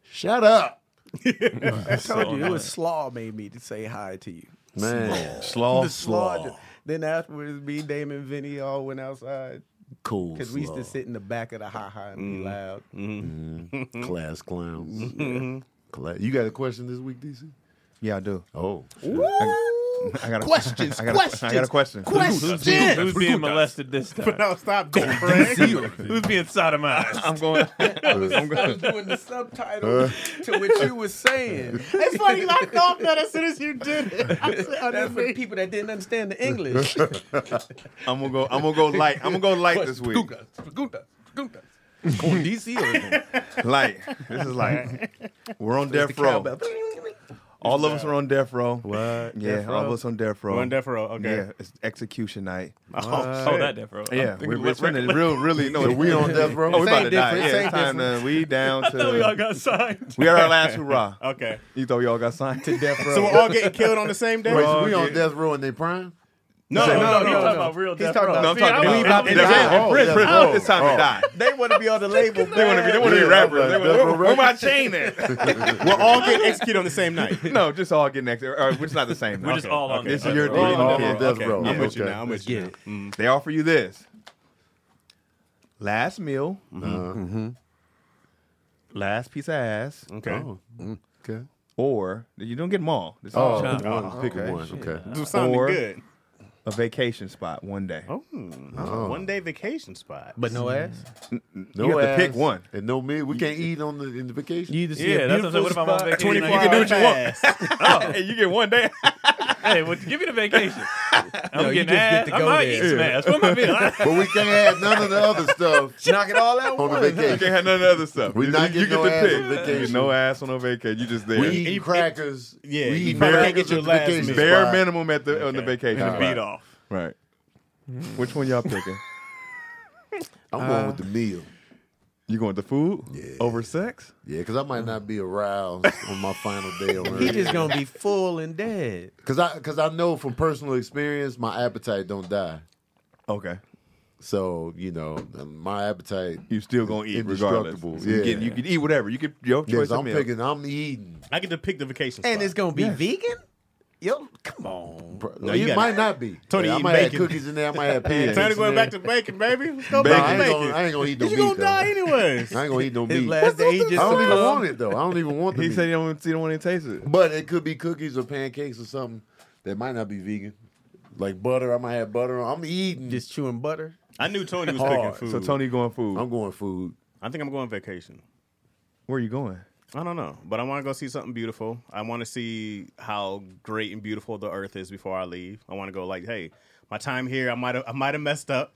[SPEAKER 1] shut up,
[SPEAKER 3] I told you it was slaw made me to say hi to you.
[SPEAKER 1] man.
[SPEAKER 5] Slaw.
[SPEAKER 3] the slaw. Then afterwards, me, Damon, and Vinny all went outside
[SPEAKER 1] Cool,
[SPEAKER 3] because we used to
[SPEAKER 1] slaw.
[SPEAKER 3] sit in the back of the ha ha and be loud.
[SPEAKER 1] class clowns. Cla- you got a question this week, DC?
[SPEAKER 5] Yeah, I do.
[SPEAKER 1] Oh,
[SPEAKER 5] I got a,
[SPEAKER 2] Questions,
[SPEAKER 5] I got a, I got a question.
[SPEAKER 2] questions, questions.
[SPEAKER 6] Who's being molested this time?
[SPEAKER 2] No, stop, Goldberg.
[SPEAKER 6] Who's being sodomized?
[SPEAKER 5] I'm going.
[SPEAKER 3] doing the subtitle to what you was saying.
[SPEAKER 2] it's funny, I thought that as soon as you did it. I said, I
[SPEAKER 3] That's
[SPEAKER 2] didn't
[SPEAKER 3] for the
[SPEAKER 2] think-
[SPEAKER 3] people that didn't understand the English.
[SPEAKER 5] I'm gonna go. I'm gonna go light. I'm gonna go light this week.
[SPEAKER 3] Going DC or anything.
[SPEAKER 5] Light. This is like we're on death row. All of us are on death row.
[SPEAKER 3] What?
[SPEAKER 5] Yeah,
[SPEAKER 3] Death
[SPEAKER 5] all
[SPEAKER 3] row?
[SPEAKER 5] of us on death row.
[SPEAKER 2] One death row, okay.
[SPEAKER 5] Yeah, it's execution night.
[SPEAKER 2] Oh,
[SPEAKER 6] Oh,
[SPEAKER 2] shit.
[SPEAKER 6] that different.
[SPEAKER 5] Yeah,
[SPEAKER 6] I'm
[SPEAKER 5] we're,
[SPEAKER 6] thinking
[SPEAKER 5] we're
[SPEAKER 6] about
[SPEAKER 5] spending real, really. No,
[SPEAKER 1] So we on death row?
[SPEAKER 5] Oh, we about to
[SPEAKER 3] Same
[SPEAKER 5] die.
[SPEAKER 3] difference,
[SPEAKER 5] Yeah,
[SPEAKER 3] same
[SPEAKER 5] it's time to, we down
[SPEAKER 6] I thought we all
[SPEAKER 5] to.
[SPEAKER 6] got signed.
[SPEAKER 5] We are our last hurrah.
[SPEAKER 2] Okay.
[SPEAKER 5] You thought we all got signed?
[SPEAKER 3] To death row.
[SPEAKER 2] So we're all getting killed on the same day?
[SPEAKER 1] Wait, so we on death row in their prime?
[SPEAKER 2] no, no, no,
[SPEAKER 6] He's
[SPEAKER 2] no,
[SPEAKER 6] talking about real death
[SPEAKER 5] No,
[SPEAKER 6] row.
[SPEAKER 5] I'm
[SPEAKER 6] See,
[SPEAKER 5] talking
[SPEAKER 6] I'm-
[SPEAKER 5] about in
[SPEAKER 1] in jail.
[SPEAKER 5] jail, in prison.
[SPEAKER 1] Oh,
[SPEAKER 5] prison. It's time to die.
[SPEAKER 3] They want to be on the label.
[SPEAKER 5] They want to be. They want to be
[SPEAKER 1] Yeah,
[SPEAKER 5] rappers. They
[SPEAKER 1] that's
[SPEAKER 5] wanna-
[SPEAKER 1] what
[SPEAKER 5] Where where my chain at?
[SPEAKER 2] We're all getting executed on the same night.
[SPEAKER 5] No, just all getting next. Or, or, it's not the same.
[SPEAKER 6] We're just all on
[SPEAKER 5] This
[SPEAKER 6] death
[SPEAKER 5] is your
[SPEAKER 6] row.
[SPEAKER 5] deal.
[SPEAKER 1] All on
[SPEAKER 5] Yeah.
[SPEAKER 1] death row.
[SPEAKER 2] Oh, I'm with you
[SPEAKER 1] Okay.
[SPEAKER 2] now. I'm with you.
[SPEAKER 3] Yeah.
[SPEAKER 2] now.
[SPEAKER 5] They offer you this. Last meal. Uh, Last piece of ass.
[SPEAKER 2] Okay.
[SPEAKER 1] Okay.
[SPEAKER 5] Or you don't get them all. This is
[SPEAKER 1] Oh,
[SPEAKER 5] just
[SPEAKER 1] oh, pick one. Okay.
[SPEAKER 2] Do something
[SPEAKER 5] Or-
[SPEAKER 2] good.
[SPEAKER 5] a vacation spot one day.
[SPEAKER 2] One day vacation spot.
[SPEAKER 3] But no ass.
[SPEAKER 1] No
[SPEAKER 5] You have to pick
[SPEAKER 1] ass
[SPEAKER 5] one.
[SPEAKER 1] And no meal. We can't eat on the in the vacation.
[SPEAKER 3] You just see
[SPEAKER 6] Yeah,
[SPEAKER 3] a
[SPEAKER 6] that's what I'm saying.
[SPEAKER 3] beautiful
[SPEAKER 6] What if
[SPEAKER 3] spot.
[SPEAKER 6] I'm on vacation?
[SPEAKER 2] 24
[SPEAKER 6] You can do what you want. Oh,
[SPEAKER 2] want.
[SPEAKER 5] Hey, you get one day.
[SPEAKER 6] Hey, well, give me the vacation. I'm
[SPEAKER 3] No, you just
[SPEAKER 6] getting
[SPEAKER 3] get
[SPEAKER 6] ass.
[SPEAKER 3] to
[SPEAKER 6] I
[SPEAKER 3] go
[SPEAKER 6] might
[SPEAKER 3] there.
[SPEAKER 6] eat some ass. What am I being?
[SPEAKER 1] But we can't have none of the other stuff
[SPEAKER 3] Knock it all out.
[SPEAKER 1] on the
[SPEAKER 5] You can't
[SPEAKER 1] vacation.
[SPEAKER 5] have none of the other stuff.
[SPEAKER 1] We
[SPEAKER 5] you
[SPEAKER 1] not
[SPEAKER 5] you
[SPEAKER 1] getting no
[SPEAKER 5] get
[SPEAKER 1] ass on
[SPEAKER 5] to pick. You get
[SPEAKER 1] vacation.
[SPEAKER 5] no ass on no vacation. You just there.
[SPEAKER 1] We eating crackers.
[SPEAKER 2] Yeah,
[SPEAKER 1] we
[SPEAKER 2] you
[SPEAKER 1] eating
[SPEAKER 2] probably can't
[SPEAKER 1] crackers
[SPEAKER 2] get your
[SPEAKER 1] at the
[SPEAKER 2] last
[SPEAKER 1] vacation
[SPEAKER 2] meal.
[SPEAKER 5] bare
[SPEAKER 1] spot.
[SPEAKER 5] minimum at the on the vacation.
[SPEAKER 6] The
[SPEAKER 5] spot.
[SPEAKER 6] beat off.
[SPEAKER 5] Right.
[SPEAKER 1] Mm-hmm.
[SPEAKER 5] Which one y'all picking?
[SPEAKER 1] I'm going with the meal.
[SPEAKER 5] You going with the food over sex?
[SPEAKER 1] Yeah, because I might not be aroused on my final day on
[SPEAKER 3] He
[SPEAKER 1] earth.
[SPEAKER 3] just gonna be full and dead.
[SPEAKER 1] Because I because I know from personal experience, my appetite don't die.
[SPEAKER 5] Okay.
[SPEAKER 1] So you know, um, my appetite.
[SPEAKER 5] You still gonna eat regardless.
[SPEAKER 1] Indestructible,
[SPEAKER 5] You,
[SPEAKER 1] yeah.
[SPEAKER 5] can, you can eat whatever. You can your choice
[SPEAKER 1] Yes,
[SPEAKER 5] of
[SPEAKER 1] I'm
[SPEAKER 5] meal.
[SPEAKER 1] picking. I'm eating.
[SPEAKER 2] I get to pick the vacation spot.
[SPEAKER 3] And it's gonna be vegan? Yo, come on.
[SPEAKER 1] No,
[SPEAKER 2] you
[SPEAKER 1] it
[SPEAKER 2] gotta-
[SPEAKER 1] might not be.
[SPEAKER 2] Tony
[SPEAKER 1] yeah, I
[SPEAKER 2] eating
[SPEAKER 1] might have
[SPEAKER 2] bacon.
[SPEAKER 1] cookies in there. I might have pancakes.
[SPEAKER 2] Tony
[SPEAKER 1] in
[SPEAKER 2] going
[SPEAKER 1] there.
[SPEAKER 2] back to bacon, baby. Let's go
[SPEAKER 1] Nah, I
[SPEAKER 2] back to
[SPEAKER 1] ain't, gonna, I
[SPEAKER 2] bacon.
[SPEAKER 1] ain't gonna eat no
[SPEAKER 2] You're
[SPEAKER 1] meat.
[SPEAKER 2] going to die
[SPEAKER 1] though.
[SPEAKER 2] anyways.
[SPEAKER 1] I ain't gonna eat no
[SPEAKER 3] His
[SPEAKER 1] meat. I
[SPEAKER 3] last day, he just
[SPEAKER 1] don't even
[SPEAKER 3] uh,
[SPEAKER 1] want it though. I don't even want the
[SPEAKER 5] He
[SPEAKER 1] meat.
[SPEAKER 5] said he don't, he don't want to taste it.
[SPEAKER 1] But it could be cookies or pancakes or something that might not be vegan. Like butter, I might have butter on. I'm eating.
[SPEAKER 3] just chewing butter.
[SPEAKER 2] I knew Tony was
[SPEAKER 1] Hard.
[SPEAKER 2] cooking food.
[SPEAKER 5] So Tony going food.
[SPEAKER 1] I'm going food.
[SPEAKER 2] I think I'm going vacation.
[SPEAKER 5] Where you going?
[SPEAKER 2] I don't know, but I want to go see something beautiful. I want to see how great and beautiful the Earth is before I leave. I want to go like, hey, my time here, I might have, I might have messed up,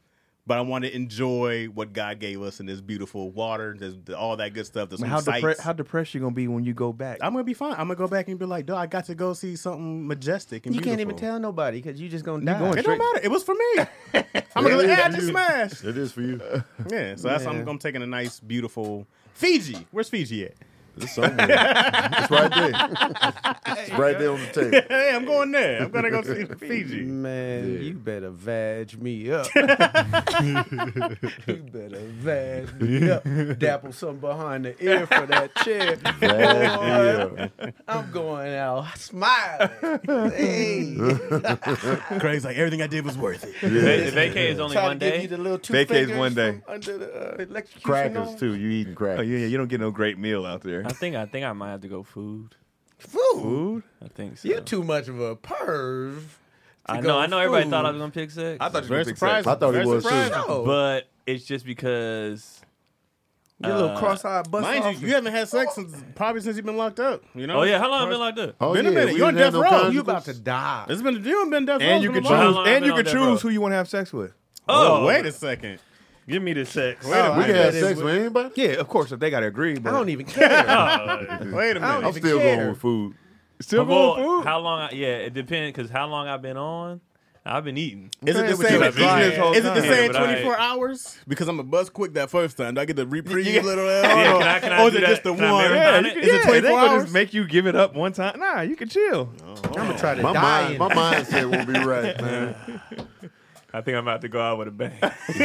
[SPEAKER 2] but I want to enjoy what God gave us and this beautiful water, this, all that good stuff. This
[SPEAKER 5] How,
[SPEAKER 2] sights.
[SPEAKER 5] depre- how depressed you gonna be when you go back?
[SPEAKER 2] I'm gonna be fine. I'm gonna go back and be like, duh, I got to go see something majestic and
[SPEAKER 3] You can't even
[SPEAKER 2] beautiful."
[SPEAKER 3] tell nobody because you just gonna die.
[SPEAKER 5] going
[SPEAKER 2] It don't matter. It was for me. I'm gonna
[SPEAKER 1] Yeah,
[SPEAKER 2] add
[SPEAKER 1] it
[SPEAKER 2] to
[SPEAKER 1] is.
[SPEAKER 2] smash.
[SPEAKER 1] It is for you.
[SPEAKER 2] Yeah, so that's I'm,
[SPEAKER 3] Yeah.
[SPEAKER 2] I'm taking a nice, beautiful Fiji. Where's Fiji at?
[SPEAKER 1] It's somewhere. it's right there. It's right there on the table.
[SPEAKER 2] Hey, I'm going there. I'm gonna go see Fiji.
[SPEAKER 3] Man,
[SPEAKER 1] Yeah.
[SPEAKER 3] you better vag me up. you better vag me up. Dapple something behind the ear for that chair.
[SPEAKER 1] Yeah, yeah.
[SPEAKER 3] I'm going out smiling. Hey.
[SPEAKER 2] Craig's like everything I did was worth it.
[SPEAKER 6] Va- Vacay is only
[SPEAKER 3] Try
[SPEAKER 6] one
[SPEAKER 3] to give
[SPEAKER 6] day.
[SPEAKER 3] you the little two
[SPEAKER 5] Vacate's
[SPEAKER 3] fingers
[SPEAKER 5] one day.
[SPEAKER 3] from Under the uh, electrocution
[SPEAKER 1] Crackers
[SPEAKER 3] on.
[SPEAKER 1] too. You eating
[SPEAKER 5] Oh
[SPEAKER 1] crackers?
[SPEAKER 5] yeah, yeah, you don't get no great meal out there.
[SPEAKER 6] I think I think I might have to go food.
[SPEAKER 3] Food.
[SPEAKER 5] Food?
[SPEAKER 6] I think so.
[SPEAKER 3] You're too much of a perv.
[SPEAKER 6] I
[SPEAKER 3] go
[SPEAKER 6] know. I know. Everybody
[SPEAKER 3] food.
[SPEAKER 6] thought I was gonna pick sex,
[SPEAKER 5] I thought you
[SPEAKER 2] Very
[SPEAKER 5] were
[SPEAKER 2] surprising.
[SPEAKER 1] I thought he
[SPEAKER 2] Very
[SPEAKER 1] was
[SPEAKER 2] surprised.
[SPEAKER 1] too.
[SPEAKER 3] No.
[SPEAKER 6] but it's just because.
[SPEAKER 3] Your little
[SPEAKER 6] uh,
[SPEAKER 3] cross-eyed bust
[SPEAKER 2] Mind
[SPEAKER 3] off.
[SPEAKER 2] you, you haven't had sex since probably since you've been locked up. You know?
[SPEAKER 6] Oh yeah, how long have I been like that?
[SPEAKER 1] Oh,
[SPEAKER 2] Been a minute.
[SPEAKER 1] we
[SPEAKER 2] You're on
[SPEAKER 1] didn't have
[SPEAKER 2] death row.
[SPEAKER 3] Oh, you
[SPEAKER 1] condoms.
[SPEAKER 3] about to die.
[SPEAKER 2] It's been you been death
[SPEAKER 5] And you can choose.
[SPEAKER 6] How long I've
[SPEAKER 5] And
[SPEAKER 6] been
[SPEAKER 5] you
[SPEAKER 6] on
[SPEAKER 5] can
[SPEAKER 6] death row?
[SPEAKER 5] choose who you want to have sex with.
[SPEAKER 2] Oh, wait a second.
[SPEAKER 6] Give me the sex.
[SPEAKER 1] We can have
[SPEAKER 3] that
[SPEAKER 1] sex
[SPEAKER 3] is-
[SPEAKER 1] with anybody.
[SPEAKER 5] Yeah, of course, if they gotta agree. But
[SPEAKER 3] I don't even care.
[SPEAKER 2] Wait a
[SPEAKER 3] Oh. I
[SPEAKER 2] minute.
[SPEAKER 1] I'm
[SPEAKER 3] even
[SPEAKER 1] still
[SPEAKER 3] care.
[SPEAKER 1] going with food.
[SPEAKER 5] still going
[SPEAKER 6] Well,
[SPEAKER 5] food.
[SPEAKER 6] how long? I, yeah, it depends because how long I've been on, I've been eating.
[SPEAKER 2] Is it
[SPEAKER 5] Okay,
[SPEAKER 2] the
[SPEAKER 5] but you
[SPEAKER 2] same?
[SPEAKER 5] have been this whole
[SPEAKER 2] Is it the
[SPEAKER 5] time.
[SPEAKER 2] same
[SPEAKER 6] Yeah, but I-
[SPEAKER 2] 24 hours? Because I'm a buzz quick that first time. Do I get to reprieve little ass?
[SPEAKER 6] Yeah, can I- can I
[SPEAKER 2] or Oh, is
[SPEAKER 6] do
[SPEAKER 2] it just
[SPEAKER 6] that?
[SPEAKER 2] the
[SPEAKER 6] Can I
[SPEAKER 2] one?
[SPEAKER 6] marathon
[SPEAKER 2] Is
[SPEAKER 6] it?
[SPEAKER 2] it
[SPEAKER 5] yeah, they
[SPEAKER 2] 24
[SPEAKER 5] gonna
[SPEAKER 2] hours?
[SPEAKER 5] just make you give it up one time. Nah, you can chill.
[SPEAKER 3] I'm gonna try to
[SPEAKER 1] My
[SPEAKER 3] die.
[SPEAKER 1] mind,
[SPEAKER 3] in
[SPEAKER 1] my mindset will be right, man.
[SPEAKER 6] I think I'm about to go out with a bang.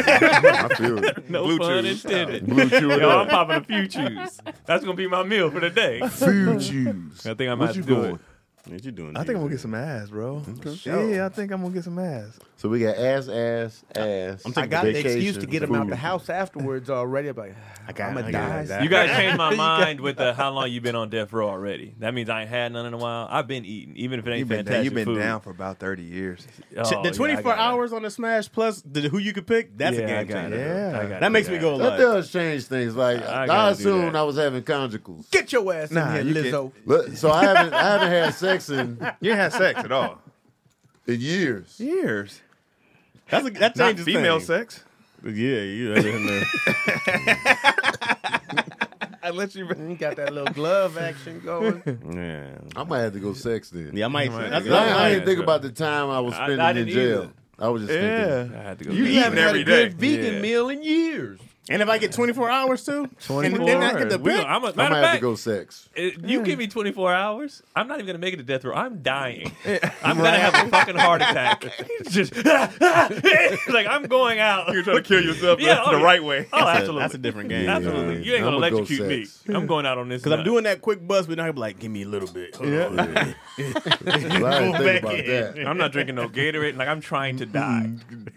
[SPEAKER 1] I feel it.
[SPEAKER 6] No pun intended.
[SPEAKER 1] Blue chew it
[SPEAKER 6] Yo, I'm
[SPEAKER 1] up.
[SPEAKER 6] popping a few chews. That's gonna be my meal for the day. I
[SPEAKER 1] Food juice.
[SPEAKER 6] think I'm
[SPEAKER 1] What
[SPEAKER 6] about to
[SPEAKER 1] you
[SPEAKER 6] do
[SPEAKER 1] going?
[SPEAKER 6] it.
[SPEAKER 2] What you doing?
[SPEAKER 5] I think I'm gonna get some ass, bro. Yeah, I think I'm gonna get some ass.
[SPEAKER 1] So we got ass, ass, ass.
[SPEAKER 3] I got the excuse to
[SPEAKER 1] vacation,
[SPEAKER 3] get him out
[SPEAKER 1] food.
[SPEAKER 3] the house afterwards already. I'm like, I got, I'm gonna die.
[SPEAKER 6] You guys changed my mind with the how long you been on death row already. That means I ain't had none in a while. I've been eating, even if it ain't
[SPEAKER 5] You've been,
[SPEAKER 6] fantastic
[SPEAKER 5] you've been
[SPEAKER 6] food.
[SPEAKER 5] down for about 30 years.
[SPEAKER 6] Oh, yeah,
[SPEAKER 2] the
[SPEAKER 6] I
[SPEAKER 2] 24
[SPEAKER 6] got it.
[SPEAKER 2] hours on the Smash plus the, who you could pick, that's
[SPEAKER 6] Yeah, I
[SPEAKER 2] a game
[SPEAKER 6] got it.
[SPEAKER 2] changer.
[SPEAKER 5] Yeah.
[SPEAKER 6] I got
[SPEAKER 2] That
[SPEAKER 6] it.
[SPEAKER 2] makes me go
[SPEAKER 1] That
[SPEAKER 2] like,
[SPEAKER 1] does change things. Like
[SPEAKER 6] I
[SPEAKER 1] I,
[SPEAKER 6] gotta do
[SPEAKER 1] assumed
[SPEAKER 6] that.
[SPEAKER 1] I was having conjugals.
[SPEAKER 3] Get your ass
[SPEAKER 5] Nah,
[SPEAKER 3] in
[SPEAKER 5] you
[SPEAKER 3] here,
[SPEAKER 5] get-
[SPEAKER 3] Lizzo.
[SPEAKER 1] Look, so I haven't I haven't had sex in
[SPEAKER 5] You didn't have sex at all.
[SPEAKER 1] in years.
[SPEAKER 5] Years.
[SPEAKER 2] that's a, that
[SPEAKER 5] Not
[SPEAKER 2] changes
[SPEAKER 5] female
[SPEAKER 2] things.
[SPEAKER 5] sex.
[SPEAKER 2] Yeah, you that's in there.
[SPEAKER 5] Unless you
[SPEAKER 3] Mm, You got that little glove action going.
[SPEAKER 2] Yeah.
[SPEAKER 1] I might have to go sex then.
[SPEAKER 2] Yeah, I might. That's
[SPEAKER 1] I, I
[SPEAKER 2] I,
[SPEAKER 1] didn't think about the time I was
[SPEAKER 6] I- I
[SPEAKER 1] spending in
[SPEAKER 6] didn't
[SPEAKER 1] jail.
[SPEAKER 6] either.
[SPEAKER 1] I was just
[SPEAKER 5] Yeah.
[SPEAKER 1] thinking.
[SPEAKER 6] I had to go.
[SPEAKER 5] You
[SPEAKER 6] eat.
[SPEAKER 5] haven't had a
[SPEAKER 3] a
[SPEAKER 5] good
[SPEAKER 3] good vegan
[SPEAKER 6] Yeah.
[SPEAKER 3] meal in years.
[SPEAKER 2] and if I get 24 hours too,
[SPEAKER 3] 24
[SPEAKER 2] and then I get
[SPEAKER 3] hours.
[SPEAKER 2] the
[SPEAKER 6] We
[SPEAKER 2] pick.
[SPEAKER 6] don't- I'm a,
[SPEAKER 1] I might
[SPEAKER 6] matter of
[SPEAKER 1] have to
[SPEAKER 6] fact,
[SPEAKER 1] go sex.
[SPEAKER 6] it- you give me 24 hours, I'm not even gonna make it to death row. I'm dying. I'm gonna have a fucking heart attack. Just like I'm going out.
[SPEAKER 5] You're trying to kill yourself
[SPEAKER 6] Yeah,
[SPEAKER 5] the,
[SPEAKER 6] oh,
[SPEAKER 5] the
[SPEAKER 6] yeah.
[SPEAKER 5] right way.
[SPEAKER 6] Oh, absolutely.
[SPEAKER 2] That's a different game.
[SPEAKER 6] Absolutely. You ain't
[SPEAKER 1] I'ma
[SPEAKER 6] gonna
[SPEAKER 1] go
[SPEAKER 6] electrocute me.
[SPEAKER 1] sex.
[SPEAKER 6] I'm going out on this.
[SPEAKER 2] Because I'm
[SPEAKER 6] nut.
[SPEAKER 2] doing that quick buzz, but now you're like, give me a little bit. Hold on.
[SPEAKER 1] So I didn't think
[SPEAKER 2] back
[SPEAKER 1] about
[SPEAKER 2] in.
[SPEAKER 1] that.
[SPEAKER 6] I'm not drinking no Gatorade. Like I'm trying to die.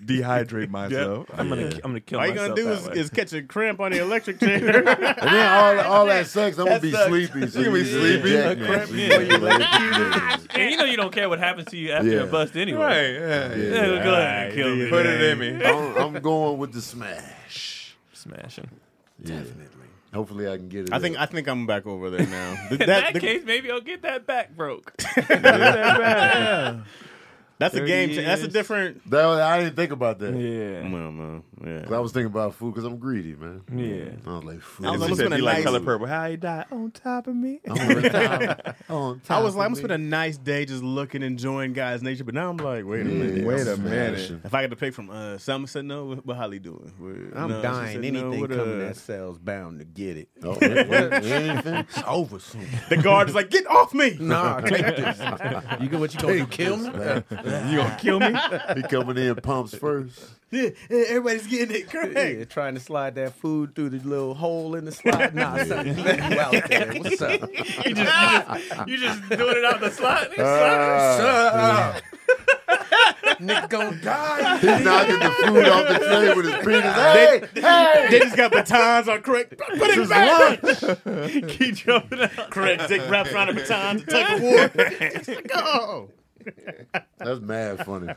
[SPEAKER 5] Dehydrate
[SPEAKER 6] Yep.
[SPEAKER 5] myself.
[SPEAKER 6] I'm gonna. I'm gonna kill
[SPEAKER 2] Mm-hmm. All you're
[SPEAKER 6] myself.
[SPEAKER 2] gonna do
[SPEAKER 6] that
[SPEAKER 2] is,
[SPEAKER 6] way.
[SPEAKER 2] is catch a cramp on the electric chair.
[SPEAKER 1] And then all all that sex, I'm gonna be
[SPEAKER 2] sucks.
[SPEAKER 1] sleepy. So
[SPEAKER 5] You gonna be
[SPEAKER 1] just
[SPEAKER 5] sleepy.
[SPEAKER 1] jack me.
[SPEAKER 6] Crap,
[SPEAKER 1] So
[SPEAKER 6] yeah.
[SPEAKER 1] you like, yeah.
[SPEAKER 6] and you know you don't care what happens to you after
[SPEAKER 1] Yeah.
[SPEAKER 6] a bust anyway.
[SPEAKER 5] Right. Yeah.
[SPEAKER 1] Yeah.
[SPEAKER 6] Yeah, go ahead and
[SPEAKER 2] Right,
[SPEAKER 6] kill
[SPEAKER 2] do
[SPEAKER 6] me.
[SPEAKER 2] your
[SPEAKER 5] Put it in me.
[SPEAKER 1] I'm, I'm going with the smash.
[SPEAKER 6] Smashing.
[SPEAKER 1] Definitely. Hopefully, I can get it.
[SPEAKER 2] I think
[SPEAKER 1] up.
[SPEAKER 2] I think I'm back over there now. Th-
[SPEAKER 6] In
[SPEAKER 2] that-
[SPEAKER 6] that,
[SPEAKER 2] the-
[SPEAKER 6] case, maybe I'll get that back broke.
[SPEAKER 2] that's a game. cha- That's a
[SPEAKER 6] 30
[SPEAKER 2] different.
[SPEAKER 1] that, was- I didn't think about that.
[SPEAKER 6] Yeah.
[SPEAKER 2] Well, man, yeah.
[SPEAKER 1] 'Cause I was thinking about food because I'm greedy, man.
[SPEAKER 6] Yeah.
[SPEAKER 1] I was like, food.
[SPEAKER 2] I was
[SPEAKER 5] He
[SPEAKER 2] almost
[SPEAKER 5] said,
[SPEAKER 2] gonna
[SPEAKER 5] "You like
[SPEAKER 2] nice-
[SPEAKER 5] color purple. How you die on top of me?
[SPEAKER 3] Oh.
[SPEAKER 2] I was like, I'm gonna spend a nice day just looking, enjoying guys' nature, but now I'm like, wait a minute.
[SPEAKER 5] Wait a minute.
[SPEAKER 2] If I get to pick from uh, someone said no, what, what Holly doing? What-
[SPEAKER 3] I'm
[SPEAKER 2] no, she
[SPEAKER 3] dying.
[SPEAKER 2] said, no,
[SPEAKER 3] Anything
[SPEAKER 2] what,
[SPEAKER 3] coming
[SPEAKER 2] uh,
[SPEAKER 3] that cell's bound to get it.
[SPEAKER 1] Oh, wait, wait, wait, anything?
[SPEAKER 3] It's over soon.
[SPEAKER 2] The guard is like, get off me!
[SPEAKER 3] nah, take this. You go. What you gonna do, kill me?
[SPEAKER 6] You gonna kill me?
[SPEAKER 1] he coming in pumps first.
[SPEAKER 2] Yeah, Everybody's getting it correct.
[SPEAKER 3] Yeah, trying to slide that food through the little hole in the slide. Nah, son, you out there. What's up?
[SPEAKER 6] you, just, you, just, you just doing it out the slot?
[SPEAKER 2] Uh,
[SPEAKER 3] Nigga gonna die.
[SPEAKER 1] He's knocking the food off the table with his penis. Hey,
[SPEAKER 2] They just got batons on correct. Put
[SPEAKER 1] this
[SPEAKER 2] it
[SPEAKER 1] is
[SPEAKER 2] back.
[SPEAKER 1] lunch.
[SPEAKER 6] Keep jumping out.
[SPEAKER 2] Correct. Dick wrapped around a baton to take a war.
[SPEAKER 1] That's mad funny.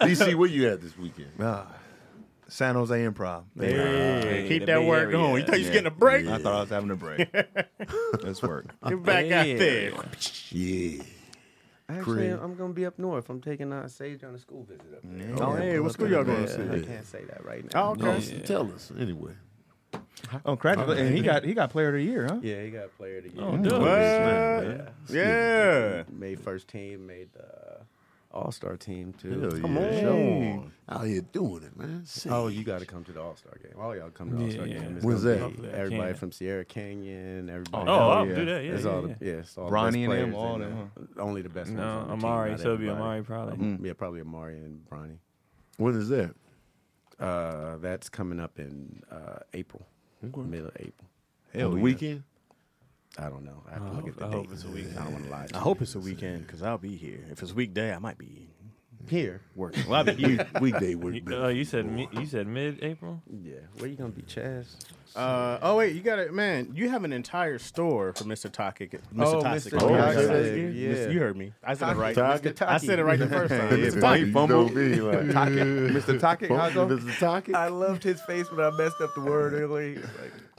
[SPEAKER 1] DC, where you at this weekend?
[SPEAKER 5] Ah, San Jose Improv.
[SPEAKER 2] Hey, keep
[SPEAKER 6] the
[SPEAKER 2] that
[SPEAKER 6] Bay
[SPEAKER 2] work
[SPEAKER 6] Area.
[SPEAKER 2] going. You thought you was
[SPEAKER 5] Yeah.
[SPEAKER 2] getting a break?
[SPEAKER 5] I thought I was having a break. Let's work.
[SPEAKER 2] Get back
[SPEAKER 6] Yeah.
[SPEAKER 2] out there.
[SPEAKER 1] Yeah.
[SPEAKER 3] Actually,
[SPEAKER 1] Craig.
[SPEAKER 3] I'm gonna be up north. I'm taking uh, Sage on a school visit up there.
[SPEAKER 2] Oh, hey, what school y'all going to
[SPEAKER 3] I
[SPEAKER 2] see?
[SPEAKER 3] can't say that right now.
[SPEAKER 2] Oh,
[SPEAKER 1] No,
[SPEAKER 2] okay.
[SPEAKER 1] tell us anyway.
[SPEAKER 5] Oh, congratulations! And he got he got player of the year, huh?
[SPEAKER 3] Yeah, he got player of the year.
[SPEAKER 6] dude.
[SPEAKER 2] What?
[SPEAKER 1] Yeah.
[SPEAKER 2] Yeah.
[SPEAKER 3] Made first team. Made the All Star team too.
[SPEAKER 1] Hell
[SPEAKER 2] Come
[SPEAKER 1] yeah.
[SPEAKER 2] on.
[SPEAKER 1] Out here doing it, man. See.
[SPEAKER 3] Oh, you got to come to the All Star game. All y'all come to the
[SPEAKER 6] Yeah,
[SPEAKER 3] All Star
[SPEAKER 6] yeah.
[SPEAKER 3] game. It's
[SPEAKER 1] When's
[SPEAKER 3] gonna
[SPEAKER 1] that?
[SPEAKER 3] be
[SPEAKER 6] Hopefully I
[SPEAKER 3] Everybody
[SPEAKER 6] can.
[SPEAKER 3] from Sierra Canyon. Everybody.
[SPEAKER 6] Oh, I'll
[SPEAKER 5] yeah.
[SPEAKER 6] do that. Yeah,
[SPEAKER 3] it's
[SPEAKER 6] yeah,
[SPEAKER 3] all
[SPEAKER 6] yeah.
[SPEAKER 3] the yeah, it's all
[SPEAKER 5] Bronny
[SPEAKER 3] the
[SPEAKER 5] and
[SPEAKER 3] best
[SPEAKER 5] him,
[SPEAKER 3] players
[SPEAKER 5] all
[SPEAKER 3] in
[SPEAKER 5] them.
[SPEAKER 3] there. Only the best.
[SPEAKER 6] No,
[SPEAKER 3] ones on the
[SPEAKER 6] Amari.
[SPEAKER 3] Team,
[SPEAKER 6] So it'd be
[SPEAKER 3] Amari.
[SPEAKER 6] Amari probably.
[SPEAKER 3] Yeah, probably Amari and Bronny.
[SPEAKER 1] When is that?
[SPEAKER 3] Uh, that's coming up in uh, April, middle of April.
[SPEAKER 1] On the weekend?
[SPEAKER 3] I don't know. I have to look at the
[SPEAKER 6] I
[SPEAKER 3] date.
[SPEAKER 6] hope it's a weekend.
[SPEAKER 3] I don't want to lie. To
[SPEAKER 2] I
[SPEAKER 3] you.
[SPEAKER 2] hope it's a weekend because I'll be here. If it's weekday, I might be
[SPEAKER 3] here.
[SPEAKER 2] working. Well, I'll be here.
[SPEAKER 1] Weekday work.
[SPEAKER 6] You, uh, you said mi- you said mid April.
[SPEAKER 3] Yeah, where you gonna be, Chaz?
[SPEAKER 2] Uh, oh wait, you got it, man. You have an entire store for Mr. Tokic. Mr.
[SPEAKER 3] Oh,
[SPEAKER 2] Toxic.
[SPEAKER 3] Mr.
[SPEAKER 1] Oh, Toxic.
[SPEAKER 2] Mr.
[SPEAKER 3] Toxic,
[SPEAKER 2] Mis-
[SPEAKER 3] yeah.
[SPEAKER 2] You heard me. I said it right.
[SPEAKER 1] Toxic.
[SPEAKER 2] I said it right the first time.
[SPEAKER 5] Yeah,
[SPEAKER 2] Mr.
[SPEAKER 5] man.
[SPEAKER 2] Tokic.
[SPEAKER 5] You
[SPEAKER 1] know
[SPEAKER 5] fumbled.
[SPEAKER 1] me, like,
[SPEAKER 5] Mr. Tokic, how's
[SPEAKER 1] fumbled
[SPEAKER 5] it?
[SPEAKER 1] as a tocket.
[SPEAKER 3] I loved his face when I messed up the word earlier.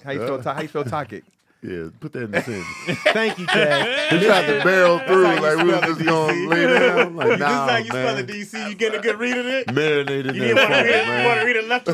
[SPEAKER 5] How you spell how you spell Tokic?
[SPEAKER 1] Yeah, put that in the sentence.
[SPEAKER 3] Thank you, Chaz.
[SPEAKER 1] We tried to barrel through like we was just gonna lay down. Like,
[SPEAKER 2] This is
[SPEAKER 1] nah,
[SPEAKER 2] how you spell the
[SPEAKER 1] man.
[SPEAKER 2] DC. You getting a good read of it?
[SPEAKER 1] Marinated
[SPEAKER 2] You
[SPEAKER 1] in
[SPEAKER 2] didn't want to
[SPEAKER 1] that
[SPEAKER 2] read it.
[SPEAKER 1] funk,
[SPEAKER 2] You want to
[SPEAKER 1] man.
[SPEAKER 2] read it left to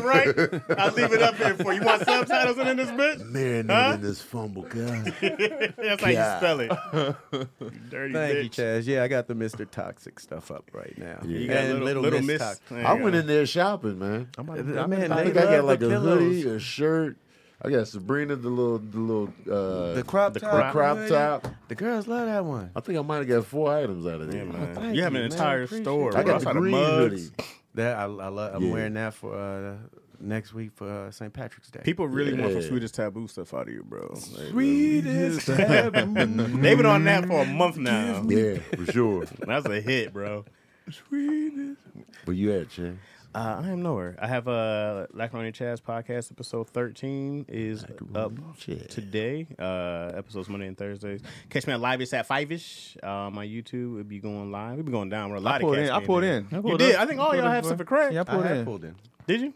[SPEAKER 2] right? I'll leave it up here for you. You want subtitles in this bitch?
[SPEAKER 1] Marinated
[SPEAKER 2] Huh?
[SPEAKER 1] in this fumble, God.
[SPEAKER 2] That's how you
[SPEAKER 1] Yeah.
[SPEAKER 2] spell it. You Dirty
[SPEAKER 3] Thank you,
[SPEAKER 2] bitch.
[SPEAKER 3] Chaz. Yeah, I got the Mr. Toxic stuff up right now.
[SPEAKER 1] Yeah. You
[SPEAKER 2] got
[SPEAKER 3] And
[SPEAKER 2] little, little miss.
[SPEAKER 3] Toxic.
[SPEAKER 2] There you
[SPEAKER 1] I
[SPEAKER 2] go.
[SPEAKER 1] went in there shopping, man.
[SPEAKER 3] Uh, Man,
[SPEAKER 1] I
[SPEAKER 3] they
[SPEAKER 1] think I got
[SPEAKER 3] love
[SPEAKER 1] like
[SPEAKER 3] the
[SPEAKER 1] a
[SPEAKER 3] pillows.
[SPEAKER 1] hoodie, a shirt. I got Sabrina, the little, the little, uh,
[SPEAKER 3] The crop
[SPEAKER 2] The
[SPEAKER 3] top.
[SPEAKER 2] crop-
[SPEAKER 1] crop top.
[SPEAKER 3] The girls love that one.
[SPEAKER 1] I think I might have got four items out of there.
[SPEAKER 2] Man,
[SPEAKER 3] Thank
[SPEAKER 2] you have an
[SPEAKER 3] you, man.
[SPEAKER 2] entire
[SPEAKER 3] Appreciate
[SPEAKER 2] store.
[SPEAKER 3] it.
[SPEAKER 1] I
[SPEAKER 2] bro.
[SPEAKER 1] got the
[SPEAKER 2] Outside of
[SPEAKER 1] green
[SPEAKER 2] mugs.
[SPEAKER 1] hoodie.
[SPEAKER 3] That I, I love. I'm
[SPEAKER 1] Yeah.
[SPEAKER 3] wearing that for uh, next week for uh, St. Patrick's Day.
[SPEAKER 2] People really want some
[SPEAKER 1] Yeah.
[SPEAKER 2] Swedish taboo stuff out of you, bro. Like,
[SPEAKER 3] Sweetest heaven.
[SPEAKER 2] They've been on that for a month now.
[SPEAKER 1] Yeah, for sure.
[SPEAKER 2] That's a hit, bro.
[SPEAKER 1] But you had Chance.
[SPEAKER 2] Uh, I am nowhere. I have a uh, Lacroix and Chaz podcast episode thirteen is up today. Uh, episodes Monday and Thursdays. Catch me on live it's at five ish. Uh, my YouTube will be going live. We'll be going down. We're a lot of
[SPEAKER 4] pulled
[SPEAKER 2] cats
[SPEAKER 4] in. I
[SPEAKER 2] being
[SPEAKER 4] pulled
[SPEAKER 2] there.
[SPEAKER 4] in. I
[SPEAKER 2] you
[SPEAKER 4] pulled
[SPEAKER 2] did.
[SPEAKER 4] up. Mm-hmm.
[SPEAKER 2] I think all y'all have stuff for crack.
[SPEAKER 4] Yeah, I pulled
[SPEAKER 3] I have
[SPEAKER 4] in.
[SPEAKER 3] pulled in.
[SPEAKER 2] Did you?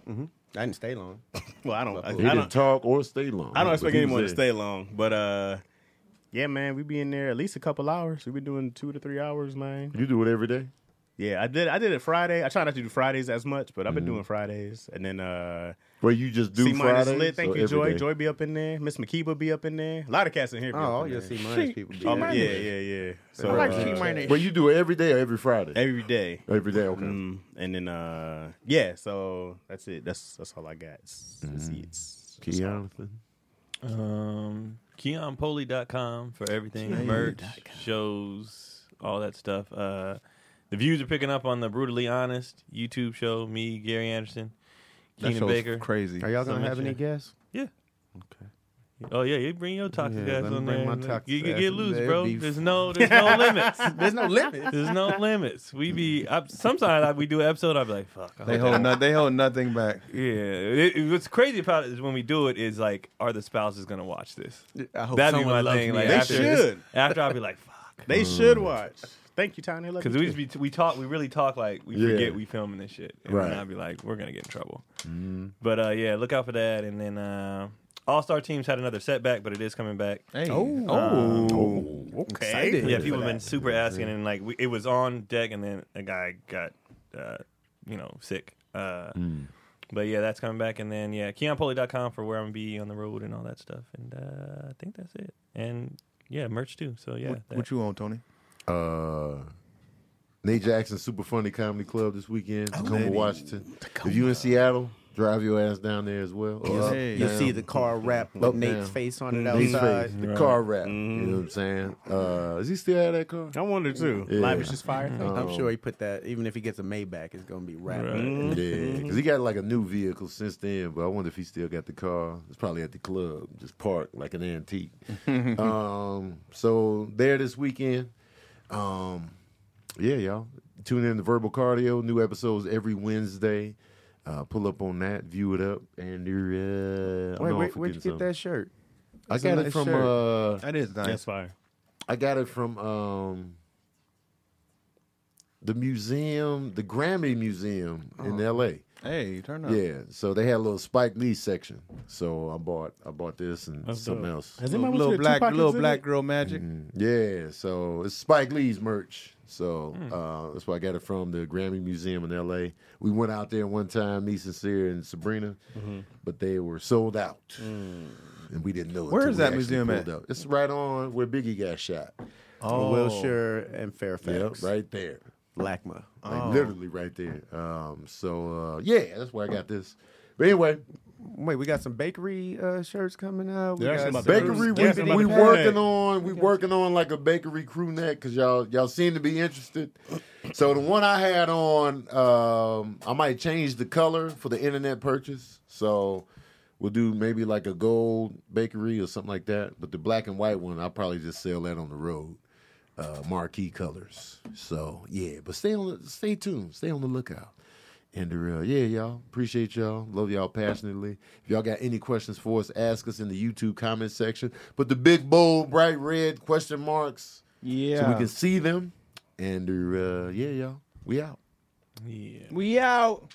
[SPEAKER 3] I didn't stay long.
[SPEAKER 2] Well, I don't. I, I
[SPEAKER 1] He didn't
[SPEAKER 2] don't.
[SPEAKER 1] talk or stay long.
[SPEAKER 2] I don't
[SPEAKER 1] but
[SPEAKER 2] expect
[SPEAKER 1] he
[SPEAKER 2] anyone to
[SPEAKER 1] was there.
[SPEAKER 2] stay long, but uh, yeah, man, we be in there at least a couple hours. We be doing two to three hours, man.
[SPEAKER 1] You do it every day.
[SPEAKER 2] Yeah, I did. I did it Friday. I try not to do Fridays as much, but
[SPEAKER 4] Mm-hmm.
[SPEAKER 2] I've been doing Fridays, and then uh,
[SPEAKER 1] Where you just do
[SPEAKER 2] C minus
[SPEAKER 1] Friday.
[SPEAKER 2] lit. Thank you, Joy. Joy be up in there. Miss McKeeba be up in there. A lot of cats in here. Be
[SPEAKER 3] Oh,
[SPEAKER 2] up
[SPEAKER 3] all
[SPEAKER 2] in
[SPEAKER 3] your
[SPEAKER 2] there.
[SPEAKER 3] C minus people.
[SPEAKER 2] Oh,
[SPEAKER 3] did.
[SPEAKER 2] yeah, yeah, yeah. So uh,
[SPEAKER 1] But you do it every day or every Friday.
[SPEAKER 2] every day,
[SPEAKER 1] Every day. Okay.
[SPEAKER 2] mm, and then uh, yeah. So that's it. That's that's all I got. It's, it's,
[SPEAKER 1] Mm-hmm.
[SPEAKER 2] it's, it's all.
[SPEAKER 1] Jonathan.
[SPEAKER 6] Um, KeonPoli.com for everything merch, shows, all that stuff. Uh, the views are picking up on the Brutally Honest YouTube show. Me, Gary Anderson,
[SPEAKER 5] That
[SPEAKER 6] Keenan
[SPEAKER 5] show's
[SPEAKER 6] Baker.
[SPEAKER 5] crazy.
[SPEAKER 3] Are y'all
[SPEAKER 6] So
[SPEAKER 3] gonna
[SPEAKER 6] much,
[SPEAKER 3] have any
[SPEAKER 6] yeah.
[SPEAKER 3] guests?
[SPEAKER 6] Oh yeah, you bring your toxic
[SPEAKER 3] Yeah,
[SPEAKER 6] ass
[SPEAKER 3] let me
[SPEAKER 6] on
[SPEAKER 3] bring
[SPEAKER 6] there.
[SPEAKER 3] my
[SPEAKER 6] and, like,
[SPEAKER 3] toxic
[SPEAKER 6] you can
[SPEAKER 3] ass
[SPEAKER 6] get
[SPEAKER 3] in
[SPEAKER 6] loose,
[SPEAKER 3] there,
[SPEAKER 6] bro.
[SPEAKER 3] be-
[SPEAKER 6] There's no, there's no limits.
[SPEAKER 3] There's no limit.
[SPEAKER 6] There's no limits. We be I, sometimes I, we do an episode. I'll be like, fuck. I
[SPEAKER 5] They
[SPEAKER 6] hope-
[SPEAKER 5] hold no, they hold nothing back.
[SPEAKER 6] yeah. It, it- what's crazy about it is when we do it is like, are the spouses gonna watch this?
[SPEAKER 3] I hope
[SPEAKER 6] That'd be
[SPEAKER 3] Oh, someone
[SPEAKER 6] my
[SPEAKER 3] loves
[SPEAKER 6] thing.
[SPEAKER 3] me
[SPEAKER 6] Like
[SPEAKER 2] They
[SPEAKER 3] after
[SPEAKER 6] after,
[SPEAKER 3] this.
[SPEAKER 2] should.
[SPEAKER 6] After I'll be like, fuck.
[SPEAKER 2] They should watch. Thank you, Tiny. Love
[SPEAKER 6] Because
[SPEAKER 2] you
[SPEAKER 6] we
[SPEAKER 2] too.
[SPEAKER 6] just be we talk we really talk like we
[SPEAKER 1] Yeah.
[SPEAKER 6] forget we filming this shit and
[SPEAKER 1] Right.
[SPEAKER 6] then I'd be like we're gonna get in trouble. But uh, yeah, look out for that. And then uh, All Star teams had another setback, but it is coming back.
[SPEAKER 5] Hey.
[SPEAKER 2] Oh.
[SPEAKER 5] Oh.
[SPEAKER 2] okay.
[SPEAKER 3] Excited.
[SPEAKER 6] yeah,
[SPEAKER 3] for
[SPEAKER 6] people have been
[SPEAKER 3] that.
[SPEAKER 6] super asking, and like we, it was on deck, and then a guy got uh, you know sick. Uh,
[SPEAKER 1] Mm.
[SPEAKER 6] But yeah, that's coming back, and then yeah, KeonPoli.com for where I'm gonna be on the road and all that stuff. And uh, I think that's it. And yeah, merch too. So yeah, that-
[SPEAKER 5] What you on, Tony?
[SPEAKER 1] Uh, Nate Jackson Super Funny Comedy Club this weekend,
[SPEAKER 3] Oh,
[SPEAKER 1] Tacoma, Washington. If you in Seattle, drive your ass down there as well. or up,
[SPEAKER 3] You'll
[SPEAKER 1] down.
[SPEAKER 3] see the car wrap with
[SPEAKER 1] Oh. Up, down.
[SPEAKER 3] Nate's face on it
[SPEAKER 1] Nate's
[SPEAKER 3] outside.
[SPEAKER 1] face, the car wrap.
[SPEAKER 2] Mm-hmm.
[SPEAKER 1] You know what I'm saying? Uh, is he still out of that car?
[SPEAKER 2] I wonder too.
[SPEAKER 1] Yeah. Uh,
[SPEAKER 2] Live is just fire.
[SPEAKER 3] I'm sure he put that. Even if he gets a Maybach, it's gonna be wrapped.
[SPEAKER 6] Right.
[SPEAKER 1] Yeah,
[SPEAKER 2] Mm-hmm.
[SPEAKER 3] Mm-hmm.
[SPEAKER 1] because he got like a new vehicle since then, but I wonder if he still got the car. It's probably at the club, just parked like an antique. um, so there this weekend. Um, yeah, y'all tune in to Verbal Cardio. New episodes every Wednesday. Uh, pull up on that, view it up, and you're. Uh, I
[SPEAKER 3] Wait,
[SPEAKER 1] know I'm
[SPEAKER 3] wait, where'd you
[SPEAKER 1] forgetting
[SPEAKER 3] get that shirt?
[SPEAKER 1] something. I
[SPEAKER 3] a
[SPEAKER 1] got it
[SPEAKER 3] nice
[SPEAKER 1] from.
[SPEAKER 3] shirt.
[SPEAKER 1] Uh,
[SPEAKER 5] That is nice.
[SPEAKER 2] That's fire.
[SPEAKER 1] I got it from um, the museum, the Grammy Museum in
[SPEAKER 3] Oh.
[SPEAKER 1] L.A.
[SPEAKER 5] Hey, turn up.
[SPEAKER 1] Yeah, so they had a little Spike Lee section. So I bought I bought this and something
[SPEAKER 2] dope.
[SPEAKER 1] else.
[SPEAKER 2] Has
[SPEAKER 5] Little,
[SPEAKER 2] anybody
[SPEAKER 5] little
[SPEAKER 2] went to the
[SPEAKER 5] black,
[SPEAKER 2] Tupac
[SPEAKER 5] little
[SPEAKER 2] exhibit?
[SPEAKER 5] black girl magic.
[SPEAKER 1] Yeah, so it's Spike Lee's merch. So
[SPEAKER 3] Hmm.
[SPEAKER 1] uh, that's where I got it from the Grammy Museum in L.A. We went out there one time, me, sincere, and Sabrina,
[SPEAKER 3] Mm-hmm.
[SPEAKER 1] but they were sold out,
[SPEAKER 3] Mm.
[SPEAKER 1] and we didn't know. it
[SPEAKER 5] Where
[SPEAKER 1] till
[SPEAKER 5] is
[SPEAKER 1] we
[SPEAKER 5] that
[SPEAKER 1] actually
[SPEAKER 5] museum
[SPEAKER 1] pulled
[SPEAKER 5] at?
[SPEAKER 1] Up. It's right on where Biggie got shot.
[SPEAKER 3] Oh, Wilshire and
[SPEAKER 1] Yep,
[SPEAKER 3] Fairfax. Oh.
[SPEAKER 1] right there.
[SPEAKER 3] Blackma.
[SPEAKER 1] Like literally right there. Um, so uh, yeah, that's where I got this. But anyway,
[SPEAKER 3] Wait, we got some bakery uh, shirts coming out. We
[SPEAKER 2] There's
[SPEAKER 3] got
[SPEAKER 2] some
[SPEAKER 3] some-
[SPEAKER 1] bakery.
[SPEAKER 2] Yeah,
[SPEAKER 1] we
[SPEAKER 2] somebody
[SPEAKER 1] we
[SPEAKER 2] put it.
[SPEAKER 1] working on we working on like a bakery crew neck because y'all y'all seem to be interested. So the one I had on, um, I might change the color for the internet purchase. So we'll do maybe like a gold bakery or something like that. But the black and white one, I'll probably just sell that on the road. Uh, marquee colors. So yeah, but stay on the, stay tuned. Stay on the lookout. And the real, yeah, y'all. Appreciate y'all. Love y'all passionately. If y'all got any questions for us, ask us in the YouTube comment section. Put the big bold bright red question marks
[SPEAKER 3] Yeah.
[SPEAKER 1] so we can see them. And the, uh, yeah, y'all. We out.
[SPEAKER 6] yeah.
[SPEAKER 3] we out.